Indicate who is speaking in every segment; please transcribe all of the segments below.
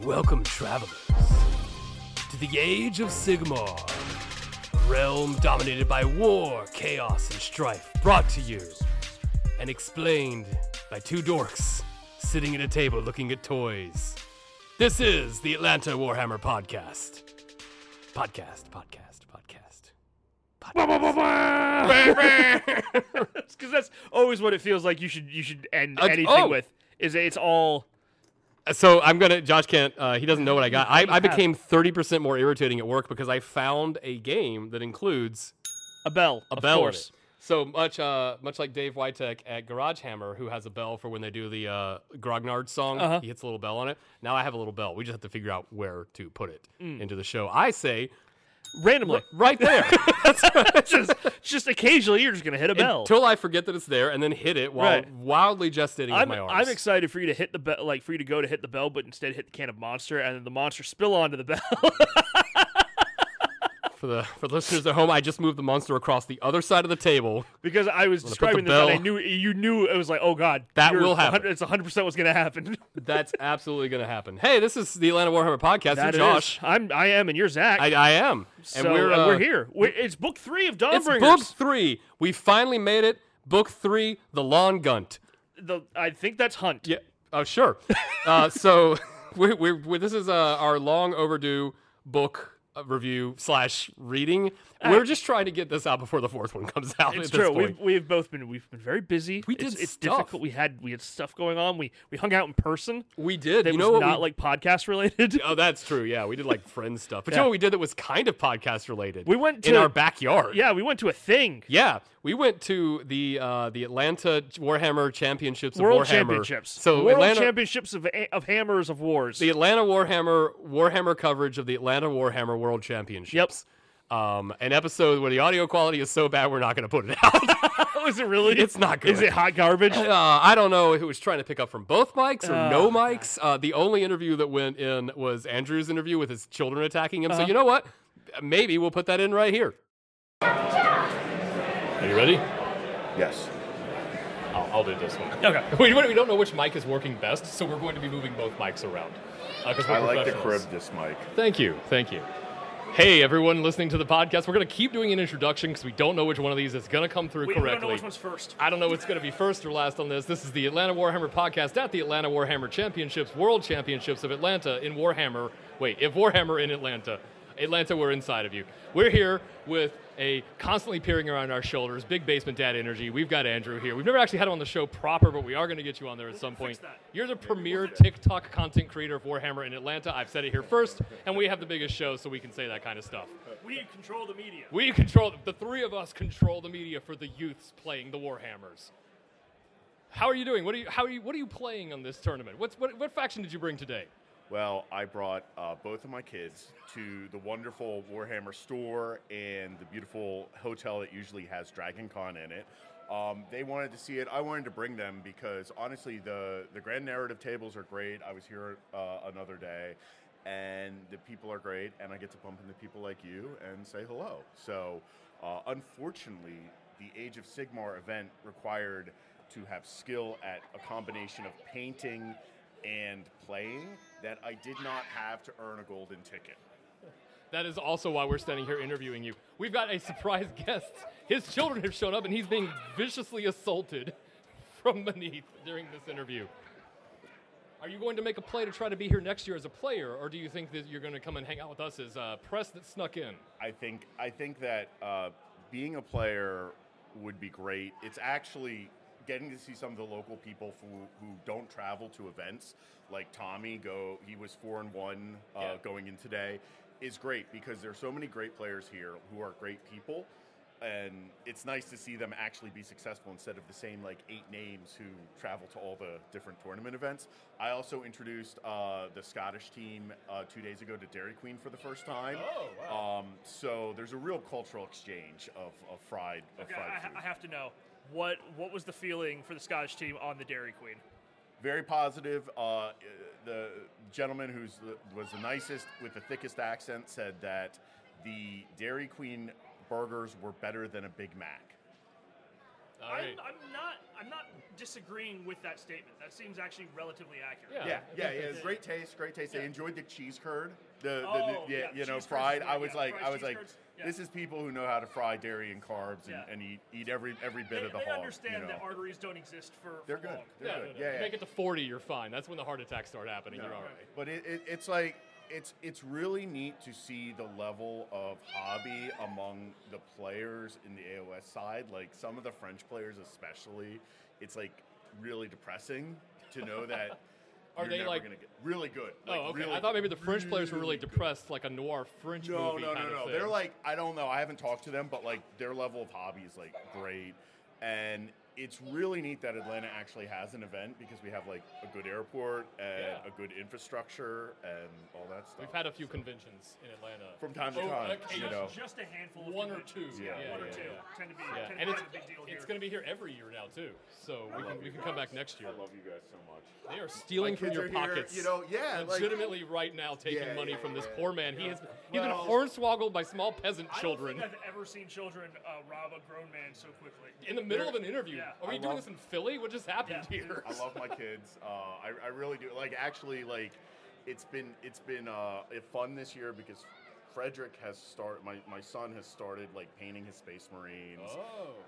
Speaker 1: Welcome, travelers, to the Age of Sigmar, realm dominated by war, chaos, and strife, brought to you and explained by two dorks sitting at a table looking at toys. This is the Atlanta Warhammer Podcast. Podcast, podcast, podcast.
Speaker 2: because that's always what it feels like you should you should end
Speaker 1: Uh,
Speaker 2: anything
Speaker 1: oh.
Speaker 2: with is it's all
Speaker 1: Uh, So I'm gonna. Josh can't. Uh, he doesn't know what I got. I, I became 30% more irritating at work because I found a game that includes
Speaker 2: a bell
Speaker 1: a
Speaker 2: of
Speaker 1: bell. in
Speaker 2: course
Speaker 1: it. So much, uh, much like Dave Witek at Garage Hammer, who has a bell for when they do the uh, Grognard song.
Speaker 2: Uh-huh.
Speaker 1: He hits a little bell on it. Now I have a little bell. We just have to figure out where to put it
Speaker 2: Mm.
Speaker 1: into the show. I say
Speaker 2: randomly
Speaker 1: right there
Speaker 2: just just occasionally you're just gonna hit a bell
Speaker 1: until I forget that it's there, and then hit it while
Speaker 2: Right.
Speaker 1: wildly gestating with
Speaker 2: I'm,
Speaker 1: my arms.
Speaker 2: I'm excited for you to hit the bell like for you to go to hit the bell but instead hit the can of monster and then the monster spill onto the bell
Speaker 1: for the for the listeners at home, I just moved the monster across the other side of the table.
Speaker 2: because I was
Speaker 1: put the
Speaker 2: describing this and I
Speaker 1: bell-
Speaker 2: knew you knew it was like oh god
Speaker 1: That
Speaker 2: you're
Speaker 1: will happen.
Speaker 2: 100 It's 100 percent what's gonna happen.
Speaker 1: That's absolutely going to happen. Hey, this is the Atlanta Warhammer podcast.
Speaker 2: That
Speaker 1: I'm
Speaker 2: is-
Speaker 1: Josh.
Speaker 2: I'm I am and you're Zach.
Speaker 1: I, I am,
Speaker 2: so
Speaker 1: and we're
Speaker 2: uh,
Speaker 1: uh,
Speaker 2: we're here. We're, it's book three of
Speaker 1: It's
Speaker 2: Dawnbringers.
Speaker 1: book three. We finally made it. Book three, the Lawn Gunt.
Speaker 2: The, I think that's Hunt.
Speaker 1: Yeah. Oh, sure. uh, so we're, we're, we're, this is uh, our long overdue book uh, review slash reading. we're just trying to get this out before the fourth one comes out.
Speaker 2: It's
Speaker 1: at this
Speaker 2: true.
Speaker 1: point.
Speaker 2: We've, we've both been we've been very busy.
Speaker 1: We
Speaker 2: it's,
Speaker 1: did
Speaker 2: it's
Speaker 1: stuff.
Speaker 2: difficult. We had we had stuff going on. We we hung out in person.
Speaker 1: We did.
Speaker 2: That
Speaker 1: you
Speaker 2: was
Speaker 1: know what?
Speaker 2: not
Speaker 1: we,
Speaker 2: like podcast related.
Speaker 1: oh, that's true. Yeah, we did like friend stuff. But you
Speaker 2: Yeah.
Speaker 1: know what we did that was kind of podcast related.
Speaker 2: We went
Speaker 1: in
Speaker 2: to-
Speaker 1: our backyard.
Speaker 2: yeah, we went to a thing.
Speaker 1: Yeah, we went to the uh, the Atlanta Warhammer Championships
Speaker 2: World
Speaker 1: of Warhammer.
Speaker 2: championships.
Speaker 1: So
Speaker 2: World
Speaker 1: Atlanta,
Speaker 2: championships of a- of hammers of wars.
Speaker 1: the Atlanta Warhammer Warhammer coverage of the Atlanta Warhammer World Championships. Yep. Um, an episode where the audio quality is so bad we're not going to put it out.
Speaker 2: was it really?
Speaker 1: It's not good.
Speaker 2: Is it hot garbage?
Speaker 1: Uh, I don't know if it was trying to pick up from both mics or no mics. Uh, the only interview that went in was Andrew's interview with his children attacking him. So you know what? Maybe we'll put that in right here. Are you ready?
Speaker 3: Yes.
Speaker 1: I'll, I'll do this one.
Speaker 2: okay.
Speaker 1: We, we don't know which mic is working best, so we're going to be moving both mics around. Uh, 'cause we're
Speaker 3: I like the
Speaker 1: professionals.
Speaker 3: crib this mic.
Speaker 1: Thank you. Thank you. Hey, everyone listening to the podcast. We're going to keep doing an introduction because we don't know which one of these is going to come through
Speaker 2: We, we
Speaker 1: correctly.
Speaker 2: don't know which one's first.
Speaker 1: I don't know what's going to be first or last on this. This is the Atlanta Warhammer podcast at the Atlanta Warhammer Championships, World Championships of Atlanta in Warhammer. Wait, if Warhammer in Atlanta, Atlanta, we're inside of you. We're here with a constantly peering around our shoulders, big basement dad energy. We've got Andrew here. We've never actually had him on the show proper, but we are going to get you on there at some point.
Speaker 2: that.
Speaker 1: You're the premier TikTok content creator of Warhammer in Atlanta. I've said it here first, and we have the biggest show, so we can say that kind of stuff.
Speaker 2: We control the media.
Speaker 1: We control the three of us control the media for the youths playing the Warhammers. How are you doing? What are you? How are you? What are you playing on this tournament? What's, what what faction did you bring today?
Speaker 3: Well, I brought uh, both of my kids to the wonderful Warhammer store and the beautiful hotel that usually has Dragon Con in it. Um, they wanted to see it. I wanted to bring them because honestly, the, the grand narrative tables are great. I was here uh, another day, and the people are great, and I get to bump into people like you and say hello. So, uh, unfortunately, the Age of Sigmar event required to have skill at a combination of painting and playing that I did not have to earn a golden ticket.
Speaker 1: That is also why we're standing here interviewing you. We've got a surprise guest. His children have shown up, and he's being viciously assaulted from beneath during this interview. Are you going to make a play to try to be here next year as a player, or do you think that you're going to come and hang out with us as uh, press that snuck in?
Speaker 3: I think I think that uh, being a player would be great. It's actually getting to see some of the local people who, who don't travel to events, like Tommy. Go, he was four and one uh,
Speaker 1: Yeah.
Speaker 3: going in today, is great because there's so many great players here who are great people, and it's nice to see them actually be successful instead of the same like eight names who travel to all the different tournament events. I also introduced uh, the Scottish team uh, two days ago to Dairy Queen for the first time.
Speaker 1: Oh, wow.
Speaker 3: Um, so there's a real cultural exchange of, of fried of
Speaker 2: Okay,
Speaker 3: fried food.
Speaker 2: I, I have to know what what was the feeling for the Scottish team on the Dairy Queen?
Speaker 3: Very positive. Uh, the gentleman who was the nicest with the thickest accent said that the Dairy Queen burgers were better than a Big Mac.
Speaker 1: All right.
Speaker 4: I'm, I'm not. I'm not disagreeing with that statement. That seems actually relatively accurate.
Speaker 3: Yeah,
Speaker 1: Yeah. I
Speaker 3: yeah,
Speaker 1: think
Speaker 3: yeah.
Speaker 1: that's-
Speaker 3: Great taste, great taste. They
Speaker 4: Yeah.
Speaker 3: enjoyed the cheese curd, the, the
Speaker 4: Oh,
Speaker 3: yeah,
Speaker 4: yeah,
Speaker 3: you know,
Speaker 4: cheese curds,
Speaker 3: fried.
Speaker 4: yeah,
Speaker 3: I was
Speaker 4: yeah,
Speaker 3: like,
Speaker 4: fried
Speaker 3: I was
Speaker 4: cheese
Speaker 3: like,
Speaker 4: curds, yeah.
Speaker 3: this is people who know how to fry dairy and carbs and,
Speaker 4: Yeah.
Speaker 3: and eat, eat every every bit
Speaker 4: They,
Speaker 3: of the
Speaker 4: they
Speaker 3: hog.
Speaker 4: understand
Speaker 3: you know.
Speaker 4: that arteries don't exist for.
Speaker 3: They're
Speaker 4: for
Speaker 3: good.
Speaker 4: long.
Speaker 3: They're
Speaker 1: Yeah,
Speaker 3: good.
Speaker 1: no, no.
Speaker 3: Yeah, yeah.
Speaker 1: Make it to 40, you're fine. That's when the heart attacks start happening. You're all right.
Speaker 3: But it, it, it's like it's it's really neat to see the level of hobby among the players in the AOS side. Like some of the French players, especially, it's like really depressing to know that.
Speaker 1: Are
Speaker 3: you're
Speaker 1: they,
Speaker 3: never
Speaker 1: like-
Speaker 3: gonna get really good? Like,
Speaker 1: oh, okay.
Speaker 3: really
Speaker 1: I thought maybe the French players were really
Speaker 3: good.
Speaker 1: depressed, like a noir French
Speaker 3: No,
Speaker 1: movie
Speaker 3: no,
Speaker 1: kind
Speaker 3: no,
Speaker 1: of
Speaker 3: no.
Speaker 1: thing.
Speaker 3: They're like, I don't know. I haven't talked to them, but like their level of hobby is like great. And it's really neat that Atlanta actually has an event because we have like a good airport and
Speaker 1: Yeah.
Speaker 3: a good infrastructure and all that stuff.
Speaker 1: We've had a few conventions in Atlanta.
Speaker 3: From time to
Speaker 1: Oh,
Speaker 3: time,
Speaker 1: okay,
Speaker 3: you
Speaker 4: Just,
Speaker 3: know.
Speaker 4: just a handful. Of
Speaker 1: One or
Speaker 4: conventions.
Speaker 1: two.
Speaker 4: Yeah,
Speaker 1: Yeah,
Speaker 4: one
Speaker 1: yeah,
Speaker 4: or two
Speaker 1: yeah.
Speaker 4: tend to be.
Speaker 1: Yeah,
Speaker 4: Tend
Speaker 1: and
Speaker 4: to
Speaker 1: it's,
Speaker 4: be a big deal
Speaker 1: it's
Speaker 4: here.
Speaker 1: going to be here every year now, too. So we can, we can come back next year.
Speaker 3: I love you guys so much.
Speaker 1: They are stealing
Speaker 3: My
Speaker 1: from
Speaker 3: kids
Speaker 1: your
Speaker 3: are here,
Speaker 1: pockets.
Speaker 3: you know, yeah, like-
Speaker 1: Legitimately, right now, taking
Speaker 3: Yeah,
Speaker 1: money
Speaker 3: yeah,
Speaker 1: from this
Speaker 3: yeah.
Speaker 1: poor man. He has he's
Speaker 3: Well-
Speaker 1: been hornswoggled by small peasant
Speaker 4: I
Speaker 1: children
Speaker 4: don't think I've ever seen children uh, rob a grown man so quickly.
Speaker 1: in the middle of an interview.
Speaker 4: Yeah.
Speaker 1: Are we
Speaker 3: I
Speaker 1: doing
Speaker 3: love-
Speaker 1: this in Philly? What just happened
Speaker 4: Yeah.
Speaker 1: here?
Speaker 3: I love my kids. Uh, I, I really do. Like actually, like it's been it's been uh, fun this year because Frederick has started. My, my son has started like painting his Space Marines.
Speaker 1: Oh.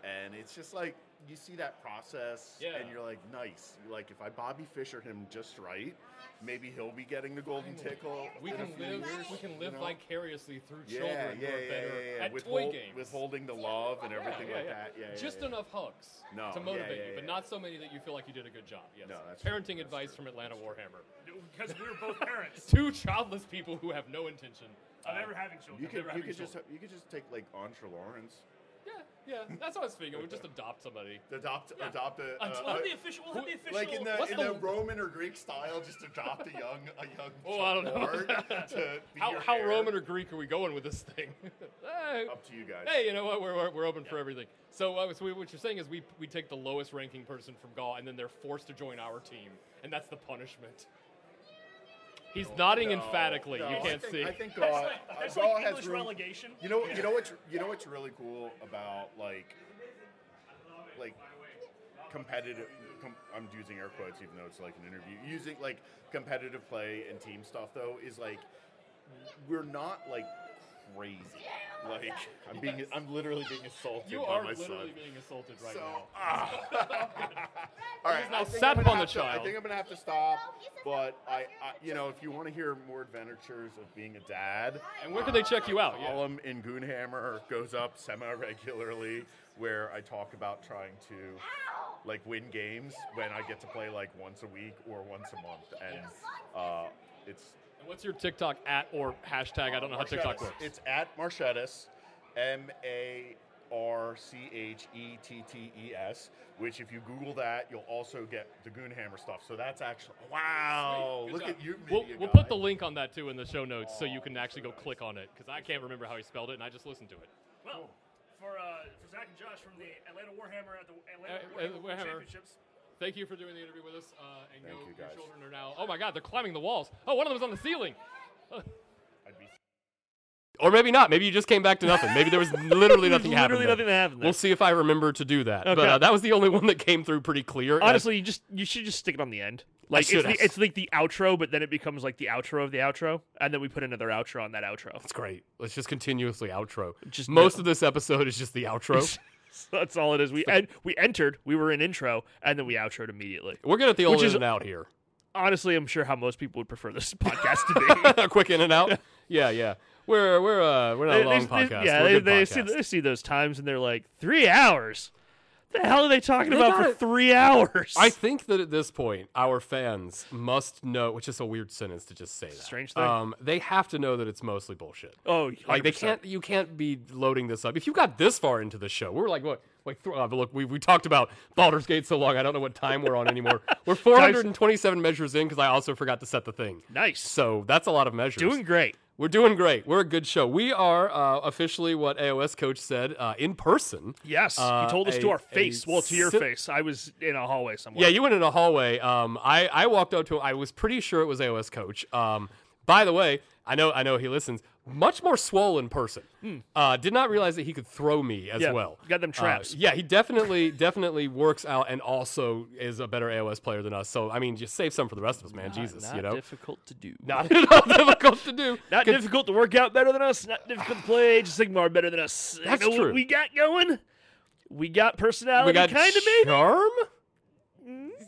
Speaker 3: and it's just like you see that process,
Speaker 1: Yeah.
Speaker 3: and you're like, nice. You're like if I Bobby Fisher him just right, maybe he'll be getting the golden tickle.
Speaker 1: We
Speaker 3: in a
Speaker 1: can
Speaker 3: few
Speaker 1: live.
Speaker 3: years,
Speaker 1: we can live
Speaker 3: you know?
Speaker 1: vicariously through
Speaker 3: Yeah,
Speaker 1: children
Speaker 3: yeah,
Speaker 1: who are
Speaker 3: yeah, yeah,
Speaker 1: better
Speaker 3: yeah, yeah.
Speaker 1: at
Speaker 3: Withhold-
Speaker 1: toy games.
Speaker 3: Withholding the love and
Speaker 1: Yeah,
Speaker 3: everything
Speaker 1: yeah,
Speaker 3: like
Speaker 1: yeah.
Speaker 3: that. Yeah, yeah,
Speaker 1: Just
Speaker 3: yeah.
Speaker 1: enough hugs
Speaker 3: No,
Speaker 1: to
Speaker 3: yeah,
Speaker 1: motivate
Speaker 3: yeah,
Speaker 1: you, but
Speaker 3: yeah.
Speaker 1: not so many that you feel like you did a good job. Yes.
Speaker 3: No, that's true,
Speaker 1: Parenting
Speaker 3: that's
Speaker 1: advice
Speaker 3: true,
Speaker 1: from Atlanta Warhammer.
Speaker 4: Because we're both parents
Speaker 1: Two childless people who have no intention.
Speaker 4: of ever having children.
Speaker 3: Uh, You could
Speaker 1: never
Speaker 3: you
Speaker 1: having
Speaker 3: could just you could just take like Antra Lawrence.
Speaker 1: Yeah, yeah. That's what I was thinking. We just adopt somebody.
Speaker 3: Adopt adopt a,
Speaker 1: Adopt-
Speaker 4: We'll
Speaker 3: a,
Speaker 4: have the official. We'll have the official.
Speaker 3: like in the,
Speaker 1: What's
Speaker 3: in
Speaker 1: the-
Speaker 3: the Roman or Greek style, just adopt a young a young.
Speaker 1: Oh, I don't know.
Speaker 3: know. To be
Speaker 1: How,
Speaker 3: your
Speaker 1: how
Speaker 3: heir.
Speaker 1: Roman or Greek are we going with this thing? Eh, hey,
Speaker 3: Up to you guys.
Speaker 1: hey, you know what? We're, we're, we're open for everything. So, uh, so we, what you're saying is we, we take the lowest ranking person from Gaul and then they're forced to join our team, and that's the punishment. He's nodding
Speaker 3: No,
Speaker 1: emphatically.
Speaker 3: no,
Speaker 1: you
Speaker 3: I
Speaker 1: can't
Speaker 3: think-
Speaker 1: see.
Speaker 3: I think
Speaker 4: That's
Speaker 3: God,
Speaker 4: like, that's
Speaker 3: God
Speaker 4: like
Speaker 3: uh, has
Speaker 4: English
Speaker 3: room-
Speaker 4: relegation.
Speaker 3: You know, you know what's you know what's really cool about like like competitive. Com- I'm using air quotes, even though it's like an interview. Using like competitive play and team stuff, though, is like we're not like crazy. Like I'm being, I'm literally being assaulted
Speaker 1: you
Speaker 3: by
Speaker 1: are
Speaker 3: my
Speaker 1: literally
Speaker 3: son.
Speaker 1: being assaulted right
Speaker 3: So,
Speaker 1: now.
Speaker 3: All right,
Speaker 1: now
Speaker 3: I think
Speaker 1: sat
Speaker 3: I'm gonna
Speaker 1: upon the
Speaker 3: have to-
Speaker 1: child.
Speaker 3: I think I'm gonna have to stop. But I, I you know, if you want to hear more adventures of being a dad,
Speaker 1: And where can they check you out? Yeah.
Speaker 3: column in Goonhammer goes up semi-regularly, where I talk about trying to like win games when I get to play like once a week or once a month, and uh, it's
Speaker 1: And what's your TikTok at or hashtag? I don't know how TikTok
Speaker 3: Marchettis.
Speaker 1: works.
Speaker 3: It's at Marchettis, M A R C H E T T E S. Which, if you Google that, you'll also get the Goonhammer stuff. So that's actually wow!
Speaker 1: Good
Speaker 3: Look
Speaker 1: job.
Speaker 3: at you,
Speaker 1: We'll,
Speaker 3: media
Speaker 1: we'll
Speaker 3: guy. Oh,
Speaker 1: put the link on that too in the show notes, so you can actually go click on it because I can't remember how he spelled it, and I just listened to it.
Speaker 4: Well, for uh, for Zach and Josh from the Atlanta Warhammer at the Atlanta
Speaker 1: Uh,
Speaker 4: Warhammer,
Speaker 1: Warhammer.
Speaker 4: Championships.
Speaker 1: Thank you for doing the interview with us. Uh, and
Speaker 3: Thank
Speaker 1: go,
Speaker 3: you,
Speaker 1: your
Speaker 3: guys.
Speaker 1: children are now. Oh my God, they're climbing the walls. Oh, one of them's on the ceiling.
Speaker 3: I'd be
Speaker 1: Or maybe not. Maybe you just came back to nothing. Maybe there was literally nothing happened.
Speaker 2: Literally
Speaker 1: there.
Speaker 2: nothing that happened there.
Speaker 1: We'll see if I remember to do that. But
Speaker 2: Okay.
Speaker 1: uh, that was the only one that came through pretty clear. and I-
Speaker 2: Honestly, you just you should just stick it on the end. Like
Speaker 1: should
Speaker 2: it's, the,
Speaker 1: have.
Speaker 2: it's like the outro, but then it becomes like the outro of the outro, and then we put another outro on that outro.
Speaker 1: it's great. Let's just continuously outro.
Speaker 2: Just-
Speaker 1: most of this episode is just the outro.
Speaker 2: So that's all it is. We en- we entered, we were in intro, and then we outroed immediately.
Speaker 1: We're good at the old
Speaker 2: Which
Speaker 1: in
Speaker 2: is-
Speaker 1: and out here.
Speaker 2: Honestly, I'm sure how most people would prefer this podcast to be.
Speaker 1: a quick in and out. Yeah, yeah. We're we're uh, we're not a
Speaker 2: They-
Speaker 1: long
Speaker 2: they-
Speaker 1: podcast. we're
Speaker 2: yeah,
Speaker 1: a
Speaker 2: they,
Speaker 1: good
Speaker 2: they
Speaker 1: podcast.
Speaker 2: see they see those times, and they're like three hours. The hell are they talking about
Speaker 1: gotta-
Speaker 2: for three hours?
Speaker 1: I think that at this point, our fans must know, which is a weird sentence to just say. That.
Speaker 2: strange thing.
Speaker 1: Um, they have to know that it's mostly bullshit.
Speaker 2: oh,
Speaker 1: Like they
Speaker 2: 100%.
Speaker 1: can't, you can't be loading this up. If you got this far into the show, we're like, what? Like, th- uh, look, we we talked about Baldur's Gate so long, I don't know what time we're on anymore. we're 427 measures in because I also forgot to set the thing.
Speaker 2: Nice.
Speaker 1: So that's a lot of measures.
Speaker 2: doing great.
Speaker 1: We're doing great. We're a good show. We are uh, officially what AOS coach said uh, in person.
Speaker 2: Yes,
Speaker 1: Uh,
Speaker 2: he told us
Speaker 1: a-
Speaker 2: to our
Speaker 1: a
Speaker 2: face. Well, to your
Speaker 1: sit-
Speaker 2: face. I was in a hallway somewhere.
Speaker 1: Yeah, you went in a hallway. Um, I, I walked up to him. I was pretty sure it was AOS coach. Um, by the way, I know I know he listens. much more swollen person. Uh, did not realize that he could throw me as
Speaker 2: Hmm. Yeah,
Speaker 1: well.
Speaker 2: got them
Speaker 1: Uh,
Speaker 2: traps.
Speaker 1: yeah, he definitely definitely works out and also is a better AOS player than us. So I mean, just save some for the rest of us, man. Jesus,
Speaker 2: not
Speaker 1: you know,
Speaker 2: difficult to do.
Speaker 1: not at all difficult to do.
Speaker 2: Not
Speaker 1: Con-
Speaker 2: difficult to work out better than us. Not difficult to play Age of Sigmar better than us. You
Speaker 1: That's
Speaker 2: know what
Speaker 1: true.
Speaker 2: we got going? We got personality,
Speaker 1: we got
Speaker 2: kind of maybe. Hmm?
Speaker 1: charm?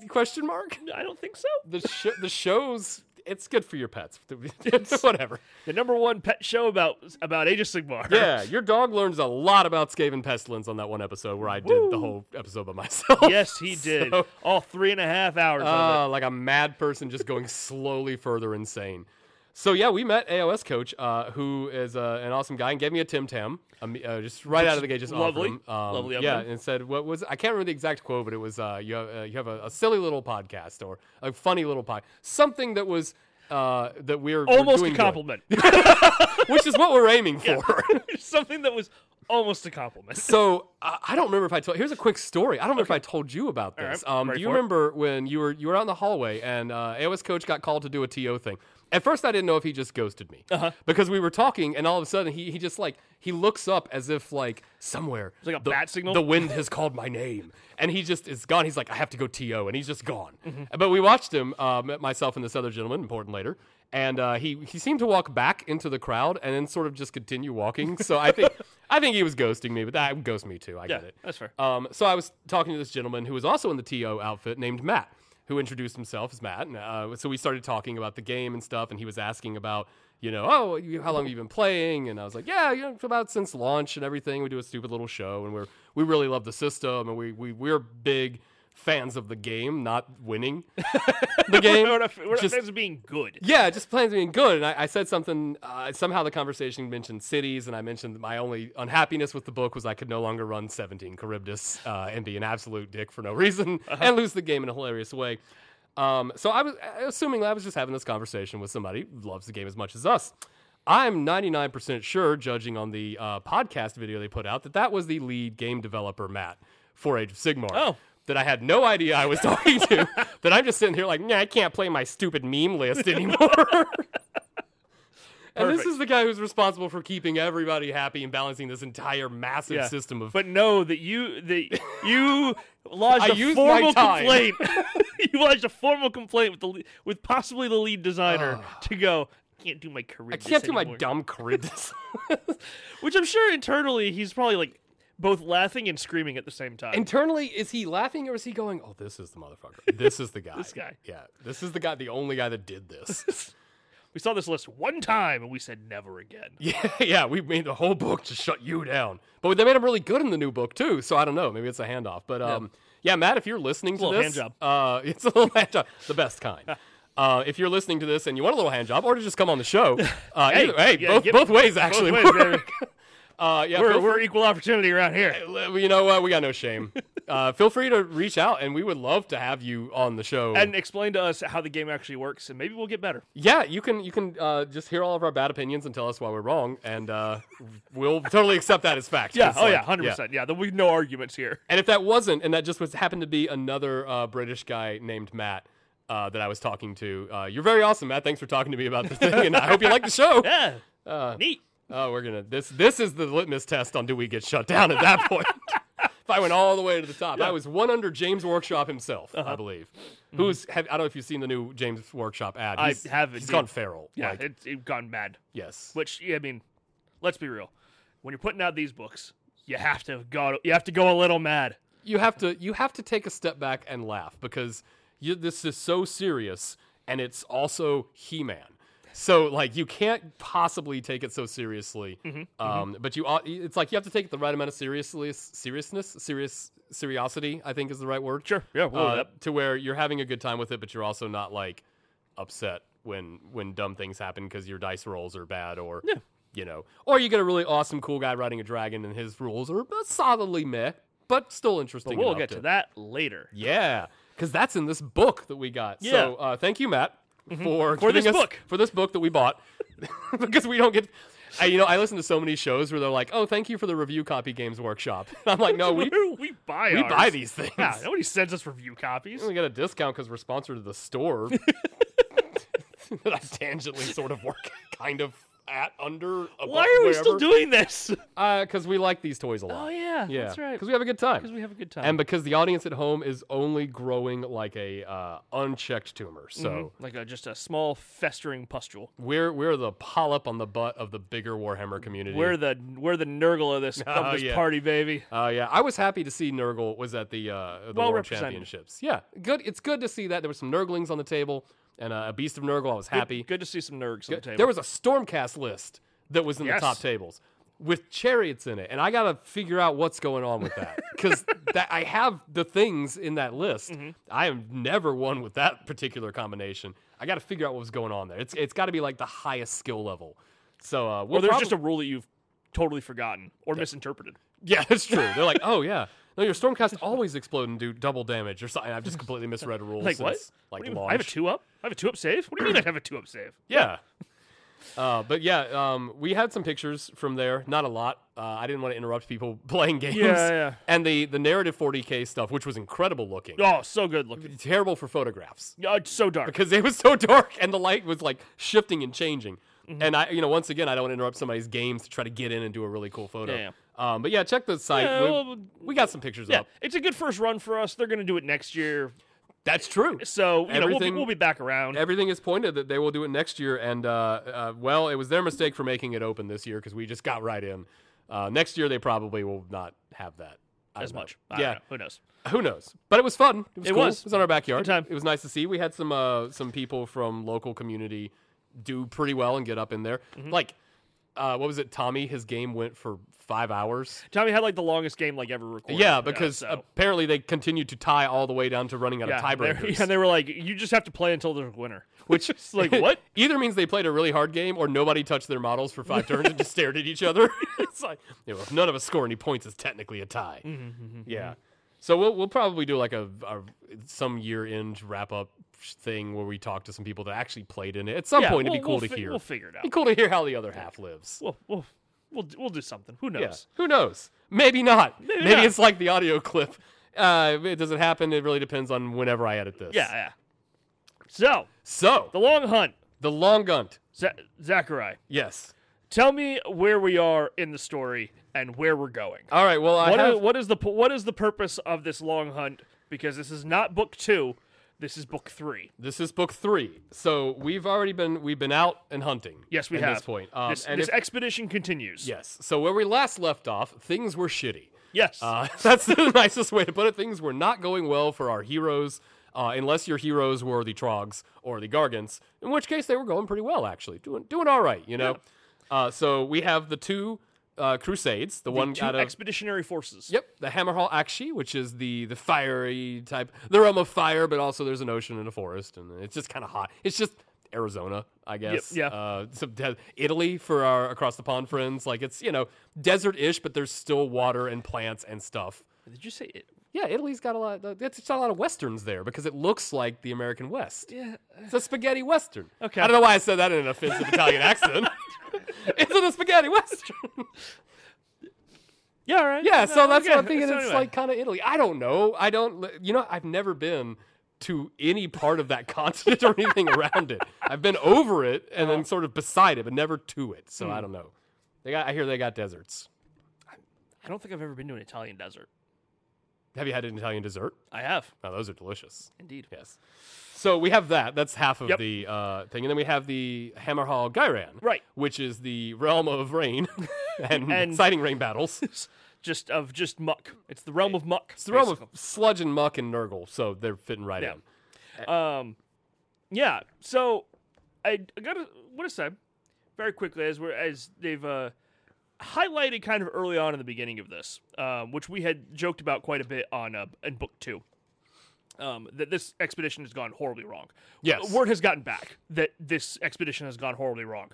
Speaker 1: Question mark.
Speaker 2: I don't think so.
Speaker 1: The sh- the shows. It's good for your pets. Whatever.
Speaker 2: The number one pet show about about Age of Sigmar.
Speaker 1: Yeah, your dog learns a lot about Skaven Pestilence on that one episode where I did the whole episode by myself.
Speaker 2: Yes, he did.
Speaker 1: So-
Speaker 2: All three and a half hours of
Speaker 1: Uh, like a mad person just going slowly further insane. So yeah, we met AOS coach, uh, who is uh, an awesome guy, and gave me a Tim Tam, um, uh, just right out of the gate, just offered
Speaker 2: lovely.
Speaker 1: him, um,
Speaker 2: Lovely of
Speaker 1: yeah,
Speaker 2: him.
Speaker 1: and said what was I can't remember the exact quote, but it was uh, you have, uh, you have a, a silly little podcast or a funny little pod, something that was uh, that we're
Speaker 2: it.
Speaker 1: we're
Speaker 2: Almost a
Speaker 1: doing good,
Speaker 2: compliment.
Speaker 1: which is what we're aiming for.
Speaker 2: Something that was almost a compliment.
Speaker 1: So I I don't remember if I told. Here's a quick story. I don't remember if I told you about
Speaker 2: right.
Speaker 1: this. Um,
Speaker 2: Ready
Speaker 1: do you
Speaker 2: for it?
Speaker 1: remember when you were you were out in the hallway and uh, AOS coach got called to do a TO thing? At first, I didn't know if he just ghosted me
Speaker 2: Uh-huh.
Speaker 1: because we were talking, and all of a sudden he he just like he looks up as if like somewhere
Speaker 2: like a
Speaker 1: the,
Speaker 2: bat signal?
Speaker 1: The wind has called my name, and he just is gone. He's like, I have to go TO, and he's just gone. But we watched him, um, myself and this other gentleman, important later, and uh, he he seemed to walk back into the crowd and then sort of just continue walking. So I think I think he was ghosting me, but that would ghost me too. I get
Speaker 2: Yeah,
Speaker 1: it.
Speaker 2: that's fair.
Speaker 1: Um, so I was talking to this gentleman who was also in the TO outfit named Matt, who introduced himself as Matt. And, uh, so we started talking about the game and stuff, and he was asking about, you know, oh, you, how long have you been playing? And I was like, yeah, you know, about since launch and everything. We do a stupid little show, and we're we really love the system, and we we we're big fans of the game, not winning the game.
Speaker 2: We're not, we're not
Speaker 1: Just-
Speaker 2: fans of being good.
Speaker 1: yeah, just plans being good. And I, I said something. Uh, somehow the conversation mentioned cities, and I mentioned that my only unhappiness with the book was I could no longer run 17 Charybdis uh, and be an absolute dick for no reason and lose the game in a hilarious way. Um, so I was uh, assuming I was just having this conversation with somebody who loves the game as much as us. I'm 99% sure, judging on the uh, podcast video they put out, that that was the lead game developer, Matt, for Age of Sigmar
Speaker 2: Oh.
Speaker 1: that I had no idea I was talking to, that I'm just sitting here like, nah, I can't play my stupid meme list anymore. and this
Speaker 2: Perfect.
Speaker 1: is the guy who's responsible for keeping everybody happy and balancing this entire massive
Speaker 2: Yeah.
Speaker 1: system of.
Speaker 2: But know that you that you lodged
Speaker 1: I
Speaker 2: a
Speaker 1: used my
Speaker 2: formal
Speaker 1: time.
Speaker 2: complaint. you lodged a formal complaint with the le- with possibly the lead designer to go. Can't do my career.
Speaker 1: Ah. I can't do my dumb Charybdis.
Speaker 2: Which I'm sure internally he's probably like both laughing and screaming at the same time.
Speaker 1: Internally, is he laughing or is he going, oh, this is the motherfucker? This is the guy. this
Speaker 2: guy.
Speaker 1: Yeah. This is the guy, the only guy that did this.
Speaker 2: we saw this list one time and we said never again.
Speaker 1: yeah, yeah. We made the whole book to shut you down. But they made him really good in the new book, too. So I don't know. Maybe it's a handoff. But um, yeah, Matt, if you're listening to
Speaker 2: little
Speaker 1: this,
Speaker 2: hand
Speaker 1: Uh, it's a little hand job, the best kind. Uh, if you're listening to this and you want a little hand job, or to just come on the show, uh,
Speaker 2: Hey,
Speaker 1: either, hey
Speaker 2: yeah,
Speaker 1: both,
Speaker 2: get-
Speaker 1: both ways actually
Speaker 2: ways,
Speaker 1: work. uh, yeah,
Speaker 2: We're,
Speaker 1: feel
Speaker 2: we're equal opportunity around here.
Speaker 1: free- you know what? We got no shame. uh, feel free to reach out, and we would love to have you on the show.
Speaker 2: And explain to us how the game actually works and maybe we'll get better.
Speaker 1: yeah, you can you can uh, just hear all of our bad opinions and tell us why we're wrong, and uh, we'll totally accept that as fact.
Speaker 2: Yeah.
Speaker 1: It's
Speaker 2: Oh
Speaker 1: like-
Speaker 2: yeah. Hundred percent. Yeah. There will be no arguments here.
Speaker 1: And if that wasn't, and that just was happened to be another uh, British guy named Matt uh, that I was talking to, uh, you're very awesome, Matt. Thanks for talking to me about the thing, and I hope you like the show.
Speaker 2: Yeah. Neat.
Speaker 1: Oh, we're gonna this this is the litmus test on do we get shut down at that point. if I went all the way to the top, I was one under James Workshop himself,
Speaker 2: Uh-huh.
Speaker 1: I believe. Who's have, I don't know if you've seen the new James Workshop ad.
Speaker 2: Mm-hmm. I
Speaker 1: He's-
Speaker 2: have
Speaker 1: He's
Speaker 2: indeed.
Speaker 1: gone feral.
Speaker 2: Yeah.
Speaker 1: like,
Speaker 2: it's it gone mad.
Speaker 1: yes.
Speaker 2: Which yeah, I mean, let's be real. When you're putting out these books, you have to go. You have to go a little mad.
Speaker 1: you have to you have to take a step back and laugh because you, this is so serious and it's also he-man so like you can't possibly take it so seriously
Speaker 2: Mm-hmm,
Speaker 1: um, but you ought, it's like you have to take it the right amount of seriously seriousness serious seriosity i think is the right word
Speaker 2: Sure. Yeah, we'll
Speaker 1: Uh,
Speaker 2: do that.
Speaker 1: to where you're having a good time with it but you're also not like upset when when dumb things happen because your dice rolls are bad or you know or you get a really awesome cool guy riding a dragon and his rules are uh, solidly meh but still interesting
Speaker 2: We'll
Speaker 1: enough
Speaker 2: get to that later.
Speaker 1: yeah, because that's in this book that we got.
Speaker 2: Yeah. Mm-hmm.
Speaker 1: So uh, thank you, Matt, for
Speaker 2: For this
Speaker 1: giving us-
Speaker 2: book.
Speaker 1: for this book that we bought because we don't get. I, you know, I listen to so many shows where they're like, "Oh, thank you for the review copy games workshop." I'm like, "No, we
Speaker 2: we buy
Speaker 1: we
Speaker 2: ours.
Speaker 1: buy these things.
Speaker 2: Yeah, nobody sends us review copies.
Speaker 1: we get a discount because we're sponsored to the store." that I tangentially sort of work, kind of at, under, above,
Speaker 2: Why are we still
Speaker 1: wherever.
Speaker 2: doing this?
Speaker 1: Because we like these toys a lot.
Speaker 2: Oh yeah,
Speaker 1: yeah.
Speaker 2: that's right.
Speaker 1: Because we have a good time.
Speaker 2: 'Cause we have a good time.
Speaker 1: and because the audience at home is only growing like a uh, unchecked tumor. So
Speaker 2: Oh, like a, just a small festering pustule.
Speaker 1: we're we're the polyp on the butt of the bigger Warhammer community.
Speaker 2: We're the we're the Nurgle of this,
Speaker 1: Oh,
Speaker 2: of this
Speaker 1: yeah.
Speaker 2: party, baby.
Speaker 1: Uh, yeah, I was happy to see Nurgle was at the uh, the
Speaker 2: Well
Speaker 1: World
Speaker 2: represented.
Speaker 1: Championships. Yeah, good. It's good to see that there were some Nurglings on the table and uh, a Beast of Nurgle. I was happy.
Speaker 2: Good to see some Nurgs on the table.
Speaker 1: There was a Stormcast list that was in
Speaker 2: Yes.
Speaker 1: the top tables with chariots in it, and I gotta figure out what's going on with that because that I have the things in that list.
Speaker 2: Mm-hmm.
Speaker 1: I have never won with that particular combination. I gotta figure out what was going on there. It's it's got to be like the highest skill level. So uh, we'll
Speaker 2: or there's
Speaker 1: probably-
Speaker 2: just a rule that you've totally forgotten or misinterpreted.
Speaker 1: Yeah, that's true. They're like, oh yeah, no, your stormcast always explode and do double damage or something. I've just completely misread a rule.
Speaker 2: Like what?
Speaker 1: since, Like
Speaker 2: What do you-
Speaker 1: launch.
Speaker 2: I have a two up. I have a two up save. What do you mean I have a two up save?
Speaker 1: Yeah. Uh, but yeah, um, we had some pictures from there. Not a lot. Uh, I didn't want to interrupt people playing games.
Speaker 2: Yeah, yeah.
Speaker 1: And the the narrative 40k stuff, which was incredible looking.
Speaker 2: Oh, so good looking.
Speaker 1: Terrible for photographs
Speaker 2: Oh, it's so dark.
Speaker 1: because it was so dark and the light was like shifting and changing.
Speaker 2: Mm-hmm.
Speaker 1: And I, you know, once again, I don't want to interrupt somebody's games to try to get in and do a really cool photo.
Speaker 2: Yeah,
Speaker 1: Um, but yeah, check the site.
Speaker 2: Yeah,
Speaker 1: we,
Speaker 2: well,
Speaker 1: we got some pictures
Speaker 2: yeah,
Speaker 1: up.
Speaker 2: it's a good first run for us. They're going to do it next year,
Speaker 1: That's true.
Speaker 2: so you know we'll be,
Speaker 1: Everything-
Speaker 2: we'll be back around.
Speaker 1: everything is pointed that they will do it next year. And uh, uh, well, it was their mistake for making it open this year because we just got right in. Uh, next year they probably will not have that I
Speaker 2: as
Speaker 1: don't know.
Speaker 2: much. I don't
Speaker 1: yeah,
Speaker 2: know. Who knows?
Speaker 1: who knows? But it was fun. It was.
Speaker 2: It
Speaker 1: cool.
Speaker 2: was.
Speaker 1: It was on our backyard.
Speaker 2: Good time.
Speaker 1: It was nice to see. We had some uh, some people from local community do pretty well and get up in there.
Speaker 2: Mm-hmm.
Speaker 1: Like, uh, what was it? Tommy, his game went for five hours.
Speaker 2: Tommy had like the longest game like ever recorded.
Speaker 1: Yeah, because
Speaker 2: so-
Speaker 1: apparently they continued to tie all the way down to running out
Speaker 2: yeah,
Speaker 1: of
Speaker 2: they-
Speaker 1: tiebreakers.
Speaker 2: yeah, they were like, you just have to play until there's a winner.
Speaker 1: Which
Speaker 2: It's like what?
Speaker 1: Either means they played a really hard game, or nobody touched their models for five turns and just stared at each other. it's like, you know, if none of us score any points, it's technically a tie.
Speaker 2: Mm-hmm,
Speaker 1: yeah. So we'll we'll probably do like a, a some year end wrap up thing where we talk to some people that actually played in it. At some
Speaker 2: Yeah,
Speaker 1: point,
Speaker 2: we'll-
Speaker 1: it'd be cool to
Speaker 2: we'll fi-
Speaker 1: hear.
Speaker 2: We'll figure it
Speaker 1: Be
Speaker 2: out.
Speaker 1: cool to hear how the other half lives.
Speaker 2: We'll we'll we'll, do- we'll do something. Who
Speaker 1: Yeah.
Speaker 2: knows?
Speaker 1: Who knows? Maybe not. Maybe,
Speaker 2: not.
Speaker 1: it's like the audio clip. Uh, it doesn't happen. It really depends on whenever I edit this.
Speaker 2: Yeah, yeah. So
Speaker 1: So
Speaker 2: the long hunt,
Speaker 1: the long gunt.
Speaker 2: Za Zachary.
Speaker 1: Yes.
Speaker 2: Tell me where we are in the story and where we're going.
Speaker 1: All right. Well, I
Speaker 2: What i-
Speaker 1: have.
Speaker 2: what is the pu- what is the purpose of this long hunt? Because this is not book two, this is book three.
Speaker 1: This is book three, so we've already been we've been out and hunting.
Speaker 2: Yes, we
Speaker 1: at
Speaker 2: have.
Speaker 1: this point. Um,
Speaker 2: this
Speaker 1: and
Speaker 2: this
Speaker 1: if-
Speaker 2: expedition continues.
Speaker 1: yes, so where we last left off, things were shitty.
Speaker 2: Yes.
Speaker 1: Uh, that's the nicest way to put it. Things were not going well for our heroes, uh, unless your heroes were the Trogs or the Gargants, in which case they were going pretty well actually, doing doing all right, you know. Uh, so we have the two uh, Crusades, the, one
Speaker 2: two
Speaker 1: out of
Speaker 2: expeditionary forces.
Speaker 1: Yep, the Hammerhall Akshi, which is the the fiery type, the realm of fire, but also there's an ocean and a forest, and it's just kind of hot. It's just Arizona, I guess.
Speaker 2: yeah.
Speaker 1: Uh, some de- Italy for our across the pond friends. Like it's you know desert-ish, but there's still water and plants and stuff.
Speaker 2: Did you say it?
Speaker 1: Yeah, Italy's got a lot. It's it's got a lot of westerns there because it looks like the American West.
Speaker 2: Yeah.
Speaker 1: It's a spaghetti western.
Speaker 2: Okay.
Speaker 1: I don't know why I said that in an offensive Italian accent. it's in a spaghetti western.
Speaker 2: Yeah, all right.
Speaker 1: Yeah, so
Speaker 2: Uh,
Speaker 1: that's what I'm
Speaker 2: okay.
Speaker 1: thinking.
Speaker 2: So
Speaker 1: it's
Speaker 2: anyway.
Speaker 1: like kind of Italy. I don't know. I don't. li- You know, I've never been to any part of that continent or anything around it. I've been over it and then sort of beside it, but never to it. So I
Speaker 2: Hmm.
Speaker 1: don't know. They got. I hear they got deserts.
Speaker 2: I don't think I've ever been to an Italian desert.
Speaker 1: Have you had an Italian dessert?
Speaker 2: I have,
Speaker 1: Now those are delicious.
Speaker 2: indeed.
Speaker 1: Yes. So we have that. That's half of
Speaker 2: Yep.
Speaker 1: the uh, thing, and then we have the Hammerhall Gyran,
Speaker 2: Right.
Speaker 1: Which is the realm of rain and,
Speaker 2: And-
Speaker 1: exciting rain battles.
Speaker 2: Just of just muck. It's the realm of muck.
Speaker 1: It's the realm of sludge and muck and Nurgle, so they're fitting right
Speaker 2: Yeah.
Speaker 1: in.
Speaker 2: Um, yeah. So I, I gotta what is that? Very quickly, as we're as they've uh, highlighted kind of early on in the beginning of this, um, which we had joked about quite a bit on uh, in book two. Um, that this expedition has gone horribly wrong.
Speaker 1: Yes.
Speaker 2: word has gotten back that this expedition has gone horribly wrong,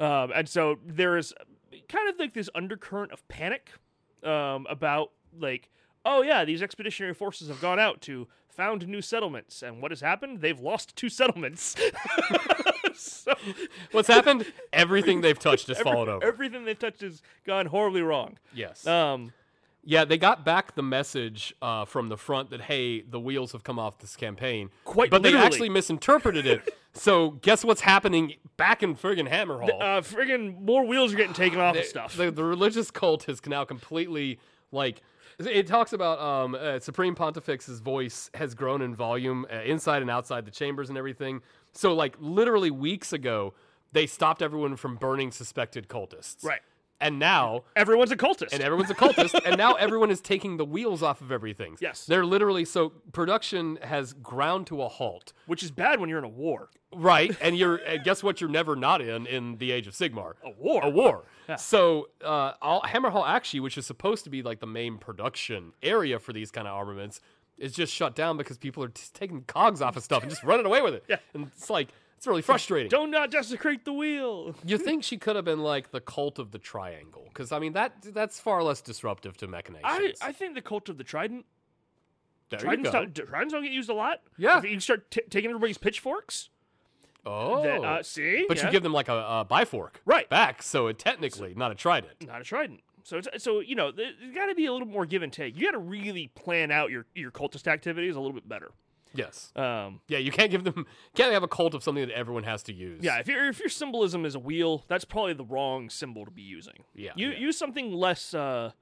Speaker 2: um, and so there is kind of like this undercurrent of panic um, about like, oh yeah, these expeditionary forces have gone out to found new settlements, and what has happened? They've lost two settlements. so
Speaker 1: What's happened? Everything they've touched has fallen over.
Speaker 2: everything they've touched has gone horribly wrong.
Speaker 1: yes.
Speaker 2: Um,
Speaker 1: yeah, they got back the message uh, from the front that hey, the wheels have come off this campaign.
Speaker 2: Quite
Speaker 1: but they
Speaker 2: literally.
Speaker 1: actually misinterpreted it So guess what's happening back in friggin' Hammerhall?
Speaker 2: Uh, friggin' more wheels are getting taken off of
Speaker 1: the-
Speaker 2: stuff.
Speaker 1: The, the religious cult has now completely like. It talks about um, uh, Supreme Pontifex's voice has grown in volume uh, inside and outside the chambers and everything. So, like literally weeks ago, they stopped everyone from burning suspected cultists.
Speaker 2: Right.
Speaker 1: And now
Speaker 2: Everyone's a cultist.
Speaker 1: and everyone's a cultist, and now everyone is taking the wheels off of everything.
Speaker 2: Yes.
Speaker 1: They're literally so production has ground to a halt.
Speaker 2: which is bad when you're in a war.
Speaker 1: Right, and you're and guess what? You're never not in in the Age of Sigmar. A
Speaker 2: war.
Speaker 1: A war. So, uh, all, Hammerhall Akshi, which is supposed to be like the main production area for these kind of armaments, is just shut down because people are just taking cogs off of stuff and just running away with it. Yeah. and it's like it's really frustrating.
Speaker 2: Don't not desecrate the wheel.
Speaker 1: you think she could have been like the cult of the triangle? Because I mean that that's far less disruptive to machinations.
Speaker 2: I, I think the cult of the trident.
Speaker 1: there you
Speaker 2: Tridents
Speaker 1: go.
Speaker 2: don't, tridents don't get used a lot.
Speaker 1: Yeah.
Speaker 2: If you start t- taking everybody's pitchforks,
Speaker 1: Oh,
Speaker 2: then, uh, see?
Speaker 1: but
Speaker 2: Yeah.
Speaker 1: you give them like a, a bifork
Speaker 2: Right.
Speaker 1: back, so it technically not a trident.
Speaker 2: not a trident. So it's so you know th- there's got to be a little more give and take. You got to really plan out your your cultist activities a little bit better.
Speaker 1: Yes.
Speaker 2: Um,
Speaker 1: Yeah, you can't give them can't have a cult of something that everyone has to use.
Speaker 2: yeah, if your if your symbolism is a wheel, that's probably the wrong symbol to be using.
Speaker 1: Yeah,
Speaker 2: you
Speaker 1: yeah.
Speaker 2: use something less uh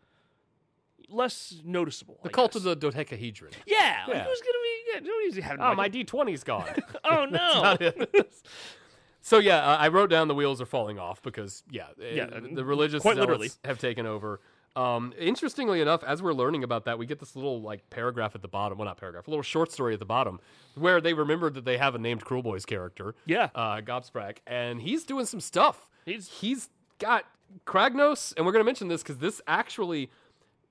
Speaker 2: less noticeable.
Speaker 1: the cult of the dodecahedron.
Speaker 2: yeah, like,
Speaker 1: Yeah.
Speaker 2: who's gonna be yeah, nobody's having
Speaker 1: Oh,
Speaker 2: like
Speaker 1: my
Speaker 2: a-
Speaker 1: D 20s gone.
Speaker 2: oh no
Speaker 1: so yeah, uh, I wrote down the wheels are falling off because yeah, uh,
Speaker 2: Yeah,
Speaker 1: the religious
Speaker 2: quite
Speaker 1: zealots
Speaker 2: literally.
Speaker 1: have taken over. Um, interestingly enough, as we're learning about that, we get this little like paragraph at the bottom. Well, not paragraph, a little short story at the bottom where they remembered that they have a named Cruel Boys character.
Speaker 2: Yeah.
Speaker 1: uh, Gobsprack, and he's doing some stuff.
Speaker 2: He's-
Speaker 1: he's got Kragnos, and we're gonna mention this because this actually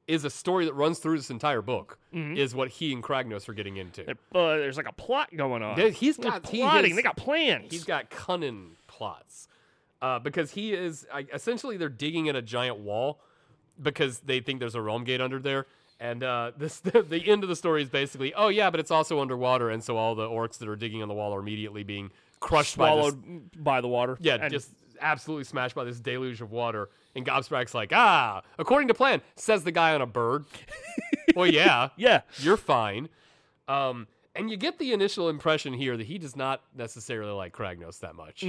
Speaker 1: is a story that runs through this entire book.
Speaker 2: Mm-hmm.
Speaker 1: Is what he and Kragnos are getting into.
Speaker 2: uh, there's like a plot going on.
Speaker 1: There- he's
Speaker 2: They're
Speaker 1: got- he
Speaker 2: plotting.
Speaker 1: is-
Speaker 2: they got plans.
Speaker 1: He's got cunning plots uh, because he is I, essentially they're digging in a giant wall because they think there's a realm gate under there. And uh, this the, the end of the story is basically, oh yeah, but it's also underwater, and so all the orcs that are digging on the wall are immediately being crushed by this,
Speaker 2: swallowed by, the water.
Speaker 1: yeah,
Speaker 2: and
Speaker 1: just absolutely smashed by this deluge of water. And Gobsprack's like, ah, according to plan, says the guy on a bird. well, yeah,
Speaker 2: yeah.
Speaker 1: you're fine. Um, and you get the initial impression here that he does not necessarily like Kragnos that much.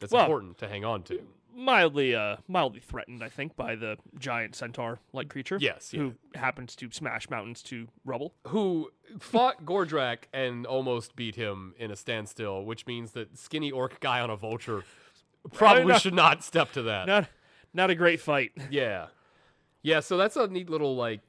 Speaker 1: That's
Speaker 2: Well-
Speaker 1: important to hang on to.
Speaker 2: mildly uh mildly threatened i think by the giant centaur like creature
Speaker 1: Yes, yeah.
Speaker 2: who happens to smash mountains to rubble
Speaker 1: Who fought Gordrak and almost beat him in a standstill, which means that skinny orc guy on a vulture probably
Speaker 2: no.
Speaker 1: should not step to that.
Speaker 2: not not a great fight
Speaker 1: Yeah. Yeah, so that's a neat little, like,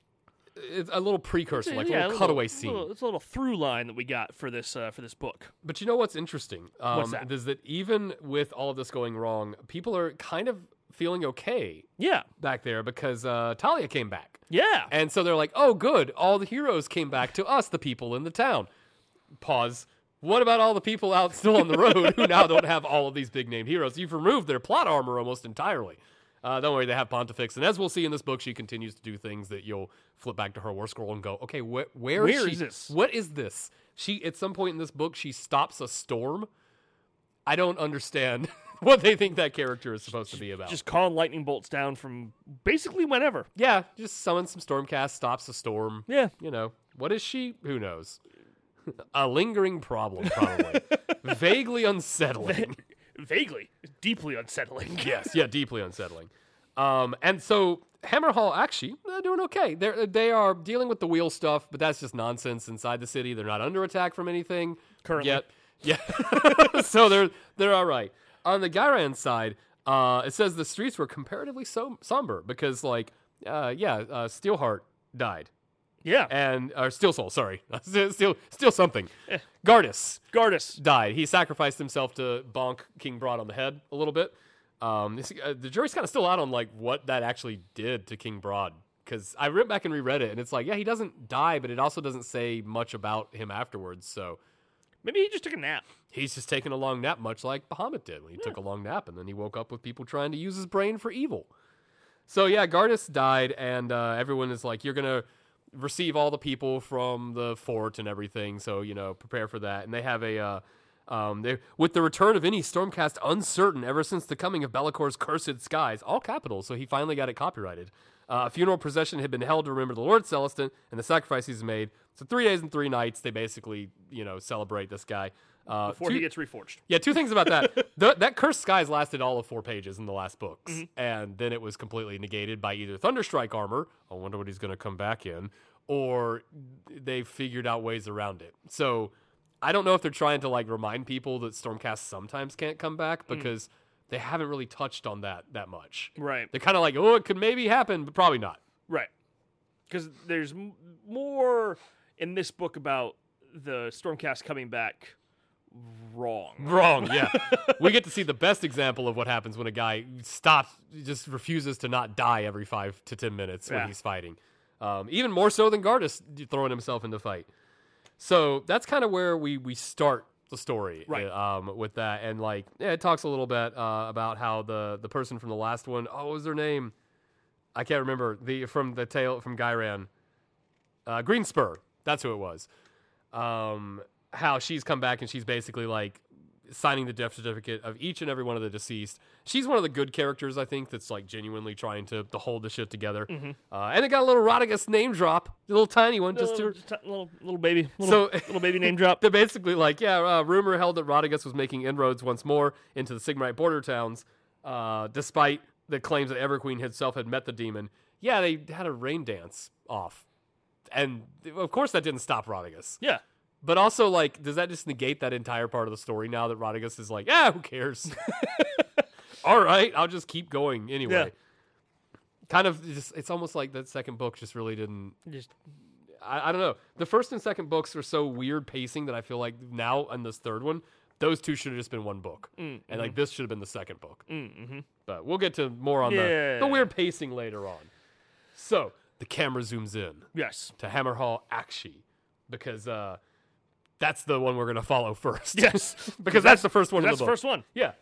Speaker 1: it's a little precursor, like a
Speaker 2: Yeah,
Speaker 1: little cutaway
Speaker 2: little-
Speaker 1: scene.
Speaker 2: little- it's a little through line that we got for this uh for this book
Speaker 1: But you know what's interesting? Um,
Speaker 2: What's that?
Speaker 1: Is that even with all of this going wrong, people are kind of feeling okay
Speaker 2: yeah
Speaker 1: back there because uh, Talia came back.
Speaker 2: yeah
Speaker 1: And so they're like, oh, good. All the heroes came back to us, the people in the town. Pause. What about all the people out still on the road who now don't have all of these big name heroes? You've removed their plot armor almost entirely. Uh, don't worry, they have Pontifex. And as we'll see in this book, she continues to do things that you'll flip back to her war scroll and go, okay, wh- where is,
Speaker 2: Where
Speaker 1: she?
Speaker 2: is this?
Speaker 1: What is this? She, at some point in this book, she stops a storm. I don't understand what they think that character is supposed to be about.
Speaker 2: just calling lightning bolts down from basically whenever
Speaker 1: Yeah, just summon some Stormcast, stops a storm.
Speaker 2: Yeah.
Speaker 1: You know, what is she? Who knows? a lingering problem, probably. Vaguely unsettling.
Speaker 2: vaguely deeply unsettling
Speaker 1: yes, yeah, deeply unsettling. Um, and so Hammerhall actually they're doing okay. They're they are dealing with the wheel stuff, but that's just nonsense inside the city. They're not under attack from anything
Speaker 2: Currently.
Speaker 1: Yet. Yeah, so they're they're all right. On the Gyran side, uh, it says the streets were comparatively so somber because like uh, yeah, uh, Steelheart died
Speaker 2: yeah
Speaker 1: and or Steel Soul, sorry, Steel Steel something, Gardas
Speaker 2: Gardas.
Speaker 1: died. He sacrificed himself to bonk King Broad on the head a little bit. Um, this- uh, the jury's kind of still out on like what that actually did to King Broad because I went back and reread it, and it's like, yeah, he doesn't die, but it also doesn't say much about him afterwards. So
Speaker 2: Maybe he just took a nap.
Speaker 1: he's just taking a long nap, much like Bahamut did when he took a long nap, and then he woke up with people trying to use his brain for evil. So yeah, Gardas died, and uh, everyone is like, "You're gonna receive all the people from the fort and everything." So you know, prepare for that. And they have a uh, Um, they, with the return of any Stormcast uncertain ever since the coming of Bellicor's Cursed Skies, all capitals, so he finally got it copyrighted. Uh, a funeral procession had been held to remember the Lord Celestin and the sacrifice he's made. So three days and three nights, they basically, you know, celebrate this guy. Uh,
Speaker 2: before
Speaker 1: two-
Speaker 2: he gets reforged.
Speaker 1: yeah, two things about that. Th- that Cursed Skies lasted all of four pages in the last books, and then it was completely negated by either Thunderstrike armor. I wonder what he's going to come back in, or they figured out ways around it. So I don't know if they're trying to like remind people that Stormcast sometimes can't come back because they haven't really touched on that that much.
Speaker 2: Right.
Speaker 1: They're kind of like, oh, it could maybe happen, but probably not.
Speaker 2: Right. Because there's m- more in this book about the Stormcast coming back wrong.
Speaker 1: Wrong. Yeah, we get to see the best example of what happens when a guy stops, just refuses to not die every five to ten minutes when
Speaker 2: Yeah.
Speaker 1: he's fighting. Um, even more so than Gardas throwing himself into fight. So that's kind of where we we start the story,
Speaker 2: Right.
Speaker 1: uh, Um, with that, and like, yeah, it talks a little bit uh, about how the the person from the last one, oh, what was their name? I can't remember the from the tale from Gyran, uh, Greenspur. That's who it was. Um, how she's come back and she's basically like signing the death certificate of each and every one of the deceased. She's one of the good characters, I think, that's like genuinely trying to, to hold the shit together. Uh, and it got a little Rodigus name drop, a little tiny one, just
Speaker 2: little,
Speaker 1: to
Speaker 2: just a little, little baby, little,
Speaker 1: So-
Speaker 2: little baby name drop.
Speaker 1: they're basically like, yeah, uh, rumor held that Rodigus was making inroads once more into the Sigmarite border towns, uh, despite the claims that Everqueen herself had met the demon. Yeah, they had a rain dance off. And of course, that didn't stop Rodigus.
Speaker 2: Yeah,
Speaker 1: But also, like, does that just negate that entire part of the story now that Rodigus is like, ah, who cares? All right, I'll just keep going anyway.
Speaker 2: Yeah.
Speaker 1: Kind of just, it's almost like that second book just really didn't
Speaker 2: just
Speaker 1: I, I don't know. The first and second books are so weird pacing that I feel like now in this third one, those two should have just been one book,
Speaker 2: Mm, mm-hmm.
Speaker 1: and like this should have been the second book. Mm-hmm. But we'll get to more on the,
Speaker 2: Yeah.
Speaker 1: the weird pacing later on. So the camera zooms in
Speaker 2: yes,
Speaker 1: to Hammerhall Akshi because uh, that's the one we're gonna follow first.
Speaker 2: yes.
Speaker 1: because that's the first one. in
Speaker 2: That's
Speaker 1: the
Speaker 2: the
Speaker 1: book.
Speaker 2: first one.
Speaker 1: Yeah.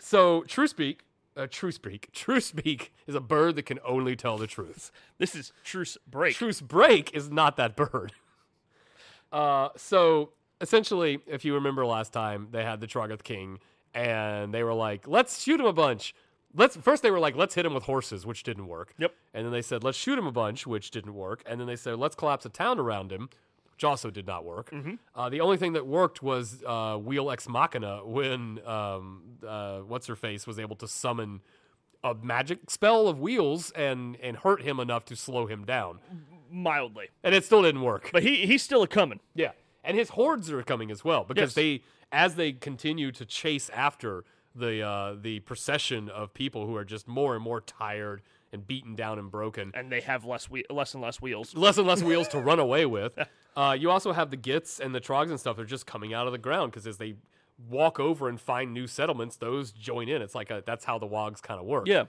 Speaker 1: So Truespeak, uh, Truespeak, Truespeak is a bird that can only tell the truth.
Speaker 2: This is Truce Break.
Speaker 1: Truce break is not that bird. Uh, so essentially, if you remember last time, they had the Trogoth King, and they were like, "Let's shoot him a bunch." Let's first they were like, "Let's hit him with horses," which didn't work.
Speaker 2: Yep.
Speaker 1: And then they said, "Let's shoot him a bunch," which didn't work. And then they said, "Let's collapse a town around him." Which also did not work.
Speaker 2: Mm-hmm.
Speaker 1: Uh, the only thing that worked was uh, Wheel Ex Machina when um, uh, what's her face was able to summon a magic spell of wheels and and hurt him enough to slow him down
Speaker 2: mildly,
Speaker 1: and it still didn't work.
Speaker 2: but he he's still a coming.
Speaker 1: yeah, and his hordes are coming as well because
Speaker 2: Yes.
Speaker 1: they, as they continue to chase after the uh, the procession of people who are just more and more tired and beaten down and broken,
Speaker 2: And they have less we- less and less wheels.
Speaker 1: less and less wheels to run away with. Uh, you also have the gits and the trogs and stuff. They're just coming out of the ground because as they walk over and find new settlements, those join in. It's like a, that's how the wogs kind of work.
Speaker 2: Yeah,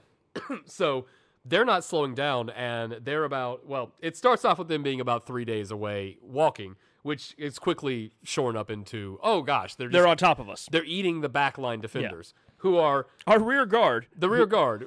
Speaker 1: So they're not slowing down, and they're about well. It starts off with them being about three days away walking, which is quickly shorn up into oh gosh, they're just,
Speaker 2: they're on top of us.
Speaker 1: they're eating the backline defenders who are
Speaker 2: Our rear guard,
Speaker 1: the rear guard.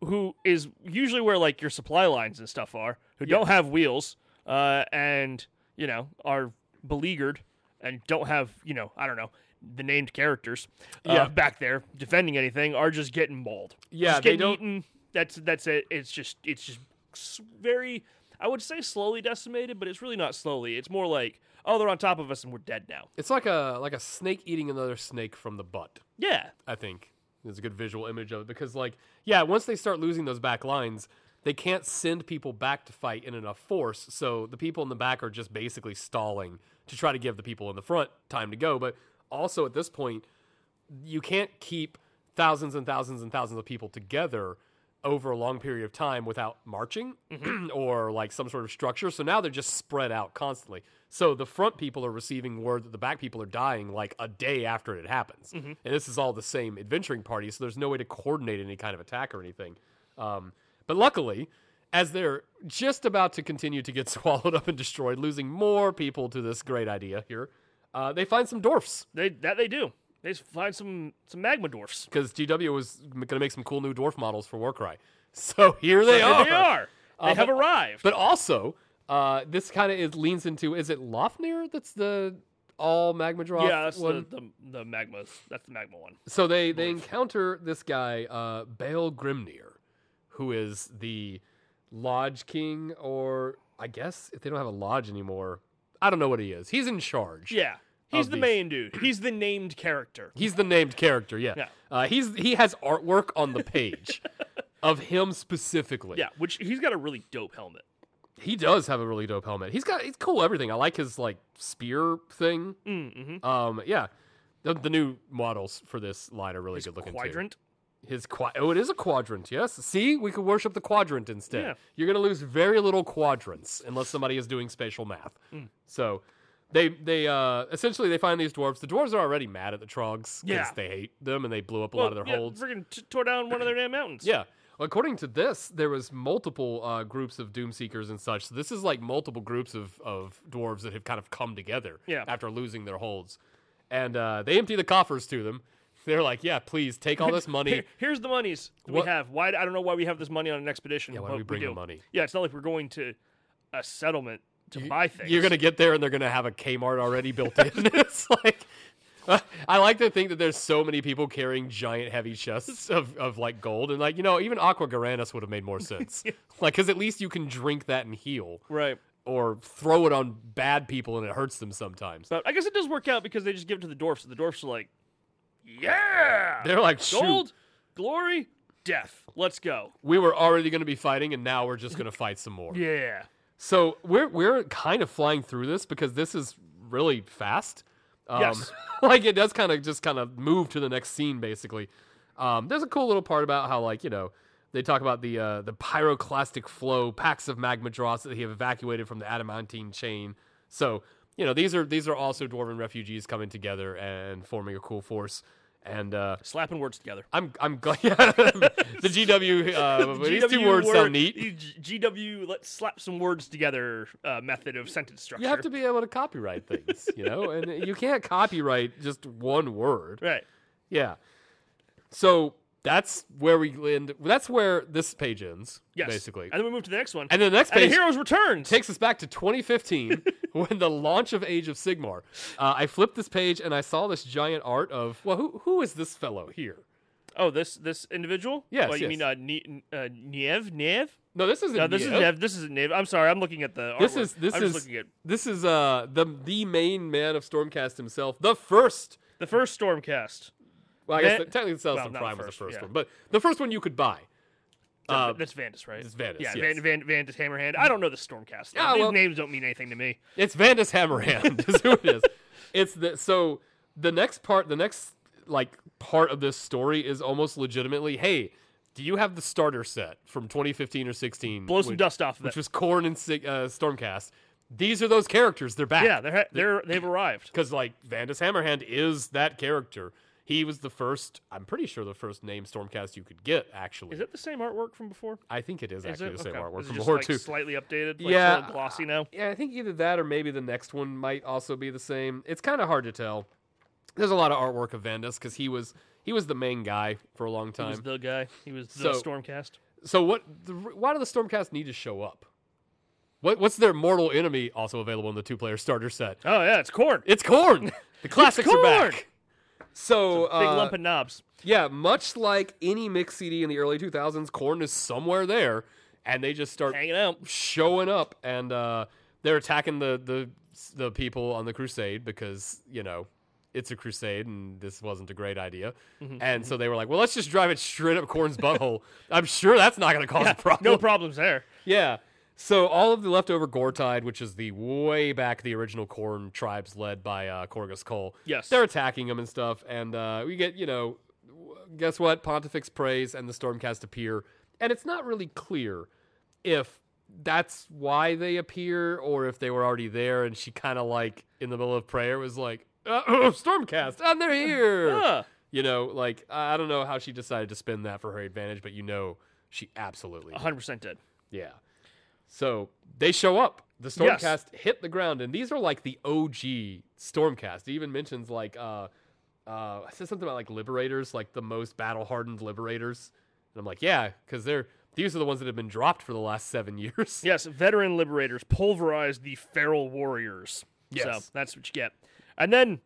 Speaker 2: who is usually where like your supply lines and stuff are, who don't have wheels, uh, and you know are beleaguered and don't have you know I don't know the named characters uh,
Speaker 1: Yeah.
Speaker 2: back there defending anything are just getting mauled.
Speaker 1: Yeah,
Speaker 2: just
Speaker 1: they
Speaker 2: getting
Speaker 1: don't-
Speaker 2: Eaten. That's that's it. It's just it's just s- very. I would say slowly decimated, but it's really not slowly. It's more like oh they're on top of us and we're dead now.
Speaker 1: It's like a like a snake eating another snake from the butt.
Speaker 2: Yeah,
Speaker 1: I think is a good visual image of it because like yeah, once they start losing those back lines. They can't send people back to fight in enough force, so the people in the back are just basically stalling to try to give the people in the front time to go. But also at this point, you can't keep thousands and thousands and thousands of people together over a long period of time without marching or like some sort of structure. So now they're just spread out constantly. So the front people are receiving word that the back people are dying like a day after it happens. And this is all the same adventuring party. So there's no way to coordinate any kind of attack or anything. Um, but luckily, as they're just about to continue to get swallowed up and destroyed, losing more people to this great idea here, uh, they find some dwarfs
Speaker 2: they that they do. They just find some some magma dwarfs.
Speaker 1: because GW was going to make some cool new dwarf models for Warcry. So here they, are.
Speaker 2: They are. They
Speaker 1: Uh,
Speaker 2: have
Speaker 1: but-
Speaker 2: arrived.
Speaker 1: But also, uh, this kind of is leans into is it Lofnir that's the all Magmadroth?
Speaker 2: yeah, that's
Speaker 1: one?
Speaker 2: the, the the magma. That's the magma one.
Speaker 1: So they they encounter this guy, uh, Bale Grimnir, who is the Lodge King, or I guess if they don't have a lodge anymore, I don't know what he is. He's in charge.
Speaker 2: Yeah, he's
Speaker 1: Of
Speaker 2: the
Speaker 1: these.
Speaker 2: main dude. He's the named character.
Speaker 1: He's the named character, yeah.
Speaker 2: Yeah.
Speaker 1: Uh, he's he has artwork on the page of him specifically.
Speaker 2: Yeah, which he's got a really dope helmet.
Speaker 1: he does have a really dope helmet. He's got he's cool everything. I like his like spear thing.
Speaker 2: Mm.
Speaker 1: Mm-hmm. Um, yeah, the, the new models for this line are really good looking. too.
Speaker 2: Quadrant.
Speaker 1: His qua- oh, it is a quadrant. Yes. See, we could worship the quadrant instead.
Speaker 2: Yeah.
Speaker 1: You're gonna lose very little quadrants unless somebody is doing spatial math.
Speaker 2: Mm.
Speaker 1: So, they they uh essentially they find these dwarves. The dwarves are already mad at the trogs because
Speaker 2: Yeah.
Speaker 1: they hate them and they blew up a lot of their
Speaker 2: yeah,
Speaker 1: holds.
Speaker 2: Freaking t- tore down one of their damn mountains.
Speaker 1: Yeah. According to this, there was multiple uh, groups of Doomseekers and such. So this is like multiple groups of, of dwarves that have kind of come together
Speaker 2: Yeah.
Speaker 1: after losing their holds. And uh, they empty the coffers to them. They're like, yeah, please take all this money.
Speaker 2: Here- here's the monies that
Speaker 1: What-
Speaker 2: we have. Why I don't know why we have this money on an expedition.
Speaker 1: Yeah, why
Speaker 2: but
Speaker 1: do we bring the
Speaker 2: do.
Speaker 1: money?
Speaker 2: Yeah, it's not like we're going to a settlement to buy things.
Speaker 1: You're going to get there and they're going to have a Kmart already built in. it's like, I like to think that there's so many people carrying giant heavy chests of, of like gold. And like, you know, even Aqua Garanus would have made more sense. Like, because at least you can drink that and heal.
Speaker 2: right.
Speaker 1: or throw it on bad people and it hurts them sometimes.
Speaker 2: But I guess it does work out because they just give it to the dwarfs. And the dwarfs are like, yeah,
Speaker 1: They're like, shoot,
Speaker 2: gold, glory, death. Let's go.
Speaker 1: we were already going to be fighting and now we're just going to fight some more.
Speaker 2: Yeah.
Speaker 1: So we're we're kind of flying through this because this is really fast. Um,
Speaker 2: Yes.
Speaker 1: like it does kind of just kind of move to the next scene basically. Um, there's a cool little part about how like you know they talk about the uh, the pyroclastic flow packs of magma dross that he have evacuated from the adamantine chain. So you know these are these are also dwarven refugees coming together and forming a cool force. And uh,
Speaker 2: Slapping words together.
Speaker 1: I'm I'm glad the GW uh, these two words sound neat.
Speaker 2: GW, let's slap some words together uh, method of sentence structure.
Speaker 1: You have to be able to copyright things, you know, and you can't copyright just one word.
Speaker 2: Right.
Speaker 1: Yeah. So that's where we end. That's where this page ends,
Speaker 2: Yes.
Speaker 1: basically.
Speaker 2: And then we move to the next one.
Speaker 1: And the next
Speaker 2: and the
Speaker 1: page
Speaker 2: heroes returns.
Speaker 1: takes us back to 2015 when the launch of Age of Sigmar. Uh, I flipped this page and I saw this giant art of, well, who, who is this fellow here?
Speaker 2: Oh, this this individual?
Speaker 1: Yes,
Speaker 2: Well, you
Speaker 1: yes.
Speaker 2: mean uh, ne- uh, Niev? Niev?
Speaker 1: No, this isn't.
Speaker 2: No, this is
Speaker 1: Niev.
Speaker 2: Nev. This is Nev. I'm sorry, I'm looking at the.
Speaker 1: This
Speaker 2: artwork.
Speaker 1: is this
Speaker 2: I'm
Speaker 1: is
Speaker 2: just looking at
Speaker 1: this is uh the the main man of Stormcast himself, the first
Speaker 2: the first Stormcast.
Speaker 1: Well, I guess
Speaker 2: That-
Speaker 1: the, technically Cells
Speaker 2: well,
Speaker 1: and
Speaker 2: not
Speaker 1: Prime
Speaker 2: the
Speaker 1: was
Speaker 2: first,
Speaker 1: the first
Speaker 2: yeah.
Speaker 1: one, but the first one you could buy. Uh,
Speaker 2: That's Vandis, right?
Speaker 1: it's Vandis,
Speaker 2: Yeah,
Speaker 1: yes.
Speaker 2: Van, Van, Vandis Hammerhand. I don't know the Stormcast.
Speaker 1: Yeah,
Speaker 2: These
Speaker 1: well-
Speaker 2: names don't mean anything to me.
Speaker 1: It's Vandis Hammerhand is who it is. It's the so the next part, the next like part of this story is almost legitimately, hey, do you have the starter set from 2015 or 16?
Speaker 2: Blow some
Speaker 1: which-
Speaker 2: dust off of
Speaker 1: Which
Speaker 2: that.
Speaker 1: was Corn and Sig- uh, Stormcast. These are those characters. They're back.
Speaker 2: Yeah, they're ha- they're they've arrived.
Speaker 1: because like Vandis Hammerhand is that character. He was the first. I'm pretty sure the first name Stormcast you could get. Actually,
Speaker 2: Is it the same artwork from before?
Speaker 1: I think it is,
Speaker 2: Is
Speaker 1: actually
Speaker 2: it?
Speaker 1: the same
Speaker 2: Okay.
Speaker 1: artwork
Speaker 2: Is it
Speaker 1: from
Speaker 2: just,
Speaker 1: before
Speaker 2: like,
Speaker 1: too.
Speaker 2: Slightly updated. Like,
Speaker 1: Yeah.
Speaker 2: It's all glossy now.
Speaker 1: Yeah, I think either that or maybe the next one might also be the same. It's kind of hard to tell. There's a lot of artwork of Vandus because he was he was the main guy for a long
Speaker 2: He was
Speaker 1: time.
Speaker 2: the guy. He was the
Speaker 1: So-
Speaker 2: Stormcast.
Speaker 1: so what? The, why do the Stormcast need to show up? What what's their mortal enemy also available in the two player starter set?
Speaker 2: Oh yeah, it's corn.
Speaker 1: It's Corn. The classics are
Speaker 2: Khorne!
Speaker 1: back. So
Speaker 2: Big
Speaker 1: uh,
Speaker 2: lump of knobs.
Speaker 1: yeah, much like any mix CD in the early 2000s, Corn is somewhere there, and they just start
Speaker 2: Hanging out.
Speaker 1: showing up and uh, they're attacking the, the the people on the crusade because you know it's a crusade and this wasn't a great idea and so they were like well let's just drive it straight up corn's butthole i'm sure that's not going to cause a problem
Speaker 2: No problems there.
Speaker 1: yeah so all of the leftover gortide which is the way back the original corn tribes led by uh, corgus cole
Speaker 2: Yes.
Speaker 1: they're attacking them and stuff and uh, we get you know w- guess what pontifex prays and the stormcast appear and it's not really clear if that's why they appear or if they were already there and she kind of like in the middle of prayer was like uh, stormcast and they're here
Speaker 2: Huh.
Speaker 1: you know like i I don't know how she decided to spin that for her advantage but you know she absolutely did.
Speaker 2: 100% dead.
Speaker 1: yeah so they show up the stormcast
Speaker 2: Yes.
Speaker 1: hit the ground and these are like the og stormcast it even mentions like uh uh i said something about like liberators like the most battle hardened liberators and i'm like yeah because they're these are the ones that have been dropped for the last seven years
Speaker 2: Yes, veteran liberators pulverized the feral warriors. So
Speaker 1: Yes.
Speaker 2: that's what you get. And then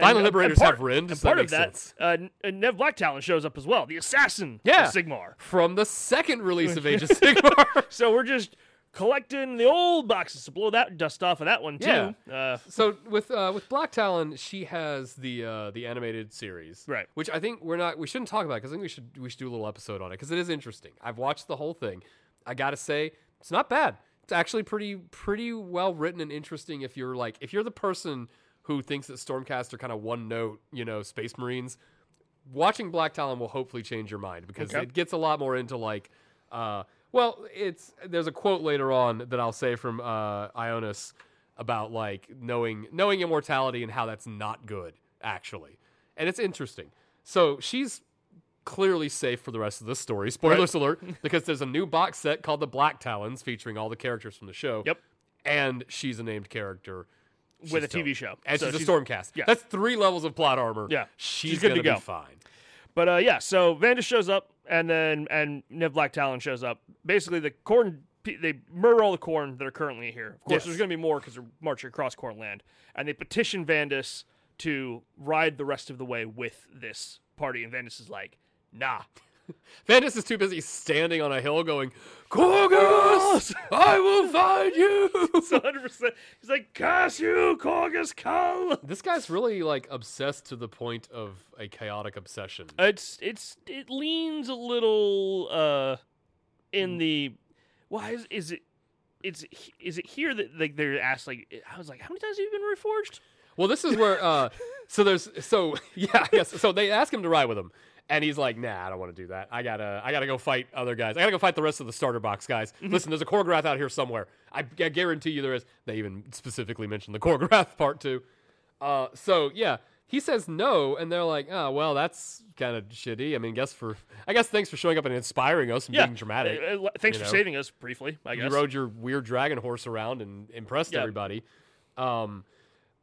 Speaker 1: Final
Speaker 2: and-
Speaker 1: Liberators
Speaker 2: and part-
Speaker 1: have Rin,
Speaker 2: And
Speaker 1: so that
Speaker 2: part
Speaker 1: makes
Speaker 2: of that,
Speaker 1: sense.
Speaker 2: uh, N- uh, Nev Black Talon shows up as well, the assassin
Speaker 1: Yeah.
Speaker 2: of Sigmar.
Speaker 1: From the second release of Age of Sigmar.
Speaker 2: So we're just collecting the old boxes to blow that dust off of that one too. Uh,
Speaker 1: so with uh, with Black Talon, she has the uh, the animated series,
Speaker 2: Right.
Speaker 1: Which I think we're not we shouldn't talk about because I think we should we should do a little episode on it because it is interesting. I've watched the whole thing. I gotta say, it's not bad. It's actually pretty pretty well written and interesting. If you're like if you're the person who thinks that Stormcast are kind of one note, you know, Space Marines, watching Black Talon will hopefully change your mind because
Speaker 2: Okay.
Speaker 1: it gets a lot more into like, uh, well, it's there's a quote later on that I'll say from uh, Ionis about like knowing knowing immortality and how that's not good actually, and it's interesting. So she's clearly safe for the rest of this story. Spoilers alert, because there's a new box set called the Black Talons featuring all the characters from the show.
Speaker 2: Yep.
Speaker 1: and she's a named character.
Speaker 2: With
Speaker 1: She's
Speaker 2: a TV
Speaker 1: dope.
Speaker 2: show.
Speaker 1: and
Speaker 2: So
Speaker 1: she's,
Speaker 2: she's-
Speaker 1: a Stormcast.
Speaker 2: yeah.
Speaker 1: that's three levels of plot armor.
Speaker 2: Yeah.
Speaker 1: she's,
Speaker 2: She's good
Speaker 1: gonna
Speaker 2: to go.
Speaker 1: be fine.
Speaker 2: But uh, yeah, so Vanda shows up, and then and Nev Black Talon shows up. Basically, the corn pe- they murder all the corn that are currently here. Of course,
Speaker 1: Yes.
Speaker 2: there's going to be more because they're marching across corn land, and they petition Vandus to ride the rest of the way with this party. And Vandus is like, "Nah,
Speaker 1: Vandus is too busy standing on a hill going, Corgus, I will find you.
Speaker 2: 100." percent He's like, "Curse you, Corgus Cull."
Speaker 1: this guy's really like obsessed to the point of a chaotic obsession.
Speaker 2: It's it's it leans a little uh
Speaker 1: Mm.
Speaker 2: in the why is is it. It's he- is it here that like they're asked like I was like how many times have you been reforged?
Speaker 1: Well, this is where, uh, so there's, so yeah, yes. So they ask him to ride with him. And he's like, nah, I don't want to do that. I gotta, I gotta go fight other guys. I gotta go fight the rest of the starter box guys.
Speaker 2: Mm-hmm.
Speaker 1: Listen, there's a Korgrath out here somewhere. I, I guarantee you there is. They even specifically mentioned the Korgrath part too. Uh, so yeah, he says no, and they're like, oh well, that's kind of shitty. I mean, guess for I guess thanks for showing up and inspiring us and being dramatic.
Speaker 2: Uh, uh, le- thanks
Speaker 1: you
Speaker 2: for
Speaker 1: know?
Speaker 2: saving us briefly. I
Speaker 1: you
Speaker 2: guess.
Speaker 1: rode your weird dragon horse around and impressed
Speaker 2: Yeah.
Speaker 1: everybody. Um,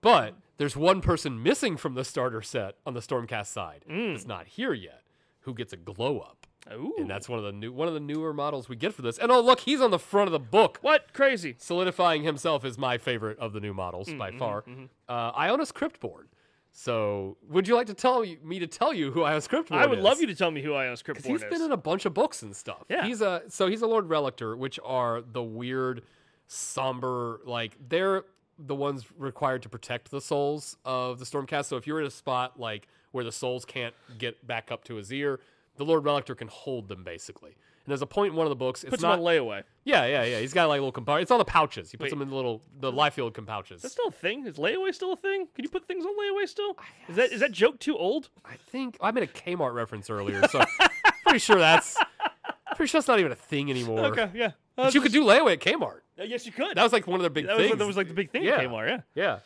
Speaker 1: but there's one person missing from the starter set on the Stormcast side. It's not here yet. Who gets a glow up?
Speaker 2: Mm. Ooh.
Speaker 1: And that's one of the new one of the newer models we get for this. And oh look, he's on the front of the book
Speaker 2: what crazy.
Speaker 1: solidifying himself is my favorite of the new models
Speaker 2: Mm-hmm,
Speaker 1: by far. Uh, Iona's Cryptborn. So, would you like to tell you, me to tell you who Iona's Cryptborn is?
Speaker 2: I would love you to tell me who I am as Cryptborn
Speaker 1: He's
Speaker 2: is.
Speaker 1: been in a bunch of books and stuff.
Speaker 2: Yeah.
Speaker 1: He's a so he's a Lord Relictor, which are the weird, somber, like they're the ones required to protect the souls of the Stormcast. So if you're in a spot like where the souls can't get back up to his ear, the Lord Relictor can hold them basically. And there's a point in one of the books. It's
Speaker 2: Puts him
Speaker 1: not
Speaker 2: on layaway.
Speaker 1: yeah, yeah, yeah. He's got like little compartments. It's on the pouches. He puts
Speaker 2: Wait.
Speaker 1: them in the little the life field compouches.
Speaker 2: That's still a thing. Is layaway still a thing? Can you put things on layaway still? Is that is that joke too old?
Speaker 1: I think I made a Kmart reference earlier, so pretty sure that's pretty sure that's not even a thing anymore.
Speaker 2: Okay, yeah.
Speaker 1: But you could do layaway at Kmart.
Speaker 2: Uh, yes, you could.
Speaker 1: That was like one of their big
Speaker 2: That was-
Speaker 1: things.
Speaker 2: that was, like the big thing
Speaker 1: Yeah.
Speaker 2: at Kmart. Yeah.
Speaker 1: yeah,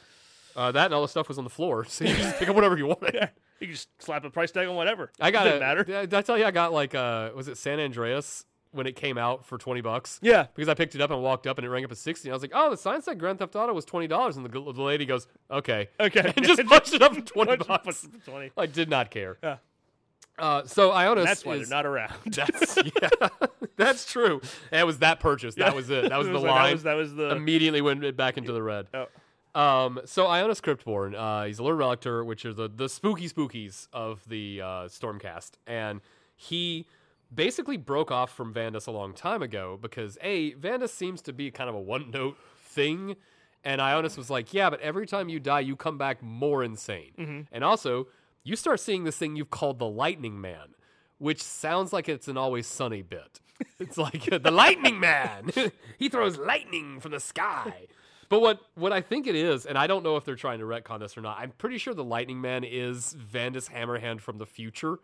Speaker 1: uh, that and all the stuff was on the floor, so you just pick up whatever you wanted.
Speaker 2: You could just slap a price tag on whatever.
Speaker 1: I got
Speaker 2: Doesn't
Speaker 1: a-
Speaker 2: matter.
Speaker 1: Did I- did I tell you I got like uh was it San Andreas when it came out for twenty bucks?
Speaker 2: Yeah.
Speaker 1: Because I picked it up and walked up and it rang up at sixty. I was like, oh, the sign said Grand Theft Auto was twenty dollars, and the, g- the lady goes, okay,
Speaker 2: Okay.
Speaker 1: and just punched it up for twenty
Speaker 2: Bunch of-
Speaker 1: bucks.
Speaker 2: bunch of Twenty.
Speaker 1: I did not care.
Speaker 2: Yeah.
Speaker 1: Uh, so Ionis
Speaker 2: That's why
Speaker 1: is,
Speaker 2: they're not around.
Speaker 1: That's yeah, that's true. That was that purchase. That was it. That was
Speaker 2: It
Speaker 1: the
Speaker 2: was like,
Speaker 1: line. Um,
Speaker 2: That was, that was the.
Speaker 1: Immediately went it back into the red.
Speaker 2: oh.
Speaker 1: Um, so Ionis Cryptborn, uh, he's a Lord Relictor, which are the the spooky spookies of the uh, Stormcast, and he basically broke off from Vandus a long time ago because a Vandus seems to be kind of a one note thing, and Ionis was like, yeah, but every time you die, you come back more insane, and also you start seeing this thing you've called the Lightning Man. Which sounds like it's an always sunny bit. It's like the Lightning Man. he throws lightning from the sky. But what what I think it is, and I don't know if they're trying to retcon this or not. I'm pretty sure the Lightning Man is Vandus Hammerhand from the future,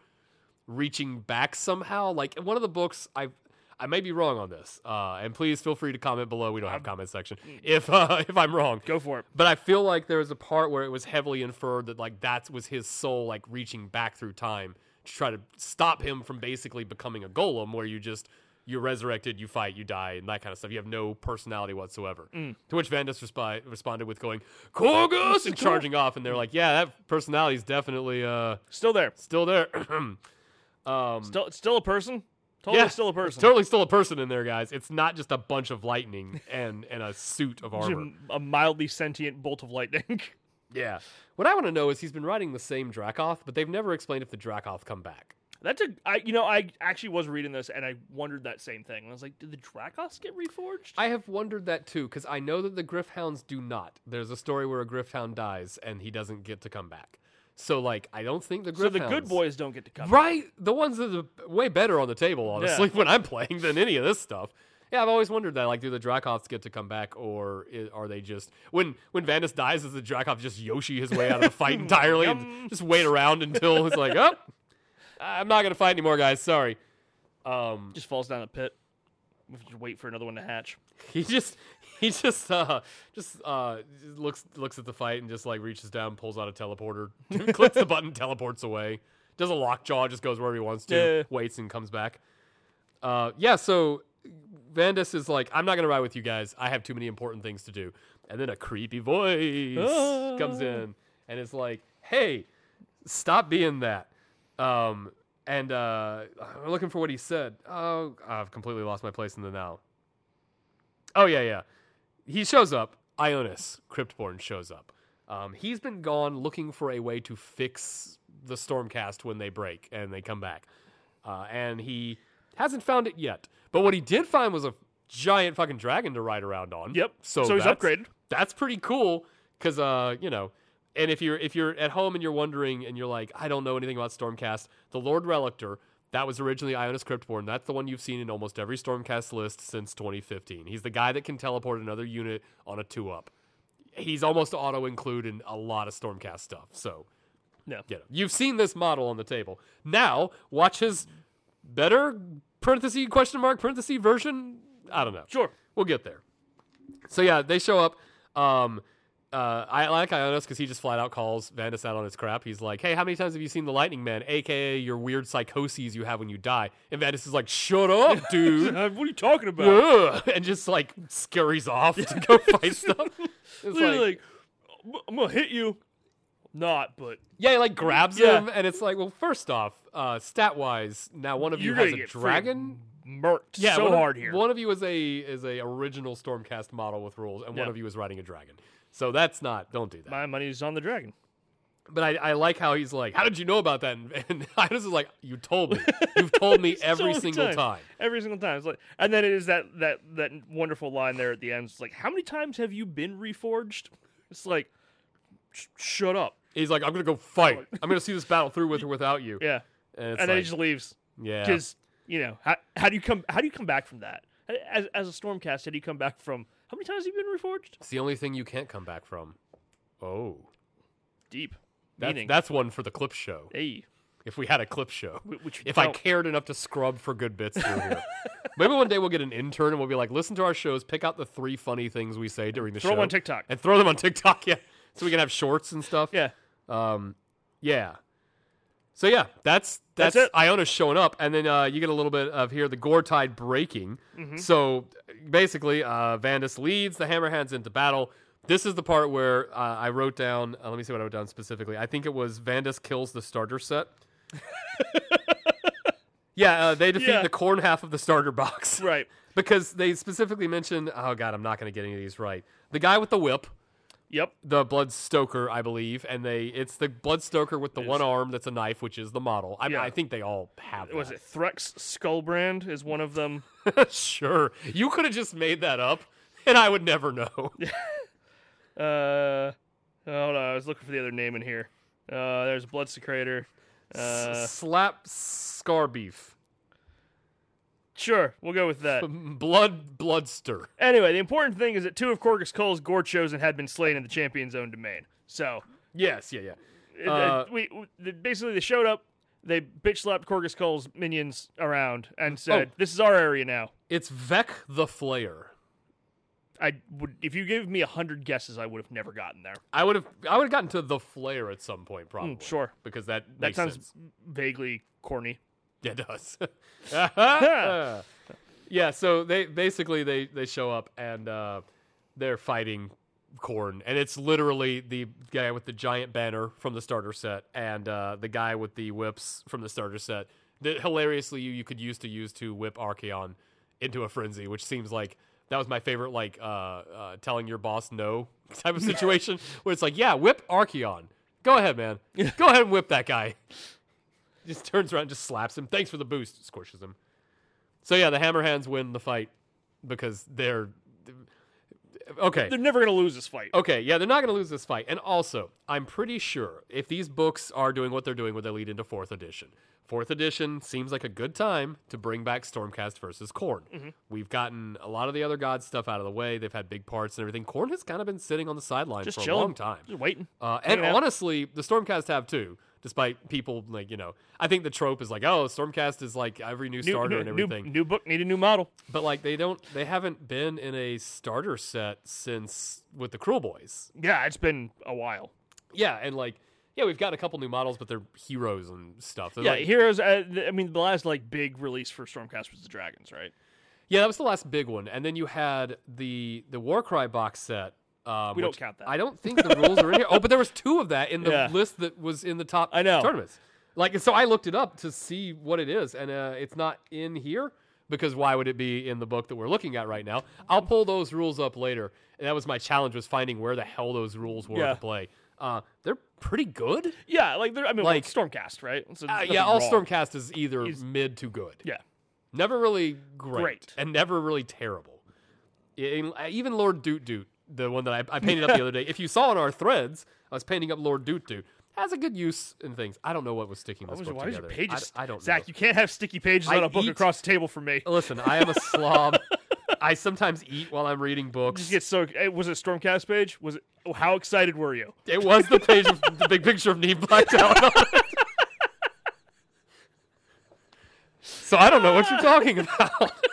Speaker 1: reaching back somehow. Like in one of the books, I I may be wrong on this, uh, and please feel free to comment below. We don't have comment section if uh, if I'm wrong.
Speaker 2: Go for it.
Speaker 1: But I feel like there was a part where it was heavily inferred that like that was his soul like reaching back through time to try to stop him from basically becoming a golem where you just you're resurrected, you fight, you die, and that kind of stuff. You have no personality whatsoever.
Speaker 2: Mm.
Speaker 1: To which Vandus respi- responded with going Korgus and charging off, and they're like, "Yeah, that personality's definitely uh,
Speaker 2: Still there.
Speaker 1: still there."
Speaker 2: Still, it's still a person. Totally
Speaker 1: um, yeah,
Speaker 2: still a
Speaker 1: There's
Speaker 2: person.
Speaker 1: Totally still a person in there, guys. It's not just a bunch of lightning and and a suit of armor.
Speaker 2: a mildly sentient bolt of lightning.
Speaker 1: Yeah. What I want to know is he's been riding the same Dracoth, but they've never explained if the Dracoth come back.
Speaker 2: That's a I you know I actually was reading this and I wondered that same thing. I was like, did the Dracos get reforged?
Speaker 1: I have wondered that too, because I know that the Griffhounds do not. There's a story where a Griffhound dies and he doesn't get to come back. So, like, I don't think the Griffhounds.
Speaker 2: so the good boys don't get to come.
Speaker 1: Right? The ones that are way better on the table, honestly, when I'm playing than any of this stuff. Yeah, I've always wondered that. Like, do the Dracoths get to come back, or i are they just when when Vanus dies, does the Dracoth just Yoshi his way out of the fight entirely and just wait around until it's like, oh, I'm not gonna fight anymore, guys. Sorry. Um,
Speaker 2: Just falls down the pit. We have to wait for another one to hatch.
Speaker 1: he just he just uh just uh just looks looks at the fight and just like reaches down, pulls out a teleporter, clicks the button, teleports away. Does a lockjaw, just goes wherever he wants to,
Speaker 2: Yeah.
Speaker 1: waits and comes back. Uh yeah, so Vandus is like, I'm not gonna ride with you guys. I have too many important things to do. And then a creepy voice comes in and is like, Hey, stop being that. Um and uh, I'm looking for what he said. Oh, I've completely lost my place in the now. Oh yeah, yeah. He shows up. Ionis Cryptborn shows up. Um, he's been gone looking for a way to fix the Stormcast when they break and they come back, uh, and he hasn't found it yet. But what he did find was a giant fucking dragon to ride around on.
Speaker 2: Yep.
Speaker 1: So,
Speaker 2: So he's
Speaker 1: that's-
Speaker 2: upgraded.
Speaker 1: That's pretty cool because uh, you know. And if you're if you're at home and you're wondering and you're like, I don't know anything about Stormcast, the Lord Relictor, that was originally Ionis Cryptborn. That's the one you've seen in almost every Stormcast list since 2015. He's the guy that can teleport another unit on a two up. He's almost auto include in a lot of Stormcast stuff. So
Speaker 2: No.
Speaker 1: you know, you've seen this model on the table. Now watch his better parenthesis question mark parenthesis version. I don't know.
Speaker 2: Sure.
Speaker 1: We'll get there. So yeah, they show up. Um, uh, I like Ionos because he just flat out calls Vandus out on his crap. He's like, "Hey, how many times have you seen the Lightning Man, aka your weird psychoses you have when you die?" And Vandus is like, "Shut up, dude!"
Speaker 2: Uh, what are you talking about?
Speaker 1: Ugh," and just like scurries off to go fight stuff. It's
Speaker 2: Literally,
Speaker 1: like,
Speaker 2: like, "I'm- I'm gonna hit you. Not, but
Speaker 1: yeah, he like grabs
Speaker 2: Yeah.
Speaker 1: him, and it's like, well, first off, uh, stat wise, now one of you
Speaker 2: you're
Speaker 1: has
Speaker 2: gonna
Speaker 1: a
Speaker 2: get
Speaker 1: dragon.
Speaker 2: friggin' murked
Speaker 1: Yeah,
Speaker 2: so
Speaker 1: one of-
Speaker 2: hard here.
Speaker 1: One of you is a is a original Stormcast model with rules, and one
Speaker 2: Yeah.
Speaker 1: of you is riding a dragon. So that's not. Don't do that.
Speaker 2: My money's on the dragon.
Speaker 1: But I, I like how he's like, how did you know about that? And, and Ionis is like, you told me. You've told me every
Speaker 2: So many
Speaker 1: single
Speaker 2: times.
Speaker 1: time.
Speaker 2: Every single time. It's like, and then it is that that that wonderful line there at the end. It's like, how many times have you been reforged? It's like, sh- shut up.
Speaker 1: He's like, I'm gonna go fight. I'm gonna see this battle through with or without you.
Speaker 2: Yeah,
Speaker 1: And, it's
Speaker 2: and then
Speaker 1: like,
Speaker 2: he just leaves
Speaker 1: yeah,
Speaker 2: because you know how, how do you come how do you come back from that as as a stormcast? How do you come back from how many times have you been reforged?
Speaker 1: it's the only thing you can't come back from. Oh,
Speaker 2: Deep
Speaker 1: that's,
Speaker 2: meaning.
Speaker 1: that's one for the clip show.
Speaker 2: hey,
Speaker 1: If we had a clip show,
Speaker 2: wh- which we
Speaker 1: if I
Speaker 2: don't.
Speaker 1: cared enough to scrub for good bits through here. Maybe one day we'll get an intern and we'll be like, listen to our shows, pick out the three funny things we say during the
Speaker 2: Throw
Speaker 1: show.
Speaker 2: 'em on TikTok.
Speaker 1: And throw them on TikTok, yeah. So we can have shorts and stuff.
Speaker 2: yeah.
Speaker 1: Um, yeah. So yeah, that's that's,
Speaker 2: That's it.
Speaker 1: Iona showing up, and then uh, you get a little bit of here the gore tide breaking.
Speaker 2: Mm-hmm.
Speaker 1: So basically, uh, Vandus leads the Hammerhands into battle. This is the part where uh, I wrote down. Uh, let me see what I wrote down specifically. I think it was Vandus kills the starter set. yeah, uh, they defeat
Speaker 2: Yeah.
Speaker 1: the corn half of the starter box
Speaker 2: Right.
Speaker 1: because they specifically mentioned. Oh god, I'm not going to get any of these right. The guy with the whip
Speaker 2: Yep.
Speaker 1: the blood stoker i believe and they it's the blood stoker with the one arm that's a knife which is the model i, mean,
Speaker 2: Yeah.
Speaker 1: I think they all have
Speaker 2: Was
Speaker 1: that.
Speaker 2: it Threx Skullbrand is one of them?
Speaker 1: sure you could have just made that up and i would never know
Speaker 2: Uh, hold on, I was looking for the other name in here. Uh, there's Blood Secrator. Uh,
Speaker 1: S- slap scar beef
Speaker 2: sure, we'll go with that.
Speaker 1: blood bloodster
Speaker 2: Anyway, the important thing is that two of Corgus Cole's Gore Chosen had been slain in the Champion's own domain. So,
Speaker 1: yes yeah yeah
Speaker 2: it- it-
Speaker 1: Uh,
Speaker 2: we, we the- basically they showed up, they bitch slapped Corgus Cole's minions around and said,
Speaker 1: Oh.
Speaker 2: "This is our area now."
Speaker 1: it's vec the flayer
Speaker 2: I would, if you gave me a hundred guesses, I would have never gotten there.
Speaker 1: i would have i would have gotten to the flayer at some point probably
Speaker 2: Hmm, sure.
Speaker 1: because that
Speaker 2: That
Speaker 1: Hmm. makes
Speaker 2: sounds
Speaker 1: sense.
Speaker 2: vaguely corny.
Speaker 1: Yeah, it does. yeah, so they basically they they show up and uh, they're fighting Corn, and it's literally the guy with the giant banner from the starter set and uh, the guy with the whips from the starter set. That hilariously, you you could use to use to whip Archeon into a frenzy, which seems like That was my favorite, like uh, uh, telling your boss no type of situation, where it's like, yeah, whip Archeon. Go ahead, man. Go ahead and whip that guy. Just turns around, and just slaps him. Thanks for the boost. Squishes him. So yeah, the Hammerhands win the fight because they're okay.
Speaker 2: They're never gonna lose this fight.
Speaker 1: Okay, yeah, they're not going to lose this fight. And also, I'm pretty sure if these books are doing what they're doing when they lead into fourth edition, fourth edition seems like a good time to bring back Stormcast versus Korn.
Speaker 2: Mm-hmm.
Speaker 1: We've gotten a lot of the other god stuff out of the way. They've had big parts and everything. Korn has kind of been sitting on the sidelines
Speaker 2: Just
Speaker 1: for
Speaker 2: chilling.
Speaker 1: a long time.
Speaker 2: Just waiting.
Speaker 1: Uh, and
Speaker 2: Hanging out.
Speaker 1: honestly, the Stormcast have too. Despite people like you know, I think the trope is like, oh, Stormcast is like every new
Speaker 2: New-
Speaker 1: starter
Speaker 2: new,
Speaker 1: and
Speaker 2: new-
Speaker 1: everything.
Speaker 2: new book, need a new model.
Speaker 1: But like they don't, they haven't been in a starter set since with the Cruel Boys.
Speaker 2: Yeah, it's been a while.
Speaker 1: Yeah, and like, yeah, we've got a couple new models, but they're heroes and stuff. They're
Speaker 2: Yeah,
Speaker 1: like-
Speaker 2: heroes. Uh, th- I mean, the last like big release for Stormcast was the Dragons, right?
Speaker 1: yeah, that was the last big one, and then you had the the Warcry box set. Um,
Speaker 2: We don't
Speaker 1: which
Speaker 2: count that.
Speaker 1: I don't think the rules are in here. Oh, but there was two of that in the
Speaker 2: Yeah.
Speaker 1: list that was in the top.
Speaker 2: I know.
Speaker 1: tournaments. Like, so I looked it up to see what it is, and uh, it's not in here because why would it be in the book that we're looking at right now? I'll pull those rules up later. And that was my challenge was finding where the hell those rules were
Speaker 2: Yeah.
Speaker 1: to play. Uh, they're pretty good.
Speaker 2: Yeah, like they're- I mean,
Speaker 1: Like-
Speaker 2: like Stormcast, right? So
Speaker 1: Uh,
Speaker 2: there's
Speaker 1: yeah,
Speaker 2: nothing
Speaker 1: all
Speaker 2: wrong.
Speaker 1: Stormcast is either mid to good.
Speaker 2: Yeah,
Speaker 1: Never really great,
Speaker 2: Great.
Speaker 1: and never really terrible. In- even Lord Doot Doot, the one that I, I painted up the other day. If you saw in our threads, I was painting up Lord Doot Doot. Has a good use in things. I don't know what was sticking this
Speaker 2: Why is-
Speaker 1: book
Speaker 2: why is your
Speaker 1: together.
Speaker 2: pages?
Speaker 1: I, I don't
Speaker 2: Zach,
Speaker 1: know.
Speaker 2: you can't have sticky pages
Speaker 1: I Oh.
Speaker 2: on a book
Speaker 1: eat-
Speaker 2: across the table for me.
Speaker 1: Listen, I am a slob. I sometimes eat while I'm reading books.
Speaker 2: Just get so. eh, Was it Stormcast page? Was it? oh, How excited were you?
Speaker 1: It was the page of the big picture of Neve Blacktown. on it. so I don't know what you're talking about.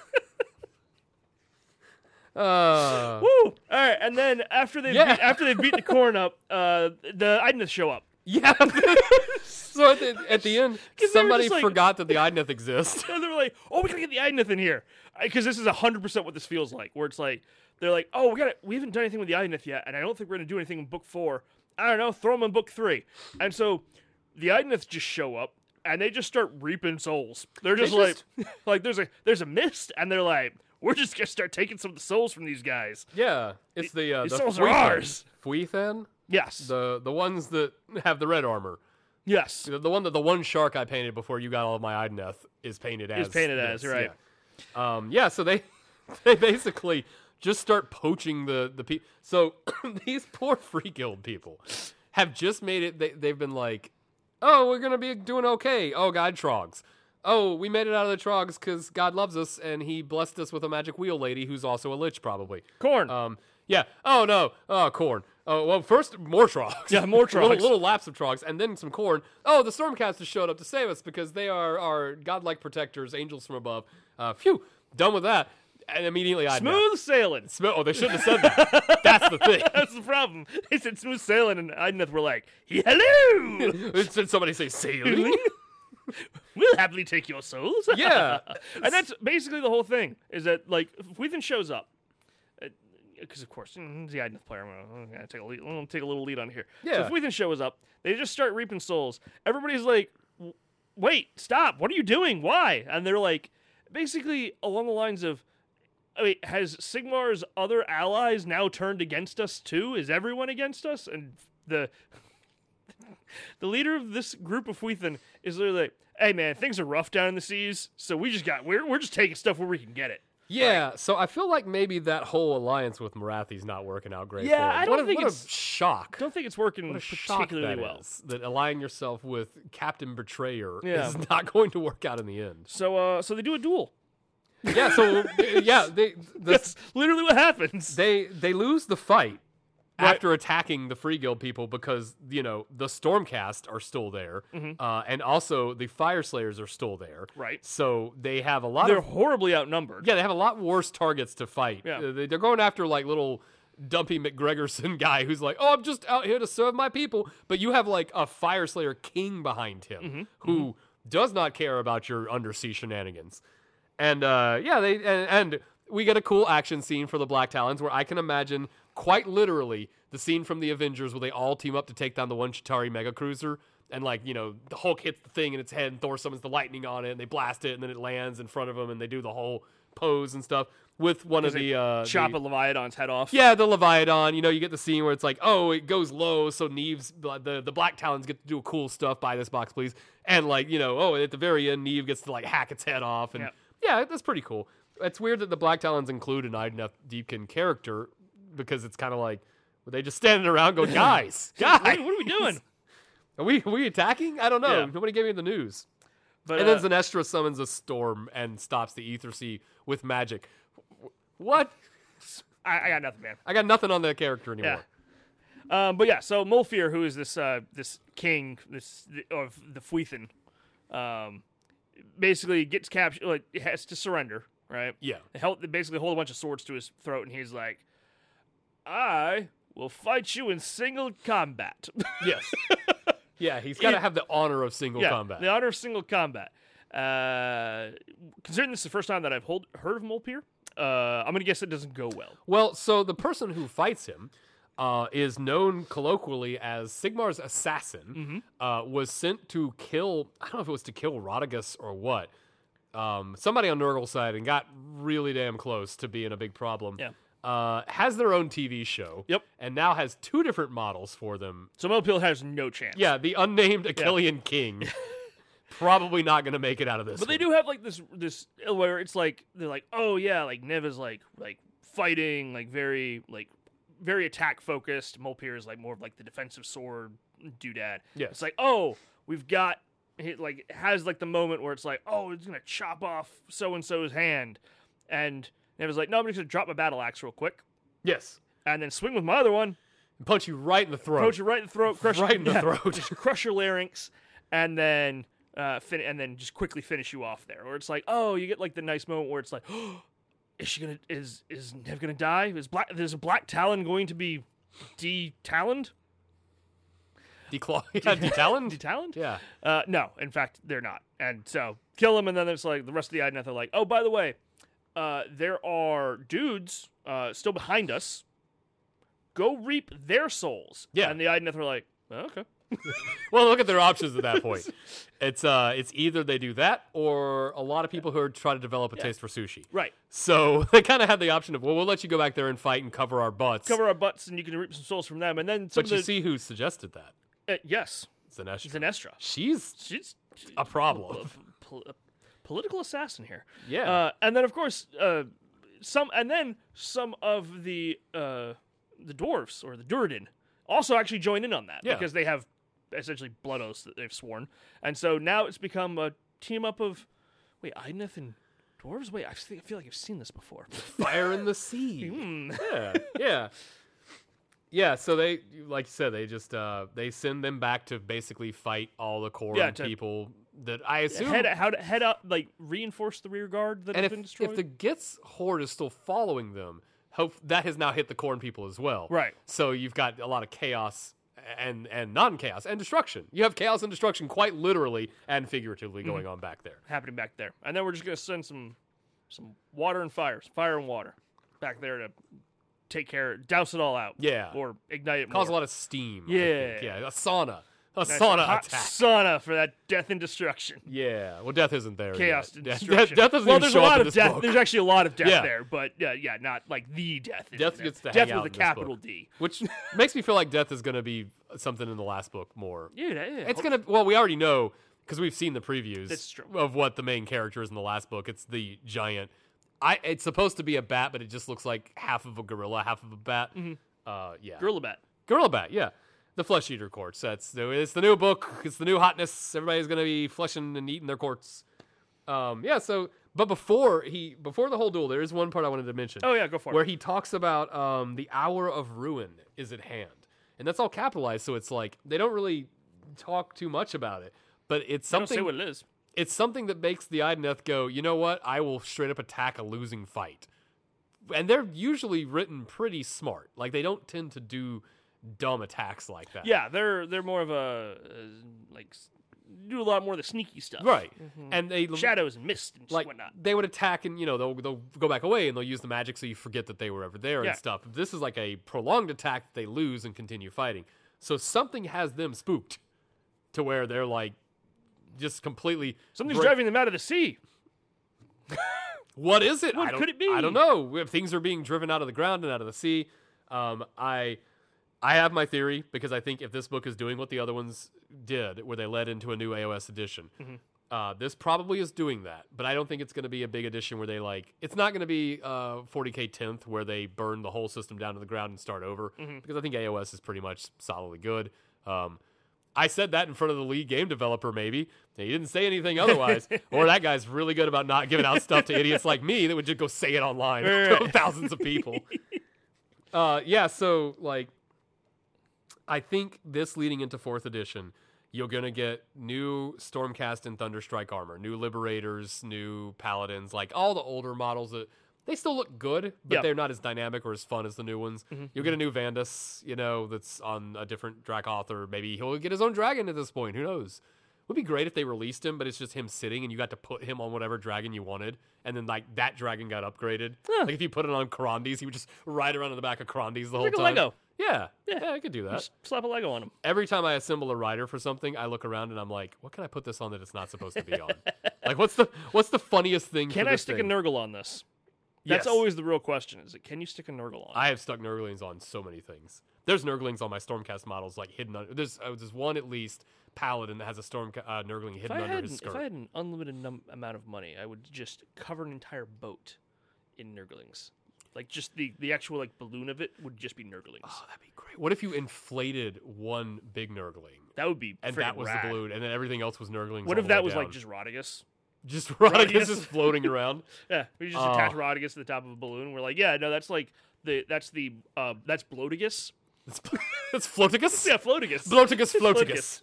Speaker 1: Uh,
Speaker 2: Woo! All right, and then after they
Speaker 1: Yeah.
Speaker 2: beat, after they beat the corn up, uh, the Idnith show up.
Speaker 1: yeah. so at the, at the end,
Speaker 2: 'Cause they were
Speaker 1: somebody
Speaker 2: just like-
Speaker 1: forgot that the Idneth exists.
Speaker 2: And they're like, "Oh, we gotta get the Idnith in here," because this is hundred percent what this feels like. Where it's like, they're like, "Oh, we gotta, we haven't done anything with the Idnith yet, and I don't think we're gonna do anything in book four. I don't know, throw them in book three. And so, the Idnith just show up and they just start reaping souls. They're just like, like there's a there's a mist, and they're like, "We're just gonna start taking some of the souls from these guys."
Speaker 1: Yeah, it's the uh,
Speaker 2: These
Speaker 1: the
Speaker 2: souls are
Speaker 1: Fuithen.
Speaker 2: ours.
Speaker 1: Fuithen?
Speaker 2: Yes,
Speaker 1: the the ones that have the red armor.
Speaker 2: yes,
Speaker 1: The, the one that the one shark I painted before you got all of my Idneth is painted as
Speaker 2: is painted
Speaker 1: this,
Speaker 2: as right.
Speaker 1: yeah. Um, yeah, so they they basically just start poaching the the people. So these poor free guild people have just made it. They they've been like, oh, we're gonna be doing okay. Oh, God, trogs. Oh, we made it out of the trogs because God loves us and He blessed us with a magic wheel lady who's also a lich, probably.
Speaker 2: Corn.
Speaker 1: Um, yeah. Oh no. Oh, corn. Oh well, first more trogs.
Speaker 2: Yeah, more
Speaker 1: little,
Speaker 2: trogs.
Speaker 1: little laps of trogs, and then some corn. Oh, the stormcasters showed up to save us because they are our godlike protectors, angels from above. Uh, phew. Done with that, and immediately I
Speaker 2: smooth sailing.
Speaker 1: Smooth. Oh, they shouldn't have said that. That's the thing.
Speaker 2: That's the problem. They said smooth sailing, and Idnith were like, "Hello."
Speaker 1: Did somebody say sailing?
Speaker 2: we'll happily take your souls.
Speaker 1: Yeah.
Speaker 2: and that's basically the whole thing. Is that like Weathen shows up, because of course mm, the Idnith player. I'm gonna, I'm gonna take a lead, I'm gonna take a little lead on here.
Speaker 1: Yeah.
Speaker 2: So Weathen shows up. They just start reaping souls. Everybody's like, "W- "Wait, stop! What are you doing? Why?" And they're like, basically along the lines of. I mean, has Sigmar's other allies now turned against us too? Is everyone against us? And the the leader of this group of Weathen is literally like, "Hey man, things are rough down in the seas, so we just got we're we're just taking stuff where we can get it."
Speaker 1: Yeah, so I feel like maybe that whole alliance with Marathi's not working out great.
Speaker 2: Yeah,
Speaker 1: for them.
Speaker 2: I don't
Speaker 1: what a,
Speaker 2: think
Speaker 1: what
Speaker 2: it's-
Speaker 1: a shock.
Speaker 2: Don't think it's working
Speaker 1: What a shock
Speaker 2: particularly
Speaker 1: that
Speaker 2: well.
Speaker 1: is, that allying yourself with Captain Betrayer
Speaker 2: Yeah.
Speaker 1: is not going to work out in the end.
Speaker 2: So uh, so they do a duel.
Speaker 1: Yeah, so yeah, they the,
Speaker 2: That's literally what happens.
Speaker 1: they they lose the fight after attacking the Free Guild people because you know the Stormcast are still there, uh, and also the Fire Slayers are still there.
Speaker 2: Mm-hmm. Right.
Speaker 1: So they have a lot
Speaker 2: They're
Speaker 1: of
Speaker 2: horribly outnumbered.
Speaker 1: yeah, they have a lot worse targets to fight.
Speaker 2: Yeah.
Speaker 1: Uh, they- They're going after like little dumpy McGregorson guy who's like, "Oh, I'm just out here to serve my people," but you have like a fire slayer king behind him
Speaker 2: Mm-hmm.
Speaker 1: who does not care about your undersea shenanigans. And uh, yeah, they and, and we get a cool action scene for the Black Talons where I can imagine quite literally the scene from the Avengers where they all team up to take down the one Chitari mega cruiser. And like you know, the Hulk hits the thing in its head, and Thor summons the lightning on it, and they blast it, and then it lands in front of them, and they do the whole pose and stuff. with one of
Speaker 2: They
Speaker 1: the uh,
Speaker 2: chop
Speaker 1: the-
Speaker 2: a Leviathan's head off.
Speaker 1: yeah, the Leviathan. You know, you get the scene where it's like, oh, it goes low, so Neve's the the Black Talons get to do cool stuff. Buy this box, please. And like, you know, oh, at the very end, Neve gets to like hack its head off, and
Speaker 2: Yep.
Speaker 1: yeah, that's pretty cool. It's weird that the Black Talons include an Idna Deepkin character because it's kind of like were they just standing around going, guys, guys,
Speaker 2: What, what are we doing?
Speaker 1: are we are we attacking? I don't know.
Speaker 2: Yeah.
Speaker 1: Nobody gave me the news.
Speaker 2: But
Speaker 1: and then
Speaker 2: uh,
Speaker 1: Zanestra summons a storm and stops the Ether Sea with magic. Wh- What?
Speaker 2: I, I got nothing, man.
Speaker 1: I got nothing on that character anymore.
Speaker 2: Yeah. Um, but yeah, so Mulfear, who is this uh, this king this of the Fuithin, um, basically gets captured, like has to surrender, right?
Speaker 1: Yeah.
Speaker 2: They held, they basically hold a bunch of swords to his throat, and he's like, "I will fight you in single combat."
Speaker 1: Yes. yeah, he's got to
Speaker 2: It-
Speaker 1: have the honor of single combat.
Speaker 2: The honor of single combat. Uh, considering this is the first time that I've hold, heard of Mulpeer, uh, I'm gonna guess it doesn't go well.
Speaker 1: Well, so the person who fights him uh, is known colloquially as Sigmar's assassin.
Speaker 2: Mm-hmm.
Speaker 1: Uh, was sent to kill. I don't know if it was to kill Rodigus or what. Um, somebody on Nurgle's side and got really damn close to being a big problem.
Speaker 2: Yeah.
Speaker 1: Uh, has their own TV show.
Speaker 2: Yep.
Speaker 1: And now has two different models for them.
Speaker 2: So Mulpeer has no chance.
Speaker 1: Yeah, the unnamed Achillean King. Probably not going to make it out of this.
Speaker 2: But they
Speaker 1: one.
Speaker 2: do have like this this where it's like they're like, oh yeah, like Nev is like like fighting, like very like very attack focused. Mulpeer is like more of like the defensive sword doodad.
Speaker 1: Yes.
Speaker 2: It's like, oh, we've got it like has like the moment where it's like, oh, it's gonna chop off so and so's hand. And Nev is like, no, I'm just gonna drop my battle axe real quick
Speaker 1: Yes.
Speaker 2: and then swing with my other one,
Speaker 1: Punch you right in the throat.
Speaker 2: approach it right in the throat, crush
Speaker 1: Right in the
Speaker 2: yeah,
Speaker 1: throat.
Speaker 2: just crush your larynx, and then uh, fin- and then just quickly finish you off there. Or it's like, oh, you get like the nice moment where it's like, is she gonna is is Nev gonna die? Is black there's a black talon going to be de-taloned?
Speaker 1: Declaw. Yeah, detaloned?
Speaker 2: De-taloned?
Speaker 1: Yeah.
Speaker 2: Uh, no, in fact, they're not. And so kill them, and then it's like the rest of the Idneth are like, oh, by the way, uh, there are dudes uh, still behind us. Go reap their souls.
Speaker 1: Yeah.
Speaker 2: And the Idneth are like, oh, okay.
Speaker 1: Well, look at their options at that point. It's uh, it's either they do that or a lot of people who are trying to develop a taste for sushi.
Speaker 2: Right.
Speaker 1: So they kind of had the option of, well, we'll let you go back there and fight and cover our butts.
Speaker 2: cover our butts and you can reap some souls from them. And then some
Speaker 1: but
Speaker 2: of
Speaker 1: you
Speaker 2: the,
Speaker 1: see who suggested that?
Speaker 2: uh, yes,
Speaker 1: Zanestra.
Speaker 2: Zanestra.
Speaker 1: She's
Speaker 2: She's she's
Speaker 1: a problem.
Speaker 2: pol- a political assassin here.
Speaker 1: Yeah.
Speaker 2: Uh, and then of course uh, some, and then some of the uh, the dwarfs or the Duradin also actually join in on that
Speaker 1: Yeah.
Speaker 2: because they have essentially blood oaths that they've sworn, and so now it's become a team up of wait, Idneth and dwarves. Wait, I think- I feel like I've seen this before.
Speaker 1: Fire in the sea.
Speaker 2: Hmm.
Speaker 1: Yeah. Yeah. Yeah, so they, like you said, they just uh, they send them back to basically fight all the core
Speaker 2: Yeah, to-
Speaker 1: people that I assume
Speaker 2: head how to head up like reinforce the rear guard that
Speaker 1: and
Speaker 2: has
Speaker 1: if,
Speaker 2: been destroyed.
Speaker 1: if the Gitz horde is still following them, hope that has now hit the corn people as well.
Speaker 2: Right.
Speaker 1: So you've got a lot of chaos and and non chaos and destruction. You have chaos and destruction quite literally and figuratively
Speaker 2: Mm-hmm.
Speaker 1: going on back there.
Speaker 2: happening back there. And then we're just gonna send some some water and fire, fire and water, back there to take care, douse it all out.
Speaker 1: Yeah.
Speaker 2: or ignite it.
Speaker 1: Cause a
Speaker 2: more.
Speaker 1: lot of steam. I
Speaker 2: Yeah.
Speaker 1: think. Yeah. A sauna. A
Speaker 2: Nice
Speaker 1: sauna
Speaker 2: hot
Speaker 1: attack.
Speaker 2: sauna for that death and destruction.
Speaker 1: yeah. Well, death isn't there.
Speaker 2: Chaos
Speaker 1: yet.
Speaker 2: and
Speaker 1: Oh, Death-
Speaker 2: destruction.
Speaker 1: Death, death doesn't
Speaker 2: well,
Speaker 1: even
Speaker 2: there's
Speaker 1: show
Speaker 2: a
Speaker 1: up
Speaker 2: lot
Speaker 1: in
Speaker 2: of
Speaker 1: this
Speaker 2: death.
Speaker 1: book.
Speaker 2: There's actually a lot of death
Speaker 1: Yeah.
Speaker 2: there, but yeah, yeah, not like the death. in
Speaker 1: Death
Speaker 2: there.
Speaker 1: gets to
Speaker 2: death
Speaker 1: hang
Speaker 2: with
Speaker 1: out
Speaker 2: a
Speaker 1: in this book.
Speaker 2: capital D.
Speaker 1: Which makes me feel like death is going to be something in the last book more.
Speaker 2: Yeah, yeah, yeah.
Speaker 1: It's gonna. Well, we already know because we've seen the previews
Speaker 2: That's true.
Speaker 1: of what the main character is in the last book. It's the giant. I. It's supposed to be a bat, but it just looks like half of a gorilla, half of a bat. Uh, yeah,
Speaker 2: Mm-hmm. gorilla bat.
Speaker 1: gorilla bat. Yeah, the flesh eater quartz. That's the. It's the new book. It's the new hotness. Everybody's gonna be fleshing and eating their quartz. Um, yeah. So, but before he, before the whole duel, there is one part I wanted to mention
Speaker 2: Oh yeah, go for
Speaker 1: where
Speaker 2: it.
Speaker 1: he talks about um, the hour of ruin is at hand, and that's all capitalized. So it's like they don't really talk too much about it, but it's
Speaker 2: Don't say
Speaker 1: something.
Speaker 2: what it is.
Speaker 1: it's something that makes the Idneth go, you know what? I will straight up attack a losing fight, and they're usually written pretty smart. Like they don't tend to do dumb attacks like that.
Speaker 2: Yeah, they're they're more of a uh, like s- do a lot more of the sneaky stuff.
Speaker 1: right. And they
Speaker 2: Shadows and mist and
Speaker 1: like
Speaker 2: whatnot.
Speaker 1: they would attack and you know they'll they'll go back away and they'll use the magic so you forget that they were ever there
Speaker 2: Yeah.
Speaker 1: and stuff. This is like a prolonged attack that they lose and continue fighting. So something has them spooked to where they're like just completely
Speaker 2: Something's
Speaker 1: break-
Speaker 2: driving them out of the sea.
Speaker 1: What is it?
Speaker 2: What
Speaker 1: I don't-
Speaker 2: could it be?
Speaker 1: I don't know. If things are being driven out of the ground and out of the sea, um, I, I have my theory because I think if this book is doing what the other ones did, where they led into a new AOS edition,
Speaker 2: Mm-hmm.
Speaker 1: uh, this probably is doing that. But I don't think it's going to be a big edition where they like. It's not going to be uh, 40k 10th where they burn the whole system down to the ground and start over
Speaker 2: Mm-hmm.
Speaker 1: because I think AOS is pretty much solidly good. Um, I said that in front of the lead game developer, maybe. He didn't say anything otherwise. or that guy's really good about not giving out stuff to idiots like me that would just go say it online to thousands of people. uh, yeah, so, like, I think this leading into fourth edition, you're going to get new Stormcast and Thunderstrike armor, new Liberators, new Paladins, like all the older models that. They still look good, but
Speaker 2: Yeah. Mm-hmm.
Speaker 1: they're not as dynamic or as fun as the new ones. You'll get a new Vandus, you know, that's on a different Drac author. Maybe he'll get his own dragon at this point. Who knows? Would be great if they released him, but it's just him sitting, and you got to put him on whatever dragon you wanted, and then like that dragon got upgraded. Like if you put it on Karandes, he would just ride around in the back of Karandes the whole
Speaker 2: like a
Speaker 1: time.
Speaker 2: Lego.
Speaker 1: Yeah, yeah, I could do that
Speaker 2: Just slap a Lego on him.
Speaker 1: every time I assemble a rider for something, I look around and I'm like, what can I put this on that it's not supposed to be on? like, what's the what's the funniest thing?
Speaker 2: Can
Speaker 1: for
Speaker 2: I
Speaker 1: this
Speaker 2: stick
Speaker 1: thing?
Speaker 2: a Nurgle on this? That's
Speaker 1: Yes.
Speaker 2: always the real question: Is it can you stick a Nurgle on? it?
Speaker 1: I have stuck Nurglings on so many things. There's Nurglings on my Stormcast models, like hidden. Under, there's uh, there's one at least Paladin that has a Storm uh, Nurgling
Speaker 2: if
Speaker 1: hidden
Speaker 2: I
Speaker 1: under
Speaker 2: had
Speaker 1: his
Speaker 2: an-
Speaker 1: skirt.
Speaker 2: if I had an unlimited num- amount of money, I would just cover an entire boat in Nurglings. Like just the the actual like balloon of it would just be Nurglings.
Speaker 1: oh, that'd be great. What if you inflated one big Nurgling?
Speaker 2: that would be
Speaker 1: And
Speaker 2: friggin'
Speaker 1: that was
Speaker 2: rad.
Speaker 1: the balloon, and then everything else was Nurglings. all
Speaker 2: What if
Speaker 1: the
Speaker 2: that
Speaker 1: way
Speaker 2: was like
Speaker 1: down.
Speaker 2: just Rodigus?
Speaker 1: just Rodigus
Speaker 2: Rodigus?
Speaker 1: just floating around?
Speaker 2: Yeah, we just
Speaker 1: Oh.
Speaker 2: attach Rodigus to the top of a balloon. We're like, yeah, no, that's like the that's the uh, that's Bloatigus.
Speaker 1: It's, it's Floticus.
Speaker 2: Yeah, Floatigus.
Speaker 1: Bloticus Floticus.
Speaker 2: Floticus.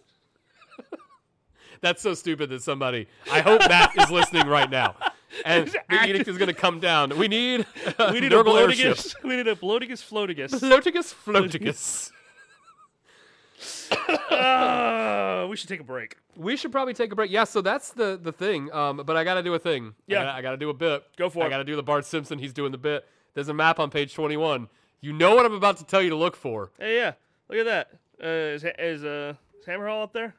Speaker 1: That's so stupid that somebody. I hope Matt is listening right now, and the edict is going to come down. We need a
Speaker 2: we need a
Speaker 1: Nurgle airship.
Speaker 2: Bloatigus. We need a Bloatigus Floatigus.
Speaker 1: Floticus Floticus.
Speaker 2: uh, we should take a break.
Speaker 1: We should probably take a break. Yeah, so that's the the thing. Um, but I got to do a thing.
Speaker 2: Yeah.
Speaker 1: I gotta, I got to do a bit.
Speaker 2: Go for
Speaker 1: I
Speaker 2: it.
Speaker 1: got to do the Bart Simpson. He's doing the bit. There's a map on page 21. You know what I'm about to tell you to look for.
Speaker 2: Hey, yeah, look at that. Uh, is is uh is Hammerhall up there?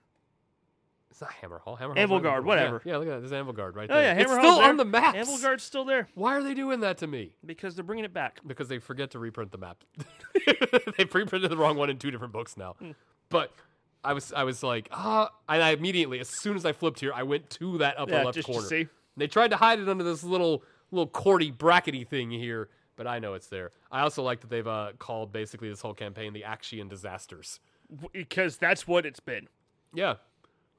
Speaker 1: It's not Hammer Hall. Hammer Hall.
Speaker 2: Anvil Guard, whatever.
Speaker 1: Yeah, look at that. There's Anvil Guard right
Speaker 2: Oh
Speaker 1: there.
Speaker 2: yeah, Hammerhall's
Speaker 1: it's still
Speaker 2: there.
Speaker 1: on the map.
Speaker 2: Anvil Guard's still there
Speaker 1: Why are they doing that to me?
Speaker 2: because they're bringing it back.
Speaker 1: because they forget to reprint the map. they reprinted the wrong one in two different books now.
Speaker 2: Hmm.
Speaker 1: But I was I was like, ah, and I immediately, as soon as I flipped here, I went to that upper
Speaker 2: Yeah,
Speaker 1: left
Speaker 2: just to
Speaker 1: corner.
Speaker 2: see.
Speaker 1: And They tried to hide it under this little little cordy brackety thing here, but I know it's there. I also like that they've uh, called basically this whole campaign the Action Disasters.
Speaker 2: because that's what it's been.
Speaker 1: Yeah,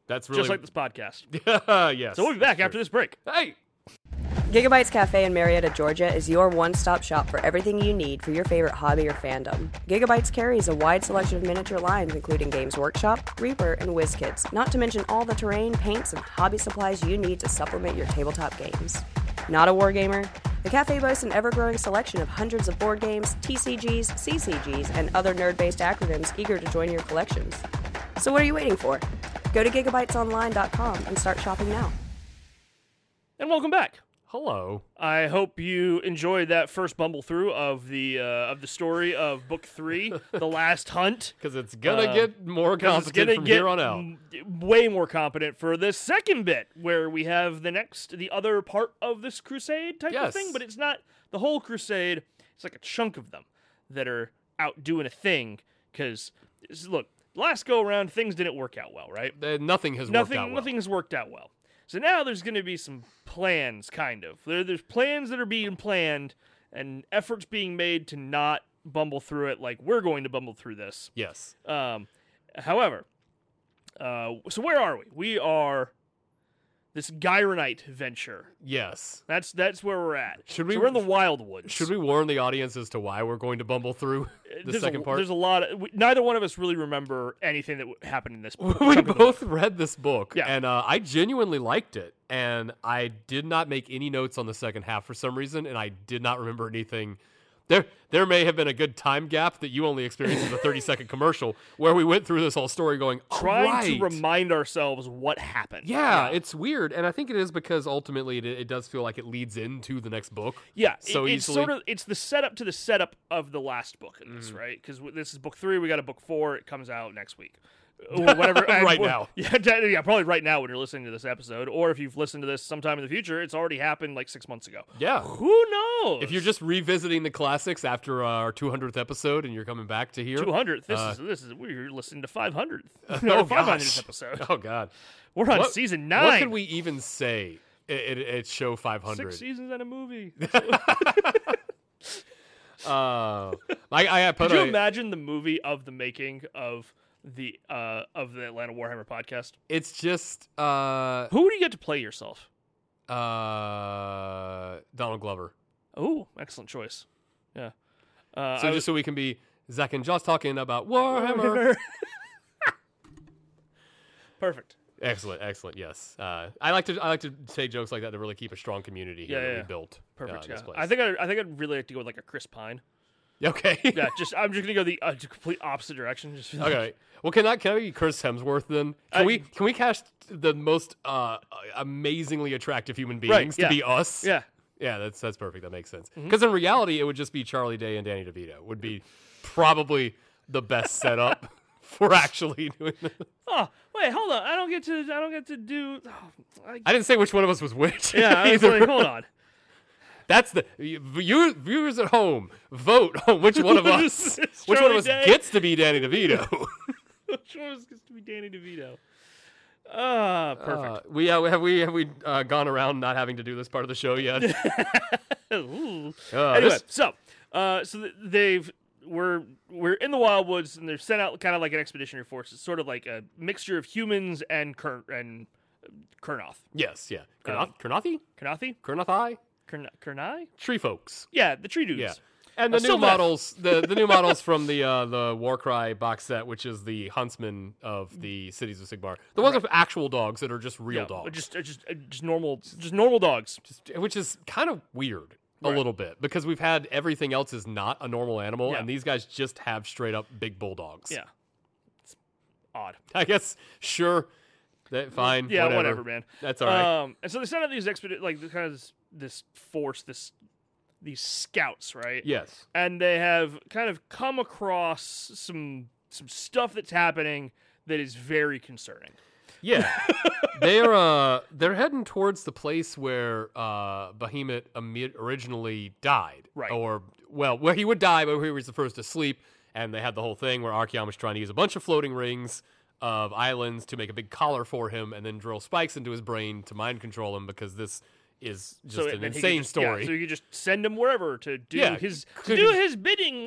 Speaker 1: that's really
Speaker 2: Just like this podcast.
Speaker 1: yes.
Speaker 2: So we'll be back after this break.
Speaker 1: Hey,
Speaker 5: Gigabytes Cafe in Marietta, Georgia is your one stop shop for everything you need for your favorite hobby or fandom. Gigabytes carries a wide selection of miniature lines, including Games Workshop, Reaper, and WizKids, not to mention all the terrain, paints, and hobby supplies you need to supplement your tabletop games. Not a wargamer? The cafe boasts an ever growing selection of hundreds of board games, TCGs, CCGs, and other nerd based acronyms eager to join your collections. So, what are you waiting for? Go to gigabytesonline.com and start shopping now.
Speaker 2: And welcome back.
Speaker 1: hello.
Speaker 2: I hope you enjoyed that first bumble through of the uh, of the story of book three, the last hunt.
Speaker 1: Because it's gonna
Speaker 2: Uh,
Speaker 1: get more
Speaker 2: 'Cause it's
Speaker 1: complicated
Speaker 2: gonna
Speaker 1: from
Speaker 2: get
Speaker 1: here on out.
Speaker 2: m- Way more competent for the second bit, where we have the next, the other part of this crusade type
Speaker 1: Yes.
Speaker 2: of thing. But it's not the whole crusade. It's like a chunk of them that are out doing a thing. Because look, last go around, things didn't work out well, right?
Speaker 1: Uh, nothing has
Speaker 2: nothing
Speaker 1: worked out well.
Speaker 2: nothing has worked out well. So now there's going to be some plans, kind of. There, there's plans that are being planned and efforts being made to not bumble through it like we're going to bumble through this.
Speaker 1: Yes.
Speaker 2: Um, however, uh, so where are we? We are this Gyronite venture.
Speaker 1: Yes.
Speaker 2: That's that's where we're at.
Speaker 1: Should we-
Speaker 2: So we're in the Wildwoods.
Speaker 1: Should we warn the audience as to why we're going to bumble through the
Speaker 2: there's
Speaker 1: second
Speaker 2: a,
Speaker 1: part?
Speaker 2: There's a lot. Of, we, neither one of us really remember anything that w- happened in this.
Speaker 1: we
Speaker 2: chunk of the book.
Speaker 1: both read this book,
Speaker 2: Yeah.
Speaker 1: and uh, I genuinely liked it. And I did not make any notes on the second half for some reason, and I did not remember anything. There, there may have been a good time gap that you only experienced in the 30 second commercial where we went through this whole story going, "Oh,
Speaker 2: trying
Speaker 1: right.
Speaker 2: to remind ourselves what happened.
Speaker 1: Yeah, it's weird, and I think it is because ultimately it, it does feel like it leads into the next book.
Speaker 2: Yeah, it-
Speaker 1: so
Speaker 2: it's
Speaker 1: easily. Mm.
Speaker 2: sort of it's the setup to the setup of the last book in this, right? Because this is book three. We got a book four. It comes out next week. whatever
Speaker 1: Right
Speaker 2: well,
Speaker 1: now.
Speaker 2: Yeah, d- yeah, probably right now when you're listening to this episode, or if you've listened to this sometime in the future, it's already happened like six months ago.
Speaker 1: Yeah.
Speaker 2: Who knows?
Speaker 1: If you're just revisiting the classics after uh, our 200th episode and you're coming back to here,
Speaker 2: two hundredth, this
Speaker 1: uh,
Speaker 2: is this is we're listening to five hundredth,
Speaker 1: oh,
Speaker 2: no five
Speaker 1: gosh.
Speaker 2: hundredth episode.
Speaker 1: oh god,
Speaker 2: We're on
Speaker 1: What-
Speaker 2: season
Speaker 1: What
Speaker 2: nine.
Speaker 1: could we even say at, at show 500?
Speaker 2: Six seasons and a movie.
Speaker 1: Uh, I, I put
Speaker 2: Could you
Speaker 1: a-
Speaker 2: imagine the movie of the making of the uh, of the Atlanta Warhammer podcast?
Speaker 1: it's just uh,
Speaker 2: Who would you get to play yourself?
Speaker 1: uh, Donald Glover.
Speaker 2: Oh, excellent choice. Yeah. Uh,
Speaker 1: So
Speaker 2: I
Speaker 1: just so we can be Zach and Josh talking about Warhammer.
Speaker 2: was- perfect.
Speaker 1: excellent, excellent. Yes, uh, I like to I like to say jokes like that to really keep a strong community here
Speaker 2: Yeah,
Speaker 1: that
Speaker 2: yeah,
Speaker 1: we
Speaker 2: yeah.
Speaker 1: built. uh,
Speaker 2: Perfect.
Speaker 1: in
Speaker 2: yeah.
Speaker 1: this place.
Speaker 2: I think I, I think I'd really like to go with like a Chris Pine.
Speaker 1: okay.
Speaker 2: Yeah. Just I'm just gonna go the uh, complete opposite direction. Just be like,
Speaker 1: Okay. Well, can I can I be Chris Hemsworth then? Can
Speaker 2: I-
Speaker 1: we can we cast the most uh, amazingly attractive human beings
Speaker 2: Right,
Speaker 1: to
Speaker 2: yeah.
Speaker 1: be us?
Speaker 2: Yeah. Mm-hmm.
Speaker 1: yeah. That's that's perfect. That makes sense. Because in reality, it would just be Charlie Day and Danny DeVito would be probably the best setup for actually doing this.
Speaker 2: Oh wait, hold on. I don't get to I don't get to do. Oh, I,
Speaker 1: I didn't say which one of us was which.
Speaker 2: yeah. I was
Speaker 1: either.
Speaker 2: like, hold on.
Speaker 1: That's the you viewers at home vote on which one of us
Speaker 2: It's
Speaker 1: which one of
Speaker 2: Charlie
Speaker 1: us
Speaker 2: Day.
Speaker 1: gets to be Danny DeVito.
Speaker 2: Which one was supposed to be Danny DeVito? Ah, perfect.
Speaker 1: Uh, we uh, have we have we uh, gone around not having to do this part of the show yet.
Speaker 2: Ooh.
Speaker 1: Uh,
Speaker 2: anyway,
Speaker 1: this-
Speaker 2: so uh, so th- they've we're we're in the wild woods and they've sent out kind of like an expeditionary force. It's sort of like a mixture of humans and Kern and Kernoth,
Speaker 1: Yes, yeah.
Speaker 2: Um,
Speaker 1: Kernoth, Kernothi?
Speaker 2: Kernathi,
Speaker 1: Kernothi?
Speaker 2: Kern- Kernai.
Speaker 1: Tree folks.
Speaker 2: Yeah, the tree dudes.
Speaker 1: Yeah. And the
Speaker 2: Uh,
Speaker 1: new
Speaker 2: Sylvaneth.
Speaker 1: models, the, the new models from the uh, the Warcry box set, which is the huntsman of the cities of Sigmar. The ones with actual dogs that are just real
Speaker 2: Yeah,
Speaker 1: dogs,
Speaker 2: just uh, just uh, just normal just normal dogs.
Speaker 1: Just- which is kind of weird a
Speaker 2: Right.
Speaker 1: little bit because we've had everything else is not a normal animal,
Speaker 2: Yeah.
Speaker 1: and these guys just have straight up big bulldogs.
Speaker 2: Yeah, it's odd.
Speaker 1: I guess sure, that fine.
Speaker 2: Yeah,
Speaker 1: whatever.
Speaker 2: whatever, man.
Speaker 1: That's all right.
Speaker 2: Um, and so they sent out these expedi- like this kind of this, this force, this these scouts, right?
Speaker 1: yes.
Speaker 2: and they have kind of come across some some stuff that's happening that is very concerning.
Speaker 1: Yeah, they're uh, they're heading towards the place where uh, Behemoth imi- originally died,
Speaker 2: Right.
Speaker 1: Or well, where he would die, but where he was the first to sleep. And they had the whole thing where Archeon was trying to use a bunch of floating rings of islands to make a big collar for him, and then drill spikes into his brain to mind control him because this is just
Speaker 2: it-
Speaker 1: an
Speaker 2: then he could
Speaker 1: insane
Speaker 2: just- yeah,
Speaker 1: story.
Speaker 2: so you could just send him wherever to do
Speaker 1: Yeah,
Speaker 2: his to
Speaker 1: could
Speaker 2: do
Speaker 1: you-
Speaker 2: his bidding.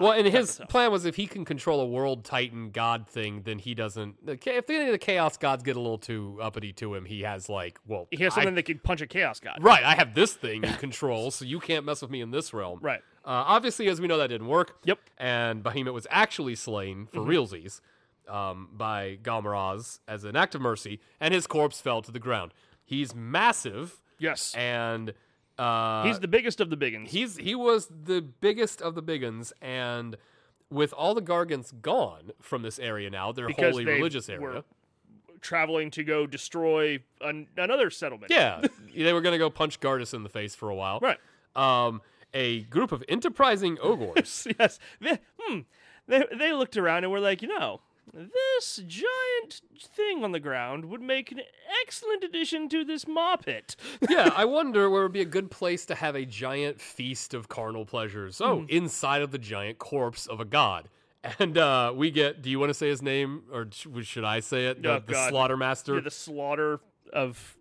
Speaker 1: Well, and his plan was if he can control a world titan god thing, then he doesn't. the cha- If any of the chaos gods get a little too uppity to him, he has like, well,
Speaker 2: he has
Speaker 1: I-
Speaker 2: something that could punch a chaos god.
Speaker 1: right. I have this thing in control, so you can't mess with me in this realm.
Speaker 2: Right.
Speaker 1: Uh, obviously, as we know, that didn't work.
Speaker 2: Yep. Mm-hmm.
Speaker 1: And Behemoth was actually slain for realsies um, by Galmaraz as an act of mercy, and his corpse fell to the ground. He's massive,
Speaker 2: Yes,
Speaker 1: and uh,
Speaker 2: he's the biggest of the biggins.
Speaker 1: he's he was the biggest of the biggins and with all the gargants gone from this area now they're
Speaker 2: Because
Speaker 1: wholly
Speaker 2: they
Speaker 1: religious area
Speaker 2: were- traveling to go destroy an, another settlement.
Speaker 1: yeah they were going to go punch gardas in the face for a while
Speaker 2: Right.
Speaker 1: um a group of enterprising ogres
Speaker 2: yes. They, hmm. They they looked around and were like, you know, this giant thing on the ground would make an excellent addition to this maw pit.
Speaker 1: yeah i wonder where would be a good place to have a giant feast of carnal pleasures oh
Speaker 2: Hmm.
Speaker 1: inside of the giant corpse of a god and uh, we get do you want to say his name or sh- should i say it the,
Speaker 2: Oh,
Speaker 1: the
Speaker 2: God.
Speaker 1: slaughter master
Speaker 2: Yeah, the slaughter of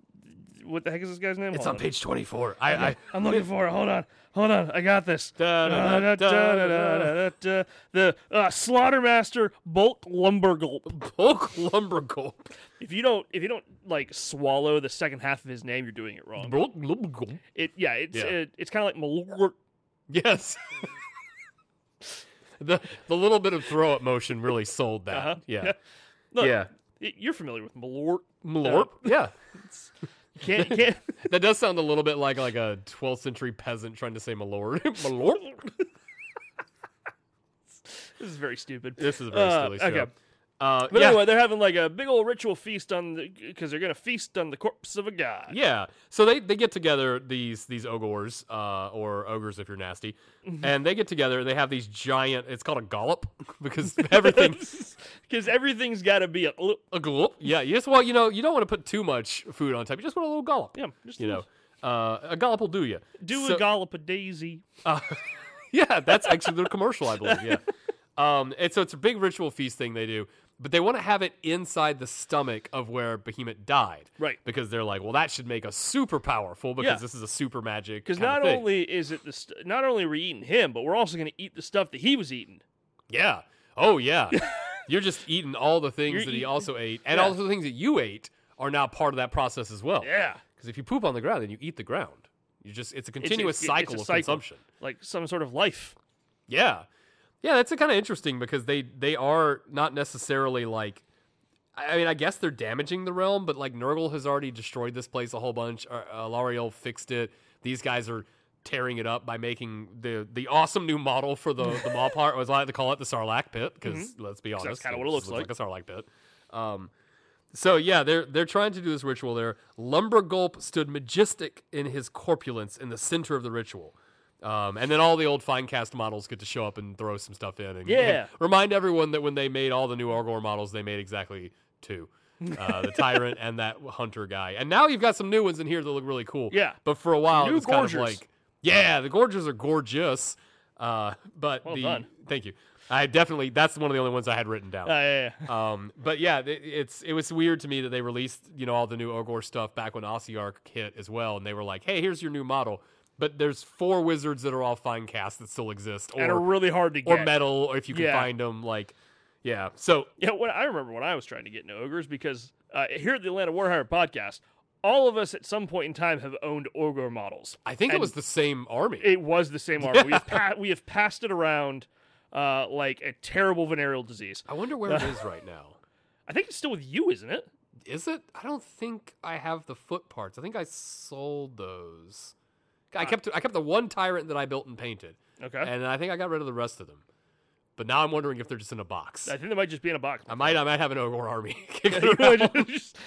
Speaker 2: what the heck is this guy's name?
Speaker 1: it's on
Speaker 2: Hold
Speaker 1: page 24 I, I
Speaker 2: I'm looking for it. Hold on, hold on. I got this.
Speaker 1: Da, da, da,
Speaker 2: Uh, da, da, da, da, da, da. The uh, Slaughtermaster Bulk Lumbergulp.
Speaker 1: Bulk Lumbergulp.
Speaker 2: If you don't, if you don't like swallow the second half of his name, you're doing it wrong.
Speaker 1: Bulk Lumbergulp.
Speaker 2: It yeah, it's
Speaker 1: Yeah.
Speaker 2: It, it's kind of like Malort.
Speaker 1: Yes. the the little bit of throw up motion really sold that.
Speaker 2: Uh-huh.
Speaker 1: Yeah.
Speaker 2: Look,
Speaker 1: Yeah.
Speaker 2: y- You're familiar with Malort.
Speaker 1: Mlorp. Yeah.
Speaker 2: You can't, you can't.
Speaker 1: That does sound a little bit like like a 12th century peasant trying to say my lord. my lord.
Speaker 2: this is very stupid.
Speaker 1: This is a very
Speaker 2: Uh,
Speaker 1: silly show.
Speaker 2: Okay.
Speaker 1: Uh,
Speaker 2: But
Speaker 1: yeah,
Speaker 2: anyway, they're having like a big old ritual feast on the because they're gonna feast on the corpse of a god.
Speaker 1: yeah. So they, they get together these these ogres uh, or ogres if you're nasty,
Speaker 2: Mm-hmm.
Speaker 1: and they get together. They have these giant. It's called a gollop because everything
Speaker 2: because everything's got to be a little.
Speaker 1: a gollop. Yeah, you just want you know you don't want to put too much food on top. You just want a little gollop.
Speaker 2: Yeah, just a
Speaker 1: you know.
Speaker 2: little-
Speaker 1: Uh, a gollop will do you.
Speaker 2: Do
Speaker 1: So-
Speaker 2: a gallop of daisy.
Speaker 1: Yeah, that's actually their commercial, I believe. Yeah. Um, and so it's a big ritual feast thing they do, but they want to have it inside the stomach of where Behemoth died.
Speaker 2: Right.
Speaker 1: Because they're like, well, that should make us super powerful because
Speaker 2: Yeah.
Speaker 1: this is a super magic.
Speaker 2: Because
Speaker 1: kind of
Speaker 2: not
Speaker 1: thing.
Speaker 2: only is it the st- not only are we eating him, but we're also gonna eat the stuff that he was eating.
Speaker 1: Yeah. Oh, yeah. You're just eating all the things
Speaker 2: You're
Speaker 1: that he
Speaker 2: eating-
Speaker 1: also ate, and
Speaker 2: Yeah.
Speaker 1: all the things that you ate are now part of that process as well.
Speaker 2: Yeah.
Speaker 1: Because if you poop on the ground, then you eat the ground. You just, it's a
Speaker 2: It's-
Speaker 1: continuous
Speaker 2: it's- it's
Speaker 1: cycle
Speaker 2: a
Speaker 1: of consumption.
Speaker 2: like some sort of life.
Speaker 1: Yeah, yeah, that's kind of interesting because they they are not necessarily like. I I mean, I guess they're damaging the realm, but like Nurgle has already destroyed this place a whole bunch. Uh, uh, L'Oreal fixed it. These guys are tearing it up by making the the awesome new model for the the mall part. Was I like to call it the Sarlacc pit because let's be honest,
Speaker 2: Mm-hmm. that's kinda what it looks
Speaker 1: just like a Sarlacc pit. Um, so yeah, they're they're trying to do this ritual there. Lumbergulp stood majestic in his corpulence in the center of the ritual. Um, and then all the old fine cast models get to show up and throw some stuff in and, and
Speaker 2: Yeah.
Speaker 1: remind everyone that when they made all the new Argor models, they made exactly two. Uh, the tyrant and that hunter guy. And now you've got some new ones in here that look really cool.
Speaker 2: Yeah.
Speaker 1: But for a while
Speaker 2: New
Speaker 1: it's kind of
Speaker 2: Gorgers.
Speaker 1: like Yeah, the Gorgers are gorgeous. Uh, but
Speaker 2: Well
Speaker 1: the
Speaker 2: done.
Speaker 1: thank you. I definitely that's one of the only ones I had written down.
Speaker 2: Uh, yeah, yeah.
Speaker 1: Um, but yeah, th- it's it was weird to me that they released you know all the new Ogor stuff back when Ossiarch hit as well, and they were like, "Hey, here's your new model." But there's four wizards that are all fine cast that still exist,
Speaker 2: and are
Speaker 1: or
Speaker 2: really hard to
Speaker 1: or
Speaker 2: get.
Speaker 1: metal, or if you can
Speaker 2: Yeah.
Speaker 1: find them. Like, yeah. So
Speaker 2: Yeah, when, I remember when I was trying to get into ogres because uh, here at the Atlanta Warhammer podcast, all of us at some point in time have owned ogre models.
Speaker 1: I think it
Speaker 2: And
Speaker 1: was the same army.
Speaker 2: It was the same armor. We, have pa- we have passed it around uh, like a terrible venereal disease.
Speaker 1: I wonder where it is right now.
Speaker 2: I think it's still with you, isn't it?
Speaker 1: Is it? I don't think I have the foot parts. I think I sold those. I kept I kept the one tyrant that I built and painted,
Speaker 2: Uh. Okay.
Speaker 1: and I think I got rid of the rest of them. But now I'm wondering if they're just in a box.
Speaker 2: I think they might just be in a box.
Speaker 1: I might I might have an ogre army. kicking
Speaker 2: You know,
Speaker 1: around.
Speaker 2: just-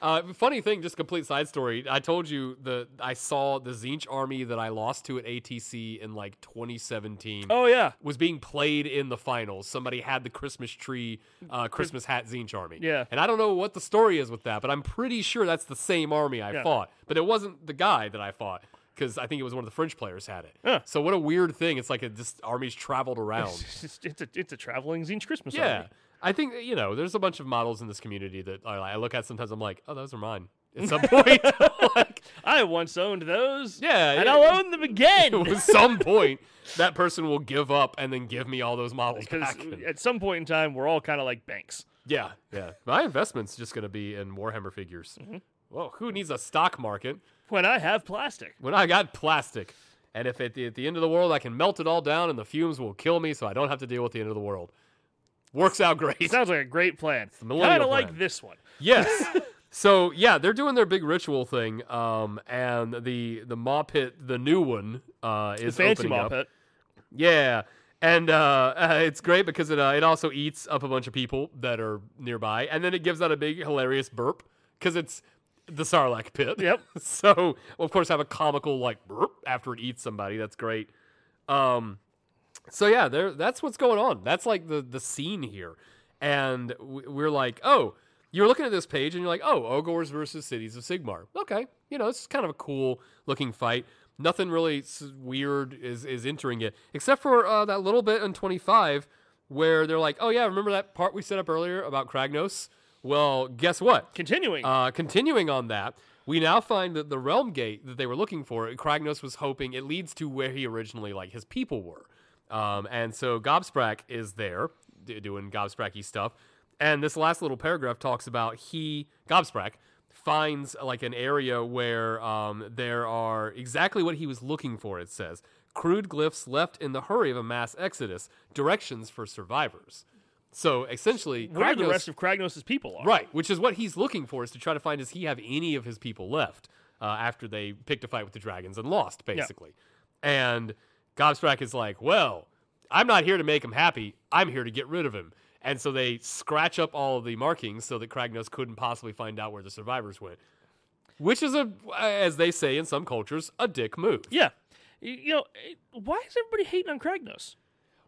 Speaker 1: uh, funny thing, just complete side story. I told you the I saw the Zinch army that I lost to at ATC in like 2017
Speaker 2: oh yeah,
Speaker 1: was being played in the finals. Somebody had the Christmas tree, uh, Christmas hat Zinch army.
Speaker 2: Yeah.
Speaker 1: and I don't know what the story is with that, but I'm pretty sure that's the same army I
Speaker 2: Yeah.
Speaker 1: fought. But it wasn't the guy that I fought. Because I think it was one of the French players had it.
Speaker 2: Huh.
Speaker 1: So what a weird thing! It's like it just armies traveled around.
Speaker 2: it's, just- it's a it's a traveling Zinch Christmas.
Speaker 1: Yeah.
Speaker 2: army.
Speaker 1: I think, you know, there's a bunch of models in this community that I, I look at sometimes. I'm like, oh, those are mine at some point. like,
Speaker 2: I once owned those.
Speaker 1: Yeah,
Speaker 2: and
Speaker 1: yeah.
Speaker 2: I'll own them again.
Speaker 1: at some point, that person will give up and then give me all those models
Speaker 2: Because mm,
Speaker 1: back. And-
Speaker 2: at some point in time, we're all kind of like banks.
Speaker 1: yeah. Yeah. My investment's just going to be in Warhammer figures.
Speaker 2: Mm-hmm.
Speaker 1: Well, who needs a stock market
Speaker 2: When I have plastic.
Speaker 1: when I got plastic? And if at the, at the end of the world I can melt it all down and the fumes will kill me so I don't have to deal with the end of the world. Works out great.
Speaker 2: Sounds like a great plan.
Speaker 1: millennial
Speaker 2: Kind of like
Speaker 1: plan.
Speaker 2: this one.
Speaker 1: Yes. so yeah, they're doing their big ritual thing, um, and the the maw pit, the new one, uh, is
Speaker 2: Fancy
Speaker 1: opening up.
Speaker 2: Muppet.
Speaker 1: Yeah, and uh, uh, it's great because it uh, it also eats up a bunch of people that are nearby, and then it gives out a big hilarious burp because it's the Sarlacc pit.
Speaker 2: Yep.
Speaker 1: so well, of course have a comical like burp after it eats somebody. That's great. Um, so yeah, there. That's what's going on. That's like the the scene here, and we- we're like, oh, you're looking at this page and you're like, oh, Ogors versus Cities of Sigmar. Okay, you know, this is kind of a cool looking fight. Nothing really s- weird is is entering it, except for uh, that little bit in 25 where they're like, oh yeah, remember that part we set up earlier about Kragnos? Well, guess what?
Speaker 2: Continuing.
Speaker 1: Uh, continuing on that, we now find that the realm gate that they were looking for, Kragnos was hoping it leads to where he originally, like his people were. Um, and so Gobsprack is there d- doing Gobspracky stuff. And this last little paragraph talks about he, Gobsprack, finds like an area where um, there are exactly what he was looking for, it says. Crude glyphs left in the hurry of a mass exodus, directions for survivors. So essentially,
Speaker 2: where the
Speaker 1: Kragnos-
Speaker 2: rest of Kragnos' people are.
Speaker 1: Right, which is what he's looking for is to try to find does he have any of his people left uh, after they picked a fight with the dragons and lost, basically. And Gobsprack is like, well, I'm not here to make him happy. I'm here to get rid of him. And so they scratch up all of the markings so that Kragnos couldn't possibly find out where the survivors went, which is a, as they say in some cultures, a dick move.
Speaker 2: Yeah. You- You know, eh, why is everybody hating on Kragnos?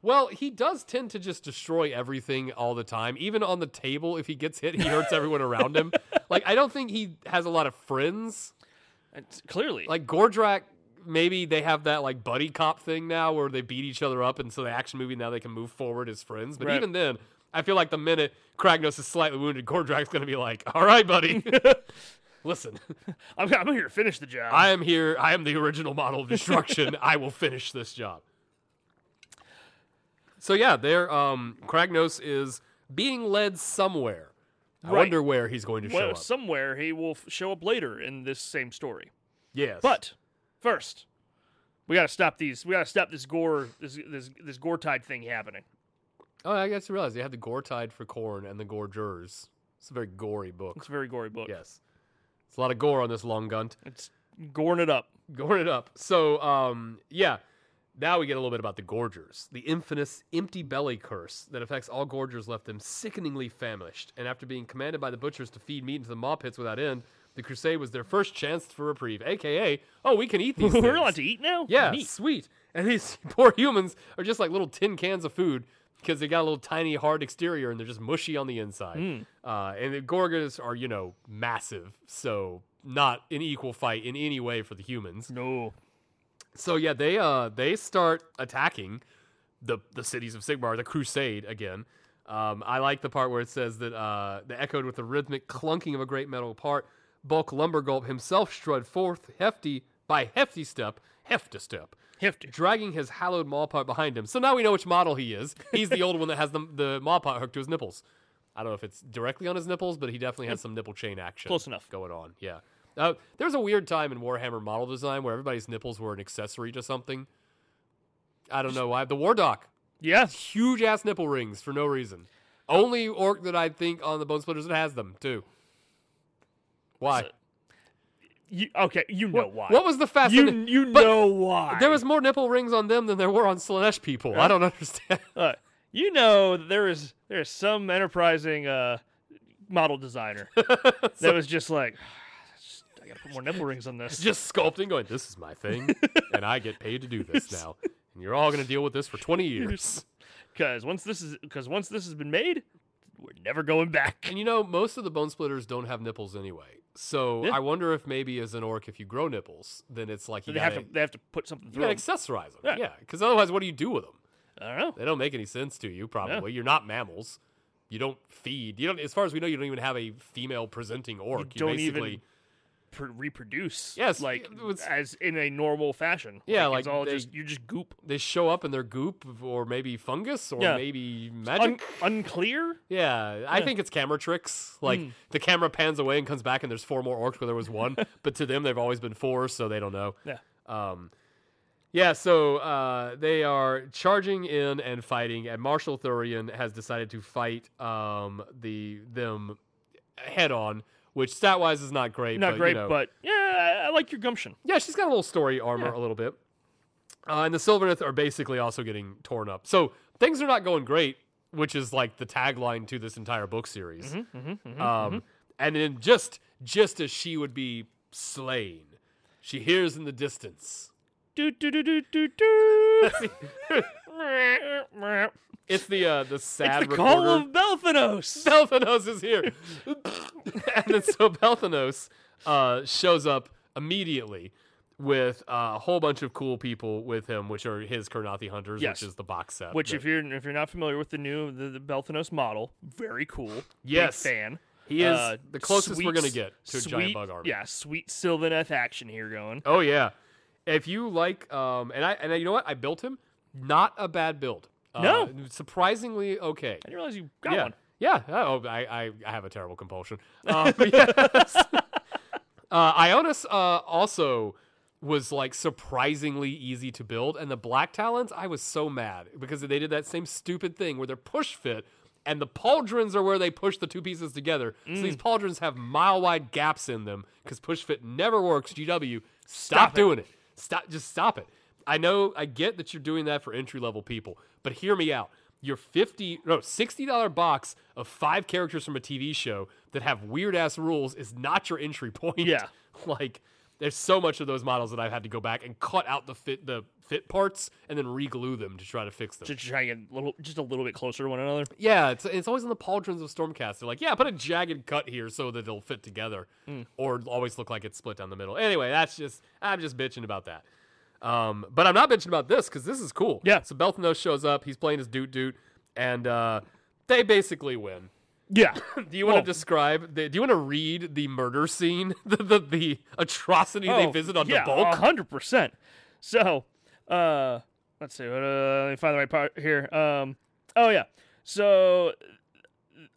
Speaker 1: Well, he does tend to just destroy everything all the time. Even on the table, if he gets hit, he hurts everyone around him. Like I don't think he has a lot of friends.
Speaker 2: It's clearly.
Speaker 1: Like Gordrak, maybe they have that like buddy cop thing now where they beat each other up, and so the action movie now they can move forward as friends. But
Speaker 2: Right.
Speaker 1: even then, I feel like the minute Kragnos is slightly wounded, Gordrak's going to be like, "All right, buddy, listen,
Speaker 2: I'm, I'm here to finish the job.
Speaker 1: I am here. I am the original model of destruction. I will finish this job. So yeah, there. Um, Kragnos is being led somewhere. I
Speaker 2: Right.
Speaker 1: wonder where he's going to show
Speaker 2: well,
Speaker 1: up.
Speaker 2: somewhere he will f- show up later in this same story.
Speaker 1: yes,
Speaker 2: But first, we got to stop these. We got to stop this gore, this this this gore tide thing happening.
Speaker 1: oh, I guess you realize they have the Gore Tide for corn and the Gore Jurors. It's a very gory book.
Speaker 2: It's a very gory book.
Speaker 1: Yes, it's a lot of gore on this long gunt.
Speaker 2: It's goring it up.
Speaker 1: Goring it up. So, um, yeah. Now we get a little bit about the gorgers, the infamous empty belly curse that affects all gorgers left them sickeningly famished. And after being commanded by the butchers to feed meat into the maw pits without end, the crusade was their first chance for reprieve, aka, oh, we can eat these.
Speaker 2: We're
Speaker 1: things.
Speaker 2: allowed to eat now.
Speaker 1: Yeah,
Speaker 2: Neat.
Speaker 1: sweet. And these poor humans are just like little tin cans of food because they got a little tiny hard exterior and they're just mushy on the inside. Uh, and the Gorgons are, you know, massive, so not an equal fight in any way for the humans.
Speaker 2: No.
Speaker 1: So yeah, they uh they start attacking the the cities of Sigmar, the Crusade again. Um, I like the part where it says that uh, the echoed with the rhythmic clunking of a great metal part. Bulk Lumbergulp himself strode forth, hefty by hefty step, hefty step,
Speaker 2: Hefty.
Speaker 1: dragging his hallowed maw pot behind him. So now we know which model he is. He's the old one that has the the maw pot hooked to his nipples. I don't know if it's directly on his nipples, but he definitely has some nipple chain action.
Speaker 2: Close enough.
Speaker 1: Going on, yeah. Uh, there was a weird time in Warhammer model design where everybody's nipples were an accessory to something. I don't know why. The War Doc,
Speaker 2: Yeah.
Speaker 1: huge ass nipple rings for no reason. Only orc that I think on the Bone Splitters that has them too. Why?
Speaker 2: You, okay. You know why.
Speaker 1: What was the fast?
Speaker 2: you you
Speaker 1: but
Speaker 2: know why?
Speaker 1: There was more nipple rings on them than there were on Slanesh people. I don't understand.
Speaker 2: Look, Uh, you know that there is there is some enterprising uh, model designer that was just like, I gotta put more nipple rings on this.
Speaker 1: just sculpting, going, this is my thing, and I get paid to do this now. And you're all going to deal with this for 20 years.
Speaker 2: Because once this is because once this has been made, we're never going back.
Speaker 1: And you know, most of the bone splitters don't have nipples anyway. So
Speaker 2: Yeah.
Speaker 1: I wonder if maybe as an orc, if you grow nipples, then it's like you
Speaker 2: They have
Speaker 1: gotta,
Speaker 2: to they have to put something
Speaker 1: you
Speaker 2: through.
Speaker 1: gotta
Speaker 2: Them.
Speaker 1: accessorize them.
Speaker 2: Yeah.
Speaker 1: Yeah, because otherwise, what do you do with them?
Speaker 2: I don't know.
Speaker 1: They don't make any sense to you, probably. You're not mammals. You don't feed. You don't. As far as we know, you don't even have a female presenting orc. You,
Speaker 2: don't even-
Speaker 1: basically,
Speaker 2: Pr- reproduce.
Speaker 1: Yes,
Speaker 2: like
Speaker 1: it was-
Speaker 2: as in a normal fashion.
Speaker 1: Yeah, like
Speaker 2: it's all
Speaker 1: they-
Speaker 2: just you just goop.
Speaker 1: they show up in their goop, or maybe fungus, or
Speaker 2: Yeah.
Speaker 1: maybe
Speaker 2: Un-
Speaker 1: magic.
Speaker 2: unclear.
Speaker 1: Yeah, I think it's camera tricks. Like the camera pans away and comes back, and there's four more orcs where there was one. but to them, they've always been four, so they don't know.
Speaker 2: Yeah.
Speaker 1: Um, yeah. So uh, they are charging in and fighting, and Marshal Thurian has decided to fight um, the them head on, which stat wise is not great.
Speaker 2: Not
Speaker 1: but, you
Speaker 2: great,
Speaker 1: know,
Speaker 2: but yeah, I, I like your gumption.
Speaker 1: yeah, she's got a little story armor a little bit. Uh, and the Sylvaneth are basically also getting torn up. So things are not going great, which is like the tagline to this entire book series.
Speaker 2: Mm-hmm,
Speaker 1: um, And then just just as she would be slain, she hears in the distance.
Speaker 2: Do do do do do do.
Speaker 1: It's the uh, the sad
Speaker 2: It's the
Speaker 1: reporter.
Speaker 2: call of Belphanos.
Speaker 1: Belthanos is here. and then so Belthanos uh, shows up immediately with uh, a whole bunch of cool people with him, which are his Carnathy Hunters,
Speaker 2: Yes.
Speaker 1: which is the box set.
Speaker 2: Which,
Speaker 1: that-
Speaker 2: if you're if you're not familiar with the new the, the Belthanos model, very cool.
Speaker 1: Yes.
Speaker 2: Big fan.
Speaker 1: He is
Speaker 2: Uh,
Speaker 1: the closest we're
Speaker 2: sweet-
Speaker 1: going to get to a giant
Speaker 2: sweet-
Speaker 1: bug army.
Speaker 2: Yeah, sweet Sylvaneth action here going.
Speaker 1: Oh yeah. If you like, um, and I and I, you know what, I built him. Not a bad build. Uh,
Speaker 2: No.
Speaker 1: surprisingly okay.
Speaker 2: I didn't realize you got
Speaker 1: yeah.
Speaker 2: one.
Speaker 1: Yeah. Oh, I, I, I have a terrible compulsion. Uh, but yes. uh, Ionis uh, also was like surprisingly easy to build, and the Black Talons, I was so mad because they did that same stupid thing where they're push fit. And the pauldrons are where they push the two pieces together.
Speaker 2: Mm.
Speaker 1: So these pauldrons have mile wide gaps in them because push fit never works. GW, stop, doing it. Stop, just stop it. I know, I get that you're doing that for entry level people, but hear me out. Your fifty, no, sixty dollar box of five characters from a TV show that have weird ass rules is not your entry point.
Speaker 2: Yeah.
Speaker 1: like there's so much of those models that I've had to go back and cut out the fit the fit parts and then re-glue them to try to fix them.
Speaker 2: to try and get a little, just a little bit closer to one another.
Speaker 1: Yeah, it's it's always in the pauldrons of Stormcast. They're like, yeah, put a jagged cut here so that it'll fit together,
Speaker 2: Mm.
Speaker 1: or always look like it's split down the middle. Anyway, that's just I'm just bitching about that. Um, but I'm not bitching about this because this is cool.
Speaker 2: Yeah.
Speaker 1: So Belthanos shows up. He's playing his doot doot, and uh, they basically win.
Speaker 2: Yeah.
Speaker 1: Do you want to
Speaker 2: Well-
Speaker 1: describe? The, do you want to read the murder scene, the the, the atrocity they visit on
Speaker 2: Oh, yeah,
Speaker 1: the bulk?
Speaker 2: hundred percent. So, uh, let's see. Uh, let me find the right part here. Um, oh yeah. So,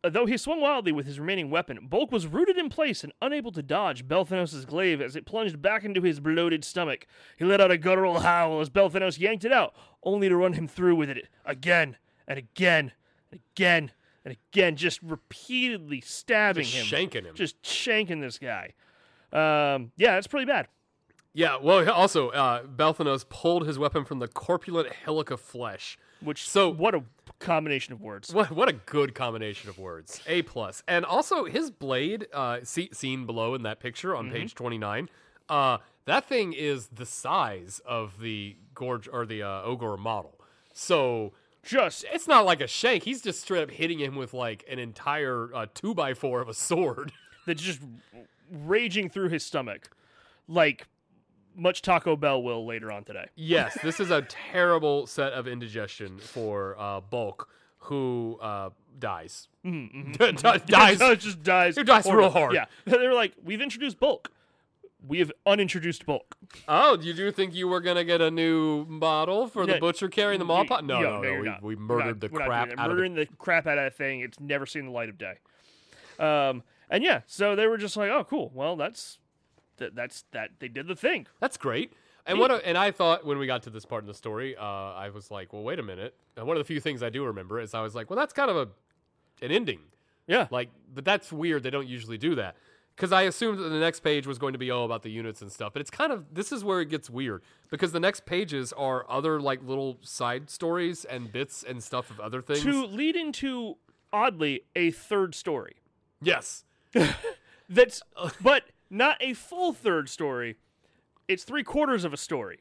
Speaker 2: uh, though he swung wildly with his remaining weapon, Bulk was rooted in place and unable to dodge Belthanos' glaive as it plunged back into his bloated stomach. He let out a guttural howl as Belthanos yanked it out, only to run him through with it again and again and again and again, just repeatedly stabbing
Speaker 1: Just
Speaker 2: him,
Speaker 1: shanking him.
Speaker 2: just shanking this guy. Um, yeah, that's pretty bad.
Speaker 1: Yeah, well, also, uh, Balthanos pulled his weapon from the corpulent hillock of flesh.
Speaker 2: Which
Speaker 1: So-
Speaker 2: so what a combination of words.
Speaker 1: What, what a good combination of words. A plus. And also, his blade, uh, see, seen below in that picture on page 29, uh, that thing is the size of the Gorge or the uh, Ogre model. So
Speaker 2: Just
Speaker 1: it's not like a shank. He's just straight up hitting him with like an entire uh, two by four of a sword.
Speaker 2: that's just raging through his stomach, like much Taco Bell will later on today.
Speaker 1: Yes, this is a terrible set of indigestion for uh, Bulk, who uh, dies. mm-hmm, D- dies.
Speaker 2: No, it just dies.
Speaker 1: It dies real
Speaker 2: horribly.
Speaker 1: hard.
Speaker 2: Yeah, they were like, we've introduced bulk. We have unintroduced bulk.
Speaker 1: Oh, you do think you were gonna get a new model for the
Speaker 2: Yeah.
Speaker 1: butcher carrying the maw
Speaker 2: You-
Speaker 1: pot? No,
Speaker 2: yo,
Speaker 1: no, no.
Speaker 2: you're
Speaker 1: we-
Speaker 2: not.
Speaker 1: We,
Speaker 2: We're
Speaker 1: murdered
Speaker 2: not-
Speaker 1: the
Speaker 2: we're not
Speaker 1: crap
Speaker 2: doing that.
Speaker 1: out of it.
Speaker 2: murdering the crap out of that thing. It's never seen the light of day. Um, and yeah, so they were just like, oh, cool. Well, that's that, that's that. They did the thing.
Speaker 1: That's great. And what? a- And I thought when we got to this part in the story, uh, I was like, well, wait a minute. And one of the few things I do remember is I was like, well, that's kind of a an ending.
Speaker 2: Yeah,
Speaker 1: Like, but that's weird. They don't usually do that. Because I assumed that the next page was going to be all about the units and stuff. But it's kind of, this is where it gets weird. Because the next pages are other, like, little side stories and bits and stuff of other things.
Speaker 2: to lead into oddly a third story.
Speaker 1: Yes.
Speaker 2: That's but not a full third story. It's three quarters of a story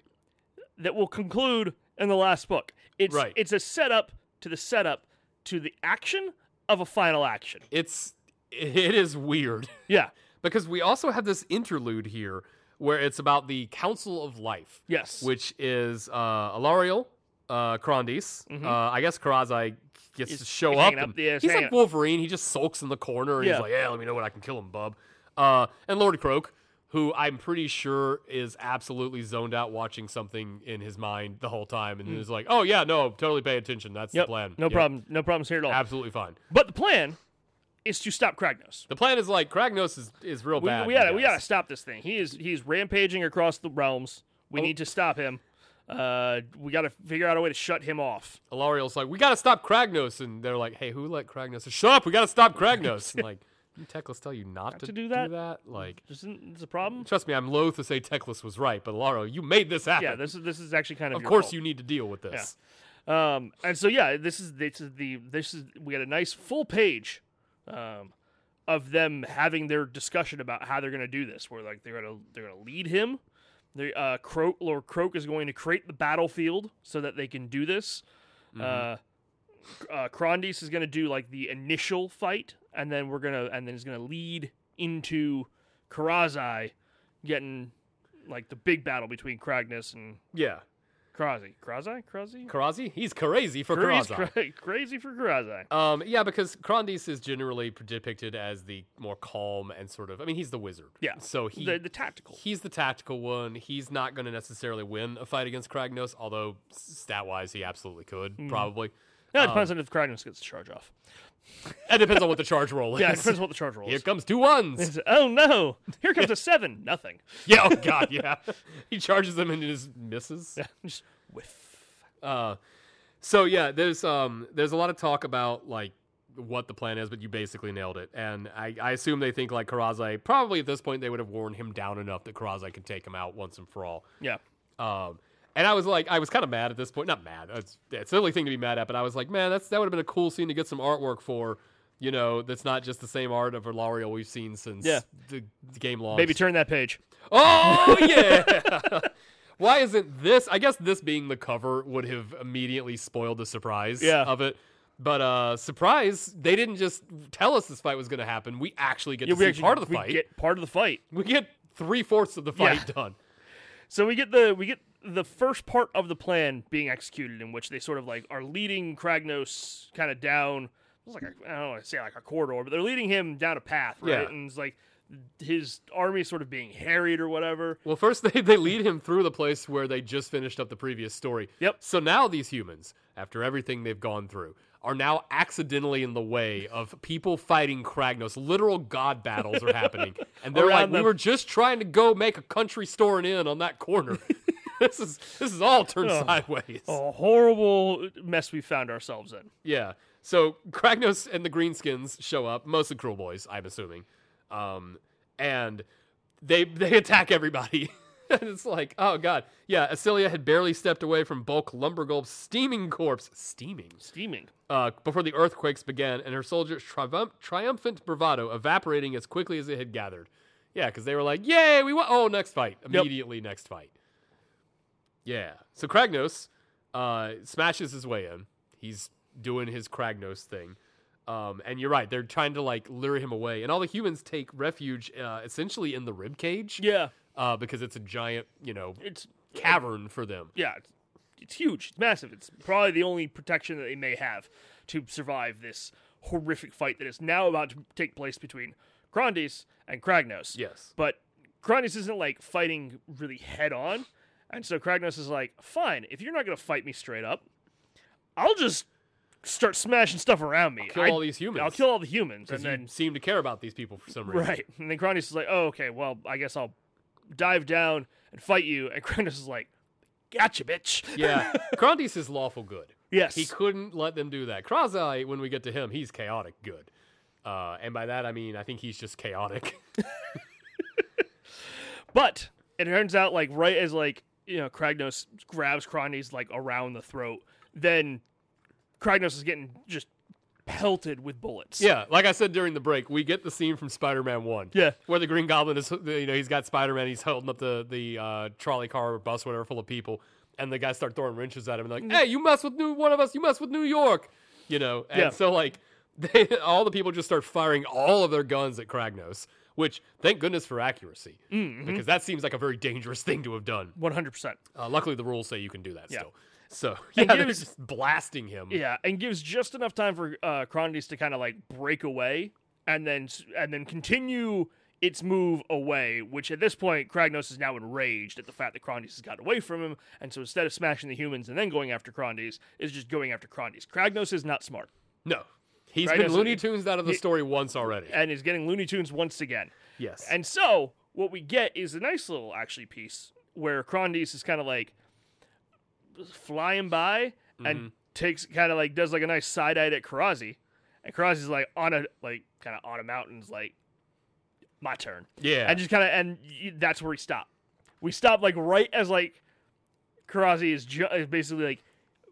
Speaker 2: that will conclude in the last book. It's
Speaker 1: Right.
Speaker 2: it's a setup to the setup to the action of a final action.
Speaker 1: It's, it is weird.
Speaker 2: Yeah.
Speaker 1: because we also have this interlude here where it's about the Council of Life.
Speaker 2: Yes.
Speaker 1: Which is uh, Alariel, uh, Crondis. Uh, I guess Karazai gets
Speaker 2: Mm-hmm. He's
Speaker 1: to show up.
Speaker 2: hanging
Speaker 1: and
Speaker 2: up- yeah, he's
Speaker 1: he's
Speaker 2: hanging
Speaker 1: like
Speaker 2: up.
Speaker 1: Wolverine. He just sulks in the corner and
Speaker 2: Yeah.
Speaker 1: he's like, yeah, let me know when I can kill him, bub. Uh, and Lord Croak, who I'm pretty sure is absolutely zoned out watching something in his mind the whole time and is like, oh, yeah, no, totally pay attention. That's
Speaker 2: Mm. Yep.
Speaker 1: the plan.
Speaker 2: No
Speaker 1: Yeah,
Speaker 2: problem. No problems here at all.
Speaker 1: Absolutely fine.
Speaker 2: But the plan is to stop Kragnos.
Speaker 1: The plan is like Kragnos is, is real
Speaker 2: We,
Speaker 1: bad.
Speaker 2: we
Speaker 1: you
Speaker 2: gotta we
Speaker 1: guys.
Speaker 2: gotta stop this thing. He is he's rampaging across the realms. We
Speaker 1: Oh.
Speaker 2: need to stop him. Uh, we gotta figure out a way to shut him off.
Speaker 1: Alariel's like, we gotta stop Kragnos, and they're like, hey, who let Kragnos? Shut up, we gotta stop Kragnos. and like, didn't Teclis tell you not, to,
Speaker 2: to do that?
Speaker 1: Like,
Speaker 2: Isn't this a problem?
Speaker 1: trust me, I'm loath to say Teclis was right, but Alariel, you made this happen.
Speaker 2: Yeah, this is this is actually kind of
Speaker 1: of
Speaker 2: your
Speaker 1: course,
Speaker 2: fault.
Speaker 1: you need to deal with this.
Speaker 2: Um, and so yeah, this is this is the this is we got a nice full page, um, of them having their discussion about how they're gonna do this. Where like they're gonna they're gonna lead him. They uh, Croak Lord Croak is going to create the battlefield so that they can do this. Uh, uh, Krondis is gonna do like the initial fight, and then we're gonna and then he's gonna lead into Karazai getting like the big battle between Kragnus and
Speaker 1: Yeah,
Speaker 2: Krazi. Krazi? Krazi?
Speaker 1: Karazi, he's crazy for
Speaker 2: Crazy-
Speaker 1: Karazi.
Speaker 2: cra- crazy for Karazai.
Speaker 1: Um, yeah, because Krondis is generally depicted as the more calm and sort of. I mean, he's the wizard.
Speaker 2: Yeah.
Speaker 1: So he
Speaker 2: The- the tactical.
Speaker 1: He's the tactical one. He's not going to necessarily win a fight against Kragnos, although stat wise, he absolutely could
Speaker 2: Hmm.
Speaker 1: probably.
Speaker 2: No, it
Speaker 1: um,
Speaker 2: depends on if Kragnus gets the charge off.
Speaker 1: It depends on what the charge roll is.
Speaker 2: Yeah, it depends on what the charge roll
Speaker 1: Here
Speaker 2: is.
Speaker 1: comes two ones.
Speaker 2: It's, oh no! Here comes a seven. Nothing.
Speaker 1: yeah, oh god, yeah. He charges them and just misses.
Speaker 2: Just whiff.
Speaker 1: Uh, so yeah, there's um there's a lot of talk about like what the plan is, but you basically nailed it. And I, I assume they think like Karazai probably at this point they would have worn him down enough that Karazai could take him out once and for all.
Speaker 2: Yeah.
Speaker 1: Um, And I was like, I was kind of mad at this point. Not mad. It's, it's the only thing to be mad at. But I was like, man, that's that would have been a cool scene to get some artwork for. You know, that's not just the same art of Valario we've seen since
Speaker 2: Yeah.
Speaker 1: the, the game launched.
Speaker 2: Maybe turn that page.
Speaker 1: Oh yeah. Why isn't this? I guess this being the cover would have immediately spoiled the surprise
Speaker 2: Yeah.
Speaker 1: of it. But uh surprise, they didn't just tell us this fight was going to happen. We actually get
Speaker 2: Yeah,
Speaker 1: to
Speaker 2: we
Speaker 1: see
Speaker 2: actually-
Speaker 1: part of the
Speaker 2: we
Speaker 1: fight.
Speaker 2: get part of the fight.
Speaker 1: we get three fourths of the
Speaker 2: Yeah.
Speaker 1: fight done.
Speaker 2: So we get the we get the first part of the plan being executed, in which they sort of like are leading Kragnos kind of down. It's like a, I don't want to say like a corridor, but they're leading him down a path, right?
Speaker 1: Yeah.
Speaker 2: And it's like his army is sort of being harried or whatever.
Speaker 1: Well, first they, they lead him through the place where they just finished up the previous story.
Speaker 2: Yep.
Speaker 1: So now these humans, after everything they've gone through, are now accidentally in the way of people fighting Kragnos. Literal god battles are happening. And they're like,
Speaker 2: Around
Speaker 1: we
Speaker 2: them.
Speaker 1: were just trying to go make a country store and inn on that corner. this is this is all turned
Speaker 2: Oh.
Speaker 1: sideways.
Speaker 2: A horrible mess we found ourselves in.
Speaker 1: Yeah. So Kragnos and the Greenskins show up, mostly cruel boys, I'm assuming. Um, and they they attack everybody. and it's like, oh god. Yeah, Acilia had barely stepped away from Bulk Lumbergulp's steaming corpse. Steaming
Speaker 2: Steaming.
Speaker 1: uh, before the earthquakes began, and her soldiers' triumph- triumphant bravado evaporating as quickly as it had gathered. Yeah, because they were like, "Yay, we won!" Oh, next fight, immediately next fight. Yeah. So Kragnos uh, smashes his way in. He's doing his Kragnos thing, um, and you're right. They're trying to like lure him away, and all the humans take refuge uh, essentially in the rib cage.
Speaker 2: Yeah.
Speaker 1: Uh, because it's a giant, you know,
Speaker 2: It's
Speaker 1: cavern for them.
Speaker 2: yeah, it's, it's huge. It's massive. It's probably the only protection that they may have to survive this horrific fight that is now about to take place between Grandes and Kragnos.
Speaker 1: Yes.
Speaker 2: But Kragnos isn't like fighting really head on. And so Kragnos is like, fine, if you're not going to fight me straight up, I'll just start smashing stuff around me.
Speaker 1: Kill
Speaker 2: I-
Speaker 1: all these humans.
Speaker 2: I'll kill all the humans. And
Speaker 1: Because
Speaker 2: then
Speaker 1: you seem to care about these people for some reason.
Speaker 2: Right. And then Kranius is like, oh, okay, well, I guess I'll dive down and fight you. And Kranius is like, gotcha, bitch.
Speaker 1: Yeah, Grandis is lawful good.
Speaker 2: Yes.
Speaker 1: He couldn't let them do that. Krazai, when we get to him, he's chaotic good. Uh, and by that, I mean, I think he's just chaotic.
Speaker 2: But it turns out, like, right as, like, you know, Kragnos grabs Kranius, like, around the throat, then Kragnos is getting just pelted with bullets.
Speaker 1: yeah, like I said during the break, we get the scene from Spider Man 1.
Speaker 2: Yeah.
Speaker 1: Where the Green Goblin is, you know, he's got Spider Man, he's holding up the, the uh, trolley car or bus, whatever, full of people. And the guys start throwing wrenches at him and,
Speaker 2: Mm.
Speaker 1: like, hey, you mess with new one of us, you mess with New York. You know, and
Speaker 2: Yeah.
Speaker 1: so, like, they, all the people just start firing all of their guns at Kragnos, which thank goodness for accuracy,
Speaker 2: Mm-hmm.
Speaker 1: because that seems like a very dangerous thing to have done.
Speaker 2: 100%.
Speaker 1: Uh, luckily, the rules say you can do that
Speaker 2: Yeah.
Speaker 1: still. So yeah, they're
Speaker 2: it was-
Speaker 1: just blasting him.
Speaker 2: Yeah, and gives just enough time for uh, Cronides to kind of like break away and then s- and then continue its move away. Which at this point, Kragnos is now enraged at the fact that Cronides has got away from him, and so instead of smashing the humans and then going after Cronides, is just going after Cronides. Kragnos is not smart,
Speaker 1: No, he's
Speaker 2: Right,
Speaker 1: been
Speaker 2: that's-
Speaker 1: Looney Tunes out of the
Speaker 2: he-
Speaker 1: story once already.
Speaker 2: and is getting Looney Tunes once again.
Speaker 1: Yes,
Speaker 2: And so what we get is a nice little actually piece where Cronides is kind of like flying by and takes kind of like does like a nice side eye at Karazi, and Karazi's like on a like kind of on a mountain is like my turn,
Speaker 1: yeah,
Speaker 2: and just kind of and y- that's where we stop. We stop like right as like Karazi is ju- is basically like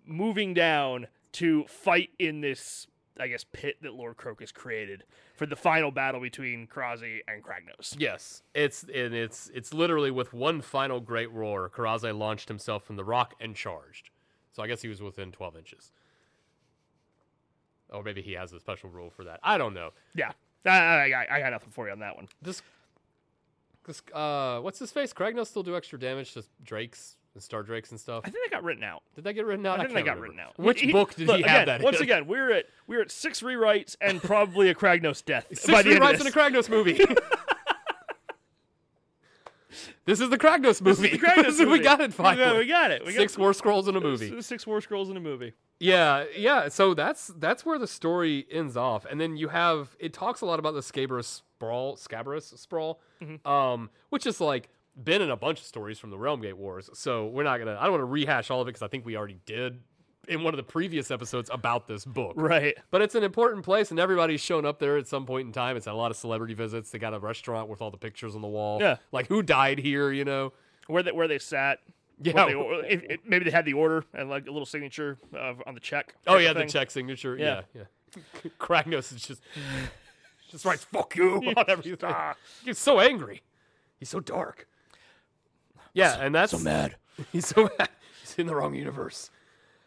Speaker 2: moving down to fight in this. I guess pit that Lord Crocus created for the final battle between Karazi and Kragnos.
Speaker 1: yes, it's and it's it's literally with one final great roar, Karazai launched himself from the rock and charged. So I guess he was within twelve inches, or maybe he has a special rule for that. I don't know.
Speaker 2: Yeah, I, I, I- I got nothing for you on that one.
Speaker 1: This, this, uh, what's his face? Kragnos still do extra damage to Drakes and Star Drakes and stuff.
Speaker 2: I think they got written out.
Speaker 1: Did that get written out?
Speaker 2: I think they
Speaker 1: can't
Speaker 2: got
Speaker 1: remember.
Speaker 2: written out.
Speaker 1: Which
Speaker 2: He- he-
Speaker 1: book did
Speaker 2: look,
Speaker 1: he
Speaker 2: again,
Speaker 1: have that?
Speaker 2: Once
Speaker 1: in?
Speaker 2: again, we're at we're at six rewrites and probably a Kragnos death. by
Speaker 1: Six
Speaker 2: the end of
Speaker 1: rewrites
Speaker 2: this.
Speaker 1: in a Kragnos movie. this is the Kragnos movie.
Speaker 2: The Kragnos
Speaker 1: This is- we
Speaker 2: movie.
Speaker 1: got it finally.
Speaker 2: Yeah, we got it. We
Speaker 1: Six
Speaker 2: got
Speaker 1: War Scrolls in a
Speaker 2: s-
Speaker 1: movie.
Speaker 2: Six war scrolls in a movie.
Speaker 1: Yeah, yeah. So that's that's where the story ends off, and then you have it talks a lot about the Scabrous sprawl, Scabrous sprawl,
Speaker 2: Mm-hmm.
Speaker 1: um, which is like been in a bunch of stories from the Realm Gate Wars. So we're not gonna. I don't want to rehash all of it because I think we already did in one of the previous episodes about this book.
Speaker 2: Right.
Speaker 1: But it's an important place, and everybody's shown up there at some point in time. It's had a lot of celebrity visits. They got a restaurant with all the pictures on the wall.
Speaker 2: Yeah.
Speaker 1: Like, who died here, you know?
Speaker 2: Where they where they sat.
Speaker 1: Yeah.
Speaker 2: what they or- if, if- maybe they had the order and like a little signature of, on the check.
Speaker 1: Oh
Speaker 2: type
Speaker 1: yeah,
Speaker 2: of
Speaker 1: the
Speaker 2: thing.
Speaker 1: check signature. Yeah,
Speaker 2: Yeah.
Speaker 1: yeah. Kragnos is just just writes "fuck you" Ah. on everything. He's so angry. He's so dark. Yeah, and that's so mad. He's so mad. He's in the wrong universe.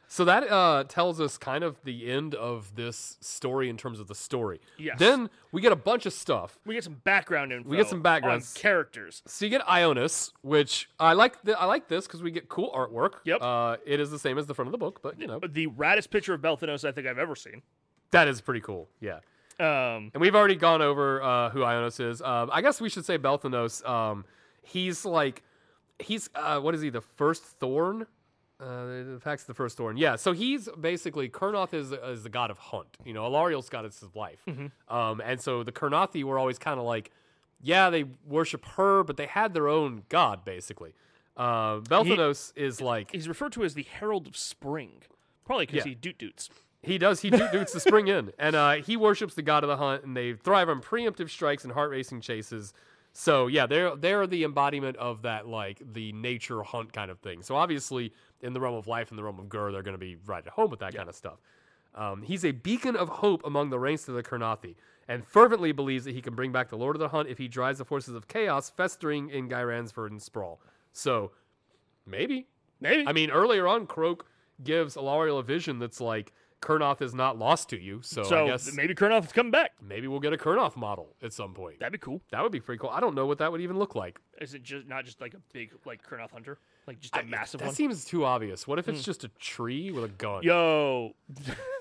Speaker 1: So that uh, tells us kind of the end of this story in terms of the story.
Speaker 2: Yes.
Speaker 1: Then we get a bunch of stuff.
Speaker 2: We get some background info.
Speaker 1: get some background.
Speaker 2: on characters.
Speaker 1: So you get Ionis, which I like. Th- I like this because we get cool artwork.
Speaker 2: Yep.
Speaker 1: Uh, it is the same as the front of the book, but you know
Speaker 2: The raddest picture of Belthanos I think I've ever seen.
Speaker 1: that is pretty cool. Yeah.
Speaker 2: Um,
Speaker 1: And we've already gone over uh, who Ionos is. Um, I guess we should say Belthanos. Um, he's like, he's uh, what is he? The first thorn. Uh, the fact the first thorn. Yeah. So he's basically Kernoth is is the god of hunt. You know, Elariel's god is his life. Um, and so the Kernothi were always kind of like, yeah, they worship her, but they had their own god basically. Uh, Belthanos is like
Speaker 2: he's referred to as the Herald of Spring, probably because
Speaker 1: Yeah.
Speaker 2: he doot doots.
Speaker 1: He does. He do- dudes the spring in, and uh, he worships the god of the hunt, and they thrive on preemptive strikes and heart racing chases. So yeah, they're they're the embodiment of that like the nature hunt kind of thing. So obviously, in the realm of life and the realm of Gur, they're going to be right at home with that kind of stuff. Um, he's a beacon of hope among the ranks of the Carnathi, and fervently believes that he can bring back the Lord of the Hunt if he drives the forces of chaos festering in Gyransford and Sprawl. So maybe
Speaker 2: Maybe.
Speaker 1: I mean, earlier on, Croak gives Alariel a vision that's like Kurnoth is not lost to you, so,
Speaker 2: so
Speaker 1: I guess maybe,
Speaker 2: maybe Kurnoff is coming back.
Speaker 1: we'll get a Kurnoth model at some point. That,
Speaker 2: That'd be cool.
Speaker 1: would be pretty cool. I don't know what that would even look like.
Speaker 2: Is it just not just like a big like Kurnoff hunter, like just a massive
Speaker 1: That
Speaker 2: one? Hmm.
Speaker 1: seems too obvious. What if it's just a tree with a gun?
Speaker 2: Yo,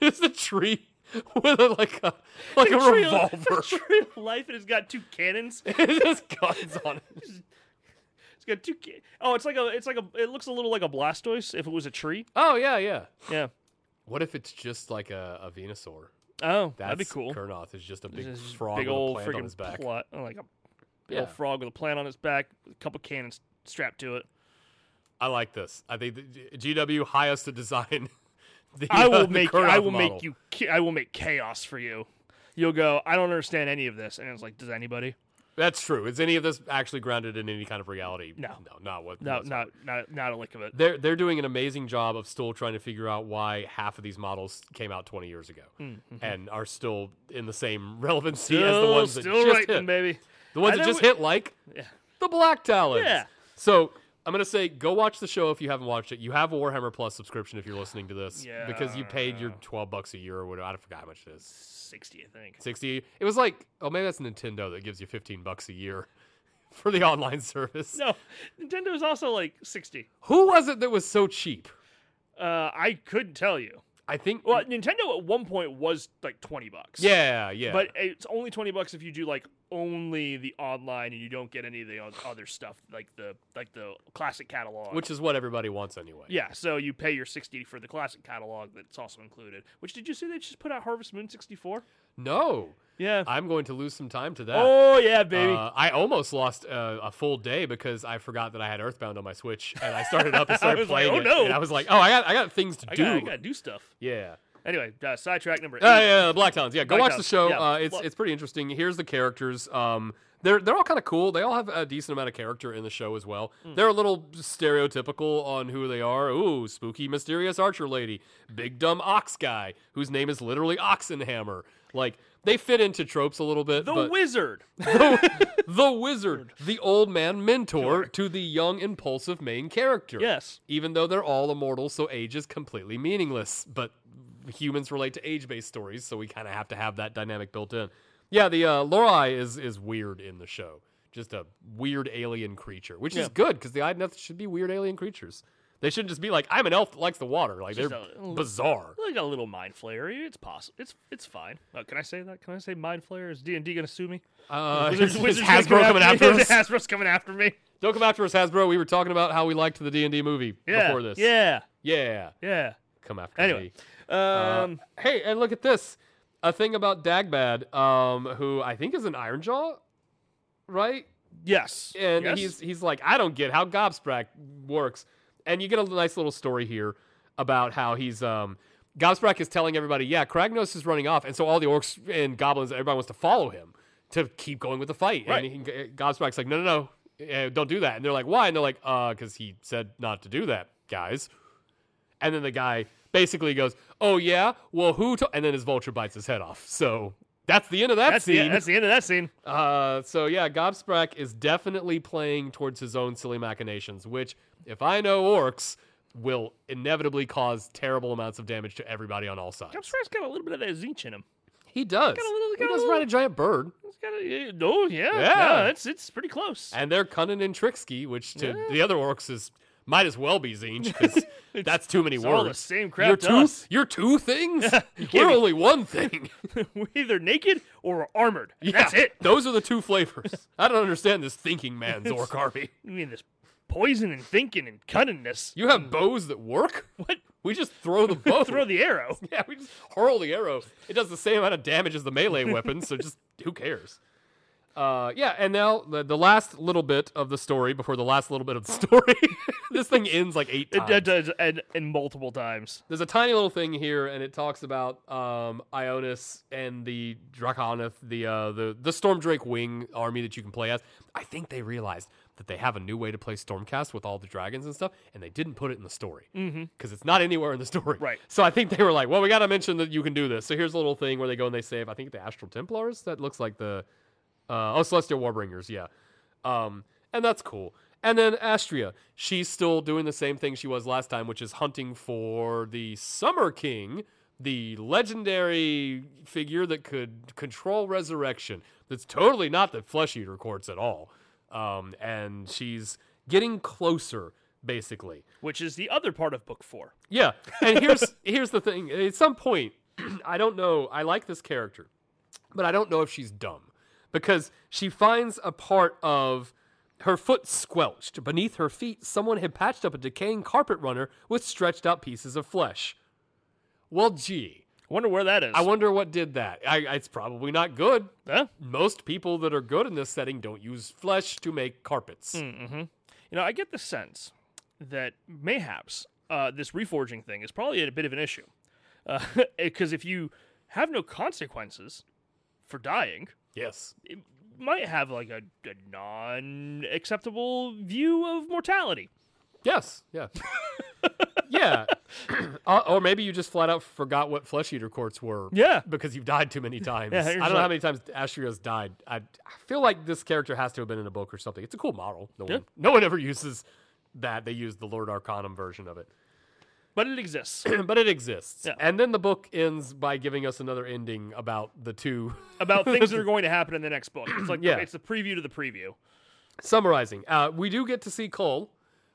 Speaker 1: it's a tree with a, like a like a
Speaker 2: The tree of-
Speaker 1: revolver.
Speaker 2: the tree of life, and it's got two cannons.
Speaker 1: it has guns on it.
Speaker 2: It's got two. Ca- oh, it's like a. It's like a. It looks a little like a Blastoise if it was a tree.
Speaker 1: Oh yeah, yeah.
Speaker 2: Yeah.
Speaker 1: What if it's just like a, a Venusaur?
Speaker 2: Oh,
Speaker 1: That's
Speaker 2: that'd be cool.
Speaker 1: Kurnoth is just a big
Speaker 2: This is
Speaker 1: frog
Speaker 2: big
Speaker 1: with
Speaker 2: old
Speaker 1: a plant
Speaker 2: friggin'
Speaker 1: on his back.
Speaker 2: Plot, like a big
Speaker 1: yeah.
Speaker 2: old frog with a plant on its back, a couple cannons strapped to it.
Speaker 1: I like this. I think the G- GW hire us to design. The,
Speaker 2: I
Speaker 1: uh,
Speaker 2: will
Speaker 1: the
Speaker 2: make.
Speaker 1: Kurnoth
Speaker 2: I will
Speaker 1: model.
Speaker 2: make you. Cha- I will make chaos for you. You'll go. I don't understand any of this, and it's like, does anybody?
Speaker 1: That's true. Is any of this actually grounded in any kind of reality?
Speaker 2: No.
Speaker 1: no, not what.
Speaker 2: No,
Speaker 1: what's-
Speaker 2: not not not a lick of it.
Speaker 1: They're they're doing an amazing job of still trying to figure out why half of these models came out 20 years ago
Speaker 2: Mm,
Speaker 1: and are still in the same relevancy as the
Speaker 2: mm-hmm. Still-
Speaker 1: ones that
Speaker 2: still
Speaker 1: just
Speaker 2: right,
Speaker 1: hit.
Speaker 2: baby.
Speaker 1: The ones
Speaker 2: I
Speaker 1: that
Speaker 2: know
Speaker 1: just
Speaker 2: we-
Speaker 1: hit like the Black Talons.
Speaker 2: Yeah.
Speaker 1: So I'm gonna say go watch the show if you haven't watched it. You have a Warhammer Plus subscription if you're listening to this because you paid your 12 bucks a year or whatever. I forgot how much it is.
Speaker 2: Sixty, I think.
Speaker 1: 60. It was like oh maybe that's Nintendo that gives you 15 bucks a year for the online service.
Speaker 2: No, Nintendo is also like sixty.
Speaker 1: Who was it that was so cheap?
Speaker 2: Uh, I couldn't tell you.
Speaker 1: I think
Speaker 2: Well, Nintendo at one point was like twenty bucks.
Speaker 1: yeah, yeah.
Speaker 2: but it's only twenty bucks if you do like only the online and you don't get any of the o- other stuff like the like the classic catalog.
Speaker 1: which is what everybody wants anyway.
Speaker 2: yeah, so you pay your sixty for the classic catalog that's also included. Which did you see they just put out Harvest Moon sixty four?
Speaker 1: No.
Speaker 2: Yeah.
Speaker 1: I'm going to lose some time to that.
Speaker 2: oh yeah, baby.
Speaker 1: Uh, I almost lost uh, a full day because I forgot that I had Earthbound on my Switch, and I started up and started
Speaker 2: was like,
Speaker 1: playing
Speaker 2: "Oh,
Speaker 1: it,
Speaker 2: no."
Speaker 1: and I was like, "Oh, I got, I got things to
Speaker 2: I
Speaker 1: do."
Speaker 2: gotta, I gotta do stuff.
Speaker 1: yeah.
Speaker 2: Anyway, uh, sidetrack number eight.
Speaker 1: Uh, yeah, yeah, Black Talons. Yeah, go
Speaker 2: Black
Speaker 1: watch the
Speaker 2: Talons,
Speaker 1: show.
Speaker 2: yeah.
Speaker 1: Uh, it's
Speaker 2: Look.
Speaker 1: it's pretty interesting. Here's the characters. Um, they're they're all kind of cool. They all have a decent amount of character in the show as well.
Speaker 2: Hmm.
Speaker 1: They're a little stereotypical on who they are. Ooh, spooky, mysterious archer lady, big dumb ox guy whose name is literally Oxenhammer. Like they fit into tropes a little bit.
Speaker 2: The
Speaker 1: but
Speaker 2: Wizard.
Speaker 1: the, the wizard, the old man mentor to the young impulsive main character.
Speaker 2: Yes.
Speaker 1: Even though they're all immortal, so age is completely meaningless. But humans relate to age-based stories, so we kind of have to have that dynamic built in. Yeah, the uh, Lorelei is is weird in the show. Just a weird alien creature, which is good because the Ideneth should be weird alien creatures. They shouldn't just be like, "I'm an elf that likes the water." Like they're
Speaker 2: a-
Speaker 1: bizarre.
Speaker 2: Like a little mind flayer. It's possible. It's it's fine. Uh, can I say that? Can I say mind flayer? Is D and D gonna sue me?
Speaker 1: Uh,
Speaker 2: Wizards-
Speaker 1: is
Speaker 2: Wizards gonna
Speaker 1: Hasbro
Speaker 2: come
Speaker 1: coming
Speaker 2: me?
Speaker 1: after us?
Speaker 2: Hasbro's coming after me.
Speaker 1: Don't come after us, Hasbro. We were talking about how we liked the D and D movie
Speaker 2: Yeah.
Speaker 1: before this.
Speaker 2: Yeah.
Speaker 1: yeah.
Speaker 2: Yeah.
Speaker 1: Come after
Speaker 2: Anyway,
Speaker 1: me.
Speaker 2: um,
Speaker 1: Uh, hey, and look at this. A thing about Dagbad, um, who I think is an Ironjaw, right?
Speaker 2: yes,
Speaker 1: And
Speaker 2: yes.
Speaker 1: he's he's like, I don't get how Gobsprack works. And you get a nice little story here about how he's um Gobsprack is telling everybody, yeah, Kragnos is running off, and so all the orcs and goblins, everybody wants to follow him to keep going with the fight.
Speaker 2: Right.
Speaker 1: And he, Gobsprack's like, no, no, no, eh, don't do that. And they're like, why? And they're like, uh, because he said not to do that, guys. And then the guy basically goes, oh, yeah, well, who? To-? And then his vulture bites his head off. So that's the end of that
Speaker 2: That's the,
Speaker 1: scene.
Speaker 2: that's the end of that scene.
Speaker 1: Uh, so yeah, Gobsprack is definitely playing towards his own silly machinations, which, if I know orcs, will inevitably cause terrible amounts of damage to everybody on all sides.
Speaker 2: Gumsprack's got a little bit of that zeech in him.
Speaker 1: He does.
Speaker 2: Got a little-
Speaker 1: he
Speaker 2: got a
Speaker 1: does
Speaker 2: little-
Speaker 1: ride a giant bird,
Speaker 2: He's got a, no, yeah,
Speaker 1: Yeah.
Speaker 2: no, it's it's pretty close.
Speaker 1: and they're cunning and tricksky, which to the other orcs is might as well be Zinj because that's too many
Speaker 2: it's
Speaker 1: words.
Speaker 2: all the same crap
Speaker 1: You're
Speaker 2: to
Speaker 1: two.
Speaker 2: us.
Speaker 1: You're two things.
Speaker 2: can't
Speaker 1: We're
Speaker 2: be-
Speaker 1: only one thing.
Speaker 2: We're either naked or armored.
Speaker 1: Yeah,
Speaker 2: That's it.
Speaker 1: Those are the two flavors. I don't understand this thinking man's orc army.
Speaker 2: I mean, this poison and thinking and cunningness.
Speaker 1: You have bows that work?
Speaker 2: What?
Speaker 1: We just throw the bow.
Speaker 2: Throw the arrow.
Speaker 1: yeah, we just hurl the arrow. It does the same amount of damage as the melee weapon, so just who cares? Uh, yeah, and now the, the last little bit of the story before the last little bit of the story. this thing ends like eight
Speaker 2: It,
Speaker 1: times.
Speaker 2: it does, and, and multiple times.
Speaker 1: There's a tiny little thing here, and it talks about um, Ionis and the Draconith, the uh, the the Storm Drake wing army that you can play as. I think they realized that they have a new way to play Stormcast with all the dragons and stuff, and they didn't put it in the story because it's not anywhere in the story.
Speaker 2: Right.
Speaker 1: So I think they were like, "Well, we got to mention that you can do this." So here's a little thing where they go and they save. I think the Astral Templars. That looks like the uh, oh, Celestial Warbringers, yeah. Um, and that's cool. And then Astria, she's still doing the same thing she was last time, which is hunting for the Summer King, the legendary figure that could control resurrection. That's totally not the Flesh Eater Courts at all. Um, and she's getting closer, basically.
Speaker 2: which is the other part of book four.
Speaker 1: Yeah, and here's here's the thing. At some point, I don't know. I like this character, but I don't know if she's dumb because she finds a part of her foot squelched beneath her feet. Someone had patched up a decaying carpet runner with stretched out pieces of flesh. Well, gee,
Speaker 2: Wonder where that is.
Speaker 1: I wonder what did that. I, it's probably not good.
Speaker 2: Huh?
Speaker 1: Most people that are good in this setting don't use flesh to make carpets.
Speaker 2: You know, I get the sense that mayhaps uh, this reforging thing is probably a bit of an issue, because if you have no consequences for dying,
Speaker 1: Yes.
Speaker 2: it might have like a, a non-acceptable view of mortality.
Speaker 1: Yes. Yeah. yeah. Uh, or maybe you just flat out forgot what flesh eater courts were.
Speaker 2: Yeah.
Speaker 1: Because you've died too many times.
Speaker 2: Yeah,
Speaker 1: I
Speaker 2: you're
Speaker 1: don't
Speaker 2: just
Speaker 1: know how
Speaker 2: like-
Speaker 1: many times Ashria's died. I, I feel like this character has to have been in a book or something. It's a cool model. No,
Speaker 2: Yeah.
Speaker 1: one, no one ever uses that. They use the Lord Arcanum version of it.
Speaker 2: But it exists
Speaker 1: but it exists.
Speaker 2: Yeah.
Speaker 1: And then the book ends by giving us another ending about the two
Speaker 2: about things that are going to happen in the next book. It's like
Speaker 1: Yeah.
Speaker 2: it's the preview to the preview.
Speaker 1: summarizing, uh, we do get to see Cole,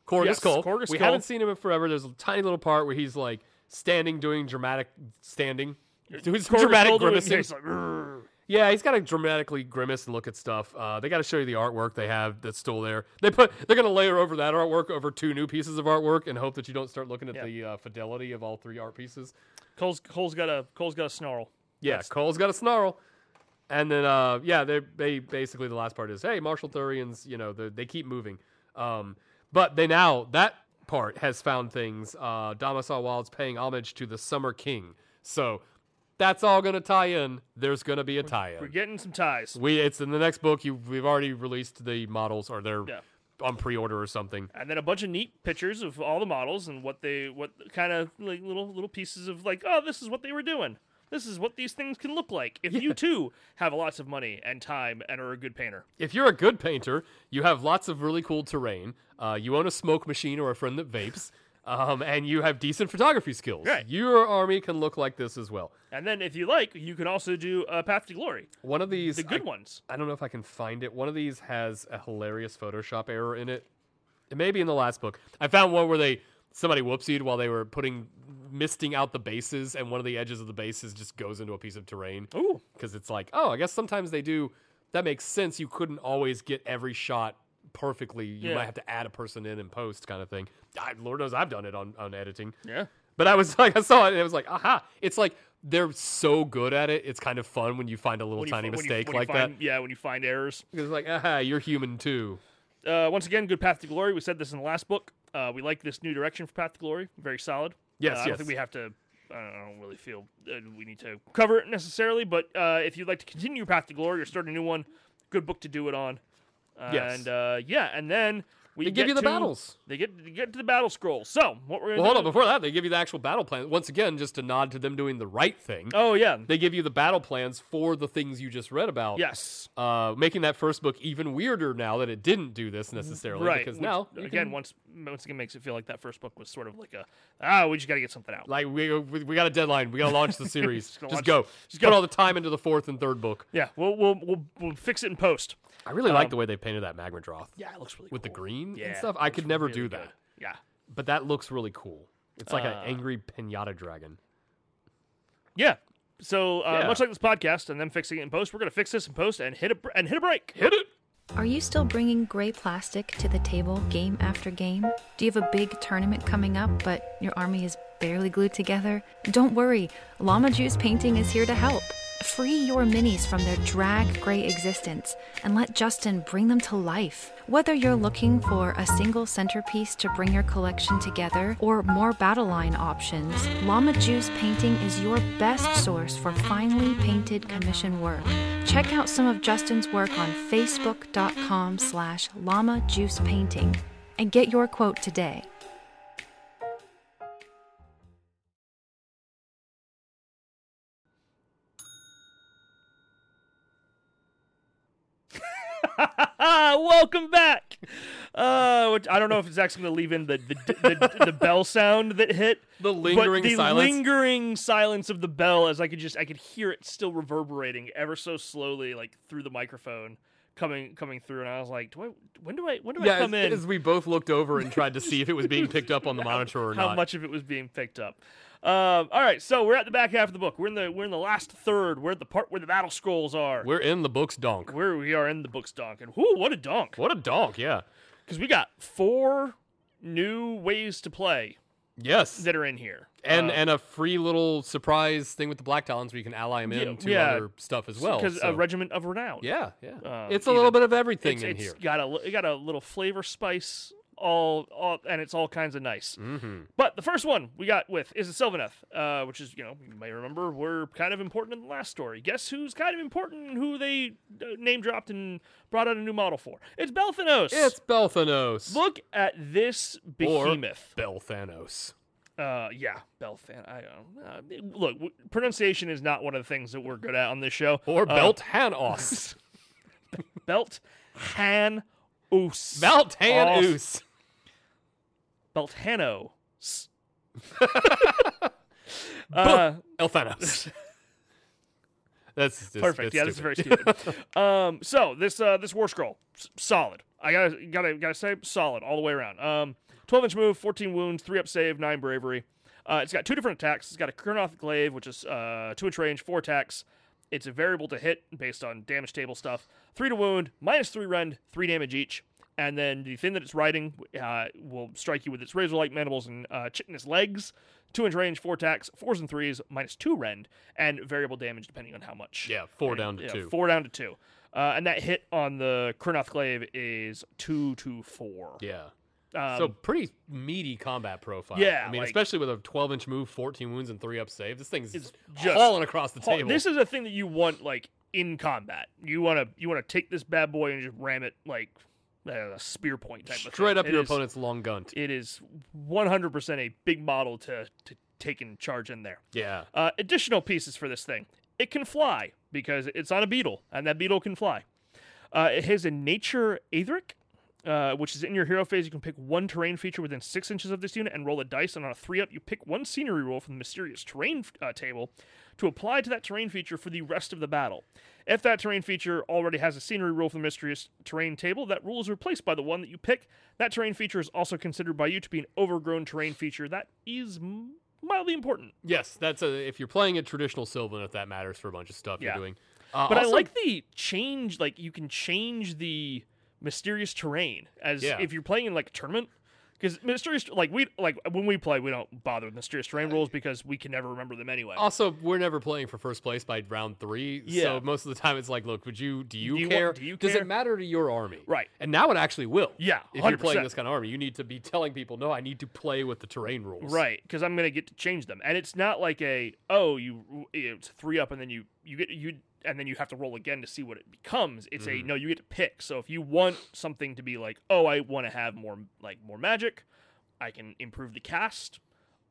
Speaker 1: Corgus
Speaker 2: Yes,
Speaker 1: Cole.
Speaker 2: Corgus
Speaker 1: we
Speaker 2: Cole.
Speaker 1: haven't seen him in forever. There's a tiny little part where he's like standing, doing dramatic standing, doing some dramatic
Speaker 2: Shoulder-
Speaker 1: grimacing.
Speaker 2: It's like, "Rrr."
Speaker 1: Yeah, he's got to dramatically grimace and look at stuff. Uh, they got to show you the artwork they have that's still there. They put they're going to layer over that artwork over two new pieces of artwork and hope that you don't start looking at
Speaker 2: Yeah.
Speaker 1: the uh, fidelity of all three art pieces.
Speaker 2: Cole's Cole's got a Cole's got a snarl.
Speaker 1: Yeah, Cole's got a snarl. And then, uh, yeah, they they basically the last part is, hey, Marshall Thurians, you know, the, they keep moving, um, but they now that part has found things. Uh, Damasaw Wild's paying homage to the Summer King, so that's all gonna tie in. There's gonna be a
Speaker 2: We're
Speaker 1: tie-in.
Speaker 2: getting some ties.
Speaker 1: We it's in the next book. You we've already released the models, or they're
Speaker 2: Yeah.
Speaker 1: on pre-order or something.
Speaker 2: and then a bunch of neat pictures of all the models and what they what kind of like little little pieces of like oh this is what they were doing this is what these things can look like if you too have lots of money and time and are a good painter
Speaker 1: if you're a good painter, you have lots of really cool terrain. Uh, you own a smoke machine or a friend that vapes, um, and you have decent photography skills.
Speaker 2: Right.
Speaker 1: Your army can look like this as well.
Speaker 2: and then if you like you can also do a path to glory
Speaker 1: One of these,
Speaker 2: the good
Speaker 1: I,
Speaker 2: ones
Speaker 1: I don't know if I can find it. One of these has a hilarious Photoshop error in it. It may be in the last book. I found one where they somebody whoopsied while they were putting misting out the bases, and one of the edges of the bases just goes into a piece of terrain.
Speaker 2: Ooh.
Speaker 1: because it's like, oh, I guess sometimes they do. That makes sense. You couldn't always get every shot perfectly. You
Speaker 2: Yeah.
Speaker 1: might have to add a person in and post, kind of thing. I, Lord knows I've done it on on editing.
Speaker 2: yeah
Speaker 1: But I was like, I saw it and it was like, aha! It's like they're so good at it. It's kind of fun when you find a little
Speaker 2: When you
Speaker 1: tiny
Speaker 2: fi- when you-
Speaker 1: mistake
Speaker 2: when you
Speaker 1: like that.
Speaker 2: find- yeah when you find errors
Speaker 1: It's like, aha, you're human too.
Speaker 2: uh, once again good path to glory we said this in the last book uh, we like this new direction for path to glory very solid
Speaker 1: Yes,
Speaker 2: Uh, i don't
Speaker 1: yes.
Speaker 2: think we have to I don't, I don't really feel uh, we need to cover it necessarily, but uh, if you'd like to continue Path to Glory or start a new one, good book to do it on.
Speaker 1: Yes.
Speaker 2: And uh, yeah, and then we
Speaker 1: They give
Speaker 2: get
Speaker 1: you the
Speaker 2: to-
Speaker 1: battles.
Speaker 2: They get they get to the battle scroll. So what we're gonna
Speaker 1: Well, hold
Speaker 2: do
Speaker 1: on. Before that, they give you the actual battle plan. Once again, just to nod to them doing the right thing.
Speaker 2: Oh yeah.
Speaker 1: They give you the battle plans for the things you just read about.
Speaker 2: Yes.
Speaker 1: Uh, making that first book even weirder now that it didn't do this necessarily.
Speaker 2: Right.
Speaker 1: Because
Speaker 2: which,
Speaker 1: now, you
Speaker 2: again,
Speaker 1: can-
Speaker 2: once once again makes it feel like that first book was sort of like a ah, we just got to get something out.
Speaker 1: like, we, we, we got a deadline. We got to launch the series. just
Speaker 2: gonna launch-
Speaker 1: go.
Speaker 2: just
Speaker 1: Just
Speaker 2: go.
Speaker 1: Put all the time into the fourth and third book. Um,
Speaker 2: yeah, we'll we'll we'll, we'll fix it in post.
Speaker 1: I really like the way they painted that Magmadroth.
Speaker 2: Yeah, it looks really
Speaker 1: With the
Speaker 2: cool.
Speaker 1: green
Speaker 2: Yeah,
Speaker 1: and stuff.
Speaker 2: it
Speaker 1: I
Speaker 2: looks
Speaker 1: could never
Speaker 2: really
Speaker 1: do
Speaker 2: good.
Speaker 1: that.
Speaker 2: Yeah.
Speaker 1: But that looks really cool. It's like an angry pinata dragon.
Speaker 2: Yeah. So uh,
Speaker 1: Yeah.
Speaker 2: much like this podcast and them fixing it in post, we're gonna fix this in post and hit a br- and hit a break.
Speaker 1: Hit it!
Speaker 6: Are you still bringing gray plastic to the table game after game? Do you have a big tournament coming up, but your army is barely glued together? Don't worry, Llama Juice Painting is here to help. Free your minis from their drag gray existence and let Justin bring them to life. Whether you're looking for a single centerpiece to bring your collection together or more battle line options, Llama Juice Painting is your best source for finely painted commission work. Check out some of Justin's work on facebook.com slash llama juice painting and get your quote today.
Speaker 2: Welcome back. Uh, which I don't know if Zach's going to leave in the the, the the bell sound that hit
Speaker 1: The
Speaker 2: but
Speaker 1: lingering
Speaker 2: the
Speaker 1: silence.
Speaker 2: lingering silence of the bell as I could just I could hear it still reverberating ever so slowly like through the microphone coming coming through, and I was like, do I when do I when do I
Speaker 1: Yeah,
Speaker 2: come
Speaker 1: as,
Speaker 2: in?
Speaker 1: as we both looked over and tried to see if it was being picked up on the monitor or
Speaker 2: how
Speaker 1: not.
Speaker 2: much of it was being picked up. Um, all right, so we're at the back half of the book. We're in the we're in the last third. We're at the part where the battle scrolls are.
Speaker 1: We're in the book's donk.
Speaker 2: Where we are in the book's donk, and whoo, what a donk!
Speaker 1: What a donk, yeah.
Speaker 2: because we got four new ways to play
Speaker 1: Yes.
Speaker 2: that are in here.
Speaker 1: and and a free little surprise thing with the Black Talons where you can ally them
Speaker 2: Yeah,
Speaker 1: in to
Speaker 2: yeah.
Speaker 1: other stuff as well.
Speaker 2: because
Speaker 1: so-
Speaker 2: a regiment of renown.
Speaker 1: yeah, yeah.
Speaker 2: um,
Speaker 1: it's a little
Speaker 2: even-
Speaker 1: bit of everything
Speaker 2: it's,
Speaker 1: in
Speaker 2: it's
Speaker 1: here.
Speaker 2: got a li- it got a little flavor spice, all, all and it's all kinds of nice. Mm-hmm. But the first one we got with is the Sylvaneth, uh, which is you know you may remember were kind of important in the last story. Guess who's kind of important? and Who they uh, name dropped and brought out a new model for? It's Belthanos.
Speaker 1: It's Belthanos.
Speaker 2: Look at this behemoth.
Speaker 1: Or Belthanos.
Speaker 2: Uh, yeah, Belfan. I don't uh, look. W- pronunciation is not one of the things that we're good at on this show.
Speaker 1: Or
Speaker 2: Uh,
Speaker 1: Belt Hanos.
Speaker 2: Belt Han Oos.
Speaker 1: Belt
Speaker 2: Os-
Speaker 1: Hanos.
Speaker 2: Belt Hano. uh,
Speaker 1: Elthanos. That's just,
Speaker 2: perfect.
Speaker 1: that's
Speaker 2: yeah, this is
Speaker 1: stupid.
Speaker 2: very stupid. um, so this uh this war scroll, s- solid. I gotta gotta gotta say solid all the way around. Um, twelve inch move, fourteen wounds, three up save, nine bravery. Uh, it's got two different attacks. It's got a Kurnoth Glaive, which is uh two inch range, four attacks. It's a variable to hit based on damage table stuff. Three to wound, minus three rend, three damage each. And then the thing that it's riding uh, will strike you with its razor like mandibles and uh, chitinous legs. Two inch range, four attacks, fours and threes, minus two rend, and variable damage depending on how much.
Speaker 1: Yeah, four
Speaker 2: And,
Speaker 1: down to
Speaker 2: yeah,
Speaker 1: two.
Speaker 2: Four down to two. Uh, and that hit on the Kurnoth Glaive is two to four.
Speaker 1: Yeah.
Speaker 2: Um,
Speaker 1: so pretty meaty combat profile.
Speaker 2: yeah,
Speaker 1: I mean,
Speaker 2: like-
Speaker 1: especially with a 12 inch move, 14 wounds, and three up save. This thing's
Speaker 2: It's
Speaker 1: just
Speaker 2: just-
Speaker 1: hauling across the
Speaker 2: Paul,
Speaker 1: table.
Speaker 2: This is a thing that you want like in combat. You want to you want to take this bad boy and just ram it like uh, a spear point type of thing.
Speaker 1: straight up
Speaker 2: It
Speaker 1: your
Speaker 2: is-
Speaker 1: opponent's long gun.
Speaker 2: It is 100% a big model to to take and charge in there.
Speaker 1: Yeah.
Speaker 2: Uh, additional pieces for this thing. It can fly because it's on a beetle, and that beetle can fly. Uh, it has a nature aetheric, uh, which is in your hero phase. You can pick one terrain feature within six inches of this unit and roll a dice. And on a three up, you pick one scenery roll from the mysterious terrain uh, table to apply to that terrain feature for the rest of the battle. If that terrain feature already has a scenery rule from the mysterious terrain table, that rule is replaced by the one that you pick. That terrain feature is also considered by you to be an overgrown terrain feature that is m- mildly important.
Speaker 1: Yes, that's a, if you're playing a traditional Sylvan, if that matters for a bunch of stuff
Speaker 2: Yeah.
Speaker 1: you're doing. Uh,
Speaker 2: But I
Speaker 1: also-
Speaker 2: like the change. Like you can change the mysterious terrain as
Speaker 1: Yeah.
Speaker 2: if you're playing in like a tournament. Because mysterious, like we like when we play, we don't bother with mysterious terrain rules because we can never remember them anyway.
Speaker 1: Also, we're never playing for first place by round three,
Speaker 2: Yeah.
Speaker 1: so most of the time it's like, look, would you? Do you,
Speaker 2: you want-
Speaker 1: care?
Speaker 2: do you
Speaker 1: Does
Speaker 2: care?
Speaker 1: it matter to your army?
Speaker 2: Right.
Speaker 1: And now it actually will.
Speaker 2: Yeah,
Speaker 1: If you're playing
Speaker 2: 100%.
Speaker 1: this kind of army, you need to be telling people, no, I need to play with the terrain rules.
Speaker 2: Right, because I'm gonna get to change them, and it's not like a oh you it's three up and then you you get you and then you have to roll again to see what it becomes. It's a no, you get to pick. So if you want something to be like, oh, I want to have more like more magic, I can improve the cast.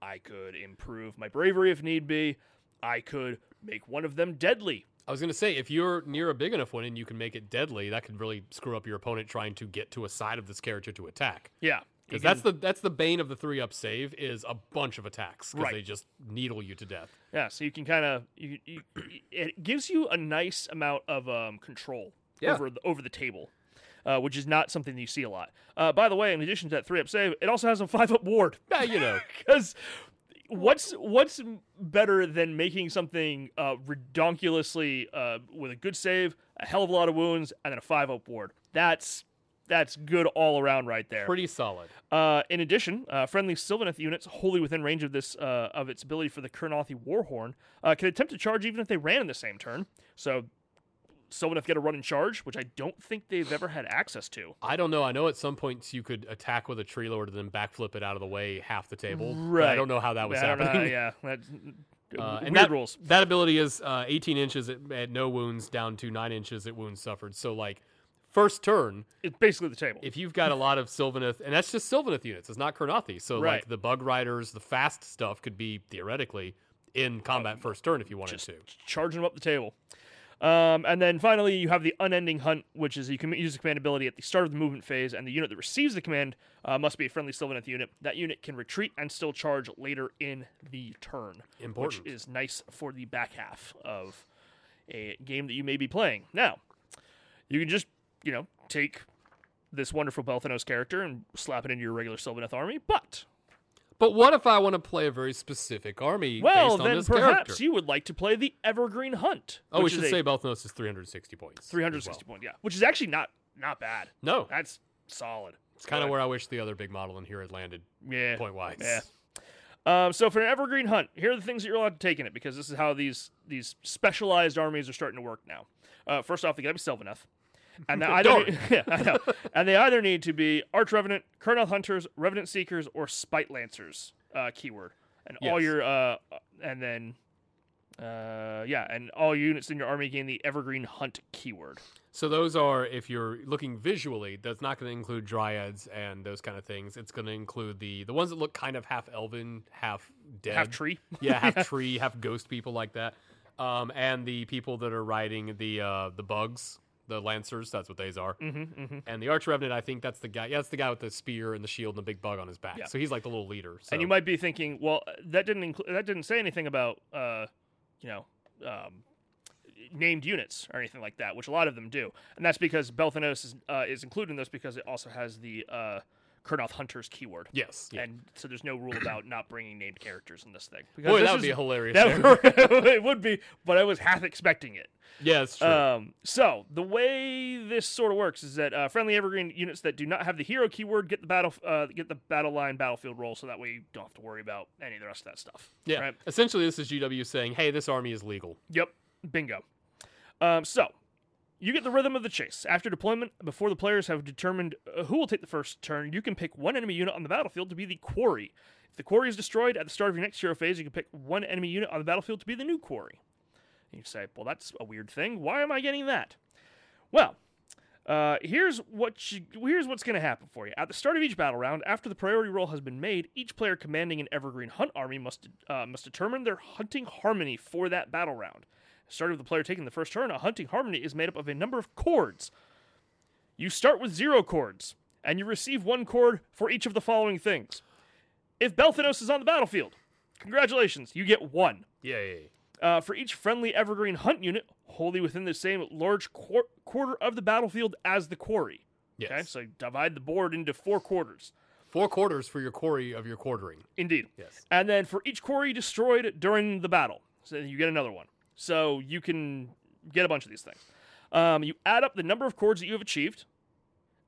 Speaker 2: I could improve my bravery if need be. I could make one of them deadly.
Speaker 1: I was going to say, if you're near a big enough one and you can make it deadly, that could really screw up your opponent trying to get to a side of this character to attack.
Speaker 2: Yeah.
Speaker 1: Because that's the that's the bane of the three up save is a bunch of attacks because
Speaker 2: Right.
Speaker 1: they just needle you to death.
Speaker 2: Yeah, so you can kind of you, you, it gives you a nice amount of um, control
Speaker 1: Yeah.
Speaker 2: over the, over the table, uh, which is not something that you see a lot. Uh, by the way, in addition to that three up save, it also has a five up ward
Speaker 1: Yeah, you know,
Speaker 2: because what's what's better than making something uh, redonkulously uh, with a good save, a hell of a lot of wounds, and then a five up ward? That's that's good all around right there.
Speaker 1: pretty solid.
Speaker 2: Uh, in addition, uh, friendly Sylvaneth units wholly within range of this uh, of its ability for the Kernothi Warhorn uh, can attempt to charge even if they ran in the same turn. So Sylvaneth get a run and charge, which I don't think they've ever had access to.
Speaker 1: I don't know. I know at some points you could attack with a tree lord and then backflip it out of the way half the table. but I don't know how that was
Speaker 2: I don't know
Speaker 1: happening.
Speaker 2: how- yeah, that's
Speaker 1: Uh,
Speaker 2: weird
Speaker 1: and that,
Speaker 2: rules.
Speaker 1: that ability is uh, 18 inches at, at no wounds down to 9 inches at wounds suffered. So, like, first turn,
Speaker 2: It's basically the table.
Speaker 1: if you've got a lot of Sylvaneth, and that's just Sylvaneth units, it's not Carnathi. So, like,
Speaker 2: Right.
Speaker 1: the Bug Riders, the fast stuff could be theoretically in
Speaker 2: Um,
Speaker 1: combat first turn if you wanted to.
Speaker 2: charging them up the table. Um, and then finally, you have the unending hunt, which is you can use the command ability at the start of the movement phase, and the unit that receives the command uh, must be a friendly Sylvaneth unit. That unit can retreat and still charge later in the turn,
Speaker 1: Important.
Speaker 2: which is nice for the back half of a game that you may be playing. Now, you can just you know take this wonderful Belthanos character and slap it into your regular Sylvaneth army, but
Speaker 1: But what if I want to play a very specific army
Speaker 2: well,
Speaker 1: based on
Speaker 2: then
Speaker 1: this
Speaker 2: perhaps
Speaker 1: character?
Speaker 2: you would like to play the Evergreen Hunt.
Speaker 1: oh, we
Speaker 2: which is
Speaker 1: should
Speaker 2: a-
Speaker 1: say Belthanos is 360 points. as well.
Speaker 2: 360 point, yeah, which is actually not not bad.
Speaker 1: No,
Speaker 2: That's solid.
Speaker 1: it's kind of where I wish the other big model in here had landed
Speaker 2: Yeah.
Speaker 1: point wise.
Speaker 2: Yeah. Um, so for an evergreen hunt, here are the things that you're allowed to take in it because this is how these these specialized armies are starting to work now. Uh, first off, they got to be Sylvaneth. And they either
Speaker 1: Darn.
Speaker 2: yeah, I know. and they either need to be arch revenant, colonel hunters, revenant seekers, or spite lancers. Uh, keyword and all
Speaker 1: Yes.
Speaker 2: your uh, and then uh, yeah, and all units in your army gain the evergreen hunt keyword.
Speaker 1: So those are, if you're looking visually, that's not going to include dryads and those kind of things. It's going to include the the ones that look kind of half elven, half dead,
Speaker 2: Half tree.
Speaker 1: yeah, half tree, half ghost people like that, um, and the people that are riding the uh, the bugs, the lancers. That's what these are. Mm-hmm, And the arch revenant, I think that's the guy. Yeah, that's the guy with the spear and the shield and the big bug on his back. So he's like the little leader. So.
Speaker 2: And you might be thinking, well, that didn't include that didn't say anything about uh, you know um, named units or anything like that, which a lot of them do, and that's because Belthanos is, uh, is included in this because it also has the uh, Kurnoth Hunters keyword.
Speaker 1: yes, yeah.
Speaker 2: And so there's no rule about not bringing named characters in this thing. Because
Speaker 1: boy,
Speaker 2: this
Speaker 1: that would
Speaker 2: is-
Speaker 1: be a hilarious.
Speaker 2: that
Speaker 1: narrative.
Speaker 2: would- it would be, but I was half expecting it.
Speaker 1: yeah, it's true.
Speaker 2: Um, so the way this sort of works is that uh, friendly evergreen units that do not have the hero keyword get the battle uh, get the battle line battlefield roll, so that way you don't have to worry about any of the rest of that stuff.
Speaker 1: yeah,
Speaker 2: Right?
Speaker 1: essentially, this is GW saying, "Hey, this army is legal."
Speaker 2: Yep. Bingo. Um, so you get the rhythm of the chase. After deployment, before the players have determined uh, who will take the first turn, you can pick one enemy unit on the battlefield to be the quarry. If the quarry is destroyed at the start of your next hero phase, you can pick one enemy unit on the battlefield to be the new quarry. And you say, well, that's a weird thing. Why am I getting that? Well, uh, here's what you, here's what's going to happen for you. At the start of each battle round, after the priority roll has been made, each player commanding an evergreen hunt army must uh, must determine their hunting harmony for that battle round. Starting with the player taking the first turn, a hunting harmony is made up of a number of chords. You start with zero chords, and you receive one chord for each of the following things. If Belthanos is on the battlefield, congratulations, you get one.
Speaker 1: Yeah, yeah, yeah.
Speaker 2: Uh, for each friendly evergreen hunt unit, wholly within the same large quar- quarter of the battlefield as the quarry.
Speaker 1: Yes.
Speaker 2: Okay, so divide the board into four quarters.
Speaker 1: Four quarters for your quarry of your quartering.
Speaker 2: Indeed.
Speaker 1: Yes.
Speaker 2: And then for each quarry destroyed during the battle, so you get another one. So you can get a bunch of these things. Um, you add up the number of chords that you have achieved,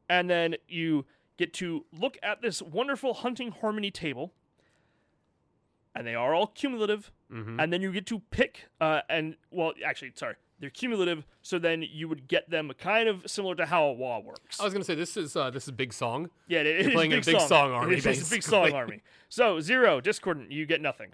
Speaker 2: and then you get to look at this wonderful hunting harmony table. And they are all cumulative, and then you get to pick. Uh, and well, actually, sorry, they're cumulative. So then you would get them kind of similar to how a wall works.
Speaker 1: I was gonna say this is uh, this is big song.
Speaker 2: Yeah, it, it's
Speaker 1: playing a
Speaker 2: big
Speaker 1: big
Speaker 2: song,
Speaker 1: song army,
Speaker 2: It's, it's a big song
Speaker 1: basically.
Speaker 2: army. So zero discordant, you get nothing,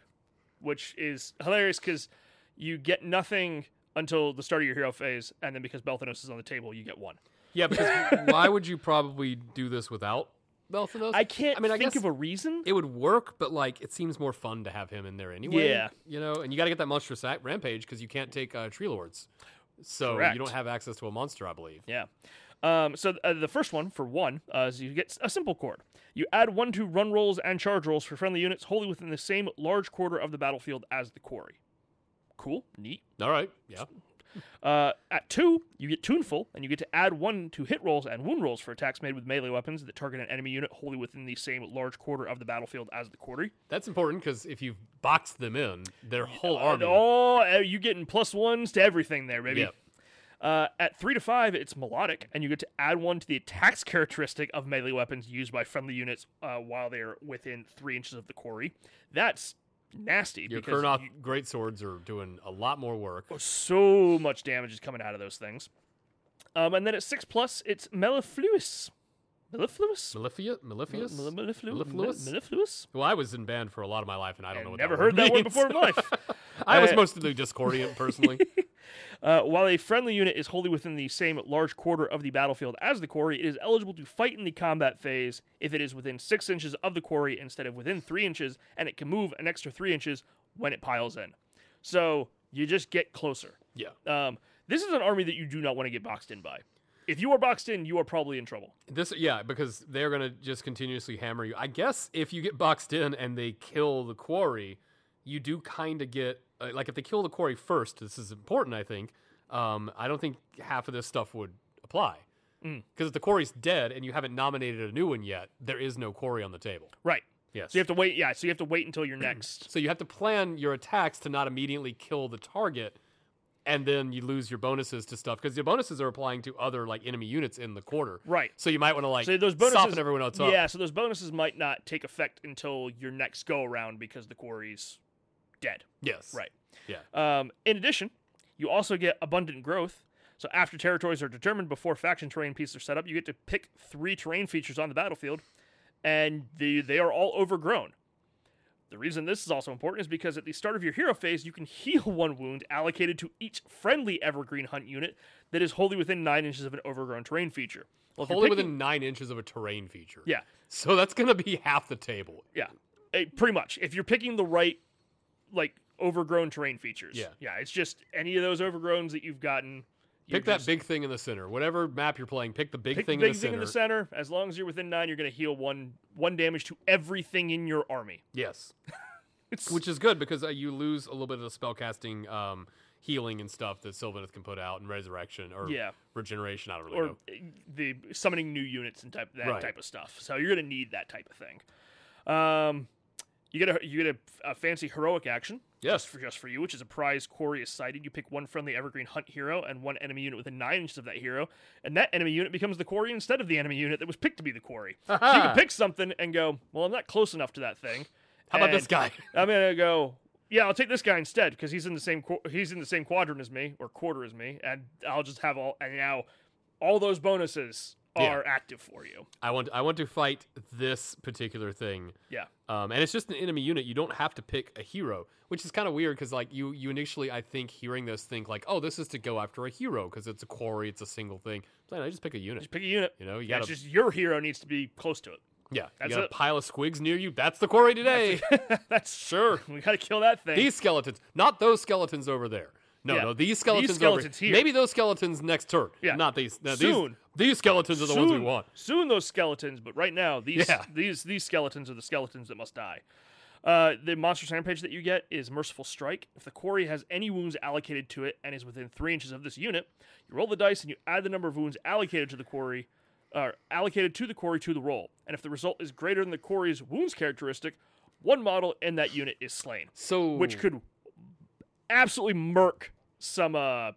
Speaker 2: which is hilarious because you get nothing until the start of your hero phase, and then because Belthanos is on the table, you get one.
Speaker 1: Yeah, because why would you probably do this without Belthanos?
Speaker 2: I can't
Speaker 1: I mean, I
Speaker 2: think
Speaker 1: guess
Speaker 2: of a reason.
Speaker 1: it would work, but like it seems more fun to have him in there anyway.
Speaker 2: Yeah.
Speaker 1: you know, and you got to get that monstrous sac- rampage because you can't take uh, tree lords, so
Speaker 2: Correct.
Speaker 1: you don't have access to a monster, I believe.
Speaker 2: Yeah. Um, so uh, the first one for one uh, is you get a simple cord. You add one to run rolls and charge rolls for friendly units wholly within the same large quarter of the battlefield as the quarry. Cool, neat.
Speaker 1: All right, yeah,
Speaker 2: Uh, at two, you get tuneful, and you get to add one to hit rolls and wound rolls for attacks made with melee weapons that target an enemy unit wholly within the same large quarter of the battlefield as the quarry.
Speaker 1: that's important because if you box them in, their whole
Speaker 2: And
Speaker 1: army.
Speaker 2: oh, uh, you getting plus ones to everything there, baby.
Speaker 1: yeah,
Speaker 2: Uh, at three to five, it's melodic, and you get to add one to the attacks characteristic of melee weapons used by friendly units uh, while they are within three inches of the quarry. That's nasty
Speaker 1: your
Speaker 2: because
Speaker 1: Kurnoth great swords are doing a lot more work.
Speaker 2: so much damage is coming out of those things. Um, and then at six plus, it's mellifluous. Mellifluous?
Speaker 1: Malifia, Malifius,
Speaker 2: Mel- melliflu-
Speaker 1: Malifluous?
Speaker 2: mel- mellifluous?
Speaker 1: Well, I was in band for a lot of my life, and I don't know
Speaker 2: I've
Speaker 1: what
Speaker 2: never
Speaker 1: that
Speaker 2: heard
Speaker 1: word
Speaker 2: that word
Speaker 1: means.
Speaker 2: before in my life.
Speaker 1: I was
Speaker 2: Uh,
Speaker 1: mostly discordant personally.
Speaker 2: Uh, while a friendly unit is wholly within the same large quarter of the battlefield as the quarry, it is eligible to fight in the combat phase if it is within six inches of the quarry instead of within three inches, and it can move an extra three inches when it piles in. So you just get closer.
Speaker 1: yeah,
Speaker 2: Um, this is an army that you do not want to get boxed in by. If you are boxed in, you are probably in trouble.
Speaker 1: This, yeah, because they're gonna just continuously hammer you. I guess if you get boxed in and they kill the quarry, you do kind of get uh, like if they kill the quarry first. This is important, I think. Um, I don't think half of this stuff would apply
Speaker 2: Mm.
Speaker 1: because if the quarry's dead and you haven't nominated a new one yet, there is no quarry on the table.
Speaker 2: Right.
Speaker 1: Yes.
Speaker 2: So you have to wait. Yeah. So you have to wait until you're next.
Speaker 1: So you have to plan your attacks to not immediately kill the target, and then you lose your bonuses to stuff because the bonuses are applying to other like enemy units in the quarter.
Speaker 2: Right.
Speaker 1: So you might want to like
Speaker 2: So those bonuses,
Speaker 1: soften everyone else up.
Speaker 2: Yeah, so those bonuses might not take effect until your next go around because the quarry's dead.
Speaker 1: Yes.
Speaker 2: Right.
Speaker 1: Yeah.
Speaker 2: Um, in addition, you also get abundant growth. So after territories are determined before faction terrain pieces are set up, you get to pick three terrain features on the battlefield, and the, they are all overgrown. The reason this is also important is because at the start of your hero phase, you can heal one wound allocated to each friendly evergreen hunt unit that is wholly within nine inches of an overgrown terrain feature. Well, if you're
Speaker 1: Only
Speaker 2: picking-
Speaker 1: within nine inches of a terrain feature.
Speaker 2: yeah,
Speaker 1: So that's going to be half the table.
Speaker 2: yeah, Eh, pretty much. If you're picking the right, like overgrown terrain features,
Speaker 1: Yeah.
Speaker 2: yeah, it's just any of those overgrowns that you've gotten. you
Speaker 1: Pick that
Speaker 2: just
Speaker 1: big thing in the center. Whatever map you're playing, pick the big
Speaker 2: pick
Speaker 1: thing,
Speaker 2: the big
Speaker 1: in, the
Speaker 2: thing
Speaker 1: center.
Speaker 2: in the center. As long as you're within nine, you're going to heal one one damage to everything in your army.
Speaker 1: Yes. Which is good because uh, you lose a little bit of the spellcasting um, healing and stuff that Sylvaneth can put out and resurrection or
Speaker 2: Yeah.
Speaker 1: regeneration. I don't really
Speaker 2: or
Speaker 1: know.
Speaker 2: uh, the summoning new units and type that
Speaker 1: Right.
Speaker 2: type of stuff. So you're gonna need that type of thing. Um, you get a you get a, a fancy heroic action.
Speaker 1: Yes.
Speaker 2: just for just for you, which is a prize quarry is sighted. You pick one friendly evergreen hunt hero and one enemy unit within nine inches of that hero, and that enemy unit becomes the quarry instead of the enemy unit that was picked to be the quarry. So you can pick something and go, well, I'm not close enough to that thing.
Speaker 1: How about this
Speaker 2: and
Speaker 1: guy?
Speaker 2: I'm gonna go. Yeah, I'll take this guy instead because he's in the same qu- he's in the same quadrant as me or quarter as me, and I'll just have all and now all those bonuses
Speaker 1: Yeah.
Speaker 2: are active for you.
Speaker 1: I want I want to fight this particular thing.
Speaker 2: Yeah,
Speaker 1: Um, and it's just an enemy unit. You don't have to pick a hero, which is kind of weird because like you you initially I think hearing this think like oh this is to go after a hero because it's a quarry it's a single thing. But I just pick a unit.
Speaker 2: just pick a unit.
Speaker 1: You know, you
Speaker 2: Yeah, it's
Speaker 1: gotta-
Speaker 2: just your hero needs to be close to it.
Speaker 1: Yeah,
Speaker 2: That's
Speaker 1: you got a
Speaker 2: it.
Speaker 1: pile of squigs near you. That's the quarry today.
Speaker 2: That's sure. We gotta kill that thing.
Speaker 1: these skeletons, not those skeletons over there. No,
Speaker 2: Yeah.
Speaker 1: no, these skeletons, over-
Speaker 2: skeletons here.
Speaker 1: Maybe those skeletons next turn.
Speaker 2: Yeah.
Speaker 1: not these. No,
Speaker 2: Soon.
Speaker 1: These, these skeletons are the
Speaker 2: soon,
Speaker 1: ones we want.
Speaker 2: Soon those skeletons, but right now these
Speaker 1: Yeah.
Speaker 2: these these skeletons are the skeletons that must die. Uh, the monster rampage that you get is merciful strike. If the quarry has any wounds allocated to it and is within three inches of this unit, you roll the dice and you add the number of wounds allocated to the quarry, or allocated to the quarry to the roll. And if the result is greater than the quarry's wounds characteristic, one model in that unit is slain,
Speaker 1: So
Speaker 2: which could absolutely murk some uh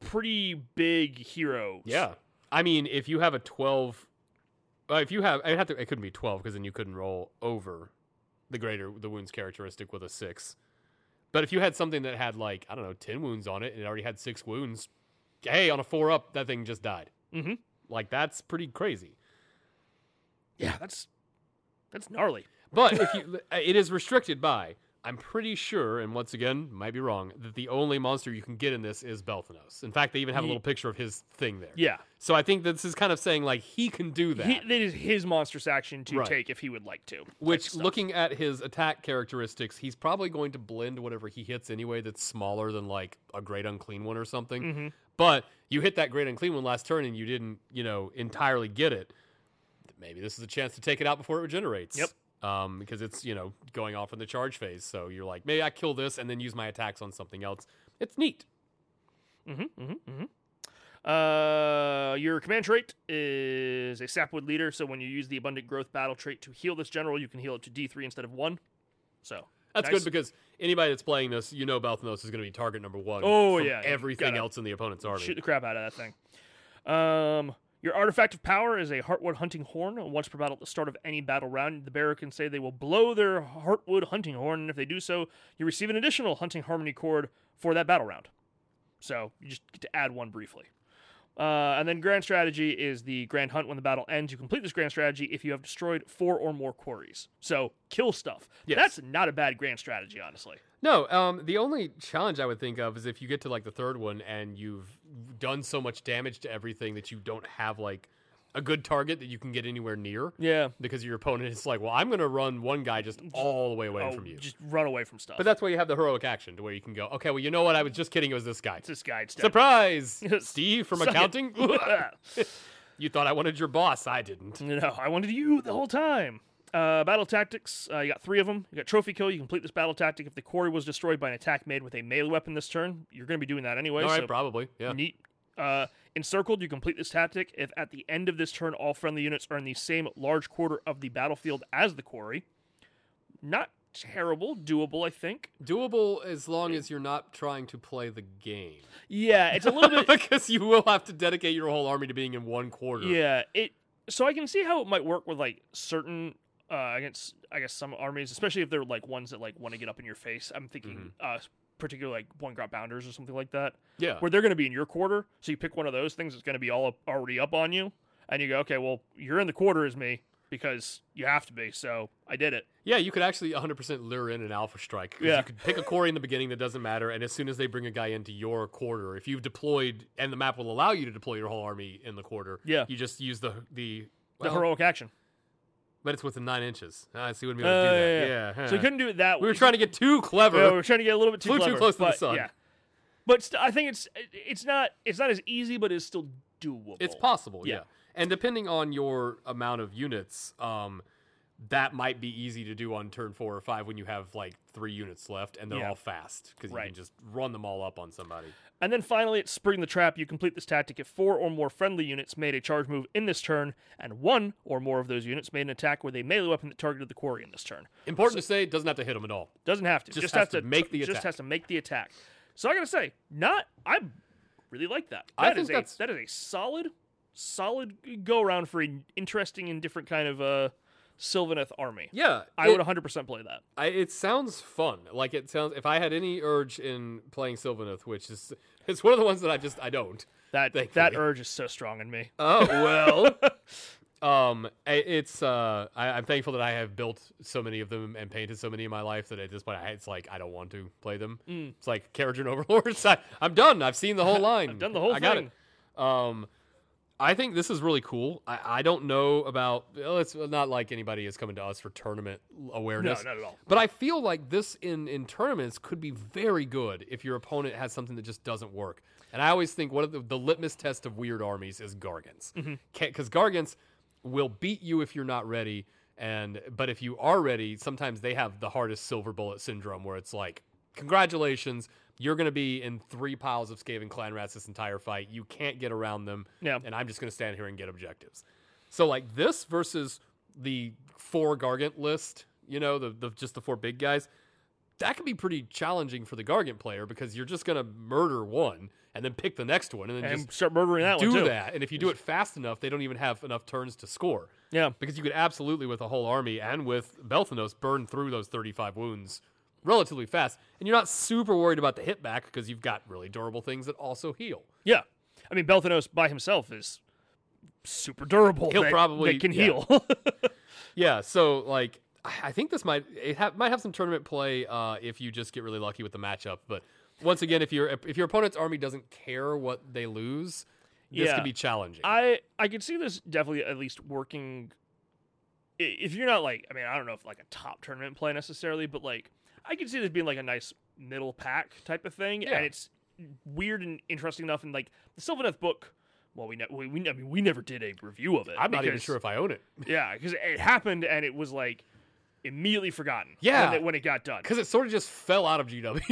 Speaker 2: pretty big heroes.
Speaker 1: Yeah, I mean, if you have a twelve, uh, if you have, it have to, it couldn't be twelve because then you couldn't roll over the greater the wounds characteristic with a six. But if you had something that had like I don't know ten wounds on it and it already had six wounds, hey, on a four up, that thing just died.
Speaker 2: Mhm.
Speaker 1: Like that's pretty crazy.
Speaker 2: Yeah, that's that's gnarly.
Speaker 1: But if you, it is uh, restricted by I'm pretty sure, and once again, might be wrong, that the only monster you can get in this is Belthanos. In fact, they even have a little picture of his thing there.
Speaker 2: Yeah.
Speaker 1: So I think that this is kind of saying like he can do that.
Speaker 2: He, that is his monstrous action to
Speaker 1: Right.
Speaker 2: take if he would like to.
Speaker 1: which, looking at his attack characteristics, he's probably going to blend whatever he hits anyway that's smaller than like a great unclean one or something.
Speaker 2: Mm-hmm.
Speaker 1: But you hit that great unclean one last turn and you didn't, you know, entirely get it. Maybe this is a chance to take it out before it regenerates.
Speaker 2: Yep.
Speaker 1: Um, because it's you know going off in the charge phase, so you're like, maybe I kill this and then use my attacks on something else. It's neat.
Speaker 2: Uh, your command trait is a sapwood leader, so when you use the abundant growth battle trait to heal this general, you can heal it to D3 instead of one. So
Speaker 1: That's
Speaker 2: nice.
Speaker 1: good because anybody that's playing this, you know, Balthanos is going to be target number one.
Speaker 2: Oh,
Speaker 1: from
Speaker 2: yeah, you
Speaker 1: everything
Speaker 2: gotta
Speaker 1: else in the opponent's army.
Speaker 2: shoot the crap out of that thing. Um, your artifact of power is a Heartwood hunting horn. Once per battle at the start of any battle round, the bearer can say they will blow their Heartwood hunting horn, and if they do so, you receive an additional hunting harmony cord for that battle round. So you just get to add one briefly. Uh, and then grand strategy is the grand hunt when the battle ends. You complete this grand strategy if you have destroyed four or more quarries. So kill stuff.
Speaker 1: Yes.
Speaker 2: That's not a bad grand strategy, honestly.
Speaker 1: No, um, the only challenge I would think of is if you get to like the third one and you've done so much damage to everything that you don't have like a good target that you can get anywhere near.
Speaker 2: Yeah.
Speaker 1: Because your opponent is like, well, I'm going to run one guy just all the way away
Speaker 2: Oh,
Speaker 1: from you.
Speaker 2: Just run away from stuff.
Speaker 1: but that's why you have the heroic action to where you can go, okay, well, you know what? I was just kidding. It was this guy.
Speaker 2: It's this guy instead.
Speaker 1: Surprise! Steve from
Speaker 2: Suck it.
Speaker 1: accounting. you thought I wanted your boss. I didn't.
Speaker 2: No, I wanted you the whole time. Uh, battle tactics. Uh, you got three of them. You got trophy kill. You complete this battle tactic if the quarry was destroyed by an attack made with a melee weapon this turn. You're going to be doing that anyway.
Speaker 1: All right,
Speaker 2: so
Speaker 1: probably. Yeah.
Speaker 2: Neat. Uh, encircled. You complete this tactic if at the end of this turn all friendly units are in the same large quarter of the battlefield as the quarry. Not terrible. Doable, I think.
Speaker 1: Doable as long as you're not trying to play the game.
Speaker 2: Yeah, it's a little bit.
Speaker 1: because you will have to dedicate your whole army to being in one quarter.
Speaker 2: Yeah, it. So I can see how it might work with like certain uh, against I guess some armies, especially if they're like ones that like want to get up in your face. I'm thinking uh, particularly like one got bounders or something like that,
Speaker 1: Mm-hmm. Yeah.
Speaker 2: where they're going to be in your quarter. So you pick one of those things that's going to be all up, already up on you, and you go, okay, well you're in the quarter as me because you have to be. So I did it.
Speaker 1: Yeah, you could actually 100% lure in an alpha strike. 'cause
Speaker 2: Yeah.
Speaker 1: You could pick a quarry in the beginning that doesn't matter, and as soon as they bring a guy into your quarter, if you've deployed, and the map will allow you to deploy your whole army in the quarter,
Speaker 2: Yeah.
Speaker 1: you just use the. the
Speaker 2: The
Speaker 1: well,
Speaker 2: heroic action.
Speaker 1: But it's within nine inches. Ah, so you wouldn't be
Speaker 2: Uh,
Speaker 1: able to do
Speaker 2: yeah,
Speaker 1: that.
Speaker 2: yeah.
Speaker 1: huh.
Speaker 2: So you couldn't do it that way.
Speaker 1: we were trying to get too clever.
Speaker 2: Yeah, we we're trying to get a little bit too
Speaker 1: Flew too
Speaker 2: clever,
Speaker 1: close to the
Speaker 2: but
Speaker 1: sun.
Speaker 2: Yeah, but st- I think it's it's not it's not as easy, but it's still doable.
Speaker 1: It's possible, yeah.
Speaker 2: Yeah.
Speaker 1: And depending on your amount of units, um, that might be easy to do on turn four or five when you have like three units left and they're
Speaker 2: Yeah.
Speaker 1: all fast because you
Speaker 2: Right.
Speaker 1: can just run them all up on somebody.
Speaker 2: And then finally, it's Spring the Trap. You complete this tactic if four or more friendly units made a charge move in this turn, and one or more of those units made an attack with a melee weapon that targeted the quarry in this turn.
Speaker 1: Important to say, it doesn't have to hit them at all.
Speaker 2: Doesn't have to.
Speaker 1: Just
Speaker 2: Just,
Speaker 1: has to
Speaker 2: has,
Speaker 1: make the
Speaker 2: just
Speaker 1: attack.
Speaker 2: has to make the attack. So I gotta say, not I really like that.
Speaker 1: I
Speaker 2: That
Speaker 1: think
Speaker 2: is a
Speaker 1: that's-
Speaker 2: that is a solid, solid go around for an interesting and different kind of uh, Sylvaneth army.
Speaker 1: Yeah,
Speaker 2: I would 100% play that.
Speaker 1: I, it sounds fun. Like it sounds. If I had any urge in playing Sylvaneth, which is it's one of the ones that I just I don't.
Speaker 2: That that
Speaker 1: Thankfully.
Speaker 2: urge is so strong in me.
Speaker 1: Oh well. um, i- it's uh, I, I'm thankful that I have built so many of them and painted so many in my life that at this point, I, it's like I don't want to play them.
Speaker 2: Mm.
Speaker 1: It's like carriage and overlords. I, I'm done. I've seen the whole line. I've
Speaker 2: done the whole
Speaker 1: I got
Speaker 2: thing.
Speaker 1: it. Um, I think this is really cool. I, I don't know about. well, It's not like anybody is coming to us for tournament awareness.
Speaker 2: not at all.
Speaker 1: But I feel like this in in tournaments could be very good if your opponent has something that just doesn't work. And I always think one of the, the litmus test of weird armies is Gargants,
Speaker 2: Mm-hmm.
Speaker 1: because Gargants will beat you if you're not ready. And but if you are ready, sometimes they have the hardest silver bullet syndrome, where it's like, congratulations, you're going to be in three piles of Skaven clan rats this entire fight. You can't get around them.
Speaker 2: Yeah.
Speaker 1: And I'm just going to stand here and get objectives. So like this versus the four Gargant list, you know, the, the just the four big guys, that could be pretty challenging for the Gargant player because you're just gonna murder one and then pick the next one and then
Speaker 2: And
Speaker 1: just
Speaker 2: start murdering that one
Speaker 1: do
Speaker 2: too.
Speaker 1: that. And if you do it fast enough, they don't even have enough turns to score.
Speaker 2: Yeah.
Speaker 1: Because you could absolutely with a whole army and with Belthanos burn through those thirty five wounds relatively fast. And you're not super worried about the hit back because you've got really durable things that also heal.
Speaker 2: Yeah, I mean Belthanos by himself is super durable.
Speaker 1: He'll
Speaker 2: that-
Speaker 1: probably-
Speaker 2: that can
Speaker 1: yeah.
Speaker 2: heal.
Speaker 1: Yeah, so like I think this might it ha- might have some tournament play uh, if you just get really lucky with the matchup. But once again, if your if your opponent's army doesn't care what they lose, this
Speaker 2: Yeah.
Speaker 1: could be challenging.
Speaker 2: I I could see this definitely at least working. i- If you're not like, I mean, I don't know if like a top tournament play necessarily, but like I could see this being like a nice middle pack type of thing,
Speaker 1: Yeah.
Speaker 2: and it's weird and interesting enough. And like the Sylvan Death book, well, we ne- we, we I mean we never did a review of it.
Speaker 1: I'm not even
Speaker 2: because-
Speaker 1: sure if I own it
Speaker 2: yeah, because it happened and it was like immediately forgotten.
Speaker 1: Yeah.
Speaker 2: when it, when it got done.
Speaker 1: because it sort of just fell out of GW.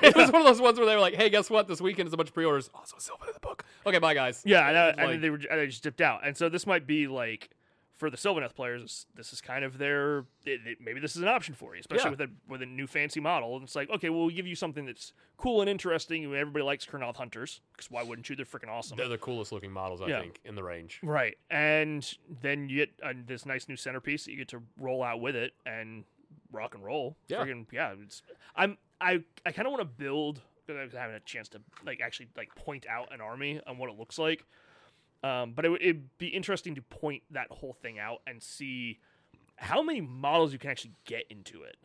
Speaker 1: it was one of those ones where they were like, "Hey, guess what? This weekend is a bunch of pre-orders. Also, Silva in the book. Okay, bye guys."
Speaker 2: Yeah, and, I, and
Speaker 1: like-
Speaker 2: then they were and they just dipped out, and so this might be like for the Sylvaneth players, this- this is kind of their it, it- maybe this is an option for you, especially
Speaker 1: Yeah.
Speaker 2: with a with a new fancy model. And it's like, okay, well, we'll give you something that's cool and interesting, and everybody likes Kernoth hunters because why wouldn't you? They're freaking awesome,
Speaker 1: They're the coolest looking models, I
Speaker 2: Yeah.
Speaker 1: think, in the range.
Speaker 2: right? And then you get uh, this nice new centerpiece that you get to roll out with it and rock and roll.
Speaker 1: Yeah.
Speaker 2: Friggin- yeah. It's, I'm I I kind of want to build. 'cause I haven't had a chance to like actually like point out an army and what it looks like. Um, but it would it'd be interesting to point that whole thing out and see how many models you can actually get into it.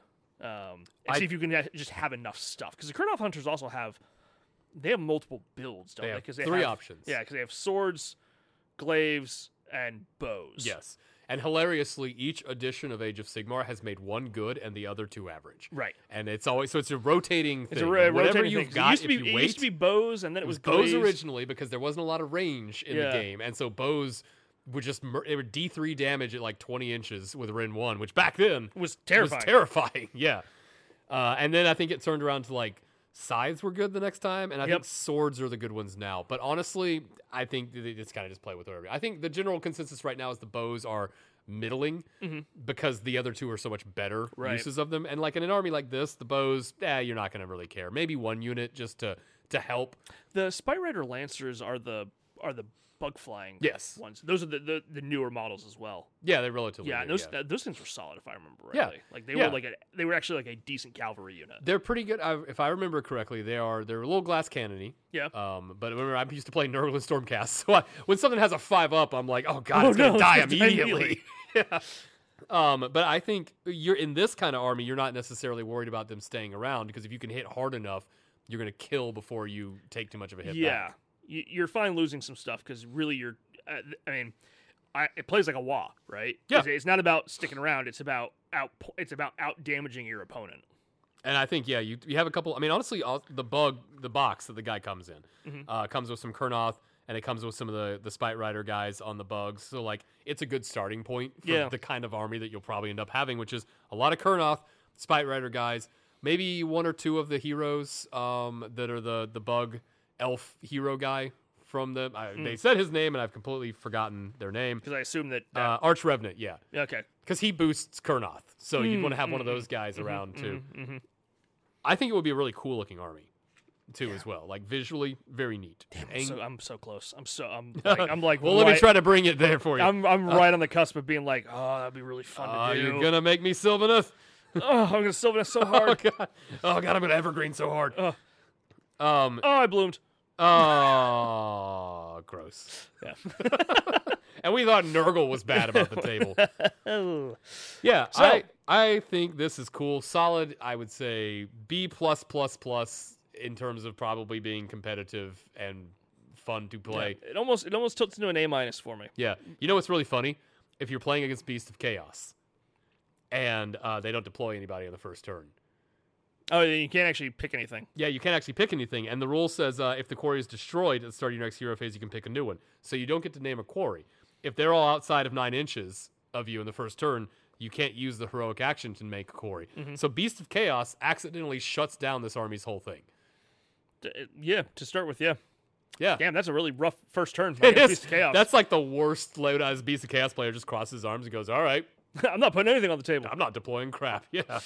Speaker 2: Um, and
Speaker 1: I-
Speaker 2: see if you can ha- just have enough stuff because the Kurnoff hunters also have they have multiple builds, don't
Speaker 1: They
Speaker 2: they?
Speaker 1: have
Speaker 2: 'Cause
Speaker 1: three options.
Speaker 2: Yeah, because they have swords, glaives, and bows.
Speaker 1: Yes, and hilariously, each edition of Age of Sigmar has made one good and the other two average.
Speaker 2: Right.
Speaker 1: and it's always so it's a rotating thing.
Speaker 2: It's a ro-
Speaker 1: Whatever
Speaker 2: rotating
Speaker 1: you've
Speaker 2: thing, 'cause
Speaker 1: got,
Speaker 2: It used to
Speaker 1: if
Speaker 2: be,
Speaker 1: you
Speaker 2: it
Speaker 1: wait,
Speaker 2: used to be bows, and then it was,
Speaker 1: bows
Speaker 2: glaives.
Speaker 1: originally because there wasn't a lot of range in
Speaker 2: Yeah.
Speaker 1: the game, and so bows would just mur- they were D three damage at like twenty inches with Ren one, which back then
Speaker 2: Was terrifying.
Speaker 1: Was terrifying, yeah. Uh, and then I think it turned around to like scythes were good the next time, and I
Speaker 2: Yep.
Speaker 1: think swords are the good ones now. But honestly, I think th- they just kind of just play with whatever. I think the general consensus right now is the bows are middling because the other two are so much better
Speaker 2: Mm-hmm. Right.
Speaker 1: uses of them. And like in an army like this, the bows, eh, you're not going to really care. Maybe one unit just to to help.
Speaker 2: The Spy Rider Lancers are the are the bug flying
Speaker 1: Yes.
Speaker 2: ones. Those are the, the, the newer models as well.
Speaker 1: Yeah, they're relatively.
Speaker 2: Yeah, and
Speaker 1: new,
Speaker 2: those uh, those things were solid if I remember
Speaker 1: Yeah.
Speaker 2: rightly. Like they
Speaker 1: Yeah.
Speaker 2: were like a they were actually like a decent cavalry unit.
Speaker 1: They're pretty good. I, if I remember correctly, they are they're a little glass cannony.
Speaker 2: Yeah.
Speaker 1: Um, but remember, I used to play Nurgle and Stormcast, so I, when something has a five up, I'm like, oh god,
Speaker 2: Oh,
Speaker 1: it's
Speaker 2: no,
Speaker 1: gonna die
Speaker 2: it's gonna die
Speaker 1: immediately. yeah. Um, but I think you're in this kind of army, you're not necessarily worried about them staying around because if you can hit hard enough, you're gonna kill before you take too much of a hit.
Speaker 2: yeah,
Speaker 1: back.
Speaker 2: Y- you're fine losing some stuff because really you're. Uh, th- I mean, I, it plays like a wah, right?
Speaker 1: Yeah.
Speaker 2: It's, it's not about sticking around. It's about out. It's about out damaging your opponent.
Speaker 1: And I think yeah, you you have a couple. I mean, honestly, all, the bug, the box that the guy comes in, uh, comes with some Kernoth, and it comes with some of the the Spite Rider guys on the bugs. So like, it's a good starting point for
Speaker 2: Yeah.
Speaker 1: the kind of army that you'll probably end up having, which is a lot of Kernoth, Spite Rider guys, maybe one or two of the heroes um, that are the the bug elf hero guy from the. I, They said his name, and I've completely forgotten their name.
Speaker 2: Because I assume that. that
Speaker 1: Uh, Arch Revenant, yeah
Speaker 2: okay.
Speaker 1: because he boosts Kernoth, so you'd want to have one of
Speaker 2: Mm,
Speaker 1: those guys
Speaker 2: mm-hmm,
Speaker 1: around too. I think it would be a really cool looking army too, as well. Like visually, very neat. Ang-
Speaker 2: So I'm so close. I'm so. I'm. Like, I'm like.
Speaker 1: well, let me
Speaker 2: right-
Speaker 1: try to bring it there for you.
Speaker 2: I'm I'm right on the cusp of being like, oh, that'd be really fun
Speaker 1: Ah,
Speaker 2: to do.
Speaker 1: you're gonna make me Sylvanus.
Speaker 2: Oh, I'm gonna sylvan so
Speaker 1: Oh
Speaker 2: hard.
Speaker 1: god, oh god, I'm gonna evergreen so hard. Um,
Speaker 2: oh, I bloomed.
Speaker 1: oh, gross.
Speaker 2: Yeah.
Speaker 1: And we thought Nurgle was bad about the table. Yeah, I I think this is cool. Solid, I would say B plus plus plus in terms of probably being competitive and fun to play.
Speaker 2: It almost it almost tilts into an A minus for me.
Speaker 1: Yeah. You know what's really funny? If you're playing against Beast of Chaos and uh, they don't deploy anybody on the first turn.
Speaker 2: Oh, you can't actually pick anything.
Speaker 1: Yeah, you can't actually pick anything. And the rule says uh, if the quarry is destroyed at the start of your next hero phase, you can pick a new one. So you don't get to name a quarry. If they're all outside of nine inches of you in the first turn, you can't use the heroic action to make a quarry.
Speaker 2: Mm-hmm.
Speaker 1: So Beast of Chaos accidentally shuts down this army's whole thing.
Speaker 2: D- uh, yeah, to start with, yeah.
Speaker 1: Yeah.
Speaker 2: Damn, that's a really rough first turn.
Speaker 1: It
Speaker 2: man.
Speaker 1: is.
Speaker 2: Piece of chaos.
Speaker 1: That's like the worst load as Beast of Chaos player just crosses his arms and goes, All right,
Speaker 2: I'm not putting anything on the table.
Speaker 1: I'm not deploying crap. Yeah.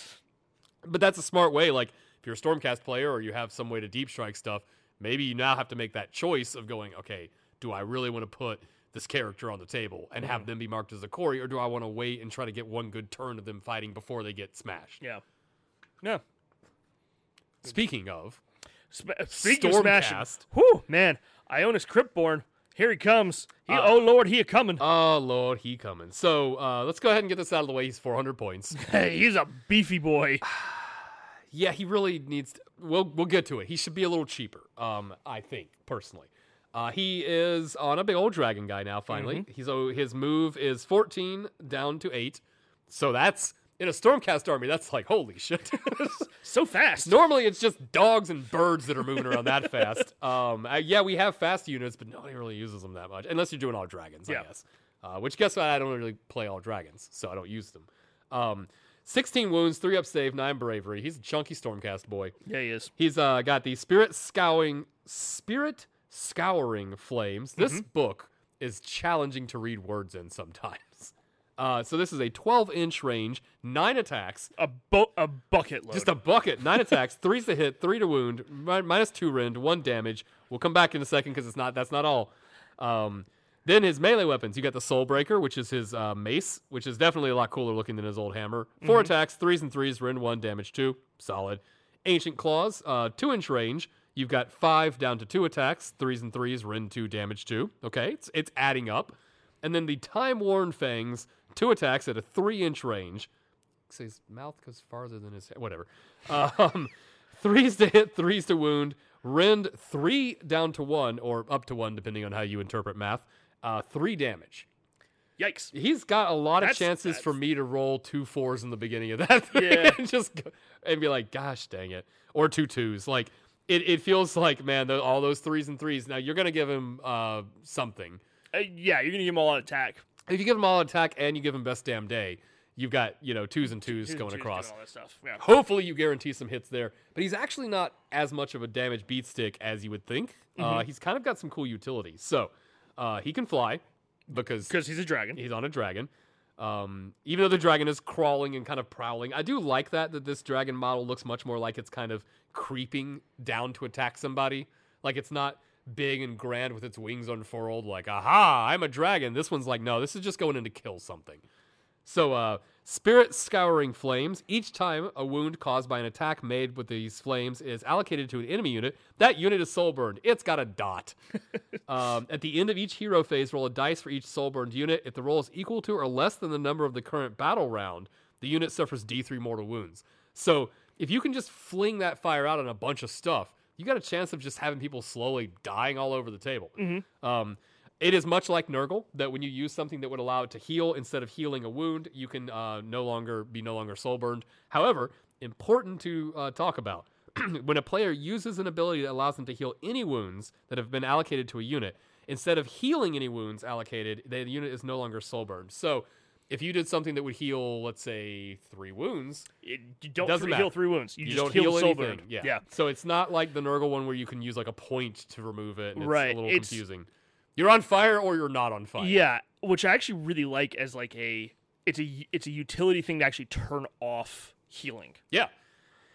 Speaker 1: But that's a smart way. Like, if you're a Stormcast player or you have some way to deep strike stuff, maybe you now have to make that choice of going, okay, do I really want to put this character on the table and have them be marked as a Corey, or do I want to wait and try to get one good turn of them fighting before they get smashed?
Speaker 2: Yeah. No.
Speaker 1: Speaking of,
Speaker 2: Sp- uh, speaking of smashing,
Speaker 1: Stormcast.
Speaker 2: whew, man, Ionis Cryptborn Here he comes. He,
Speaker 1: Uh,
Speaker 2: oh Lord, he a coming.
Speaker 1: Oh lord, he coming. So uh, let's go ahead and get this out of the way. He's 400 points.
Speaker 2: hey, he's a beefy boy.
Speaker 1: uh, Yeah, he really needs. To, we'll we'll get to it. He should be a little cheaper. Um, I think personally, uh, he is on a big old dragon guy now. Finally, he's oh, his move is fourteen down to eight. So that's in a stormcast army. That's like holy shit.
Speaker 2: So fast.
Speaker 1: Normally, it's just dogs and birds that are moving around that fast. Um, uh, yeah, we have fast units, but nobody really uses them that much, unless you're doing all dragons, I
Speaker 2: Yeah.
Speaker 1: guess. Uh, which, guess what? I don't really play all dragons, so I don't use them. Um, 16 wounds, 3 up save, 9 bravery. He's a chunky Stormcast boy.
Speaker 2: Yeah, he is.
Speaker 1: He's uh, got the spirit scouring, spirit scouring flames. This book is challenging to read words in sometimes. Uh, so this is a 12 inch range, nine attacks,
Speaker 2: A bo- a bucket load.
Speaker 1: just a bucket. Nine attacks, three's to hit, three to wound, mi- minus two rend, one damage. We'll come back in a second because it's not that's not all. Um, then his melee weapons. You got the Soul Breaker, which is his uh, mace, which is definitely a lot cooler looking than his old hammer. 4 attacks, threes and threes, rend one, damage two, solid. Ancient claws, uh, two inch range. You've got five down to two attacks, threes and threes, rend two, damage two. Okay, it's it's adding up. And then the Time Worn Fangs, two attacks at a three inch range. So his mouth goes farther than his head. Whatever. Um, threes to hit, threes to wound. Rend three down to one, or up to one, depending on how you interpret math. Uh, three damage.
Speaker 2: Yikes.
Speaker 1: He's got a lot
Speaker 2: That's-
Speaker 1: of chances for
Speaker 2: that's-
Speaker 1: me to roll two fours in the beginning of that. thing
Speaker 2: Yeah.
Speaker 1: and just go, and be like, gosh dang it. Or two twos. Like, it, it feels like, man, tho- all those threes and threes. Now, you're going to give him uh, something.
Speaker 2: Uh, yeah, you're gonna give him a lot of attack.
Speaker 1: If you give him all attack and you give him best damn day, you've got, you know, twos and twos
Speaker 2: He's
Speaker 1: going across.
Speaker 2: All that stuff. Yeah.
Speaker 1: Hopefully, you guarantee some hits there. But he's actually not as much of a damage beat stick as you would think. Uh, he's kind of got some cool utility. So uh, he can fly because
Speaker 2: Because he's a dragon.
Speaker 1: he's on a dragon. Um, even though the dragon is crawling and kind of prowling, I do like that that this dragon model looks much more like it's kind of creeping down to attack somebody. Like it's not big and grand with its wings unfurled, like aha, I'm a dragon. This one's like no, this is just going in to kill something. So, uh, spirit scouring flames. Each time a wound caused by an attack made with these flames is allocated to an enemy unit, that unit is soul burned. It's got a dot. um, at the end of each hero phase, roll a dice for each soul burned unit. If the roll is equal to or less than the number of the current battle round, the unit suffers D3 mortal wounds. So, if you can just fling that fire out on a bunch of stuff, you got a chance of just having people slowly dying all over the table. Um, it is much like Nurgle that when you use something that would allow it to heal instead of healing a wound, you can uh, no longer be no longer soul burned. However, important to uh, talk about when a player uses an ability that allows them to heal any wounds that have been allocated to a unit instead of healing any wounds allocated, the unit is no longer soul burned. So, if you did something that would heal, let's say three wounds,
Speaker 2: It, you don't
Speaker 1: Doesn't
Speaker 2: free- heal
Speaker 1: matter.
Speaker 2: three wounds. You,
Speaker 1: you,
Speaker 2: just
Speaker 1: don't
Speaker 2: heal,
Speaker 1: heal
Speaker 2: soul
Speaker 1: anything.
Speaker 2: burn.
Speaker 1: Yeah.
Speaker 2: yeah.
Speaker 1: So it's not like the Nurgle one where you can use like a point to remove it. And
Speaker 2: Right,
Speaker 1: It's a little
Speaker 2: it's-
Speaker 1: confusing. You're on fire or you're not on fire.
Speaker 2: Yeah, which I actually really like as like a it's a it's a utility thing to actually turn off healing.
Speaker 1: Yeah.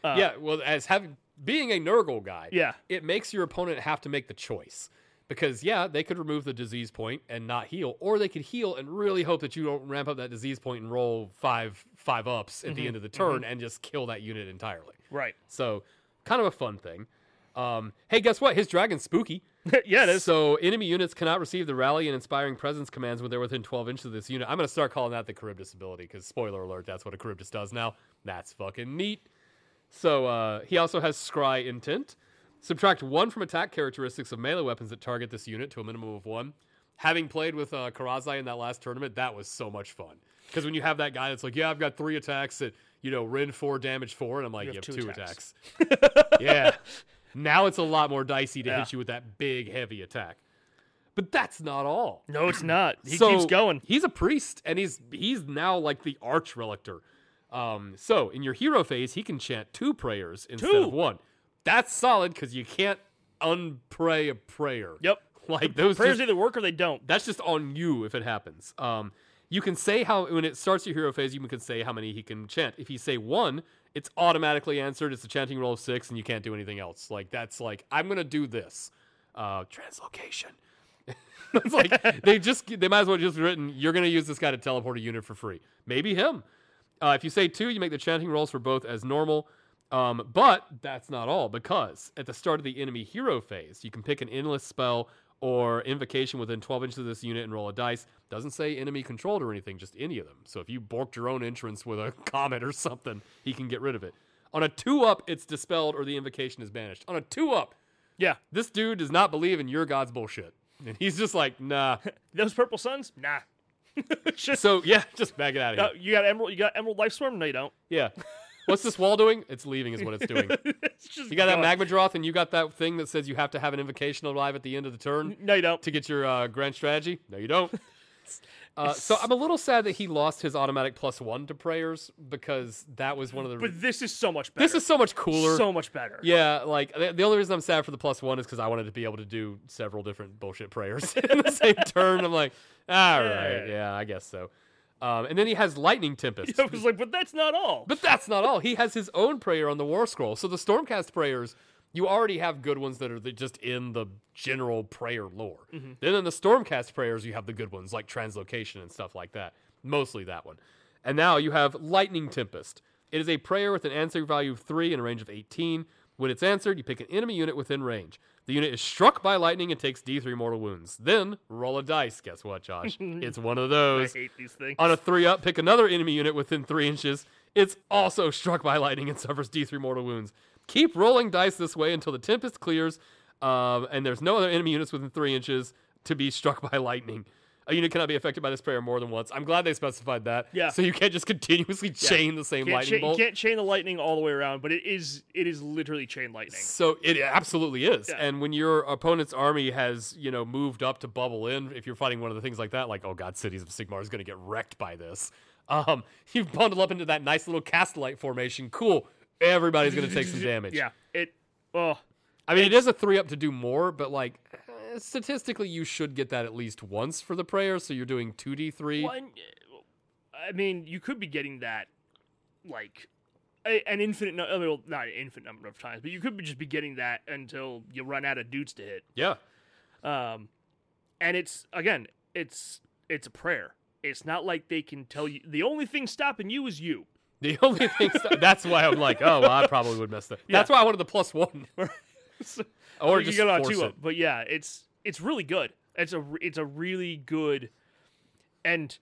Speaker 1: yeah. Well, as having being a Nurgle guy,
Speaker 2: Uh. Yeah.
Speaker 1: it makes your opponent have to make the choice because yeah, they could remove the disease point and not heal, or they could heal and really hope that you don't ramp up that disease point and roll five five ups at the end of the turn and just kill that unit entirely.
Speaker 2: Mm-hmm. Right.
Speaker 1: So, kind of a fun thing. Um, hey, guess what? His dragon's spooky.
Speaker 2: yeah, it is.
Speaker 1: So enemy units cannot receive the rally and inspiring presence commands when they're within 12 inches of this unit. I'm going to start calling that the Charybdis ability because spoiler alert, that's what a Charybdis does now. That's fucking neat. So uh, he also has Scry intent. Subtract one from attack characteristics of melee weapons that target this unit to a minimum of one. Having played with uh, Karazai in that last tournament, that was so much fun. Because when you have that guy that's like, yeah, I've got three attacks at, you know, Ren 4, damage 4, and I'm like, you have,
Speaker 2: two
Speaker 1: two,
Speaker 2: attacks."
Speaker 1: attacks. yeah. Now it's a lot more dicey to
Speaker 2: Yeah.
Speaker 1: hit you with that big, heavy attack. But that's not all.
Speaker 2: no, it's not. He
Speaker 1: So,
Speaker 2: keeps going.
Speaker 1: He's a priest, and he's he's now like the arch relictor. Um, so in your hero phase, he can chant two prayers instead
Speaker 2: Two.
Speaker 1: of one. That's solid because you can't unpray a prayer.
Speaker 2: Yep.
Speaker 1: Like those
Speaker 2: Prayers
Speaker 1: just-
Speaker 2: either work or they don't.
Speaker 1: that's just on you if it happens. Um, you can say how when it starts your hero phase, you can say how many he can chant. If you say one, it's automatically answered. It's a chanting roll of six, and you can't do anything else. Like that's like I'm gonna do this. Uh, translocation. it's like they just they might as well just written you're gonna use this guy to teleport a unit for free. Maybe him. Uh, if you say two, you make the chanting rolls for both as normal. Um, but that's not all, because at the start of the enemy hero phase, you can pick an endless spell or invocation within 12 inches of this unit and roll a dice. Doesn't say enemy controlled or anything, just any of them. So if you borked your own entrance with a comet or something, he can get rid of it. On a two up, it's dispelled or the invocation is banished. On a two up,
Speaker 2: Yeah.
Speaker 1: this dude does not believe in your god's bullshit. And he's just like, nah.
Speaker 2: Those purple suns? Nah. Just-
Speaker 1: So yeah, just back it out of
Speaker 2: uh,
Speaker 1: here.
Speaker 2: you got emerald. You got emerald life swarm. No, you don't.
Speaker 1: Yeah. What's this wall doing? It's leaving is what it's doing.
Speaker 2: It's just
Speaker 1: You got that
Speaker 2: gone.
Speaker 1: magma droth and you got that thing that says you have to have an invocation alive at the end of the turn.
Speaker 2: No, you don't.
Speaker 1: to get your uh, grand strategy? No, you don't. Uh, so I'm a little sad that he lost his automatic plus one to prayers because that was one of the.
Speaker 2: But this is so much better.
Speaker 1: this is so much cooler.
Speaker 2: so much better.
Speaker 1: yeah, like the, the only reason I'm sad for the plus one is because I wanted to be able to do several different bullshit prayers in the same turn. I'm like, all right, yeah, I guess so. Um, and then he has lightning tempest.
Speaker 2: I was like, but that's not all.
Speaker 1: But that's not all. He has his own prayer on the War Scroll. So the Stormcast prayers, you already have good ones that are the- just in the general prayer lore. Then in the Stormcast prayers, you have the good ones like Translocation and stuff like that. Mostly that one. And now you have Lightning Tempest. It is a prayer with an answer value of 3 and a range of 18. When it's answered, you pick an enemy unit within range. The unit is struck by lightning and takes D3 mortal wounds. Then roll a dice. Guess what, Josh? it's one of
Speaker 2: I
Speaker 1: those.
Speaker 2: hate these things.
Speaker 1: On a three up, pick another enemy unit within three inches. It's also struck by lightning and suffers D3 mortal wounds. Keep rolling dice this way until the tempest clears, um, and there's no other enemy units within three inches to be struck by lightning. A unit cannot be affected by this prayer more than once. I'm glad they specified that.
Speaker 2: Yeah.
Speaker 1: So you can't just continuously chain the same
Speaker 2: can't
Speaker 1: lightning
Speaker 2: cha- you
Speaker 1: bolt.
Speaker 2: can't chain the lightning all the way around, but it is it is literally chain lightning.
Speaker 1: So it absolutely is.
Speaker 2: Yeah.
Speaker 1: And when your opponent's army has, you know, moved up to bubble in, if you're fighting one of the things like that, like, oh god, cities of Sigmar is going to get wrecked by this. Um, you bundle up into that nice little castellite formation. Cool. Everybody's going to take some damage.
Speaker 2: Yeah, it. Oh,
Speaker 1: I mean, it is a three up to do more, but like eh, statistically, you should get that at least once for the prayer. So you're doing two d three.
Speaker 2: one. I mean, you could be getting that like a, an infinite. No- I mean, well, not an infinite number of times, but you could be just be getting that until you run out of dudes to hit.
Speaker 1: Yeah.
Speaker 2: Um, and it's again, it's it's a prayer. It's not like they can tell you. The only thing stopping you is you.
Speaker 1: The only thing that's why I'm like, oh, well, I probably would miss that. That's why I wanted the plus one, or
Speaker 2: you
Speaker 1: just
Speaker 2: get on
Speaker 1: force
Speaker 2: two
Speaker 1: it.
Speaker 2: up. But yeah, it's it's really good. It's a re- it's a really good, and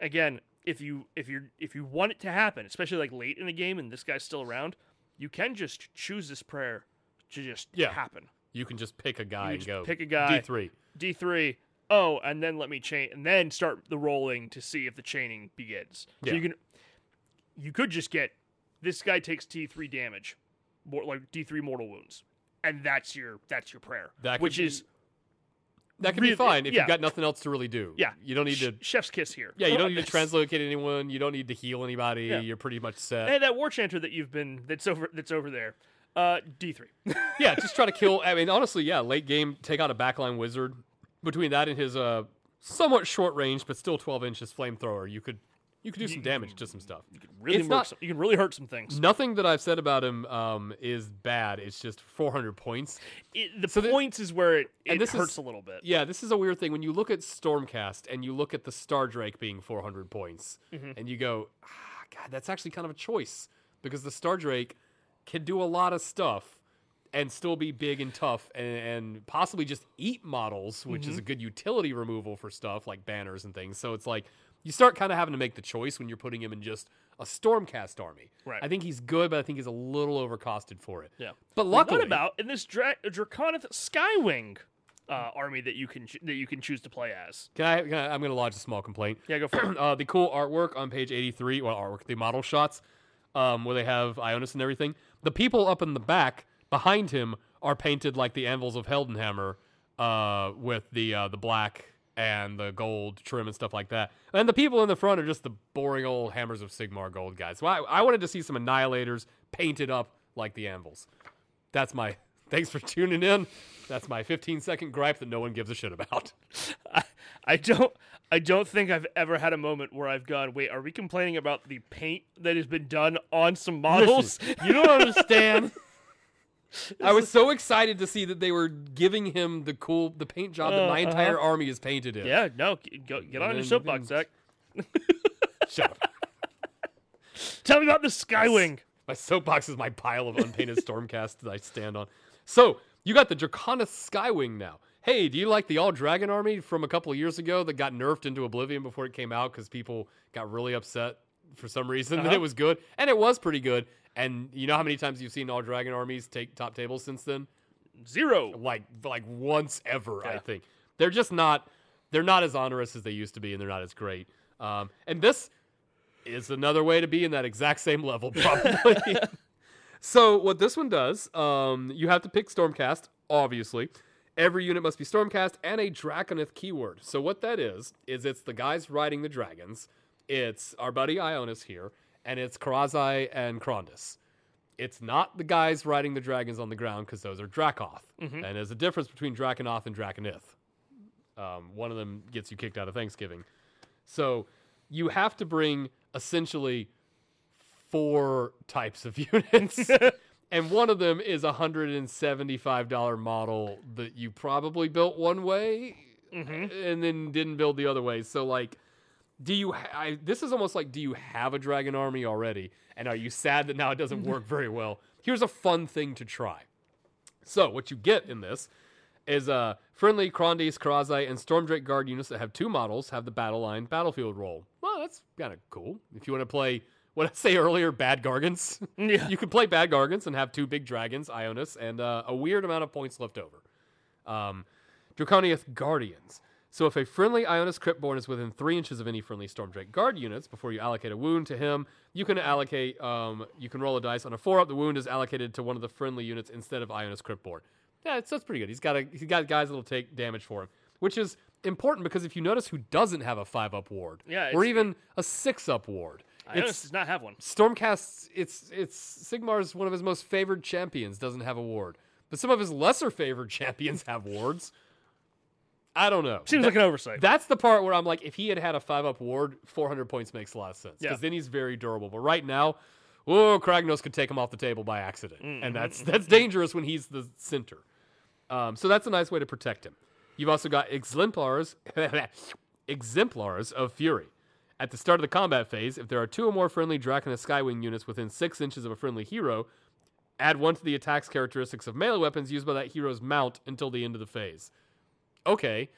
Speaker 2: again, if you if you if you want it to happen, especially like late in the game and this guy's still around, you can just choose this prayer to just
Speaker 1: Yeah.
Speaker 2: happen.
Speaker 1: You can just pick a guy and
Speaker 2: just
Speaker 1: go.
Speaker 2: pick a guy.
Speaker 1: D three.
Speaker 2: D three. Oh, and then let me chain, and then start the rolling to see if the chaining begins. So
Speaker 1: Yeah.
Speaker 2: you can, you could just get this guy takes T three damage, more like D three mortal wounds, and that's your that's your prayer,
Speaker 1: That could
Speaker 2: which
Speaker 1: be-
Speaker 2: is
Speaker 1: That can be
Speaker 2: Really-
Speaker 1: fine if
Speaker 2: yeah.
Speaker 1: you've got nothing else to really do.
Speaker 2: Yeah.
Speaker 1: You don't need
Speaker 2: sh-
Speaker 1: to.
Speaker 2: chef's kiss here. Uh,
Speaker 1: Yeah, you don't need
Speaker 2: That's-
Speaker 1: to translocate anyone. You don't need to heal anybody.
Speaker 2: Yeah.
Speaker 1: You're pretty much set.
Speaker 2: Hey, that war chanter that you've been that's over that's over there. Uh, D three.
Speaker 1: yeah, just try to kill. I mean, honestly, yeah, late game, take out a backline wizard. Between that and his uh, somewhat short range, but still 12 inches flamethrower, you could you could do some damage to some stuff.
Speaker 2: Really
Speaker 1: It's
Speaker 2: works.
Speaker 1: not- Mm-hmm.
Speaker 2: you can really hurt some things.
Speaker 1: Nothing that I've said about him um, is bad. It's just 400 points.
Speaker 2: It- the
Speaker 1: So the-
Speaker 2: points is where it, it
Speaker 1: and this
Speaker 2: hurts
Speaker 1: is-
Speaker 2: a little bit.
Speaker 1: Yeah, this is a weird thing. When you look at Stormcast and you look at the Star Drake being 400 points,
Speaker 2: Mm-hmm.
Speaker 1: and you go, ah, God, that's actually kind of a choice because the Star Drake can do a lot of stuff and still be big and tough and, and possibly just eat models, which
Speaker 2: Mm-hmm.
Speaker 1: is a good utility removal for stuff like banners and things. So it's like you start kind of having to make the choice when you're putting him in just a Stormcast army.
Speaker 2: Right.
Speaker 1: I think he's good, but I think he's a little overcosted for it.
Speaker 2: Yeah.
Speaker 1: But luckily,
Speaker 2: what about in this Dra- Draconith Skywing uh, army that you can ch- that you can choose to play as?
Speaker 1: Can I, can I? I'm going to lodge a small complaint.
Speaker 2: Yeah, go for it.
Speaker 1: uh, the cool artwork on page 83, well, artwork, the model shots, um, where they have Ionis and everything. The people up in the back behind him are painted like the anvils of Heldenhammer, uh, with the uh, the black and the gold trim and stuff like that. And the people in the front are just the boring old hammers of Sigmar gold guys. So I, I wanted to see some annihilators painted up like the anvils. That's my. Thanks for tuning in. That's my 15 second gripe that no one gives a shit about.
Speaker 2: I, I don't I don't think I've ever had a moment where I've gone, wait, are we complaining about the paint that has been done on some models?
Speaker 1: You don't understand. I was so excited to see that they were giving him the cool the paint job that my entire army is painted in.
Speaker 2: yeah, no, g- go, get on
Speaker 1: then you
Speaker 2: your
Speaker 1: can-
Speaker 2: soapbox, Zach.
Speaker 1: Shut up.
Speaker 2: Tell me about the Skywing.
Speaker 1: My soapbox is my pile of unpainted Stormcast that I stand on. So you got the Draconis Skywing now. hey, do you like the All Dragon Army from a couple of years ago that got nerfed into oblivion before it came out because people got really upset for some reason that it was good, and it was pretty good. And you know how many times you've seen All Dragon Armies take top tables since then?
Speaker 2: Zero.
Speaker 1: like like once ever. I think they're just not they're not as onerous as they used to be, and they're not as great. Um, and this is another way to be in that exact same level, probably. so what this one does, um, you have to pick Stormcast, obviously. Every unit must be Stormcast and a Draconith keyword. So what that is is it's the guys riding the dragons. It's our buddy Ionis here, and it's Karazai and Krondus it's not the guys riding the dragons on the ground because those are Dracoth. And there's a difference between Draconoth and Draconith. Um, one of them gets you kicked out of Thanksgiving. So you have to bring essentially four types of units. and one of them is a $175 model that you probably built one way and then didn't build the other way. So, like, do you ha- I, this is almost like do you have a dragon army already and are you sad that now it doesn't work very well here's a fun thing to try so what you get in this is uh, friendly Krondis, Karazai, and Stormdrake guard units that have two models have the battle line battlefield role. Well, that's kind of cool. If you want to play what I say earlier, bad gargants,
Speaker 2: Yeah.
Speaker 1: you can play bad gargants and have two big dragons, Ionis, and uh, a weird amount of points left over. Um, Draconiath Guardians. So if a friendly Ionis Cryptborn is within three inches of any friendly Stormdrake guard units before you allocate a wound to him, you can allocate. Um, you can roll a dice on a four up. The wound is allocated to one of the friendly units instead of Ionis Cryptborn. Yeah, it's, that's pretty good. He's got a, he's got guys that'll take damage for him, which is important because if you notice who doesn't have a five up ward,
Speaker 2: Yeah,
Speaker 1: or
Speaker 2: it's-
Speaker 1: even a six up ward,
Speaker 2: Ionis does not have one.
Speaker 1: Stormcast, it's it's Sigmar's one of his most favored champions doesn't have a ward, but some of his lesser favored champions have wards. I don't know.
Speaker 2: Seems
Speaker 1: That-
Speaker 2: like an oversight.
Speaker 1: That's the part where I'm like, if he had had a five up ward, 400 points makes a lot of sense because
Speaker 2: Yeah.
Speaker 1: then he's very durable. But right now, oh, Kragnos could take him off the table by accident, and that's that's dangerous when he's the center. Um, so that's a nice way to protect him. You've also got exemplars, exemplars of fury. At the start of the combat phase, if there are two or more friendly Draconus Skywing units within six inches of a friendly hero, add one to the attack's characteristics of melee weapons used by that hero's mount until the end of the phase. Okay,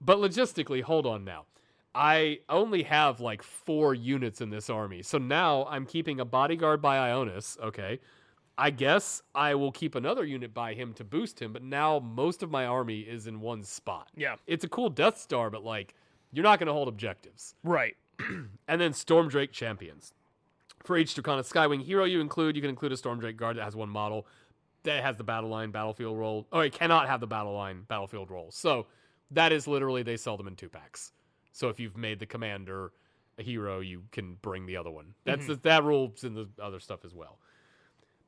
Speaker 1: but logistically, hold on now. I only have like four units in this army. So now I'm keeping a bodyguard by Ionis, okay? I guess I will keep another unit by him to boost him, but now most of my army is in one spot.
Speaker 2: Yeah.
Speaker 1: It's a cool Death Star, but like, you're not going to hold objectives
Speaker 2: Right.
Speaker 1: and then Stormdrake champions. For each Draconic Skywing hero you include, you can include a Stormdrake guard that has one model that has the battle line battlefield roll. Oh, it cannot have the battle line battlefield roll. So that is literally they sell them in two packs. So if you've made the commander a hero, you can bring the other one. That's that rule's in the other stuff as well.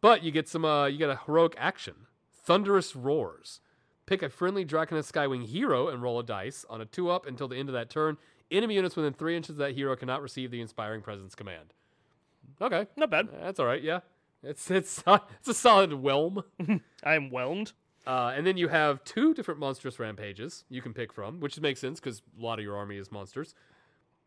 Speaker 1: But you get some uh, you get a heroic action. Thunderous roars. Pick a friendly Draconus Skywing hero and roll a dice on a two up until the end of that turn. Enemy units within three inches of that hero cannot receive the inspiring presence command. Okay.
Speaker 2: Not bad.
Speaker 1: That's all right, yeah. It's it's it's a solid whelm.
Speaker 2: I am whelmed.
Speaker 1: Uh, and then you have two different monstrous rampages you can pick from, which makes sense because a lot of your army is monsters.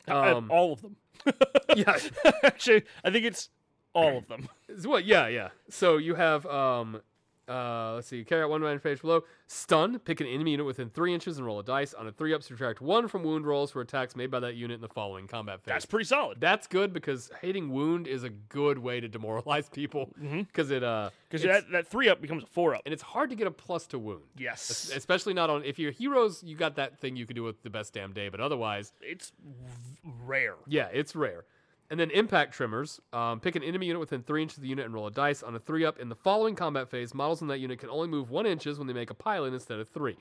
Speaker 2: I-
Speaker 1: Um,
Speaker 2: all of them.
Speaker 1: yeah,
Speaker 2: Actually, I think it's all of them.
Speaker 1: Is what? Yeah, yeah. So you have um, uh, let's see, carry out one man phase below. Stun. Pick an enemy unit within three inches and roll a dice. On a three up, subtract one from wound rolls for attacks made by that unit in the following combat phase.
Speaker 2: That's pretty solid.
Speaker 1: That's good because hating wound is a good way to demoralize people
Speaker 2: Mm-hmm.
Speaker 1: because it uh
Speaker 2: Because
Speaker 1: it's-
Speaker 2: that, that three up becomes a four up.
Speaker 1: and it's hard to get a plus to wound.
Speaker 2: Yes.
Speaker 1: Especially not on if your heroes, you got that thing you can do with the best damn day, but otherwise,
Speaker 2: It's rare.
Speaker 1: yeah, it's rare. And then impact trimmers. Um, pick an enemy unit within three inches of the unit and roll a dice. On a three up in the following combat phase, models in that unit can only move one inches when they make a pylon instead of three.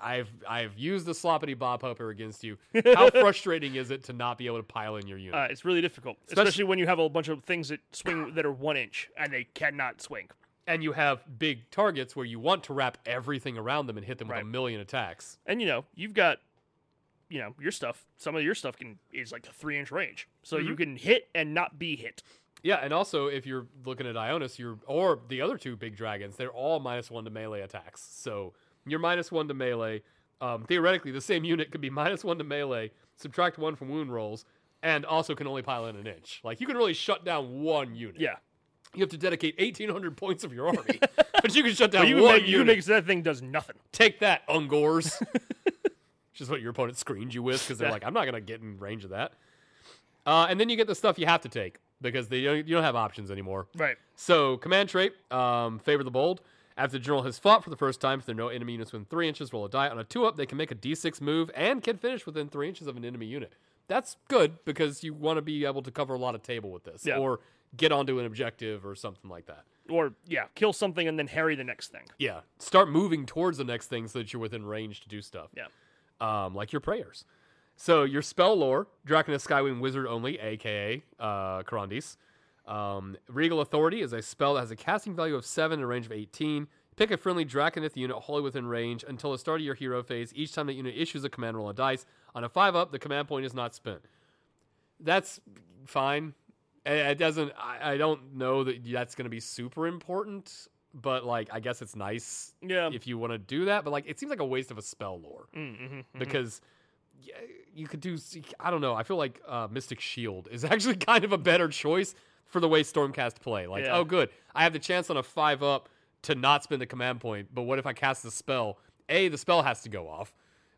Speaker 1: I've I've used the sloppity bob hopper against you. How frustrating is it to not be able to pile in your unit?
Speaker 2: Uh, it's really difficult, especially, when you have a bunch of things that swing that are one inch and they cannot swing.
Speaker 1: and you have big targets where you want to wrap everything around them and hit them with
Speaker 2: Right.
Speaker 1: a million attacks.
Speaker 2: And you know, you've got, you know, your stuff. Some of your stuff can is like a three inch range, so
Speaker 1: Mm-hmm.
Speaker 2: you can hit and not be hit.
Speaker 1: Yeah, and also if you're looking at Ionis, you're or the other two big dragons, they're all minus one to melee attacks. So you're minus one to melee. Um, theoretically, the same unit could be minus one to melee, subtract one from wound rolls, and also can only pile in an inch. Like you can really shut down one unit.
Speaker 2: Yeah,
Speaker 1: You have to dedicate 1,800 points of your army, but you can shut down
Speaker 2: But you can
Speaker 1: one
Speaker 2: make, you can
Speaker 1: unit.
Speaker 2: make so that thing does nothing.
Speaker 1: Take that, Ungors. Which is what your opponent screened you with because they're like, I'm not going to get in range of that. Uh, and then you get the stuff you have to take because they don't, you don't have options anymore.
Speaker 2: Right.
Speaker 1: So, command trait, um, favor the bold. After the general has fought for the first time, if there are no enemy units within three inches, roll a die. On a two up, they can make a d6 move and can finish within three inches of an enemy unit. That's good because you want to be able to cover a lot of table with this
Speaker 2: Yeah.
Speaker 1: or get onto an objective or something like that.
Speaker 2: Or yeah, kill something and then harry the next thing.
Speaker 1: Yeah. Start moving towards the next thing so that you're within range to do stuff.
Speaker 2: Yeah.
Speaker 1: Um, like your prayers. So your spell lore, Draconis Skywing Wizard only, aka uh Karandis. Um, Regal Authority is a spell that has a casting value of seven and a range of eighteen. Pick a friendly Draconith unit wholly within range until the start of your hero phase. Each time that unit issues a command roll on dice, on a five up, the command point is not spent. That's fine. Eh, It doesn't. I, I don't know that that's going to be super important, but like I guess it's nice
Speaker 2: Yeah.
Speaker 1: if you want to do that. But like it seems like a waste of a spell lore because yeah, you could do. I don't know. I feel like uh, Mystic Shield is actually kind of a better choice for the way Stormcast play. Like,
Speaker 2: Yeah.
Speaker 1: oh, good, I have the chance on a five up to not spend a command point. But what if I cast the spell? A, the spell has to go off.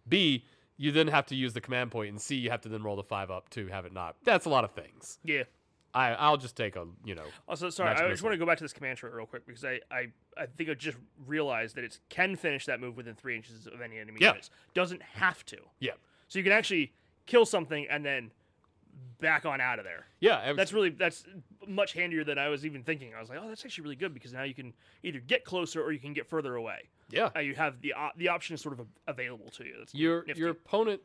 Speaker 1: B, you then have to use the command point, and C, you have to then roll the five up to have it not. That's a lot of things.
Speaker 2: Yeah.
Speaker 1: I I'll just take a you know.
Speaker 2: Also, sorry,
Speaker 1: Magic
Speaker 2: I just
Speaker 1: missile.
Speaker 2: want to go back to this command trait real quick because I, I, I think I just realized that it can finish that move within three inches of any enemy
Speaker 1: Yeah.
Speaker 2: units. Doesn't have to.
Speaker 1: Yeah,
Speaker 2: So you can actually kill something and then back on out of there.
Speaker 1: yeah. it was-
Speaker 2: That's really that's much handier than I was even thinking. I was like, oh, that's actually really good because now you can either get closer or you can get further away.
Speaker 1: yeah.
Speaker 2: Uh, you have the op- the option is sort of av- available to you. That's
Speaker 1: your
Speaker 2: nifty.
Speaker 1: your opponent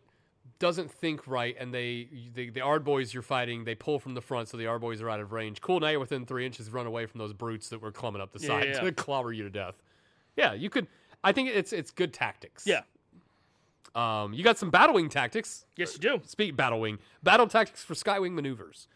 Speaker 1: doesn't think right, and they the the Ard boys you're fighting they pull from the front, so the Ard boys are out of range. Cool, now you're within three inches. Run away from those brutes that were climbing up the
Speaker 2: Yeah,
Speaker 1: side
Speaker 2: yeah,
Speaker 1: to
Speaker 2: yeah.
Speaker 1: clobber you to death. Yeah, you could. I think it's it's good tactics.
Speaker 2: yeah,
Speaker 1: Um, you got some battlewing tactics.
Speaker 2: yes, you do.
Speaker 1: Speak battlewing battle tactics for Skywing maneuvers.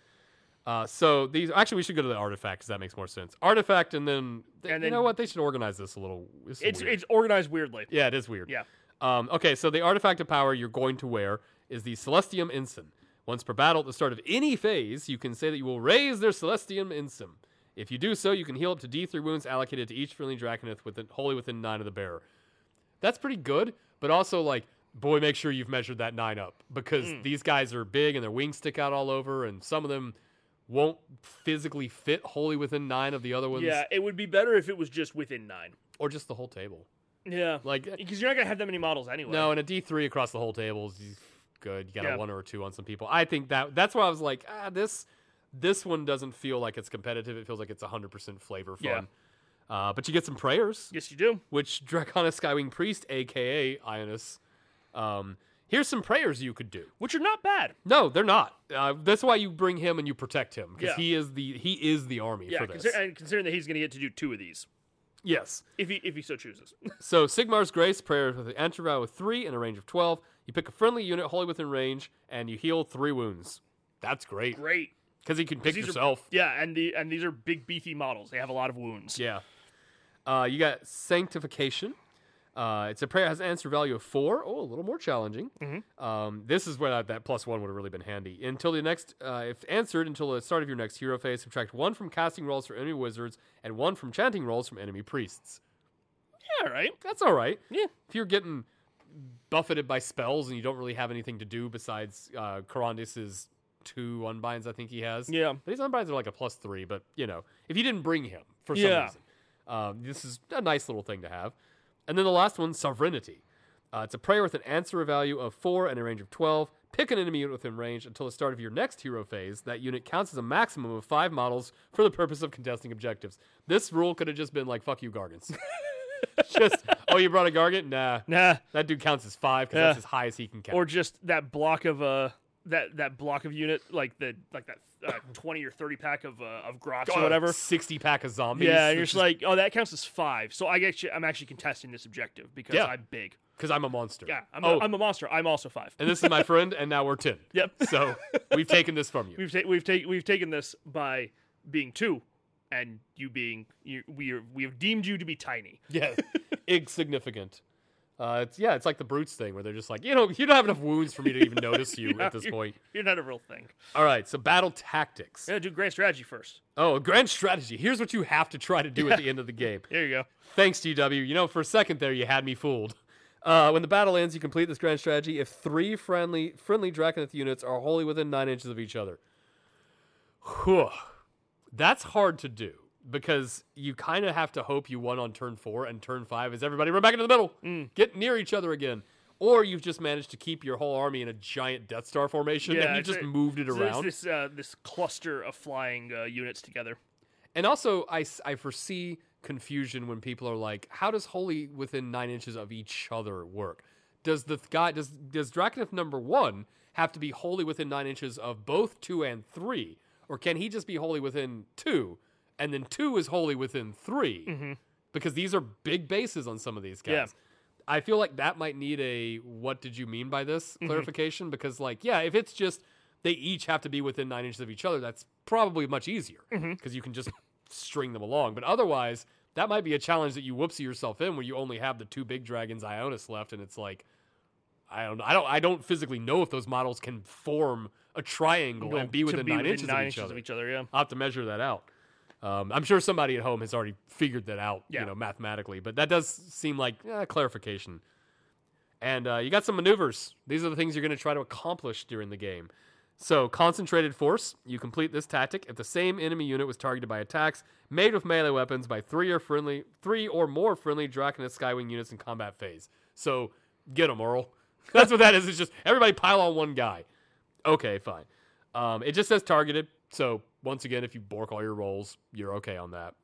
Speaker 1: Uh, so these actually we should go to the artifact because that makes more sense. Artifact, and then,
Speaker 2: And
Speaker 1: you
Speaker 2: then-
Speaker 1: know what they should organize this a little. It's
Speaker 2: It's
Speaker 1: weird.
Speaker 2: it's organized weirdly.
Speaker 1: Yeah, it is weird.
Speaker 2: Yeah.
Speaker 1: Um, okay, so the artifact of power you're going to wear is the Celestium Ensign. Once per battle at the start of any phase, you can say that you will raise their Celestium Ensign. If you do so, you can heal up to D3 wounds allocated to each friendly Draconith within, wholly within nine of the bearer. That's pretty good, but also like, boy, make sure you've measured that nine up because these guys are big and their wings stick out all over, and some of them won't physically fit wholly within nine of the other ones,
Speaker 2: Yeah, it would be better if it was just within nine.
Speaker 1: or just the whole table.
Speaker 2: Yeah,
Speaker 1: Like,
Speaker 2: because you're not gonna have that many models anyway.
Speaker 1: No, and a D three across the whole table is good. You got
Speaker 2: Yeah.
Speaker 1: a one or a two on some people. I think that that's why I was like, ah, this this one doesn't feel like it's competitive. It feels like it's hundred percent flavor
Speaker 2: Yeah.
Speaker 1: fun. Uh, but you get some prayers,
Speaker 2: Yes, you do.
Speaker 1: which Draconis Skywing Priest, aka Ionis. Um, here's some prayers you could do.
Speaker 2: Which are not bad.
Speaker 1: No, they're not. Uh, that's why you bring him and you protect him because
Speaker 2: Yeah.
Speaker 1: he is the he is the army
Speaker 2: Yeah,
Speaker 1: for this.
Speaker 2: consider- and considering that he's gonna get to do two of these
Speaker 1: yes.
Speaker 2: if he if he so chooses.
Speaker 1: So Sigmar's Grace prayers with an antiviral with three and a range of twelve. You pick a friendly unit wholly within range, and you heal three wounds. That's great
Speaker 2: Great.
Speaker 1: because you can pick
Speaker 2: These are-
Speaker 1: yourself.
Speaker 2: yeah, and the and these are big beefy models. They have a lot of wounds.
Speaker 1: yeah. Uh, you got Sanctification. Uh, it's a prayer that has an answer value of four. Oh, a little more challenging. Um, this is where that, that plus one would have really been handy. Until the next, uh, if answered until the start of your next hero phase, subtract one from casting rolls for enemy wizards and one from chanting rolls from enemy priests.
Speaker 2: Yeah, right.
Speaker 1: That's all right. Yeah. If you're getting buffeted by spells and you don't really have anything to do besides uh, Karandis's two unbinds, I think he has.
Speaker 2: Yeah.
Speaker 1: But his unbinds are like a plus three, but you know, if you didn't bring him for some
Speaker 2: Yeah.
Speaker 1: reason, um, this is a nice little thing to have. And then the last one, Sovereignty. Uh, it's a prayer with an answer value of four and a range of 12. Pick an enemy unit within range until the start of your next hero phase. That unit counts as a maximum of five models for the purpose of contesting objectives. This rule could have just been like, fuck you, Gargants. just oh you brought a gargant nah
Speaker 2: Nah.
Speaker 1: that dude counts as five because
Speaker 2: Yeah.
Speaker 1: that's as high as he can count
Speaker 2: Or just that block of uh that that block of unit like the like that uh, twenty or thirty pack of uh, of grots or whatever.
Speaker 1: 60 pack of zombies
Speaker 2: Yeah, and you're just like, oh, that counts as five. So I actually, I'm actually contesting this objective because
Speaker 1: Yeah.
Speaker 2: I'm big.
Speaker 1: because i'm a monster
Speaker 2: Yeah, I'm,
Speaker 1: oh
Speaker 2: a, I'm a monster. I'm also five.
Speaker 1: and this is my friend and now we're 10
Speaker 2: Yep.
Speaker 1: so we've taken this from you
Speaker 2: We've ta- we've taken we've taken this by being two, and you being you, we are, we have deemed you to be tiny.
Speaker 1: yeah insignificant Uh, it's yeah, it's like the brutes thing where they're just like, you know, you don't have enough wounds for me to even notice you at this
Speaker 2: You're-
Speaker 1: point.
Speaker 2: You're not a real thing.
Speaker 1: All right, so battle tactics.
Speaker 2: Yeah, do grand strategy first.
Speaker 1: Oh, grand strategy. Here's what you have to try to do at the end of the game.
Speaker 2: There you go.
Speaker 1: Thanks, GW. You know, for a second there, you had me fooled. Uh, when the battle ends, you complete this grand strategy if three friendly friendly Draconith units are wholly within nine inches of each other. Whew. That's hard to do because you kind of have to hope you won on turn four and turn five is everybody run back into the middle,
Speaker 2: Mm.
Speaker 1: get near each other again. Or you've just managed to keep your whole army in a giant Death Star formation and you
Speaker 2: it's
Speaker 1: just
Speaker 2: a-
Speaker 1: moved it
Speaker 2: so
Speaker 1: around.
Speaker 2: There's this uh, this cluster of flying uh, units together.
Speaker 1: And also, I, s- I foresee confusion when people are like, "How does holy within nine inches of each other work? Does the th- guy does does Draconif number one have to be holy within nine inches of both two and three, or can he just be holy within two, and then two is holy within 3 Because these are big bases on some of these guys.
Speaker 2: Yeah.
Speaker 1: I feel like that might need a what did you mean by this
Speaker 2: Mm-hmm.
Speaker 1: clarification because like yeah, if it's just they each have to be within nine inches of each other, that's probably much easier because
Speaker 2: Mm-hmm.
Speaker 1: you can just string them along. But otherwise, that might be a challenge that you whoopsie yourself in where you only have the two big dragons Ionis left, and it's like I don't I don't I don't physically know if those models can form a triangle
Speaker 2: Well,
Speaker 1: and be
Speaker 2: to
Speaker 1: within nine,
Speaker 2: within
Speaker 1: inches,
Speaker 2: nine
Speaker 1: of
Speaker 2: inches
Speaker 1: each other.
Speaker 2: of each other. Yeah.
Speaker 1: I'll have to measure that out. Um, I'm sure somebody at home has already figured that out,
Speaker 2: Yeah.
Speaker 1: you know, mathematically. But that does seem like eh, clarification. And uh, you got some maneuvers. These are the things you're going to try to accomplish during the game. So, concentrated force. You complete this tactic if the same enemy unit was targeted by attacks made with melee weapons by three or friendly, three or more friendly Draconid Skywing units in combat phase. So, get 'em, Earl. That's what that is. It's just everybody pile on one guy. Okay, fine. Um, it just says targeted. So once again, if you bork all your rolls, you're okay on that.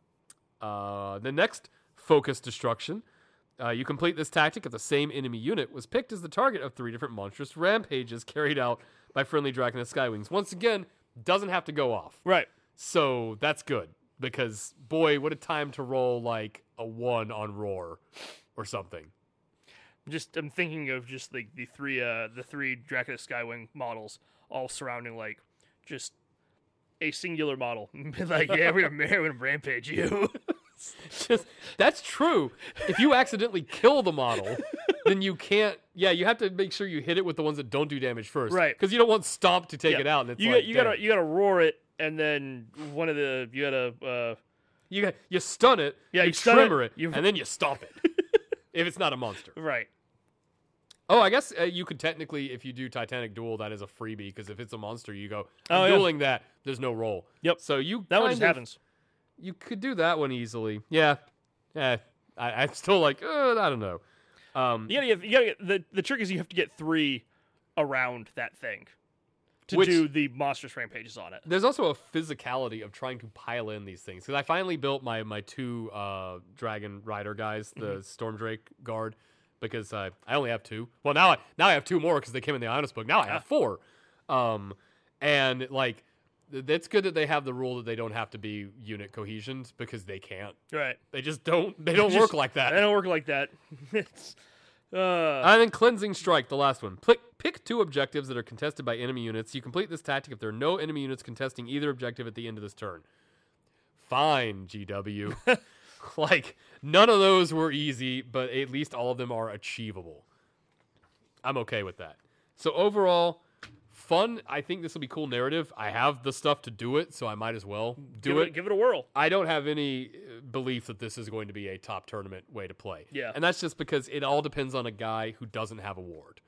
Speaker 1: Uh, the next focus destruction. Uh, you complete this tactic if the same enemy unit was picked as the target of three different monstrous rampages carried out by friendly Draconid Skywings. Once again, doesn't have to go off.
Speaker 2: Right.
Speaker 1: So that's good because boy, what a time to roll like a one on roar or something.
Speaker 2: Just I'm thinking of just like the three uh the three Draconis Skywing models all surrounding like just a singular model. like yeah, we're gonna, we're gonna rampage you.
Speaker 1: just that's true. If you accidentally kill the model, then you can't. Yeah, you have to make sure you hit it with the ones that don't do damage first,
Speaker 2: Right.
Speaker 1: Because you don't want stomp to take
Speaker 2: Yeah.
Speaker 1: it out, and it's
Speaker 2: you
Speaker 1: like
Speaker 2: got- you gotta
Speaker 1: dang.
Speaker 2: you gotta roar it, and then one of the you gotta uh,
Speaker 1: you got- you stun it,
Speaker 2: Yeah,
Speaker 1: you,
Speaker 2: you stun
Speaker 1: tremor
Speaker 2: it,
Speaker 1: it,
Speaker 2: you-
Speaker 1: and then you stomp it. if it's not a monster.
Speaker 2: right.
Speaker 1: Oh, I guess uh, you could technically, if you do Titanic Duel, that is a freebie because if it's a monster, you go I'm
Speaker 2: Oh, yeah.
Speaker 1: dueling that. There's no roll.
Speaker 2: Yep.
Speaker 1: So you
Speaker 2: That one
Speaker 1: kind
Speaker 2: just
Speaker 1: of-
Speaker 2: happens.
Speaker 1: You could do that one easily. Yeah. Yeah. I, I'm still like, uh, I don't know. Um,
Speaker 2: You gotta get, you gotta get the the trick is you have to get three around that thing to
Speaker 1: Which-
Speaker 2: do the monstrous rampages on it.
Speaker 1: there's also a physicality of trying to pile in these things because I finally built my my two uh, dragon rider guys, the
Speaker 2: Mm-hmm.
Speaker 1: Storm Drake guard, because I I only have two. Well, now I now I have two more because they came in the Ionis book. Now I
Speaker 2: Ah.
Speaker 1: have four, um, and like th- that's good that they have the rule that they don't have to be unit cohesions because they can't.
Speaker 2: Right.
Speaker 1: They just don't. They don't work
Speaker 2: Just-
Speaker 1: like that.
Speaker 2: They don't work like that. it's uh,
Speaker 1: And then cleansing strike, the last one. Pick, pick two objectives that are contested by enemy units. You complete this tactic if there are no enemy units contesting either objective at the end of this turn. Fine, GW. like none of those were easy, but at least all of them are achievable. I'm okay with that. So overall, fun. I think this will be cool narrative. I have the stuff to do it, so I might as well do
Speaker 2: give
Speaker 1: it.
Speaker 2: Give it a whirl.
Speaker 1: I don't have any uh, belief that this is going to be a top tournament way to play.
Speaker 2: Yeah.
Speaker 1: And that's just because it all depends on a guy who doesn't have a ward.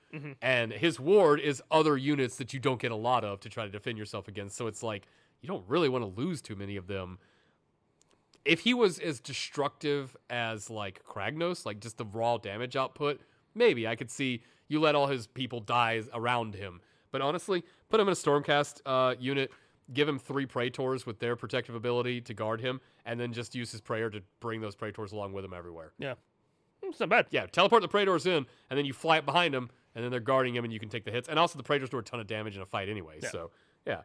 Speaker 1: And his ward is other units that you don't get a lot of to try to defend yourself against. So it's like, you don't really want to lose too many of them. If he was as destructive as like Kragnos, like just the raw damage output, maybe I could see you let all his people die around him. But honestly, put him in a Stormcast uh, unit, give him three Praetors with their protective ability to guard him, and then just use his prayer to bring those Praetors along with him everywhere.
Speaker 2: Yeah. Mm, It's not bad.
Speaker 1: Yeah, teleport the Praetors in, and then you fly it behind them, and then they're guarding him, and you can take the hits. And also, the Praetors do a ton of damage in a fight anyway. So, yeah.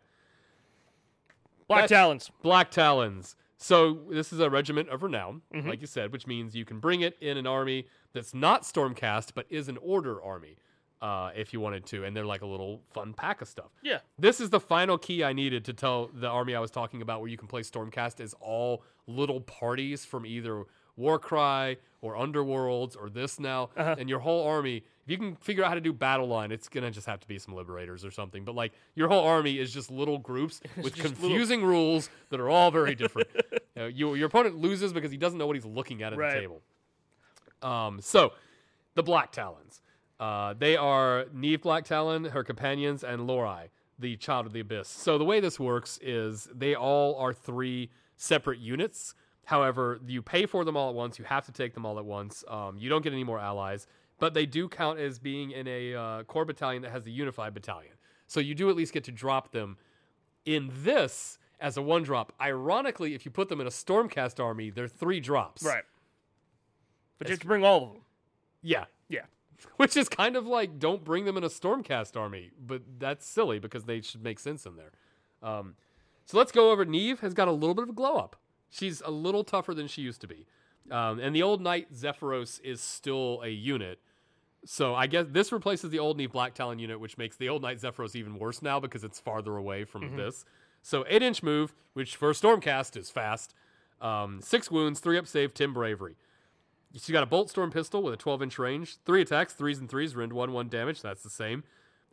Speaker 2: Black
Speaker 1: That's-
Speaker 2: Talons.
Speaker 1: Black Talons. So this is a regiment of renown, like you said, which means you can bring it in an army that's not Stormcast but is an Order army, uh, if you wanted to. And they're like a little fun pack of stuff.
Speaker 2: Yeah.
Speaker 1: This is the final key I needed to tell the army I was talking about where you can play Stormcast as all little parties from either Warcry or Underworlds or this now, and your whole army, if you can figure out how to do battle line, it's gonna just have to be some liberators or something. But like your whole army is just little groups with confusing rules that are all very different. you know, you- your opponent loses because he doesn't know what he's looking at at
Speaker 2: Right.
Speaker 1: the table. Um, so, the Black Talons. Uh, they are Neve Black Talon, her companions, and Lori, the Child of the Abyss. So, the way this works is they all are three separate units. However, you pay for them all at once. You have to take them all at once. Um, you don't get any more allies, but they do count as being in a uh, core battalion that has the unified battalion. So, you do at least get to drop them in this as a one drop. Ironically, if you put them in a Stormcast army, they're three drops.
Speaker 2: Right. But you have to bring all of them.
Speaker 1: Yeah.
Speaker 2: Yeah.
Speaker 1: Which is kind of like don't bring them in a Stormcast army, but that's silly because they should make sense in there. Um, so let's go over. Neve has got a little bit of a glow up. She's a little tougher than she used to be, um, and the old knight Zephyros is still a unit. So I guess this replaces the old Neve Black Talon unit, which makes the old knight Zephyros even worse now because it's farther away from this. So eight inch move, which for a Stormcast is fast. Um, six wounds, three up save, ten bravery. She's got a bolt storm pistol with a 12 inch range, three attacks, threes and threes, rend one, one damage. That's the same.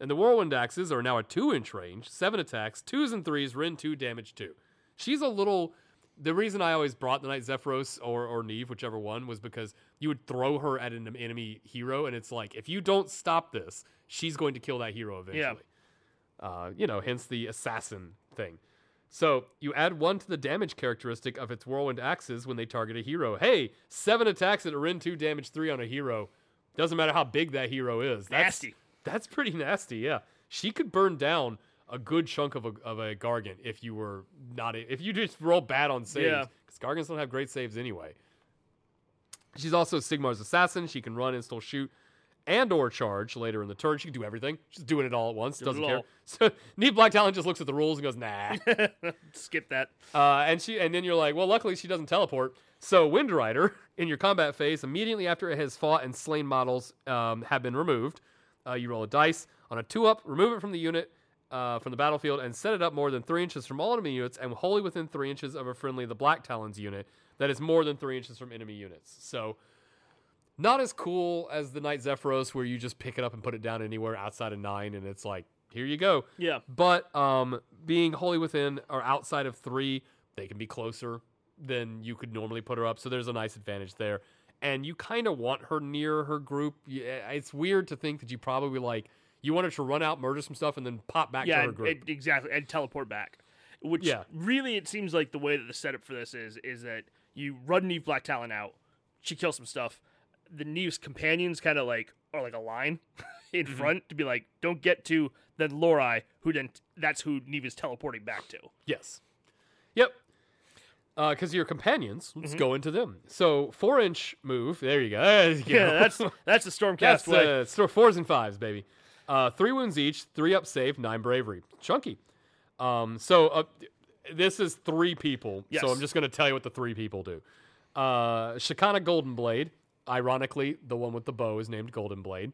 Speaker 1: And the whirlwind axes are now a two inch range, seven attacks, twos and threes, rend two, damage two. She's a little. The reason I always brought the Knight Zephyros or, or Neve, whichever one, was because you would throw her at an enemy hero, and it's like, if you don't stop this, she's going to kill that hero eventually
Speaker 2: Yeah.
Speaker 1: uh, you know, hence the assassin thing. So you add one to the damage characteristic of its whirlwind axes when they target a hero. Hey, seven attacks at a Ren two, damage three on a hero. Doesn't matter how big that hero is. That's,
Speaker 2: Nasty.
Speaker 1: That's pretty nasty. Yeah, she could burn down a good chunk of a of a gargant if you were not if you just roll bad on saves
Speaker 2: Yeah.
Speaker 1: because gargants don't have great saves anyway. She's also Sigmar's assassin. She can run and still shoot and or charge later in the turn. She can do everything. She's doing it all at once.
Speaker 2: Does it
Speaker 1: doesn't care.
Speaker 2: all.
Speaker 1: So Neve Black Talon just looks at the rules and goes, nah.
Speaker 2: Skip that.
Speaker 1: uh, and she and then you're like, well, luckily she doesn't teleport. So Wind Rider in your combat phase, immediately after it has fought and slain models um, have been removed, uh, you roll a dice on a two up, remove it from the unit. Uh, from the battlefield and set it up more than three inches from all enemy units and wholly within three inches of a friendly the Black Talons unit that is more than three inches from enemy units. So not as cool as the Night Zephyros, where you just pick it up and put it down anywhere outside of nine, and it's like, here you go.
Speaker 2: Yeah.
Speaker 1: But um, being wholly within or outside of three, they can be closer than you could normally put her up. So there's a nice advantage there. And you kind of want her near her group. Y- eh, It's weird to think that you probably like you want her to run out, murder some stuff, and then pop back
Speaker 2: yeah,
Speaker 1: to her
Speaker 2: and-
Speaker 1: group.
Speaker 2: and- exactly, and teleport back. Which
Speaker 1: Yeah.
Speaker 2: really, it seems like the way that the setup for this is is that you run Neve Black Talon out, she kills some stuff. The Neve's companions kind of like are like a line in
Speaker 1: Mm-hmm.
Speaker 2: front to be like, don't get to then Lori, who then that's who Neve is teleporting back to.
Speaker 1: Yes. Yep. Because your companions, let's go into them. So four inch move. There you go. There you
Speaker 2: Mm-hmm. Yeah,
Speaker 1: go.
Speaker 2: that's that's the Stormcast
Speaker 1: That's
Speaker 2: way.
Speaker 1: uh, so fours and fives, baby. Uh, three wounds each, three up save, nine bravery. Chunky. Um, so uh, this is three people.
Speaker 2: Yes.
Speaker 1: So I'm just going to tell you what the three people do. Uh, Shikana Golden Blade. Ironically, the one with the bow is named Golden Blade.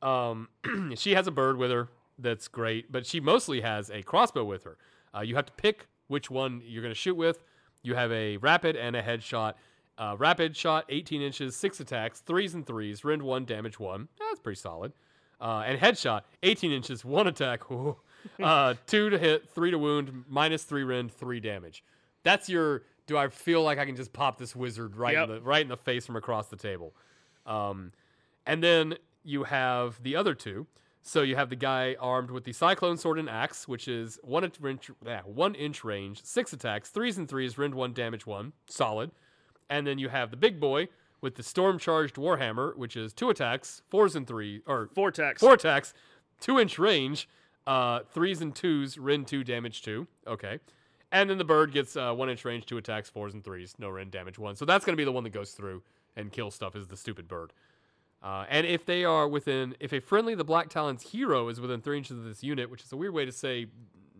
Speaker 1: Um, she has a bird with her. That's great, but she mostly has a crossbow with her. Uh, you have to pick which one you're going to shoot with. You have a rapid and a headshot. Uh, rapid shot, 18 inches, six attacks, threes and threes, rend one, damage one. That's pretty solid. Uh, and headshot, 18 inches, one attack, Ooh. uh, two to hit, three to wound, minus three rend, three damage. That's your. Do I feel like I can just pop this wizard right
Speaker 2: Yep.
Speaker 1: in the right in the face from across the table? Um, and then you have the other two. So you have the guy armed with the Cyclone Sword and Axe, which is one inch, yeah, one inch range, six attacks, threes and threes, rend one, damage one, solid. And then you have the big boy with the Storm Charged Warhammer, which is two attacks, fours and three, or
Speaker 2: Vortex.
Speaker 1: four attacks, two inch range, uh, threes and twos, rend two, damage two. Okay. And then the bird gets uh, one inch range, two attacks, fours and threes, no rend, damage one. So that's going to be the one that goes through and kills stuff is the stupid bird. Uh, and if they are within, if a friendly the Black Talon's hero is within three inches of this unit, which is a weird way to say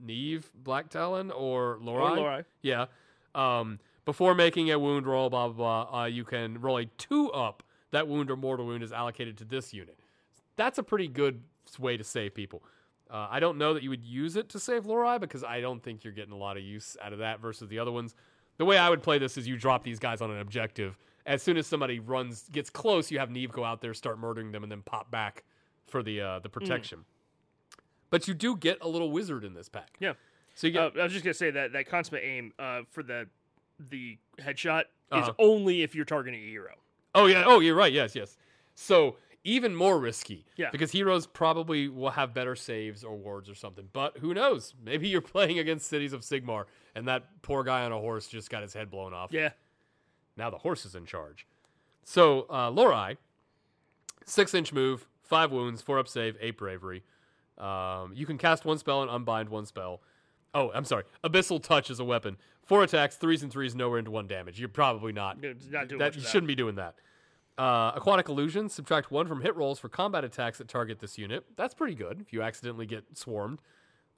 Speaker 1: Neve Black Talon or Lorai.
Speaker 2: Lorai.
Speaker 1: Yeah. Um, before making a wound roll, blah, blah, blah, uh, you can roll a two up. That wound or mortal wound is allocated to this unit. That's a pretty good s- way to save people. Uh, I don't know that you would use it to save Lorai because I don't think you're getting a lot of use out of that versus the other ones. The way I would play this is you drop these guys on an objective As soon as somebody runs gets close, you have Neve go out there, start murdering them, and then pop back for the uh, the protection. But you do get a little wizard in this pack.
Speaker 2: Yeah.
Speaker 1: So you get
Speaker 2: Uh, I was just gonna say that that consummate aim uh, for the the headshot is
Speaker 1: Uh-huh.
Speaker 2: only if you're targeting a hero.
Speaker 1: Oh yeah. Oh, you're right. Yes, yes. So even more risky.
Speaker 2: Yeah.
Speaker 1: Because heroes probably will have better saves or wards or something. But who knows? Maybe you're playing against cities of Sigmar, and that poor guy on a horse just got his head blown off.
Speaker 2: Yeah.
Speaker 1: Now the horse is in charge. So uh, Lorai, six inch move, five wounds, four up save, eight bravery. Um, you can cast one spell and unbind one spell. Oh, I'm sorry. Abyssal touch is a weapon. Four attacks, threes and threes, nowhere into one damage. You're probably not.
Speaker 2: It's not doing
Speaker 1: that.
Speaker 2: much
Speaker 1: You
Speaker 2: of that.
Speaker 1: shouldn't be doing that. Uh, aquatic illusion subtract one from hit rolls for combat attacks that target this unit. That's pretty good. If you accidentally get swarmed,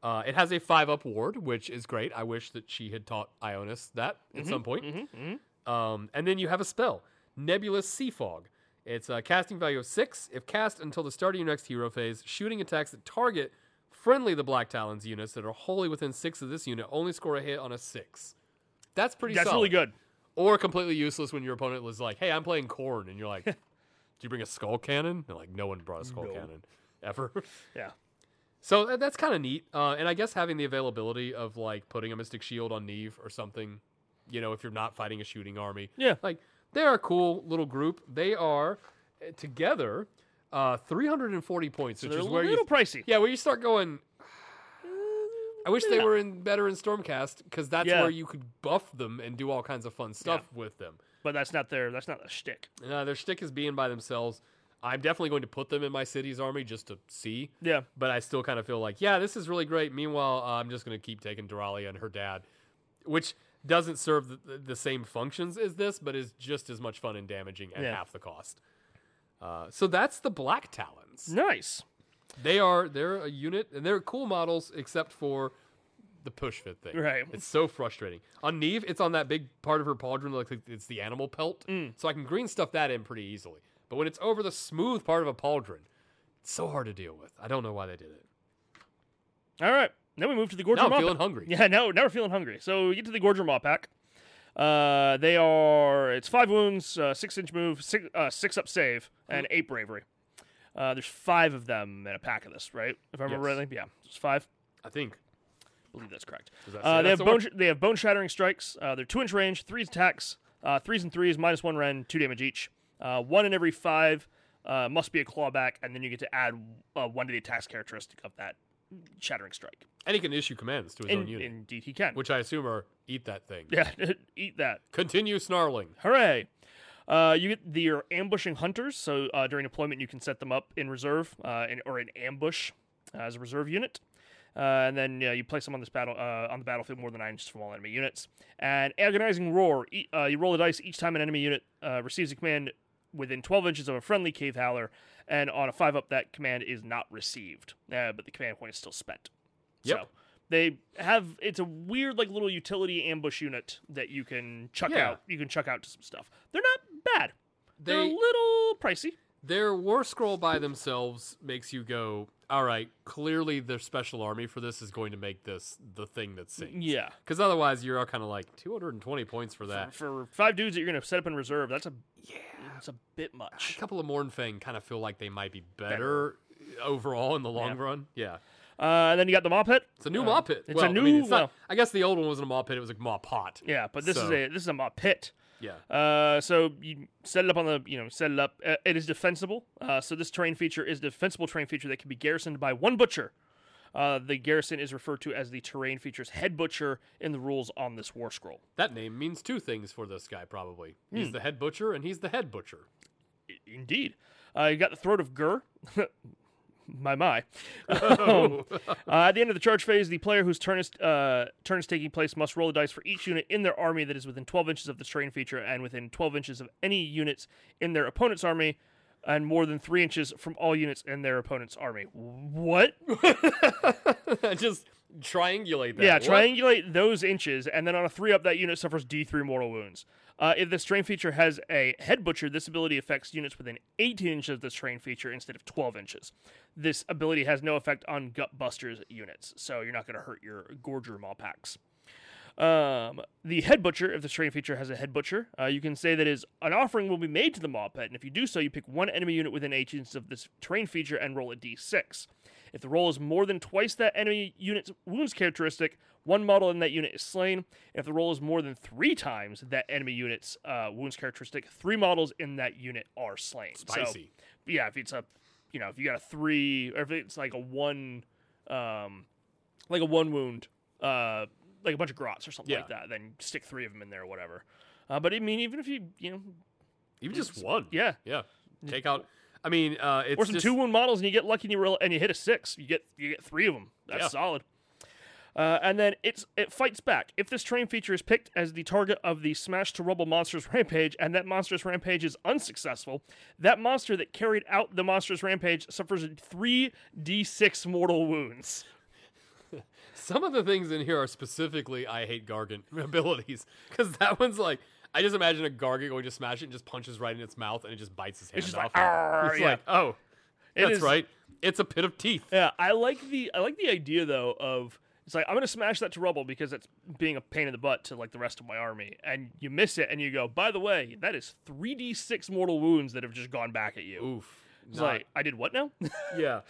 Speaker 1: uh, it has a five up ward, which is great. I wish that she had taught Ionis that at
Speaker 2: Mm-hmm,
Speaker 1: some point. Um, and then you have a spell, Nebulous Sea Fog. It's a casting value of six. If cast until the start of your next hero phase, shooting attacks that target friendly the Black Talons units that are wholly within six of this unit only score a hit on a six. That's pretty.
Speaker 2: That's
Speaker 1: solid.
Speaker 2: really good.
Speaker 1: Or completely useless when your opponent was like, "Hey, I'm playing Corn," and you're like, "Do you bring a skull cannon?" And like, no one brought a skull cannon ever.
Speaker 2: Yeah.
Speaker 1: So tha- that's kind of neat. Uh, and I guess having the availability of like putting a Mystic Shield on Neve or something, you know, if you're not fighting a shooting army.
Speaker 2: Yeah.
Speaker 1: Like they are a cool little group. They are uh, together uh, 340 points, which
Speaker 2: They're
Speaker 1: is
Speaker 2: a
Speaker 1: where
Speaker 2: little
Speaker 1: you
Speaker 2: pricey.
Speaker 1: yeah, where you start going. I wish they were in better in Stormcast because that's
Speaker 2: Yeah.
Speaker 1: where you could buff them and do all kinds of fun stuff with them.
Speaker 2: But that's not their that's not a shtick.
Speaker 1: Uh, their shtick is being by themselves. I'm definitely going to put them in my city's army just to see.
Speaker 2: Yeah.
Speaker 1: But I still kind of feel like, yeah, this is really great. Meanwhile, uh, I'm just going to keep taking Duralia and her dad, which doesn't serve the, the- the same functions as this, but is just as much fun and damaging at
Speaker 2: Yeah.
Speaker 1: half the cost. Uh, so that's the Black Talons.
Speaker 2: Nice.
Speaker 1: They are they're a unit and they're cool models except for the push fit thing.
Speaker 2: Right.
Speaker 1: It's so frustrating. On Neve, it's on that big part of her pauldron, like it's the animal pelt.
Speaker 2: Mm.
Speaker 1: So I can green stuff that in pretty easily. But when it's over the smooth part of a pauldron, it's so hard to deal with. I don't know why they did it.
Speaker 2: All right. Now we move to the Gorger
Speaker 1: Now I'm
Speaker 2: Maw
Speaker 1: feeling
Speaker 2: pack.
Speaker 1: hungry.
Speaker 2: Yeah, now, now we're feeling hungry. So we get to the Gorger Maw pack. Uh, they are it's five wounds, uh, six inch move, six, uh, six up save, and
Speaker 1: Mm.
Speaker 2: eight bravery. Uh, there's five of them in a pack of this, right? If I remember
Speaker 1: Yes.
Speaker 2: rightly, yeah, there's five.
Speaker 1: I think.
Speaker 2: I believe that's correct.
Speaker 1: that
Speaker 2: uh,
Speaker 1: say that's
Speaker 2: they have
Speaker 1: the
Speaker 2: bone.
Speaker 1: word?
Speaker 2: Sh- they have bone shattering strikes. Uh, they're two inch range, three attacks, uh, threes and threes, minus one ren, two damage each. Uh, one in every five uh, must be a clawback, and then you get to add uh, one to the attacks characteristic of that shattering strike.
Speaker 1: And he can issue commands to his
Speaker 2: In-
Speaker 1: own unit,
Speaker 2: indeed, he can.
Speaker 1: which I assume are eat that thing.
Speaker 2: yeah, eat that.
Speaker 1: Continue snarling.
Speaker 2: Hooray! Uh, you get the your ambushing hunters. So uh, during deployment, you can set them up in reserve uh, in, or in ambush as a reserve unit, uh, and then uh, you place them on this battle uh, on the battlefield more than nine inches from all enemy units. And agonizing roar. E- uh, you roll a dice each time an enemy unit uh, receives a command within 12 inches of a friendly cave howler, and on a five up, that command is not received, uh, but the command point is still spent.
Speaker 1: Yep.
Speaker 2: So they have it's a weird like little utility ambush unit that you can chuck
Speaker 1: Yeah.
Speaker 2: out. You can chuck out to some stuff. They're not bad. They, are a
Speaker 1: They-
Speaker 2: little pricey.
Speaker 1: Their war scroll by themselves makes you go, all right, clearly their special army for this is going to make this the thing that sinks.
Speaker 2: Yeah.
Speaker 1: Because otherwise, you're all kind of like 220 points for that.
Speaker 2: For five dudes that you're gonna set up in reserve, that's a yeah, that's a bit much.
Speaker 1: A couple of Mornfang kind of feel like they might be better, overall in the long
Speaker 2: Yeah.
Speaker 1: run. Yeah.
Speaker 2: Uh, and then you got the mob pit.
Speaker 1: It's a new
Speaker 2: Uh,
Speaker 1: maw pit.
Speaker 2: It's
Speaker 1: well,
Speaker 2: a new.
Speaker 1: I, mean, it's not-
Speaker 2: well,
Speaker 1: I guess the old one wasn't a maw pit, it was a maw pot.
Speaker 2: yeah, but this is
Speaker 1: So-
Speaker 2: a this is a mob pit.
Speaker 1: Yeah.
Speaker 2: Uh, so you set it up on the you know set it up. Uh, it is defensible. Uh, so this terrain feature is a defensible terrain feature that can be garrisoned by one butcher. Uh, the garrison is referred to as the terrain feature's head butcher in the rules on this war scroll.
Speaker 1: That name means two things for this guy, probably. He's
Speaker 2: Hmm.
Speaker 1: the head butcher, and he's the head butcher.
Speaker 2: I- Indeed, uh, you got the throat of Gur. my my. Um, uh, at the end of the charge phase, the player whose turn is uh, turn is taking place must roll a dice for each unit in their army that is within 12 inches of the terrain feature and within 12 inches of any units in their opponent's army, and more than three inches from all units in their opponent's army. What?
Speaker 1: Just triangulate that.
Speaker 2: Yeah,
Speaker 1: What?
Speaker 2: triangulate those inches, and then on a three up, that unit suffers D3 mortal wounds. Uh, if this terrain feature has a head butcher, this ability affects units within 18 inches of this terrain feature instead of 12 inches. This ability has no effect on gut busters units, so you're not going to hurt your gorger maw packs. Um, the head butcher, if the terrain feature has a head butcher, uh, you can say that is an offering will be made to the mob pet, and if you do so, you pick one enemy unit within eight inches of this terrain feature and roll a d6. If the roll is more than twice that enemy unit's wounds characteristic, one model in that unit is slain. If the roll is more than three times that enemy unit's uh, wounds characteristic, three models in that unit are slain.
Speaker 1: Spicy.
Speaker 2: So, yeah, if it's a, you know, if you got a three, or if it's like a one, um, like a one wound, uh, like a bunch of grots or something like
Speaker 1: Yeah.
Speaker 2: that, then stick three of them in there or whatever. Uh, but I mean, even if you, you know,
Speaker 1: Even just one.
Speaker 2: yeah.
Speaker 1: Yeah. Take out. I mean, uh, it's
Speaker 2: or some
Speaker 1: just,
Speaker 2: two wound models and you get lucky and you roll and you hit a six, you get you get three of them. That's
Speaker 1: Yeah.
Speaker 2: solid. Uh, and then it's it fights back. If this terrain feature is picked as the target of the Smash to Rubble Monsters Rampage, and that Monsters Rampage is unsuccessful, that monster that carried out the Monsters Rampage suffers three d6 mortal wounds.
Speaker 1: Some of the things in here are specifically I hate Gargant abilities because that one's like I just imagine a Gargant going to smash it and just punches right in its mouth and it just bites his hand
Speaker 2: just
Speaker 1: off.
Speaker 2: like, "Arr,"
Speaker 1: it's
Speaker 2: yeah.
Speaker 1: like oh,
Speaker 2: It
Speaker 1: that's
Speaker 2: is-
Speaker 1: right. It's a pit of teeth.
Speaker 2: Yeah, I like the I like the idea though of it's like I'm gonna smash that to rubble because it's being a pain in the butt to like the rest of my army, and you miss it, and you go, by the way, that is three d six mortal wounds that have just gone back at you.
Speaker 1: Oof.
Speaker 2: it's
Speaker 1: Not-
Speaker 2: like I did what now?
Speaker 1: yeah,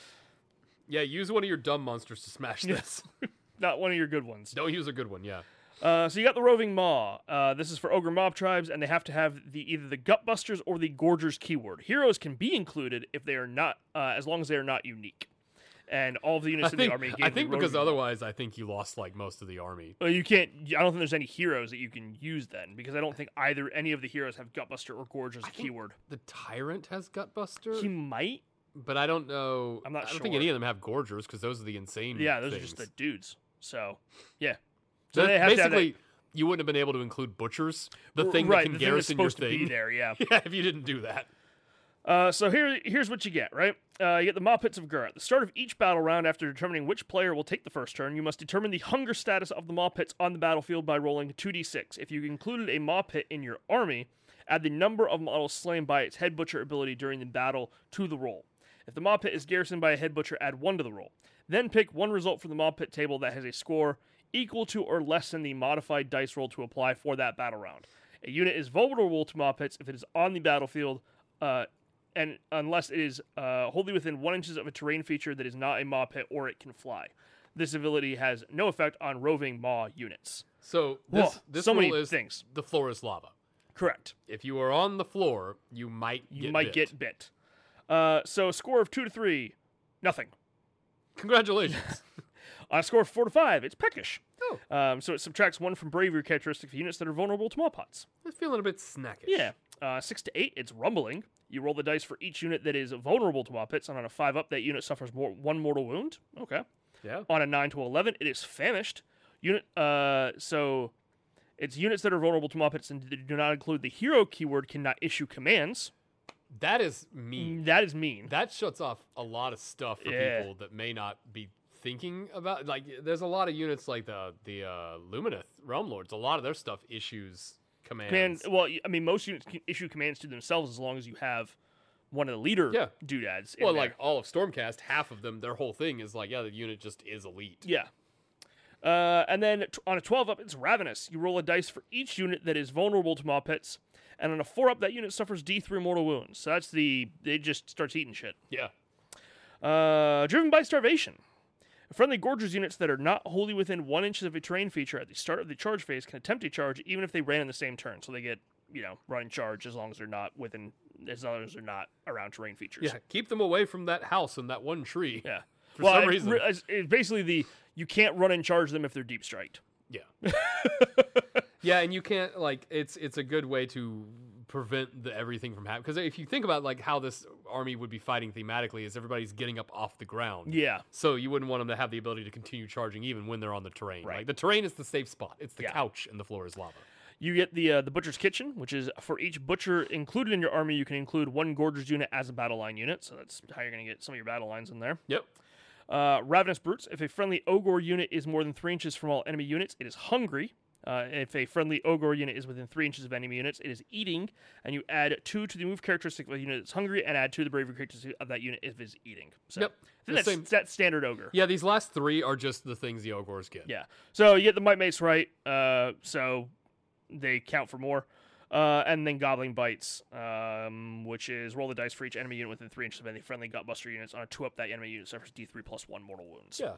Speaker 1: yeah. Use one of your dumb monsters to smash this.
Speaker 2: Not one of your good ones.
Speaker 1: Don't use a good one. Yeah.
Speaker 2: Uh, so you got the roving maw. Uh, this is for ogre mob tribes, and they have to have the either the gutbusters or the gorgers keyword. Heroes can be included if they are not, uh, as long as they are not unique. And all of the
Speaker 1: I
Speaker 2: units in
Speaker 1: think
Speaker 2: the army. Gave
Speaker 1: I
Speaker 2: the
Speaker 1: think because
Speaker 2: roving maw.
Speaker 1: otherwise I think you lost like most of the army.
Speaker 2: Well, you can't. I don't think there's any heroes that you can use then, because I don't think either any of the heroes have Gutbuster or Gorge as a keyword.
Speaker 1: The tyrant has Gutbuster,
Speaker 2: He might.
Speaker 1: but I don't know.
Speaker 2: I'm not
Speaker 1: I don't think
Speaker 2: sure.
Speaker 1: any of them have Gorgers because those are the insane.
Speaker 2: Yeah, those are
Speaker 1: things.
Speaker 2: just the dudes. So, yeah.
Speaker 1: So
Speaker 2: So they have to have that-
Speaker 1: basically, you wouldn't have been able to include butchers, the thing
Speaker 2: right,
Speaker 1: that can
Speaker 2: the thing that's
Speaker 1: garrison
Speaker 2: supposed
Speaker 1: your
Speaker 2: to
Speaker 1: thing.
Speaker 2: be there. Yeah.
Speaker 1: Yeah, if you didn't do that.
Speaker 2: Uh, so here, here's what you get, right? Uh, you get the Maw Pits of Gur. At the start of each battle round, after determining which player will take the first turn, you must determine the hunger status of the Maw Pits on the battlefield by rolling 2d6. If you included a Maw Pit in your army, add the number of models slain by its Head Butcher ability during the battle to the roll. If the Maw Pit is garrisoned by a Head Butcher, add 1 to the roll. Then pick one result from the Maw Pit table that has a score equal to or less than the modified dice roll to apply for that battle round. A unit is vulnerable to Maw Pits if it is on the battlefield. Uh, and unless it is uh, wholly within one inches of a terrain feature that is not a maw pit or it can fly. This ability has no effect on roving maw units.
Speaker 1: So this,
Speaker 2: Whoa,
Speaker 1: this
Speaker 2: so
Speaker 1: rule
Speaker 2: many
Speaker 1: is
Speaker 2: things.
Speaker 1: the floor is lava.
Speaker 2: Correct.
Speaker 1: If you are on the floor, you might
Speaker 2: You
Speaker 1: get
Speaker 2: might
Speaker 1: bit.
Speaker 2: get bit. Uh, so a score of two to three, nothing.
Speaker 1: congratulations.
Speaker 2: On a score of four to five, it's peckish.
Speaker 1: Oh.
Speaker 2: Um, so it subtracts one from bravery characteristic for units that are vulnerable to maw pots.
Speaker 1: it's feeling a bit snackish.
Speaker 2: Yeah. Uh, six to eight, it's rumbling. You roll the dice for each unit that is vulnerable to maw pits, and on a five up, that unit suffers more, one mortal wound. Okay.
Speaker 1: yeah.
Speaker 2: on a 9 to 11 it is famished unit uh so it's units that are vulnerable to moppets and that do not include the hero keyword cannot issue commands
Speaker 1: That is mean.
Speaker 2: that is mean
Speaker 1: That shuts off a lot of stuff for
Speaker 2: Mm. Yeah.
Speaker 1: people that may not be thinking about. Like, there's a lot of units like the the uh, Lumineth Realm Lords. A lot of their stuff issues
Speaker 2: command
Speaker 1: commands.
Speaker 2: well y- i mean most units can issue commands to themselves as long as you have one of the leader
Speaker 1: Yeah.
Speaker 2: doodads in
Speaker 1: well,
Speaker 2: there.
Speaker 1: like all of Stormcast, half of them, their whole thing is like, yeah, the unit just is elite.
Speaker 2: yeah uh, and then t- on a 12 up, it's Ravenous. You roll a dice for each unit that is vulnerable to mob pits. And on a 4 up, that unit suffers D3 mortal wounds. So that's the. It just starts eating shit.
Speaker 1: Yeah.
Speaker 2: Uh, driven by starvation. Friendly Gorgers units that are not wholly within one inches of a terrain feature at the start of the charge phase can attempt a charge even if they ran in the same turn. So they get, you know, run charge as long as they're not within, as long as they're not around terrain features.
Speaker 1: Yeah, keep them away from that house and that one tree.
Speaker 2: Yeah.
Speaker 1: For
Speaker 2: well,
Speaker 1: some
Speaker 2: it re-
Speaker 1: reason.
Speaker 2: it's- it's basically the you can't run and charge them if they're deep striked.
Speaker 1: Yeah. yeah, and you can't like it's it's a good way to prevent the everything from happening because if you think about like how this army would be fighting thematically is everybody's getting up off the ground.
Speaker 2: Yeah.
Speaker 1: So you wouldn't want them to have the ability to continue charging even when they're on the terrain.
Speaker 2: Right.
Speaker 1: Like the terrain is the safe spot. It's the
Speaker 2: Yeah.
Speaker 1: couch and the floor is lava.
Speaker 2: You get the uh, the butcher's kitchen, which is for each butcher included in your army, you can include one Gorgers unit as a battle line unit. So that's how you're going to get some of your battle lines in there.
Speaker 1: Yep.
Speaker 2: Uh, Ravenous Brutes. If a friendly Ogre unit is more than three inches from all enemy units, it is hungry. Uh, if a friendly Ogre unit is within three inches of enemy units, it is eating. And you add two to the move characteristic of the unit that's hungry, and add two to the bravery characteristic of that unit if it is eating. So
Speaker 1: Yep.
Speaker 2: I Then that's,
Speaker 1: same-
Speaker 2: that's standard ogre.
Speaker 1: Yeah, these last three are just the things the ogres get.
Speaker 2: Yeah. So you get the Might Mace right, uh, so they count for more. Uh, and then Goblin Bites, um, which is roll the dice for each enemy unit within 3 inches of any friendly Gutbuster units. On a 2 up, that enemy unit suffers d3 plus 1 mortal wounds.
Speaker 1: Yeah.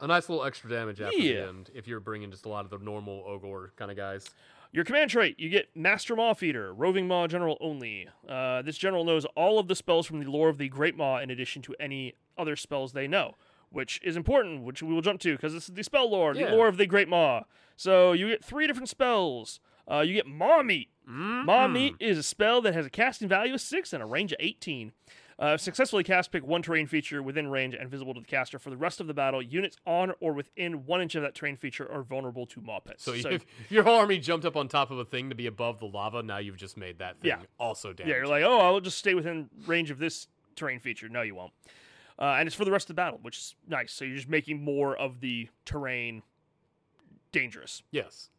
Speaker 1: A nice little extra damage after
Speaker 2: Yeah.
Speaker 1: the end if you're bringing just a lot of the normal ogre kind of guys.
Speaker 2: Your command trait, you get Master Maw Feeder, Roving Maw General only. Uh, this general knows all of the spells from the lore of the Great Maw in addition to any other spells they know, which is important, which we will jump to because this is the spell lore,
Speaker 1: Yeah.
Speaker 2: the lore of the Great Maw. So you get three different spells. Uh, you get Maw Meat. Maw Meat is a spell that has a casting value of 6 and a range of 18. Uh, successfully cast, pick one terrain feature within range and visible to the caster. For the rest of the battle, units on or within one inch of that terrain feature are vulnerable to maw pets.
Speaker 1: So, if your army jumped up on top of a thing to be above the lava, now you've just made that thing
Speaker 2: Yeah.
Speaker 1: also damage.
Speaker 2: Yeah, you're like, oh, I'll just stay within range of this terrain feature. No, you won't. Uh, and it's for the rest of the battle, which is nice. So you're just making more of the terrain dangerous.
Speaker 1: yes.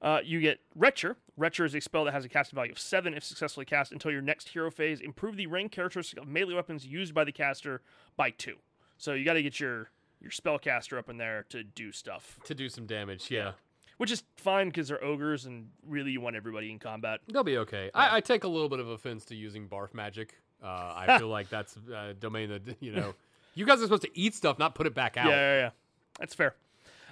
Speaker 2: Uh, you get Retcher. Retcher is a spell that has a casting value of 7 if successfully cast until your next hero phase. Improve the range characteristic of melee weapons used by the caster by 2. So you got to get your, your spell caster up in there to do stuff,
Speaker 1: To do some damage, yeah.
Speaker 2: which is fine because they're ogres and really you want everybody in combat.
Speaker 1: They'll be okay. I, I take a little bit of offense to using barf magic. Uh, I feel like that's a domain that, you know, you guys are supposed to eat stuff, not put it back out.
Speaker 2: Yeah, yeah, yeah. That's fair.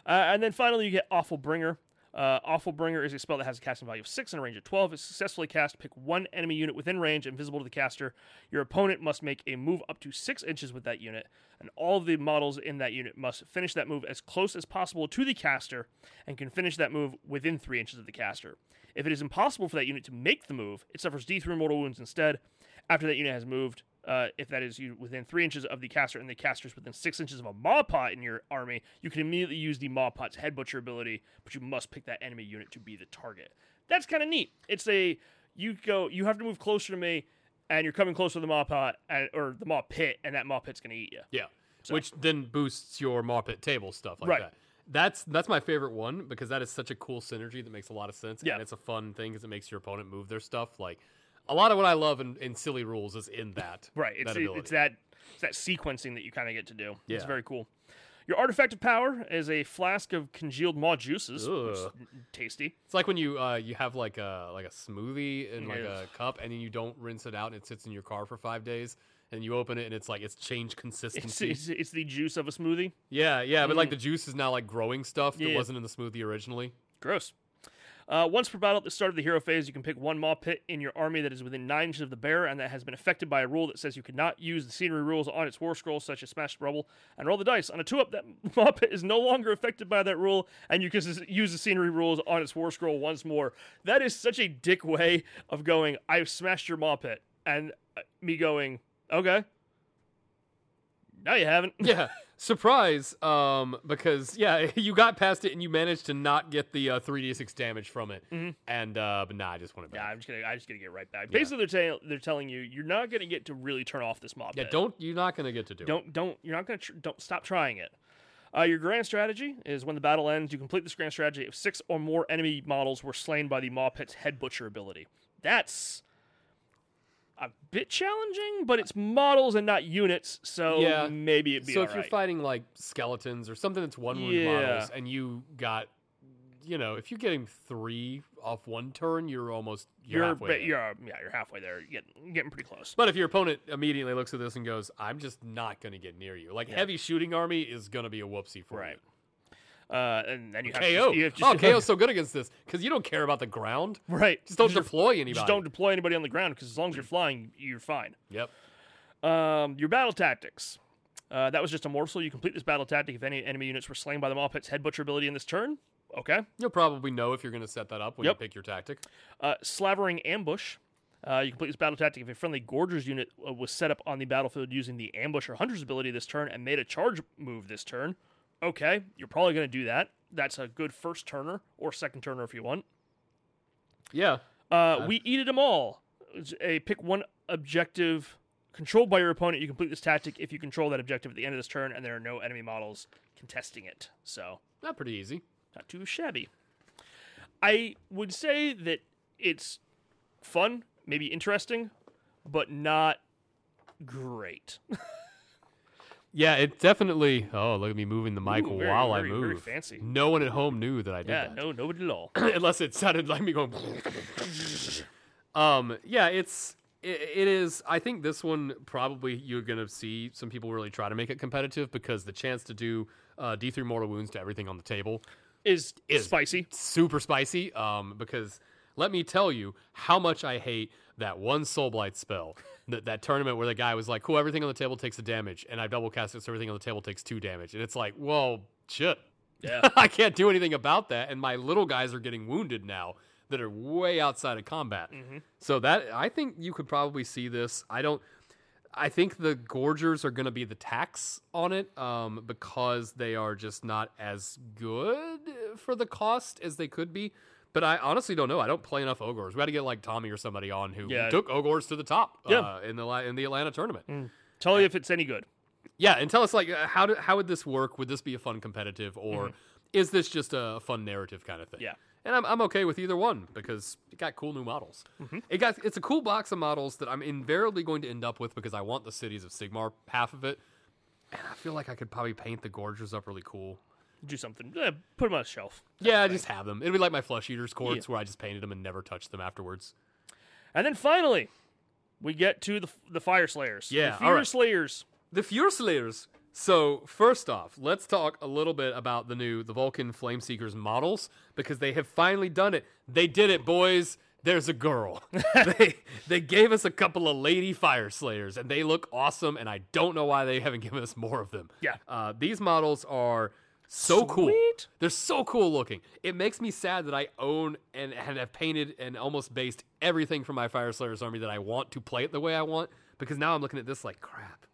Speaker 2: Uh, and then finally, you get Awful Bringer. Uh, Awful Bringer is a spell that has a casting value of 6 and a range of 12. If successfully cast, pick one enemy unit within range and visible to the caster. Your opponent must make a move up to 6 inches with that unit, and all of the models in that unit must finish that move as close as possible to the caster and can finish that move within 3 inches of the caster. If it is impossible for that unit to make the move, it suffers D3 mortal wounds instead. After that unit has moved, uh, if that is you within three inches of the caster and the caster is within six inches of a maw pot in your army, you can immediately use the maw pot's head butcher ability, but you must pick that enemy unit to be the target. That's kind of neat. It's a you go you have to move closer to me, and you're coming closer to the maw pot and, or the maw pit, and that maw pit's gonna eat you.
Speaker 1: Yeah. Which then boosts your Muppet table stuff like
Speaker 2: Right.
Speaker 1: that. That's that's my favorite one because that is such a cool synergy that makes a lot of sense.
Speaker 2: Yeah.
Speaker 1: And it's a fun thing because it makes your opponent move their stuff. Like a lot of what I love in, in silly rules is in that.
Speaker 2: Right. It's
Speaker 1: that
Speaker 2: that
Speaker 1: ability.
Speaker 2: it's that it's that sequencing that you kind of get to do. It's
Speaker 1: Yeah.
Speaker 2: very cool. Your artifact of power is a flask of congealed maw juices, which is
Speaker 1: Ugh.
Speaker 2: n- tasty.
Speaker 1: It's like when you uh, you have like a like a smoothie in like
Speaker 2: Yeah.
Speaker 1: a cup and then you don't rinse it out and it sits in your car for five days and you open it and it's like it's changed
Speaker 2: It's,
Speaker 1: consistency.
Speaker 2: it's, it's the juice of a smoothie.
Speaker 1: yeah, yeah, but like the juice is now like growing stuff that
Speaker 2: Mm. Yeah.
Speaker 1: wasn't in the smoothie originally.
Speaker 2: Gross. Uh, once per battle at the start of the hero phase, you can pick one maw pit in your army that is within nine inches of the bearer and that has been affected by a rule that says you cannot use the scenery rules on its war scroll, such as smashed rubble, and roll the dice. On a two up, that maw pit is no longer affected by that rule, and you can s- use the scenery rules on its war scroll once more. That is such a dick way of going, I've smashed your maw pit, and uh, me going, okay. No, you haven't.
Speaker 1: yeah surprise um because yeah you got past it and you managed to not get the uh, 3d6 damage from it and uh but nah i just want it
Speaker 2: Yeah,
Speaker 1: back
Speaker 2: Mm-hmm. I'm just gonna. I'm just gonna get right back. Basically, they're, tell they're telling you you're not gonna get to really turn off this mob.
Speaker 1: yeah,
Speaker 2: pit.
Speaker 1: don't you're not gonna get to do it
Speaker 2: Don't don't you're not gonna tr- don't stop trying it. Uh, your grand strategy is when the battle ends, you complete this grand strategy if six or more enemy models were slain by the Maw Pit's head butcher ability. That's a bit challenging, but it's models and not units, so
Speaker 1: Yeah.
Speaker 2: maybe it'd be
Speaker 1: so if
Speaker 2: alright.
Speaker 1: you're fighting like skeletons or something that's one wound
Speaker 2: Yeah.
Speaker 1: models and you got you know if you're getting three off one turn you're almost you're,
Speaker 2: you're
Speaker 1: halfway
Speaker 2: ba-
Speaker 1: there.
Speaker 2: you're yeah, you're halfway there. You're getting getting pretty close.
Speaker 1: but if your opponent immediately looks at this and goes i'm just not gonna get near you like heavy shooting army is gonna be a whoopsie for
Speaker 2: Right.
Speaker 1: you
Speaker 2: Uh, and then you have
Speaker 1: KO.
Speaker 2: to you have to
Speaker 1: oh, KO's so good against this because you don't care about the ground.
Speaker 2: right.
Speaker 1: Just don't
Speaker 2: Just-
Speaker 1: deploy anybody.
Speaker 2: Just don't deploy anybody on the ground because as long as
Speaker 1: Mm.
Speaker 2: you're flying, you're fine.
Speaker 1: Yep.
Speaker 2: Um, your battle tactics. Uh, that was just a morsel. You complete this battle tactic if any enemy units were slain by the Maw Pit's head butcher ability in this turn. Okay.
Speaker 1: You'll probably know if you're going to set that up when
Speaker 2: Yep.
Speaker 1: you pick your tactic.
Speaker 2: Uh, slavering ambush. Uh, you complete this battle tactic if a friendly Gorger's unit uh, was set up on the battlefield using the ambush or hunter's ability this turn and made a charge move this turn. Okay, you're probably going to do that. That's a good first turner or second turner if you want.
Speaker 1: Yeah.
Speaker 2: Uh, we eated them all. It's A pick one objective controlled by your opponent. You complete this tactic if you control that objective at the end of this turn, and there are no enemy models contesting it. So
Speaker 1: Not pretty easy.
Speaker 2: not too shabby. I would say that it's fun, maybe interesting, but not great.
Speaker 1: Yeah, it definitely. Oh, look at me moving the mic
Speaker 2: Ooh, very-
Speaker 1: while I
Speaker 2: very-
Speaker 1: move.
Speaker 2: very fancy.
Speaker 1: No one at home knew that I did
Speaker 2: Yeah,
Speaker 1: that.
Speaker 2: no, nobody at all.
Speaker 1: unless it sounded like me going. um, yeah, it's it, it is. I think this one probably you're gonna see some people really try to make it competitive because the chance to do uh, D3 mortal wounds to everything on the table
Speaker 2: Is,
Speaker 1: Is-
Speaker 2: spicy.
Speaker 1: super spicy. Um, because let me tell you how much I hate that one soul blight spell. That, that tournament where the guy was like, "Cool, everything on the table takes a damage," and I double cast it, so everything on the table takes two damage, and it's like, "Whoa, shit,
Speaker 2: Yeah.
Speaker 1: I can't do anything about that." And my little guys are getting wounded now that are way outside of combat.
Speaker 2: Mm-hmm.
Speaker 1: So that I think you could probably see this. I don't. I think the gorgers are going to be the tax on it um, because they are just not as good for the cost as they could be. But I honestly don't know. I don't play enough ogres. We had to get like Tommy or somebody on who
Speaker 2: Yeah.
Speaker 1: took ogres to the top
Speaker 2: Yeah. Mm-hmm.
Speaker 1: uh, in the la- in the Atlanta tournament.
Speaker 2: Tell you if it's any good.
Speaker 1: Yeah, and tell us like uh, how do, how would this work? Would this be a fun competitive, or is this just a fun narrative kind of thing?
Speaker 2: Yeah.
Speaker 1: and I'm, I'm okay with either one because it got cool new models. It got it's a cool box of models that I'm invariably going to end up with because I want the cities of Sigmar half of it, and I feel like I could probably paint the gorgers up really cool.
Speaker 2: Do something. Eh, put them on a shelf.
Speaker 1: Yeah, I just have them. It'd be like my flesh eaters courts where I just painted them and never touched them afterwards.
Speaker 2: And then finally, we get to the the fire slayers.
Speaker 1: Yeah,
Speaker 2: the
Speaker 1: all
Speaker 2: fire
Speaker 1: right.
Speaker 2: slayers.
Speaker 1: The Fury Slayers. So first off, let's talk a little bit about the new the Vulcan Flame Seekers models because they have finally done it. They did it, boys. There's a girl. they they gave us a couple of lady fire slayers, and they look awesome. And I don't know why they haven't given us more of them.
Speaker 2: Yeah.
Speaker 1: uh, these models are so cool.
Speaker 2: Sweet.
Speaker 1: They're so cool looking. It makes me sad that I own and, and have painted and almost based everything from my Fire Slayers army that I want to play it the way I want because now I'm looking at this like crap.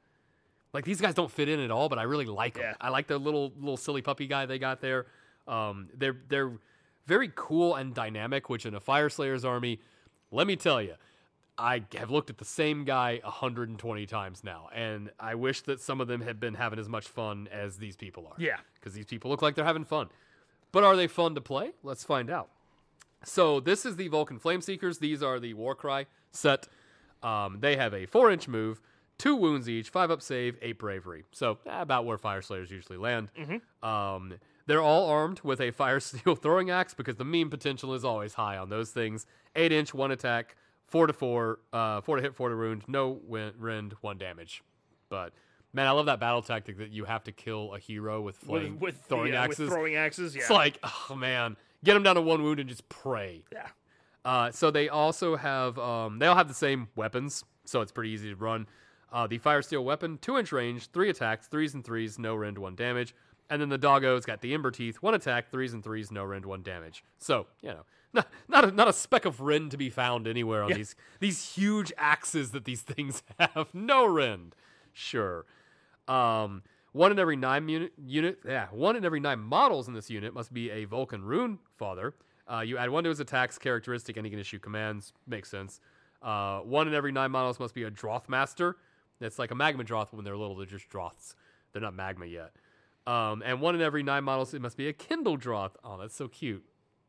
Speaker 1: Like these guys don't fit in at all, but I really like them.
Speaker 2: Yeah.
Speaker 1: I like the little little silly puppy guy they got there. Um, they're they're very cool and dynamic, which in a Fire Slayers army, let me tell you, I have looked at the same guy 120 times now, and I wish that some of them had been having as much fun as these people are.
Speaker 2: Yeah.
Speaker 1: because these people look like they're having fun, but are they fun to play? Let's find out. So this is the Vulcan Flameseekers. These are the Warcry set. Um, they have a four-inch move, two wounds each, five up save, eight bravery. So eh, about where Fire Slayers usually land.
Speaker 2: Mm-hmm.
Speaker 1: Um, they're all armed with a fire steel throwing axe because the meme potential is always high on those things. Eight-inch, one attack, four to four, uh, four to hit, four to wound, no win- rend, one damage. But man, I love that battle tactic that you have to kill a hero with flame
Speaker 2: With, with
Speaker 1: throwing
Speaker 2: yeah,
Speaker 1: axes.
Speaker 2: With throwing axes. Yeah.
Speaker 1: It's like, oh man, get them down to one wound and just pray.
Speaker 2: Yeah.
Speaker 1: Uh, so they also have um, they all have the same weapons, so it's pretty easy to run. Uh, the fire steel weapon, two inch range, three attacks, threes and threes, no rend, one damage. And then the doggo's got the ember teeth, one attack, threes and threes, no rend, one damage. So you know, not not a, not a speck of rend to be found anywhere on these these huge axes that these things have. No rend, sure. Um, one in every nine unit, unit, yeah, one in every nine models in this unit must be a Vulcan Rune Father. Uh, you add one to his attacks characteristic, and he can issue commands. Makes sense. Uh, one in every nine models must be a Droth Master. That's like a magma Droth when they're little. They're just Droths. They're not magma yet. Um, and one in every nine models, it must be a Kindle Droth. Oh, that's so cute.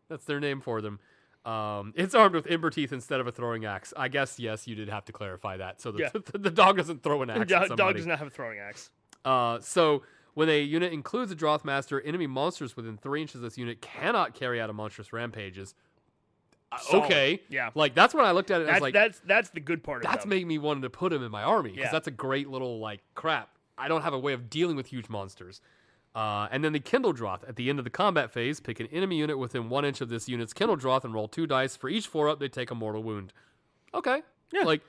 Speaker 1: That's their name for them. Um, it's armed with ember teeth instead of a throwing axe. I guess yes, you did have to clarify that so that
Speaker 2: Yeah.
Speaker 1: the, dog doesn't throw an axe. at
Speaker 2: Dog, dog
Speaker 1: somebody.
Speaker 2: does not have a throwing axe.
Speaker 1: Uh, so when a unit includes a Droth Master, enemy monsters within three inches of this unit cannot carry out a monstrous rampages. Uh,
Speaker 2: Solid.
Speaker 1: Okay,
Speaker 2: Yeah.
Speaker 1: like that's when I looked at it. and I
Speaker 2: That's
Speaker 1: was like,
Speaker 2: that's that's the good part of
Speaker 1: that's
Speaker 2: them.
Speaker 1: making me wanting to put him in my army because
Speaker 2: Yeah.
Speaker 1: that's a great little like crap. I don't have a way of dealing with huge monsters. Uh, and then the Kindle Droth. At the end of the combat phase, pick an enemy unit within one inch of this unit's Kindle Droth and roll two dice. For each four up, they take a mortal wound. Okay. Yeah. Like,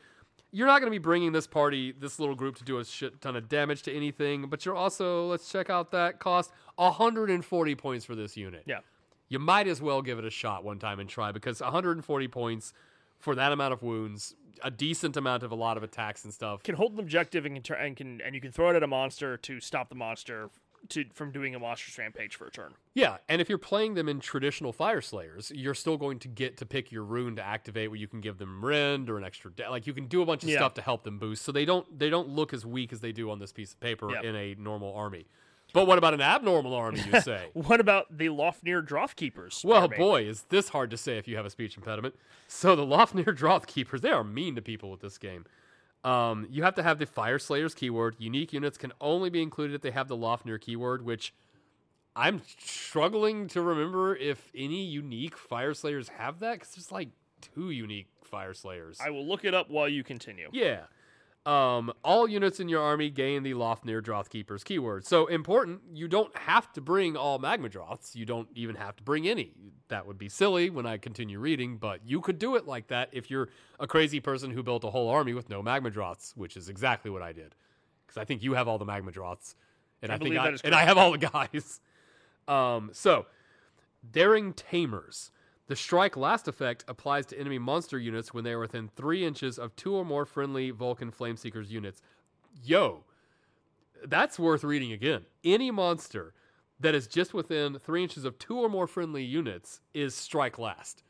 Speaker 1: you're not going to be bringing this party, this little group, to do a shit ton of damage to anything, but you're also, let's check out that cost 140 points for this unit
Speaker 2: Yeah.
Speaker 1: you might as well give it a shot one time and try because 140 points for that amount of wounds, a decent amount of a lot of attacks and stuff.
Speaker 2: Can hold an objective and can turn and can and you can throw it at a monster to stop the monster to from doing a monstrous rampage for a turn.
Speaker 1: Yeah, and if you're playing them in traditional fire slayers, you're still going to get to pick your rune to activate where you can give them rend or an extra da- like you can do a bunch of
Speaker 2: Yeah.
Speaker 1: stuff to help them boost. So they don't they don't look as weak as they do on this piece of paper
Speaker 2: Yep.
Speaker 1: in a normal army. But what about an abnormal army, you say?
Speaker 2: What about the Lofnir Droth Keepers?
Speaker 1: Well,
Speaker 2: Army?
Speaker 1: boy, is this hard to say if you have a speech impediment. So the Lofnir Droth Keepers, they are mean to people with this game. Um, you have to have the Fire Slayer's keyword. Unique units can only be included if they have the Lofnir keyword, which I'm struggling to remember if any unique Fire Slayers have that because there's like two unique Fire Slayers.
Speaker 2: I will look it up while you continue.
Speaker 1: Yeah. Um, all units in your army gain the Lofnir Drothkeeper's keyword. So important, you don't have to bring all Magma Droths. You don't even have to bring any. That would be silly when I continue reading, but you could do it like that if you're a crazy person who built a whole army with no Magma Droths, which is exactly what I did. Because I think you have all the Magma Droths, and I,
Speaker 2: I
Speaker 1: think
Speaker 2: believe
Speaker 1: I,
Speaker 2: that is
Speaker 1: and I
Speaker 2: correct.
Speaker 1: have all the guys. Um, so, Daring Tamers. The Strike last effect applies to enemy monster units when they are within three inches of two or more friendly Vulcan Flameseekers units. Yo, that's worth reading again. Any monster that is just within three inches of two or more friendly units is Strike last.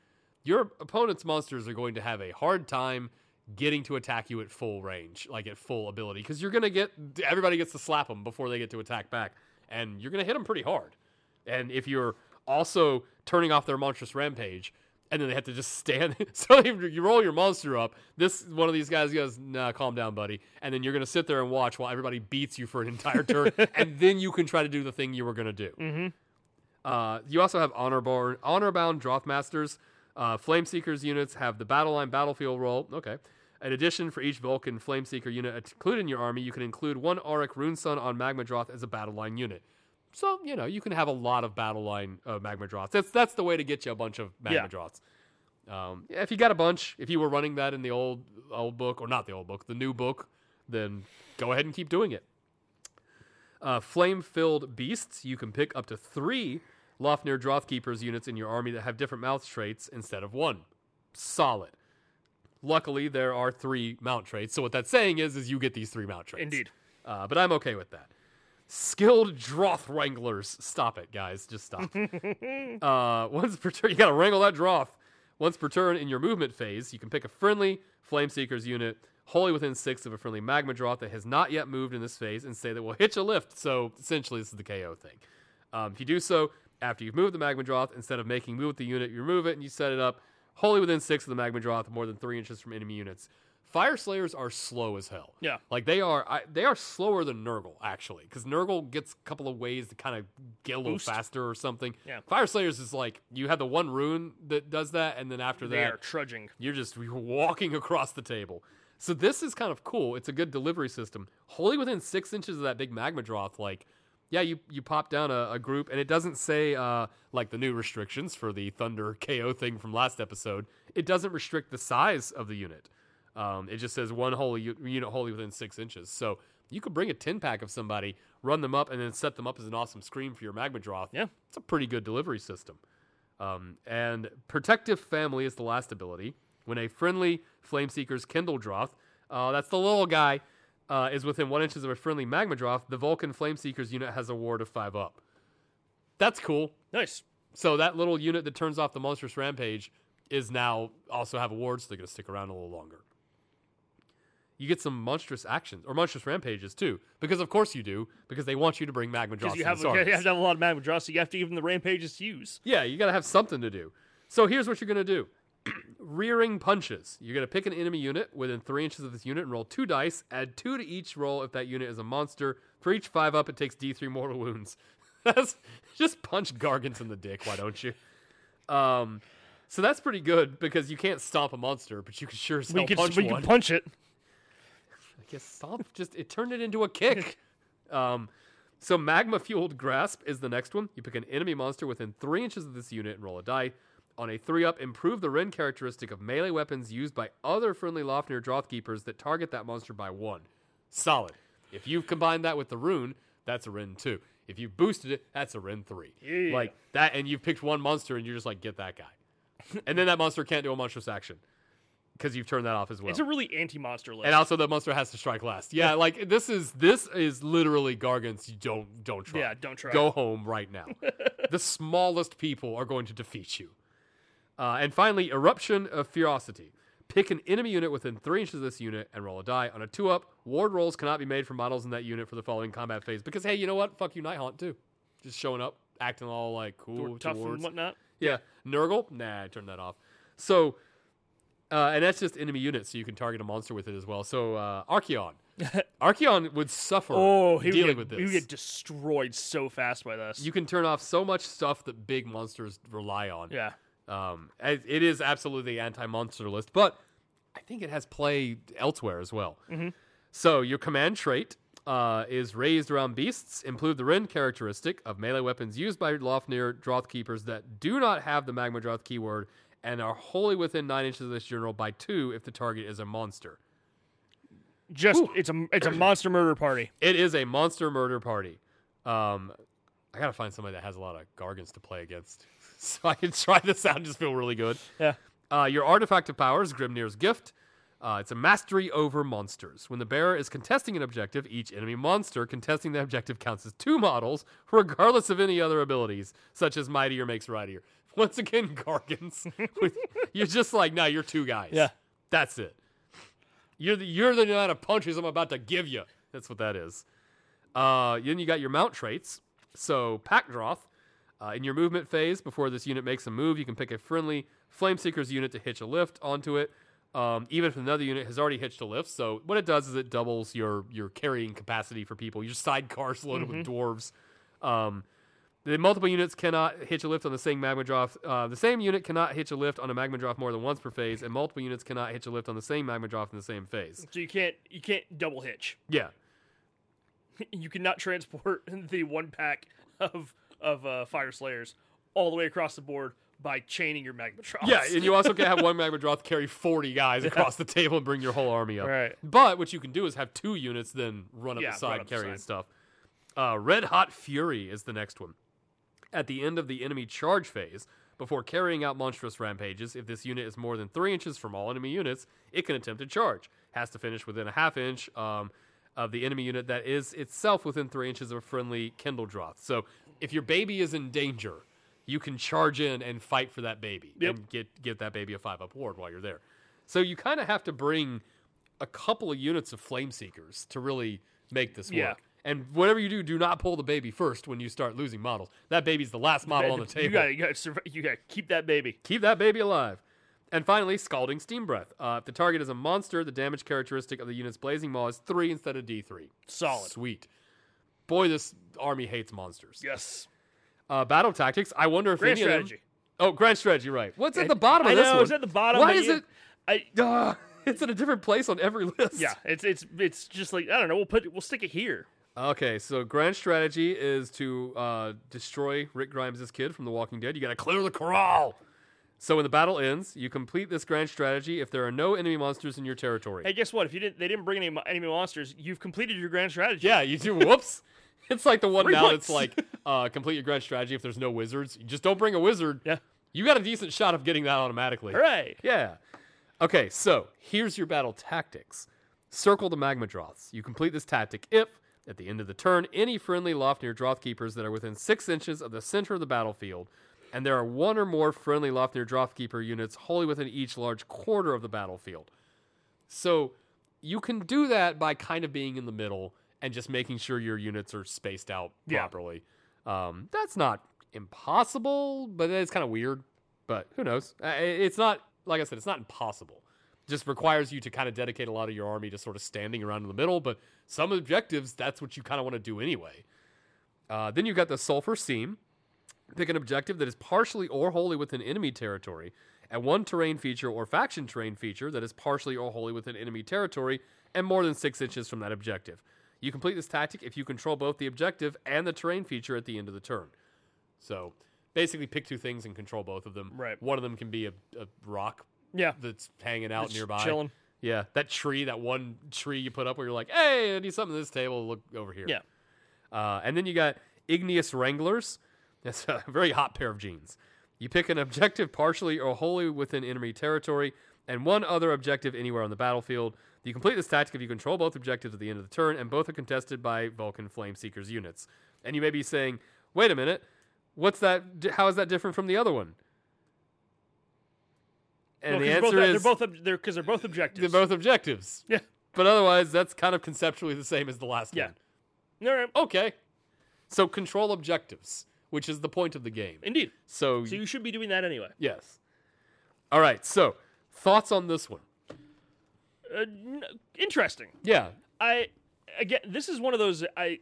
Speaker 1: Your opponent's monsters are going to have a hard time getting to attack you at full range, like at full ability, because you're going to get everybody gets to slap them before they get to attack back, and you're going to hit them pretty hard. And if you're also turning off their monstrous rampage, and then they have to just stand. so you you roll your monster up. This one of these guys goes, "Nah, calm down, buddy." And then you're gonna sit there and watch while everybody beats you for an entire turn, and then you can try to do the thing you were gonna do. Uh, you also have honor born, honor bound Drothmasters. Uh, Flameseekers units have the battle line battlefield role. Okay. In addition, for each Vulcan Flameseeker unit included in your army, you can include one Auric Runesun on Magma Droth as a battle line unit. So you know you can have a lot of battle line uh, Magma Droths. That's that's the way to get you a bunch of Magma
Speaker 2: Yeah.
Speaker 1: Droths. Um, yeah, if you got a bunch, if you were running that in the old old book or not the old book, the new book, then go ahead and keep doing it. Uh, flame filled beasts. You can pick up to three Lofnir Drothkeepers units in your army that have different mouth traits instead of one. Solid. Luckily, there are three mount traits. So what that's saying is, is you get these three mount traits.
Speaker 2: Indeed.
Speaker 1: Uh, but I'm okay with that. Skilled Droth Wranglers. Stop it, guys. Just stop. Uh, once per turn, you gotta wrangle that Droth. Once per turn in your movement phase, you can pick a friendly Flame Seekers unit wholly within six of a friendly Magma Droth that has not yet moved in this phase and say that we'll hitch a lift. So essentially, this is the KO thing. Um, if you do so after you've moved the Magma Droth, instead of making move with the unit, you remove it and you set it up wholly within six of the Magma Droth, more than three inches from enemy units. Fire Slayers are slow as hell.
Speaker 2: Yeah.
Speaker 1: like they are. I, they are slower than Nurgle actually, because Nurgle gets a couple of ways to kind of get a little
Speaker 2: Boost.
Speaker 1: faster or something.
Speaker 2: Yeah.
Speaker 1: Fire Slayers is like you have the one rune that does that, and then after
Speaker 2: They
Speaker 1: that,
Speaker 2: are trudging.
Speaker 1: you're just walking across the table. So this is kind of cool. It's a good delivery system. Wholly within six inches of that big magma droth, like, yeah, you, you pop down a, a group, and it doesn't say uh, like the new restrictions for the Thunder KO thing from last episode. It doesn't restrict the size of the unit. Um, it just says one holy u- unit wholly within six inches. So you could bring a ten pack of somebody, run them up, and then set them up as an awesome screen for your magma droth.
Speaker 2: Yeah.
Speaker 1: it's a pretty good delivery system. Um, and protective family is the last ability. When a friendly Flameseeker's Kindle Droth, uh, that's the little guy, uh, is within one inches of a friendly Magma Droth, the Vulcan Flameseeker's unit has a ward of five up. That's cool.
Speaker 2: Nice.
Speaker 1: So that little unit that turns off the monstrous rampage is now also have a ward, so they're going to stick around a little longer. You get some monstrous actions or monstrous rampages too, because of course you do, because they want you to bring Magma Droth.
Speaker 2: Because you have, you have to have a lot of magma draw, so you have to give them the rampages to use.
Speaker 1: Yeah, you got to have something to do. So here's what you're going to do rearing punches. You're going to pick an enemy unit within three inches of this unit and roll two dice. Add two to each roll if that unit is a monster. For each five up, it takes D3 mortal wounds. that's just punch Gargants in the dick, why don't you? Um, so that's pretty good because you can't stomp a monster, but you can sure as
Speaker 2: We
Speaker 1: hell
Speaker 2: can,
Speaker 1: punch
Speaker 2: we
Speaker 1: one.
Speaker 2: can punch it.
Speaker 1: I guess stomp just it turned it into a kick. Um, so magma fueled grasp is the next one. You pick an enemy monster within three inches of this unit and roll a die. On a three up, improve the Ren characteristic of melee weapons used by other friendly Lofnir Drothkeepers that target that monster by one. Solid. If you've combined that with the rune, that's a Ren two. If you boosted it, that's a Ren three. Like that, and you've picked one monster, and you're just like, get that guy, and then that monster can't do a monstrous action because you've turned that off as well
Speaker 2: It's a really anti-monster list.
Speaker 1: and also the monster has to strike last. Yeah, like this is this is literally Gargant's. You don't don't try.
Speaker 2: Yeah, don't try.
Speaker 1: Go home right now. the smallest people are going to defeat you. Uh, and finally, eruption of ferocity. Pick an enemy unit within three inches of this unit and roll a die. On a two up, ward rolls cannot be made for models in that unit for the following combat phase. Because hey, you know what? Fuck you, Night Haunt too. Just showing up, acting all like cool,
Speaker 2: We're tough
Speaker 1: towards-
Speaker 2: and whatnot.
Speaker 1: yeah. Nurgle? Nah, I turned that off. So Uh, and that's just enemy units, so you can target a monster with it as well. So uh, Archeon, Archeon would suffer
Speaker 2: Oh, he would
Speaker 1: dealing
Speaker 2: get,
Speaker 1: with
Speaker 2: he
Speaker 1: this.
Speaker 2: would get destroyed so fast by this.
Speaker 1: you can turn off so much stuff that big monsters rely on.
Speaker 2: yeah.
Speaker 1: Um, it it is absolutely anti-monster list, but I think it has play elsewhere as well. So your command trait uh, is raised around beasts. Improve the Ren characteristic of melee weapons used by Lofnir Droth keepers that do not have the Magma Droth keyword and are wholly within nine inches of this general by two if the target is a monster.
Speaker 2: Just it's a it's a monster murder party.
Speaker 1: It is a monster murder party. Um, I gotta find somebody that has a lot of gargants to play against, so I can try this out and just feel really good.
Speaker 2: Yeah.
Speaker 1: Uh, your artifact of power is Grimnir's Gift. Uh, it's a mastery over monsters. When the bearer is contesting an objective, each enemy monster contesting the objective counts as two models, regardless of any other abilities, such as Mightier makes Rightier. Once again, Gargans. with- you're just like, no, you're two guys.
Speaker 2: Yeah.
Speaker 1: That's it. You're the, you're the amount of punches I'm about to give you. That's what that is. Uh, then you got your mount traits. So Packdroth, uh, in your movement phase, before this unit makes a move, you can pick a friendly Flameseeker's unit to hitch a lift onto it. Um, even if another unit has already hitched a lift, so what it does is it doubles your your carrying capacity for people. Your sidecar's loaded with dwarves. Um, the multiple units cannot hitch a lift on the same magma drop. Uh, the same unit cannot hitch a lift on a magma drop more than once per phase, and multiple units cannot hitch a lift on the same magma drop in the same phase.
Speaker 2: So you can't you can't double hitch.
Speaker 1: Yeah,
Speaker 2: You cannot transport the one pack of of uh, fire slayers all the way across the board by chaining your magma troughs.
Speaker 1: Yeah, and you also can have one magma droth carry 40 guys across the table and bring your whole army up.
Speaker 2: Right.
Speaker 1: But what you can do is have two units then run up
Speaker 2: Yeah,
Speaker 1: the
Speaker 2: run
Speaker 1: side
Speaker 2: up the
Speaker 1: carrying
Speaker 2: side.
Speaker 1: stuff. Uh, Red Hot Fury is the next one. At the end of the enemy charge phase, before carrying out monstrous rampages, if this unit is more than three inches from all enemy units, it can attempt a charge. Has to finish within a half inch um, of the enemy unit that is itself within three inches of a friendly Kindle Droth. So if your baby is in danger, you can charge in and fight for that baby
Speaker 2: Yep.
Speaker 1: and get get that baby a five up ward while you're there. So you kind of have to bring a couple of units of flame seekers to really make this work.
Speaker 2: Yeah.
Speaker 1: And whatever you do, do not pull the baby first when you start losing models. That baby's the last model on the table.
Speaker 2: You gotta, you, gotta survive, you gotta keep that baby.
Speaker 1: Keep that baby alive. And finally, scalding steam breath. Uh, if the target is a monster, the damage characteristic of the unit's blazing maw is three instead of D three.
Speaker 2: Solid.
Speaker 1: Sweet. Boy, this army hates monsters.
Speaker 2: Yes.
Speaker 1: Uh, battle tactics. I wonder if
Speaker 2: Grand
Speaker 1: any
Speaker 2: strategy.
Speaker 1: of them. Oh, grand strategy. Right. What's at the bottom of
Speaker 2: I
Speaker 1: this
Speaker 2: know,
Speaker 1: one?
Speaker 2: It's at the bottom.
Speaker 1: Why
Speaker 2: but
Speaker 1: is
Speaker 2: you-
Speaker 1: it?
Speaker 2: I,
Speaker 1: Duh, it's in a different place on every list.
Speaker 2: yeah, it's it's it's just like I don't know. We'll put we'll stick it here.
Speaker 1: Okay, so grand strategy is to uh, destroy Rick Grimes' kid from The Walking Dead. You got to clear the corral. So when the battle ends, you complete this grand strategy if there are no enemy monsters in your territory.
Speaker 2: Hey, guess what? If you didn't, they didn't bring any mo- enemy monsters. You've completed your grand strategy.
Speaker 1: Yeah, you do. Whoops. It's like the one
Speaker 2: Three
Speaker 1: now
Speaker 2: points.
Speaker 1: that's like uh, complete your grand strategy if there's no wizards. You just don't bring a wizard.
Speaker 2: Yeah.
Speaker 1: You got a decent shot of getting that automatically.
Speaker 2: Hooray!
Speaker 1: Yeah. Okay, so here's your battle tactics. Circle the magma droths. You complete this tactic if, at the end of the turn, any friendly Lofnir Droth keepers that are within six inches of the center of the battlefield, and there are one or more friendly Lofnir Droth keeper units wholly within each large quarter of the battlefield. So you can do that by kind of being in the middle and just making sure your units are spaced out
Speaker 2: Yeah.
Speaker 1: properly. Um, that's not impossible, but it's kind of weird. But who knows? Uh, i- It's not like I said. It's not impossible. Just requires you to kind of dedicate a lot of your army to sort of standing around in the middle. But some objectives, that's what you kind of want to do anyway. Uh, then you've got the sulfur seam. Pick an objective that is partially or wholly within enemy territory, and one terrain feature or faction terrain feature that is partially or wholly within enemy territory, and more than six inches from that objective. You complete this tactic if you control both the objective and the terrain feature at the end of the turn. So basically, pick two things and control both of them.
Speaker 2: Right.
Speaker 1: One of them can be a, a rock
Speaker 2: Yeah.
Speaker 1: that's hanging out
Speaker 2: That's
Speaker 1: nearby.
Speaker 2: chilling.
Speaker 1: Yeah, that tree, that one tree you put up where you're like, hey, I need something to this table. Look over here.
Speaker 2: Yeah.
Speaker 1: Uh, and then you got Igneous Wranglers. That's a very hot pair of jeans. You pick an objective partially or wholly within enemy territory, and one other objective anywhere on the battlefield. You complete this tactic if you control both objectives at the end of the turn, and both are contested by Vulcan Flame Seekers units. And you may be saying, "Wait a minute, what's that? di- How is that different from the other one?" And
Speaker 2: Well,
Speaker 1: the
Speaker 2: 'cause
Speaker 1: answer
Speaker 2: they're both,
Speaker 1: is
Speaker 2: they're both ob- they're because they're both
Speaker 1: they're
Speaker 2: objectives.
Speaker 1: both objectives.
Speaker 2: Yeah.
Speaker 1: But otherwise, that's kind of conceptually the same as the last
Speaker 2: Yeah.
Speaker 1: one.
Speaker 2: All right.
Speaker 1: Okay. So control objectives, which is the point of the game.
Speaker 2: Indeed.
Speaker 1: So,
Speaker 2: So you should be doing that anyway.
Speaker 1: yes. All right. So Thoughts on this one?
Speaker 2: Uh, n- interesting.
Speaker 1: Yeah.
Speaker 2: I again, this is one of those I.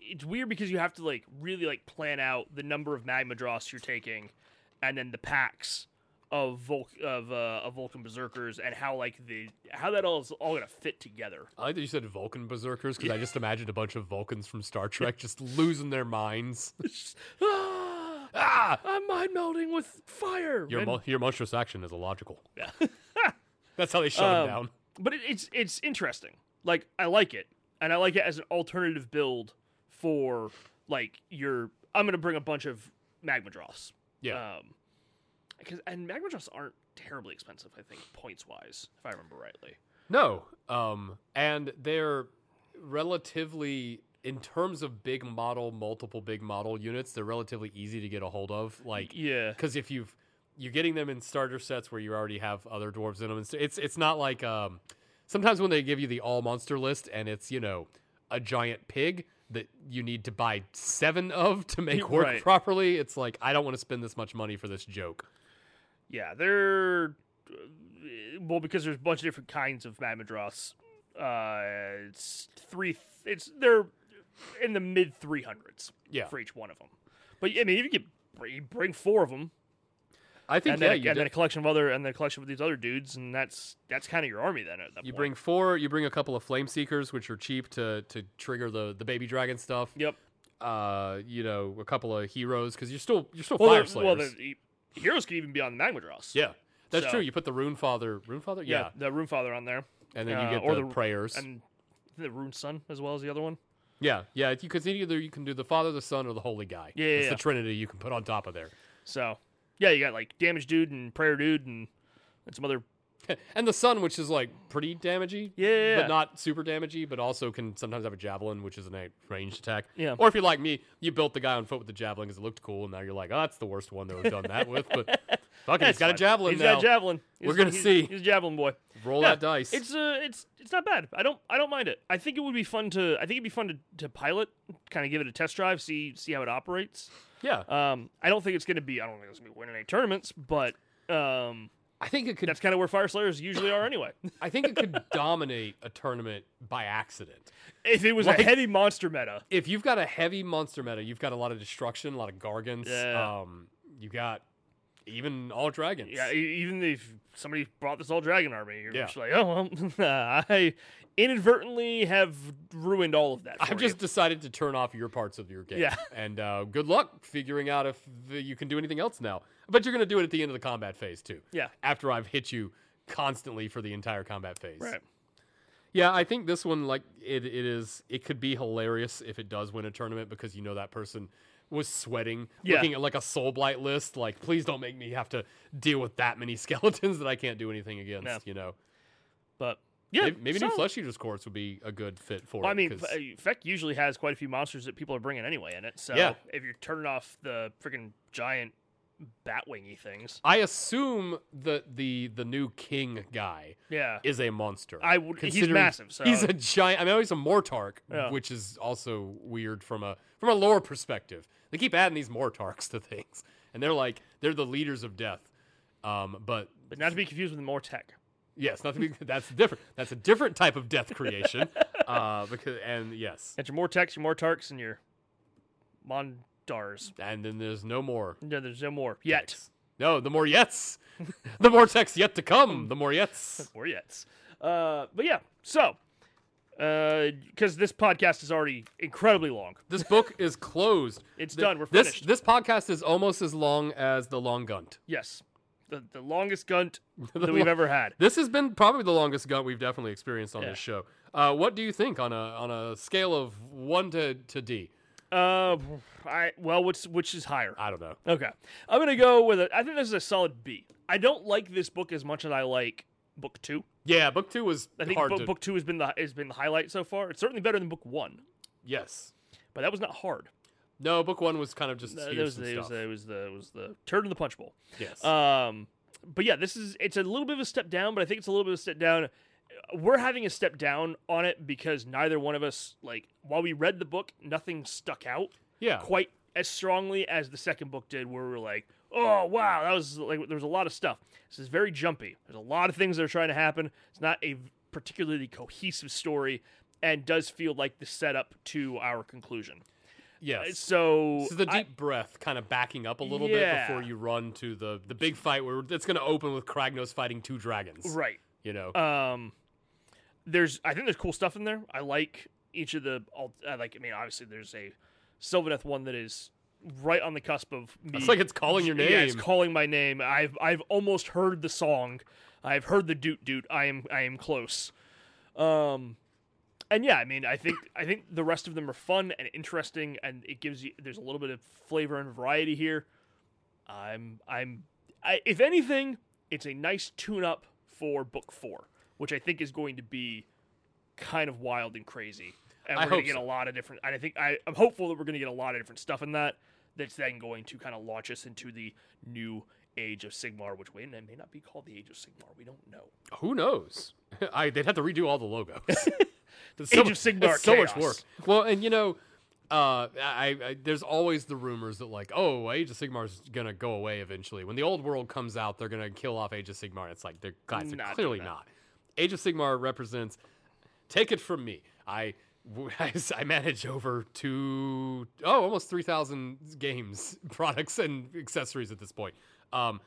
Speaker 2: It's weird because you have to like really like plan out the number of magma dross you're taking, and then the packs of Vulc of uh, of Vulcan berserkers and how like the how that all is all gonna fit together.
Speaker 1: I like that you said Vulcan berserkers because I just imagined a bunch of Vulcans from Star Trek just losing their minds.
Speaker 2: Ah,
Speaker 1: ah!
Speaker 2: I'm mind melding with fire.
Speaker 1: Your,
Speaker 2: and-
Speaker 1: mo- your monstrous action is illogical. That's how they shut him
Speaker 2: Um,
Speaker 1: down.
Speaker 2: but it, it's it's interesting. Like I like it, and I like it as an alternative build for like your. I'm gonna bring a bunch of magma dross.
Speaker 1: Yeah.
Speaker 2: Um, because and magma dross aren't terribly expensive. I think points wise, if I remember rightly.
Speaker 1: No. Um, and they're relatively, in terms of big model, multiple big model units, they're relatively easy to get a hold of. Like,
Speaker 2: Yeah.
Speaker 1: because if you've you're getting them in starter sets where you already have other dwarves in them, and so it's it's not like um, sometimes when they give you the all monster list and it's you know a giant pig that you need to buy seven of to make work
Speaker 2: Right.
Speaker 1: properly. It's like I don't want to spend this much money for this joke.
Speaker 2: Yeah, they're uh, well because there's a bunch of different kinds of magma dross. Uh, it's three. It's they're in the mid three hundreds.
Speaker 1: Yeah.
Speaker 2: for each one of them. But I mean, if you could br- you bring four of them,
Speaker 1: I think
Speaker 2: and, then,
Speaker 1: yeah,
Speaker 2: a,
Speaker 1: you
Speaker 2: and then
Speaker 1: did-
Speaker 2: a collection of other and then a collection of these other dudes, and that's that's kind of your army then. At that
Speaker 1: You
Speaker 2: point.
Speaker 1: bring four. You bring a couple of flame seekers, which are cheap to to trigger the the baby dragon stuff.
Speaker 2: yep.
Speaker 1: Uh, you know, a couple of heroes because you're still you're still
Speaker 2: Well,
Speaker 1: fire
Speaker 2: the, well,
Speaker 1: slayers.
Speaker 2: the e- heroes could even be on the Magmadross.
Speaker 1: yeah, that's
Speaker 2: So-
Speaker 1: true. You put the rune father, rune father,
Speaker 2: yeah,
Speaker 1: yeah,
Speaker 2: the Rune Father on there,
Speaker 1: and then you
Speaker 2: uh,
Speaker 1: get
Speaker 2: or
Speaker 1: the,
Speaker 2: the-
Speaker 1: prayers.
Speaker 2: and the Rune Son as well as the other one.
Speaker 1: yeah, yeah. You because either you can do the father, the son, or the holy guy.
Speaker 2: Yeah, yeah,
Speaker 1: it's
Speaker 2: yeah.
Speaker 1: the trinity you can put on top of there.
Speaker 2: So yeah, you got like Damage Dude and Prayer Dude and and some other
Speaker 1: And the sun, which is like pretty damagey,
Speaker 2: Yeah, yeah, yeah.
Speaker 1: but not super damagey, but also can sometimes have a javelin, which is a na- ranged attack.
Speaker 2: Yeah.
Speaker 1: Or if you're like me, you built the guy on foot with the javelin because it looked cool, and now you're like, oh, that's the worst one that we've done that with. But fuck it, he's
Speaker 2: That's
Speaker 1: got a
Speaker 2: fine.
Speaker 1: javelin
Speaker 2: He's
Speaker 1: now.
Speaker 2: got a javelin. He's-
Speaker 1: We're gonna
Speaker 2: he's-
Speaker 1: see.
Speaker 2: He's a javelin boy.
Speaker 1: Roll
Speaker 2: Yeah,
Speaker 1: that dice.
Speaker 2: It's uh, it's it's not bad. I don't I don't mind it. I think it would be fun to I think it'd be fun to, to pilot, kind of give it a test drive, see see how it operates.
Speaker 1: yeah,
Speaker 2: Um, I don't think it's gonna be I don't think it's gonna be winning any tournaments, but um,
Speaker 1: I think it could.
Speaker 2: that's kind of where fire slayers usually are anyway.
Speaker 1: I think it could dominate a tournament by accident.
Speaker 2: if it was
Speaker 1: Like-
Speaker 2: a heavy monster meta,
Speaker 1: If you've got a heavy monster meta, you've got a lot of destruction, a lot of gargants.
Speaker 2: Yeah.
Speaker 1: Um, you got even all dragons.
Speaker 2: yeah, e- even if somebody brought this all dragon army, you're
Speaker 1: Yeah.
Speaker 2: just like, oh well, I inadvertently have ruined all of that. for
Speaker 1: I've
Speaker 2: you.
Speaker 1: just decided to turn off your parts of your game.
Speaker 2: Yeah.
Speaker 1: And uh, good luck figuring out if the, you can do anything else now. But you're going to do it at the end of the combat phase, too.
Speaker 2: Yeah.
Speaker 1: After I've hit you constantly for the entire combat phase.
Speaker 2: right.
Speaker 1: Yeah, I think this one, like, it, it is, it could be hilarious if it does win a tournament because you know that person was sweating
Speaker 2: Yeah.
Speaker 1: looking at like a soul blight list like please don't make me have to deal with that many skeletons that i can't do anything against
Speaker 2: No.
Speaker 1: you know
Speaker 2: But yeah,
Speaker 1: maybe, maybe new
Speaker 2: solid.
Speaker 1: flesh eaters courts would be a good fit for
Speaker 2: Well,
Speaker 1: it
Speaker 2: I mean,
Speaker 1: 'cause-
Speaker 2: Fe- uh, Feck usually has quite a few monsters that people are bringing anyway in it. So
Speaker 1: Yeah.
Speaker 2: if you're turning off the freaking giant batwingy things,
Speaker 1: I assume the the the new king guy
Speaker 2: yeah,
Speaker 1: is a monster.
Speaker 2: I would- he's
Speaker 1: considering
Speaker 2: massive, so-
Speaker 1: he's a giant. I mean, he's a Mortark,
Speaker 2: Yeah.
Speaker 1: which is also weird from a from a lore perspective. They keep adding these Mortarks to things, and they're like they're the leaders of death. Um, but
Speaker 2: but not to be confused with more tech.
Speaker 1: yes, not to be, that's different. That's a different type of death creation. uh, because and yes,
Speaker 2: Got your more techs, your more tarks, and your mondars.
Speaker 1: and then there's no more
Speaker 2: No, there's no more yet.
Speaker 1: yets. No, the more yets, the more text yet to come. The more yets.
Speaker 2: More yet. Uh, but yeah, so because this podcast is already incredibly long.
Speaker 1: This book is closed.
Speaker 2: It's
Speaker 1: Th-
Speaker 2: done. We're
Speaker 1: this,
Speaker 2: finished.
Speaker 1: This podcast is almost as long as the Long Gunt.
Speaker 2: Yes, the the longest gunt that
Speaker 1: The
Speaker 2: we've
Speaker 1: lo-
Speaker 2: ever had.
Speaker 1: This has been probably the longest Gunt we've definitely experienced on this show. Uh, what do you think on a on a scale of one to, to D?
Speaker 2: Uh, I well, which which is higher?
Speaker 1: I don't know.
Speaker 2: Okay. I'm going to go with a. I think this is a solid B. I don't like this book as much as I like book two.
Speaker 1: Yeah, book two was
Speaker 2: I think
Speaker 1: hard
Speaker 2: book,
Speaker 1: to
Speaker 2: book two has been the has been the highlight so far. It's certainly better than book one,
Speaker 1: yes.
Speaker 2: but that was not hard.
Speaker 1: No, book one was kind of just
Speaker 2: Uh,
Speaker 1: here's
Speaker 2: it, was,
Speaker 1: some
Speaker 2: the- it, was,
Speaker 1: stuff.
Speaker 2: the- it was the it was the turd in the punch bowl.
Speaker 1: yes,
Speaker 2: Um, but yeah, this is it's a little bit of a step down, but I think it's a little bit of a step down. We're having a step down on it because neither one of us like while we read the book, nothing stuck out.
Speaker 1: yeah.
Speaker 2: quite as strongly as the second book did, where we were like, oh wow, that was like there was a lot of stuff. This is very jumpy. There's a lot of things that are trying to happen. It's not a particularly cohesive story, and does feel like the setup to our conclusion.
Speaker 1: Yes.
Speaker 2: So
Speaker 1: This is the
Speaker 2: uh, I-
Speaker 1: deep breath, kind of backing up a little
Speaker 2: Yeah.
Speaker 1: bit before you run to the the big fight where it's going to open with Kragnos fighting two dragons.
Speaker 2: right.
Speaker 1: You know,
Speaker 2: Um, there's I think there's cool stuff in there. I like each of the all I like. I mean, obviously there's a Sylvaneth one that is right on the cusp of me.
Speaker 1: it's like it's calling your name.
Speaker 2: Yeah, it's calling my name. I've I've almost heard the song. I've heard the doot doot. I am I am close. Um, and yeah, I mean, I think I think the rest of them are fun and interesting, and it gives you there's a little bit of flavor and variety here. I'm I'm I, if anything, it's a nice tune up for book four, which I think is going to be kind of wild and crazy. And
Speaker 1: I
Speaker 2: we're gonna
Speaker 1: hope
Speaker 2: get
Speaker 1: so.
Speaker 2: a lot of different. And I think I, I'm hopeful that we're gonna get a lot of different stuff in that. That's then going to kind of launch us into the new age of Sigmar, which may, may not be called the age of Sigmar. We don't know.
Speaker 1: Who knows? I they'd have to redo all the logos. There's
Speaker 2: Age
Speaker 1: mu-
Speaker 2: of Sigmar
Speaker 1: that's so much
Speaker 2: chaos.
Speaker 1: work. Well, and you know, uh, I, I there's always the rumors that like, oh, Age of Sigmar's gonna go away eventually. When the old world comes out, they're gonna kill off Age of Sigmar. And it's like they're guys, they're
Speaker 2: Not
Speaker 1: clearly
Speaker 2: doing that.
Speaker 1: not. Age of Sigmar represents. Take it from me, I. I s- I manage over two, oh, almost 3,000 games, products, and accessories at this point. Um,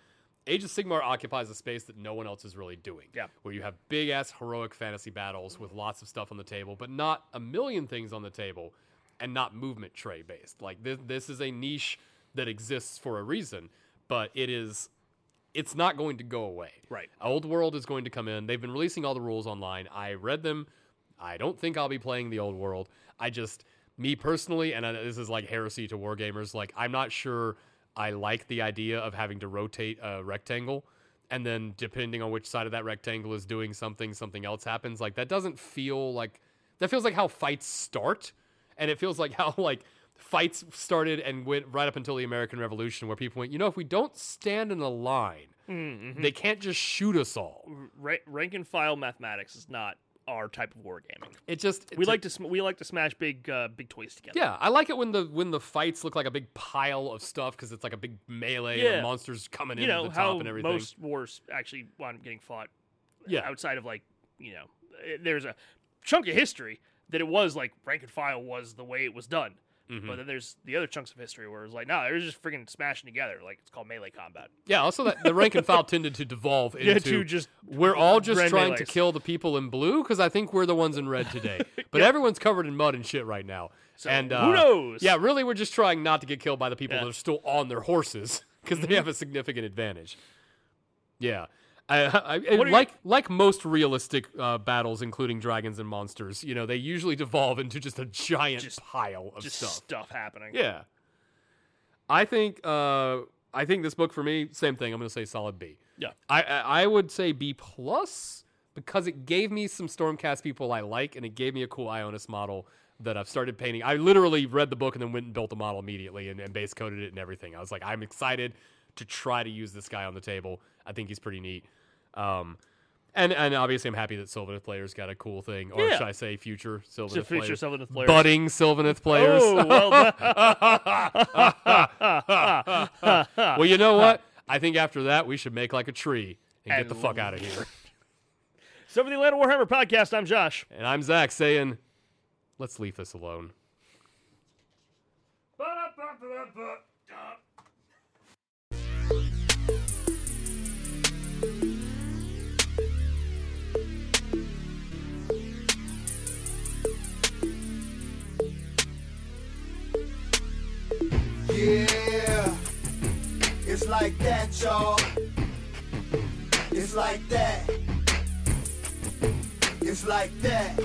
Speaker 1: Age of Sigmar occupies a space that no one else is really doing.
Speaker 2: Yeah.
Speaker 1: Where you have big ass heroic fantasy battles with lots of stuff on the table, but not a million things on the table and not movement tray based. Like this this is a niche that exists for a reason, but it is it's not going to go away.
Speaker 2: Right.
Speaker 1: Old World is going to come in. They've been releasing all the rules online. I read them. I don't think I'll be playing the Old World. I just, me personally, and I, this is like heresy to wargamers, like, I'm not sure I like the idea of having to rotate a rectangle. And then, depending on which side of that rectangle is doing something, something else happens. Like, that doesn't feel like, that feels like how fights start and it feels like how like fights started and went right up until the American Revolution, where people went, you know, if we don't stand in a line, they
Speaker 2: Mm-hmm.
Speaker 1: can't just shoot us all.
Speaker 2: Ra- rank and file mathematics is not our type of wargaming.
Speaker 1: It just
Speaker 2: We like to sm- we like to smash big uh, big toys together.
Speaker 1: Yeah, I like it when the when the fights look like a big pile of stuff because it's like a big melee and
Speaker 2: Yeah.
Speaker 1: the monsters coming
Speaker 2: you
Speaker 1: in
Speaker 2: know
Speaker 1: at the
Speaker 2: how
Speaker 1: top and everything.
Speaker 2: most wars actually wound up getting fought.
Speaker 1: Yeah.
Speaker 2: outside of like you know, eh, there's a chunk of history that it was like rank and file was the way it was done.
Speaker 1: Mm-hmm.
Speaker 2: But then there's the other chunks of history where it's like, no, they're just freaking smashing together. Like it's called melee combat.
Speaker 1: Yeah, also that the rank and file tended to devolve into
Speaker 2: Yeah, to just
Speaker 1: we're all just
Speaker 2: grand
Speaker 1: trying to
Speaker 2: melees.
Speaker 1: kill the people in blue because I think we're the ones in red today. But everyone's covered in mud and shit right now. and
Speaker 2: who
Speaker 1: uh,
Speaker 2: knows?
Speaker 1: Yeah, really, we're just trying not to get killed by the people
Speaker 2: Yeah. Mm-hmm.
Speaker 1: that are still on their horses because they have a significant advantage. Yeah. I, I, I-
Speaker 2: What are
Speaker 1: like like most realistic uh, battles, including dragons and monsters, you know, they usually devolve into just a giant
Speaker 2: Just-
Speaker 1: pile of
Speaker 2: Just
Speaker 1: stuff.
Speaker 2: stuff happening.
Speaker 1: Yeah. I think uh I think this book for me, same thing. I'm gonna say solid B.
Speaker 2: Yeah.
Speaker 1: I I, I would say B plus because it gave me some Stormcast people I like and it gave me a cool Ionis model that I've started painting. I literally read the book and then went and built the model immediately and, and base coded it and everything. I was like, I'm excited to try to use this guy on the table. I think he's pretty neat. Um and, and obviously, I'm happy that Sylvaneth Player's got a cool thing, or
Speaker 2: Yeah.
Speaker 1: should I say, future Sylvaneth
Speaker 2: To feature
Speaker 1: Players,
Speaker 2: Sylvaneth players.
Speaker 1: budding Sylvaneth Players.
Speaker 2: Oh, well done.
Speaker 1: Well, you know what? I think after that, we should make like a tree and,
Speaker 2: And
Speaker 1: get the fuck out of here.
Speaker 2: so for the Atlanta Warhammer podcast, I'm Josh.
Speaker 1: And I'm Zach saying, let's leave this alone.
Speaker 7: Yeah, it's like that, y'all. It's like that. It's like that.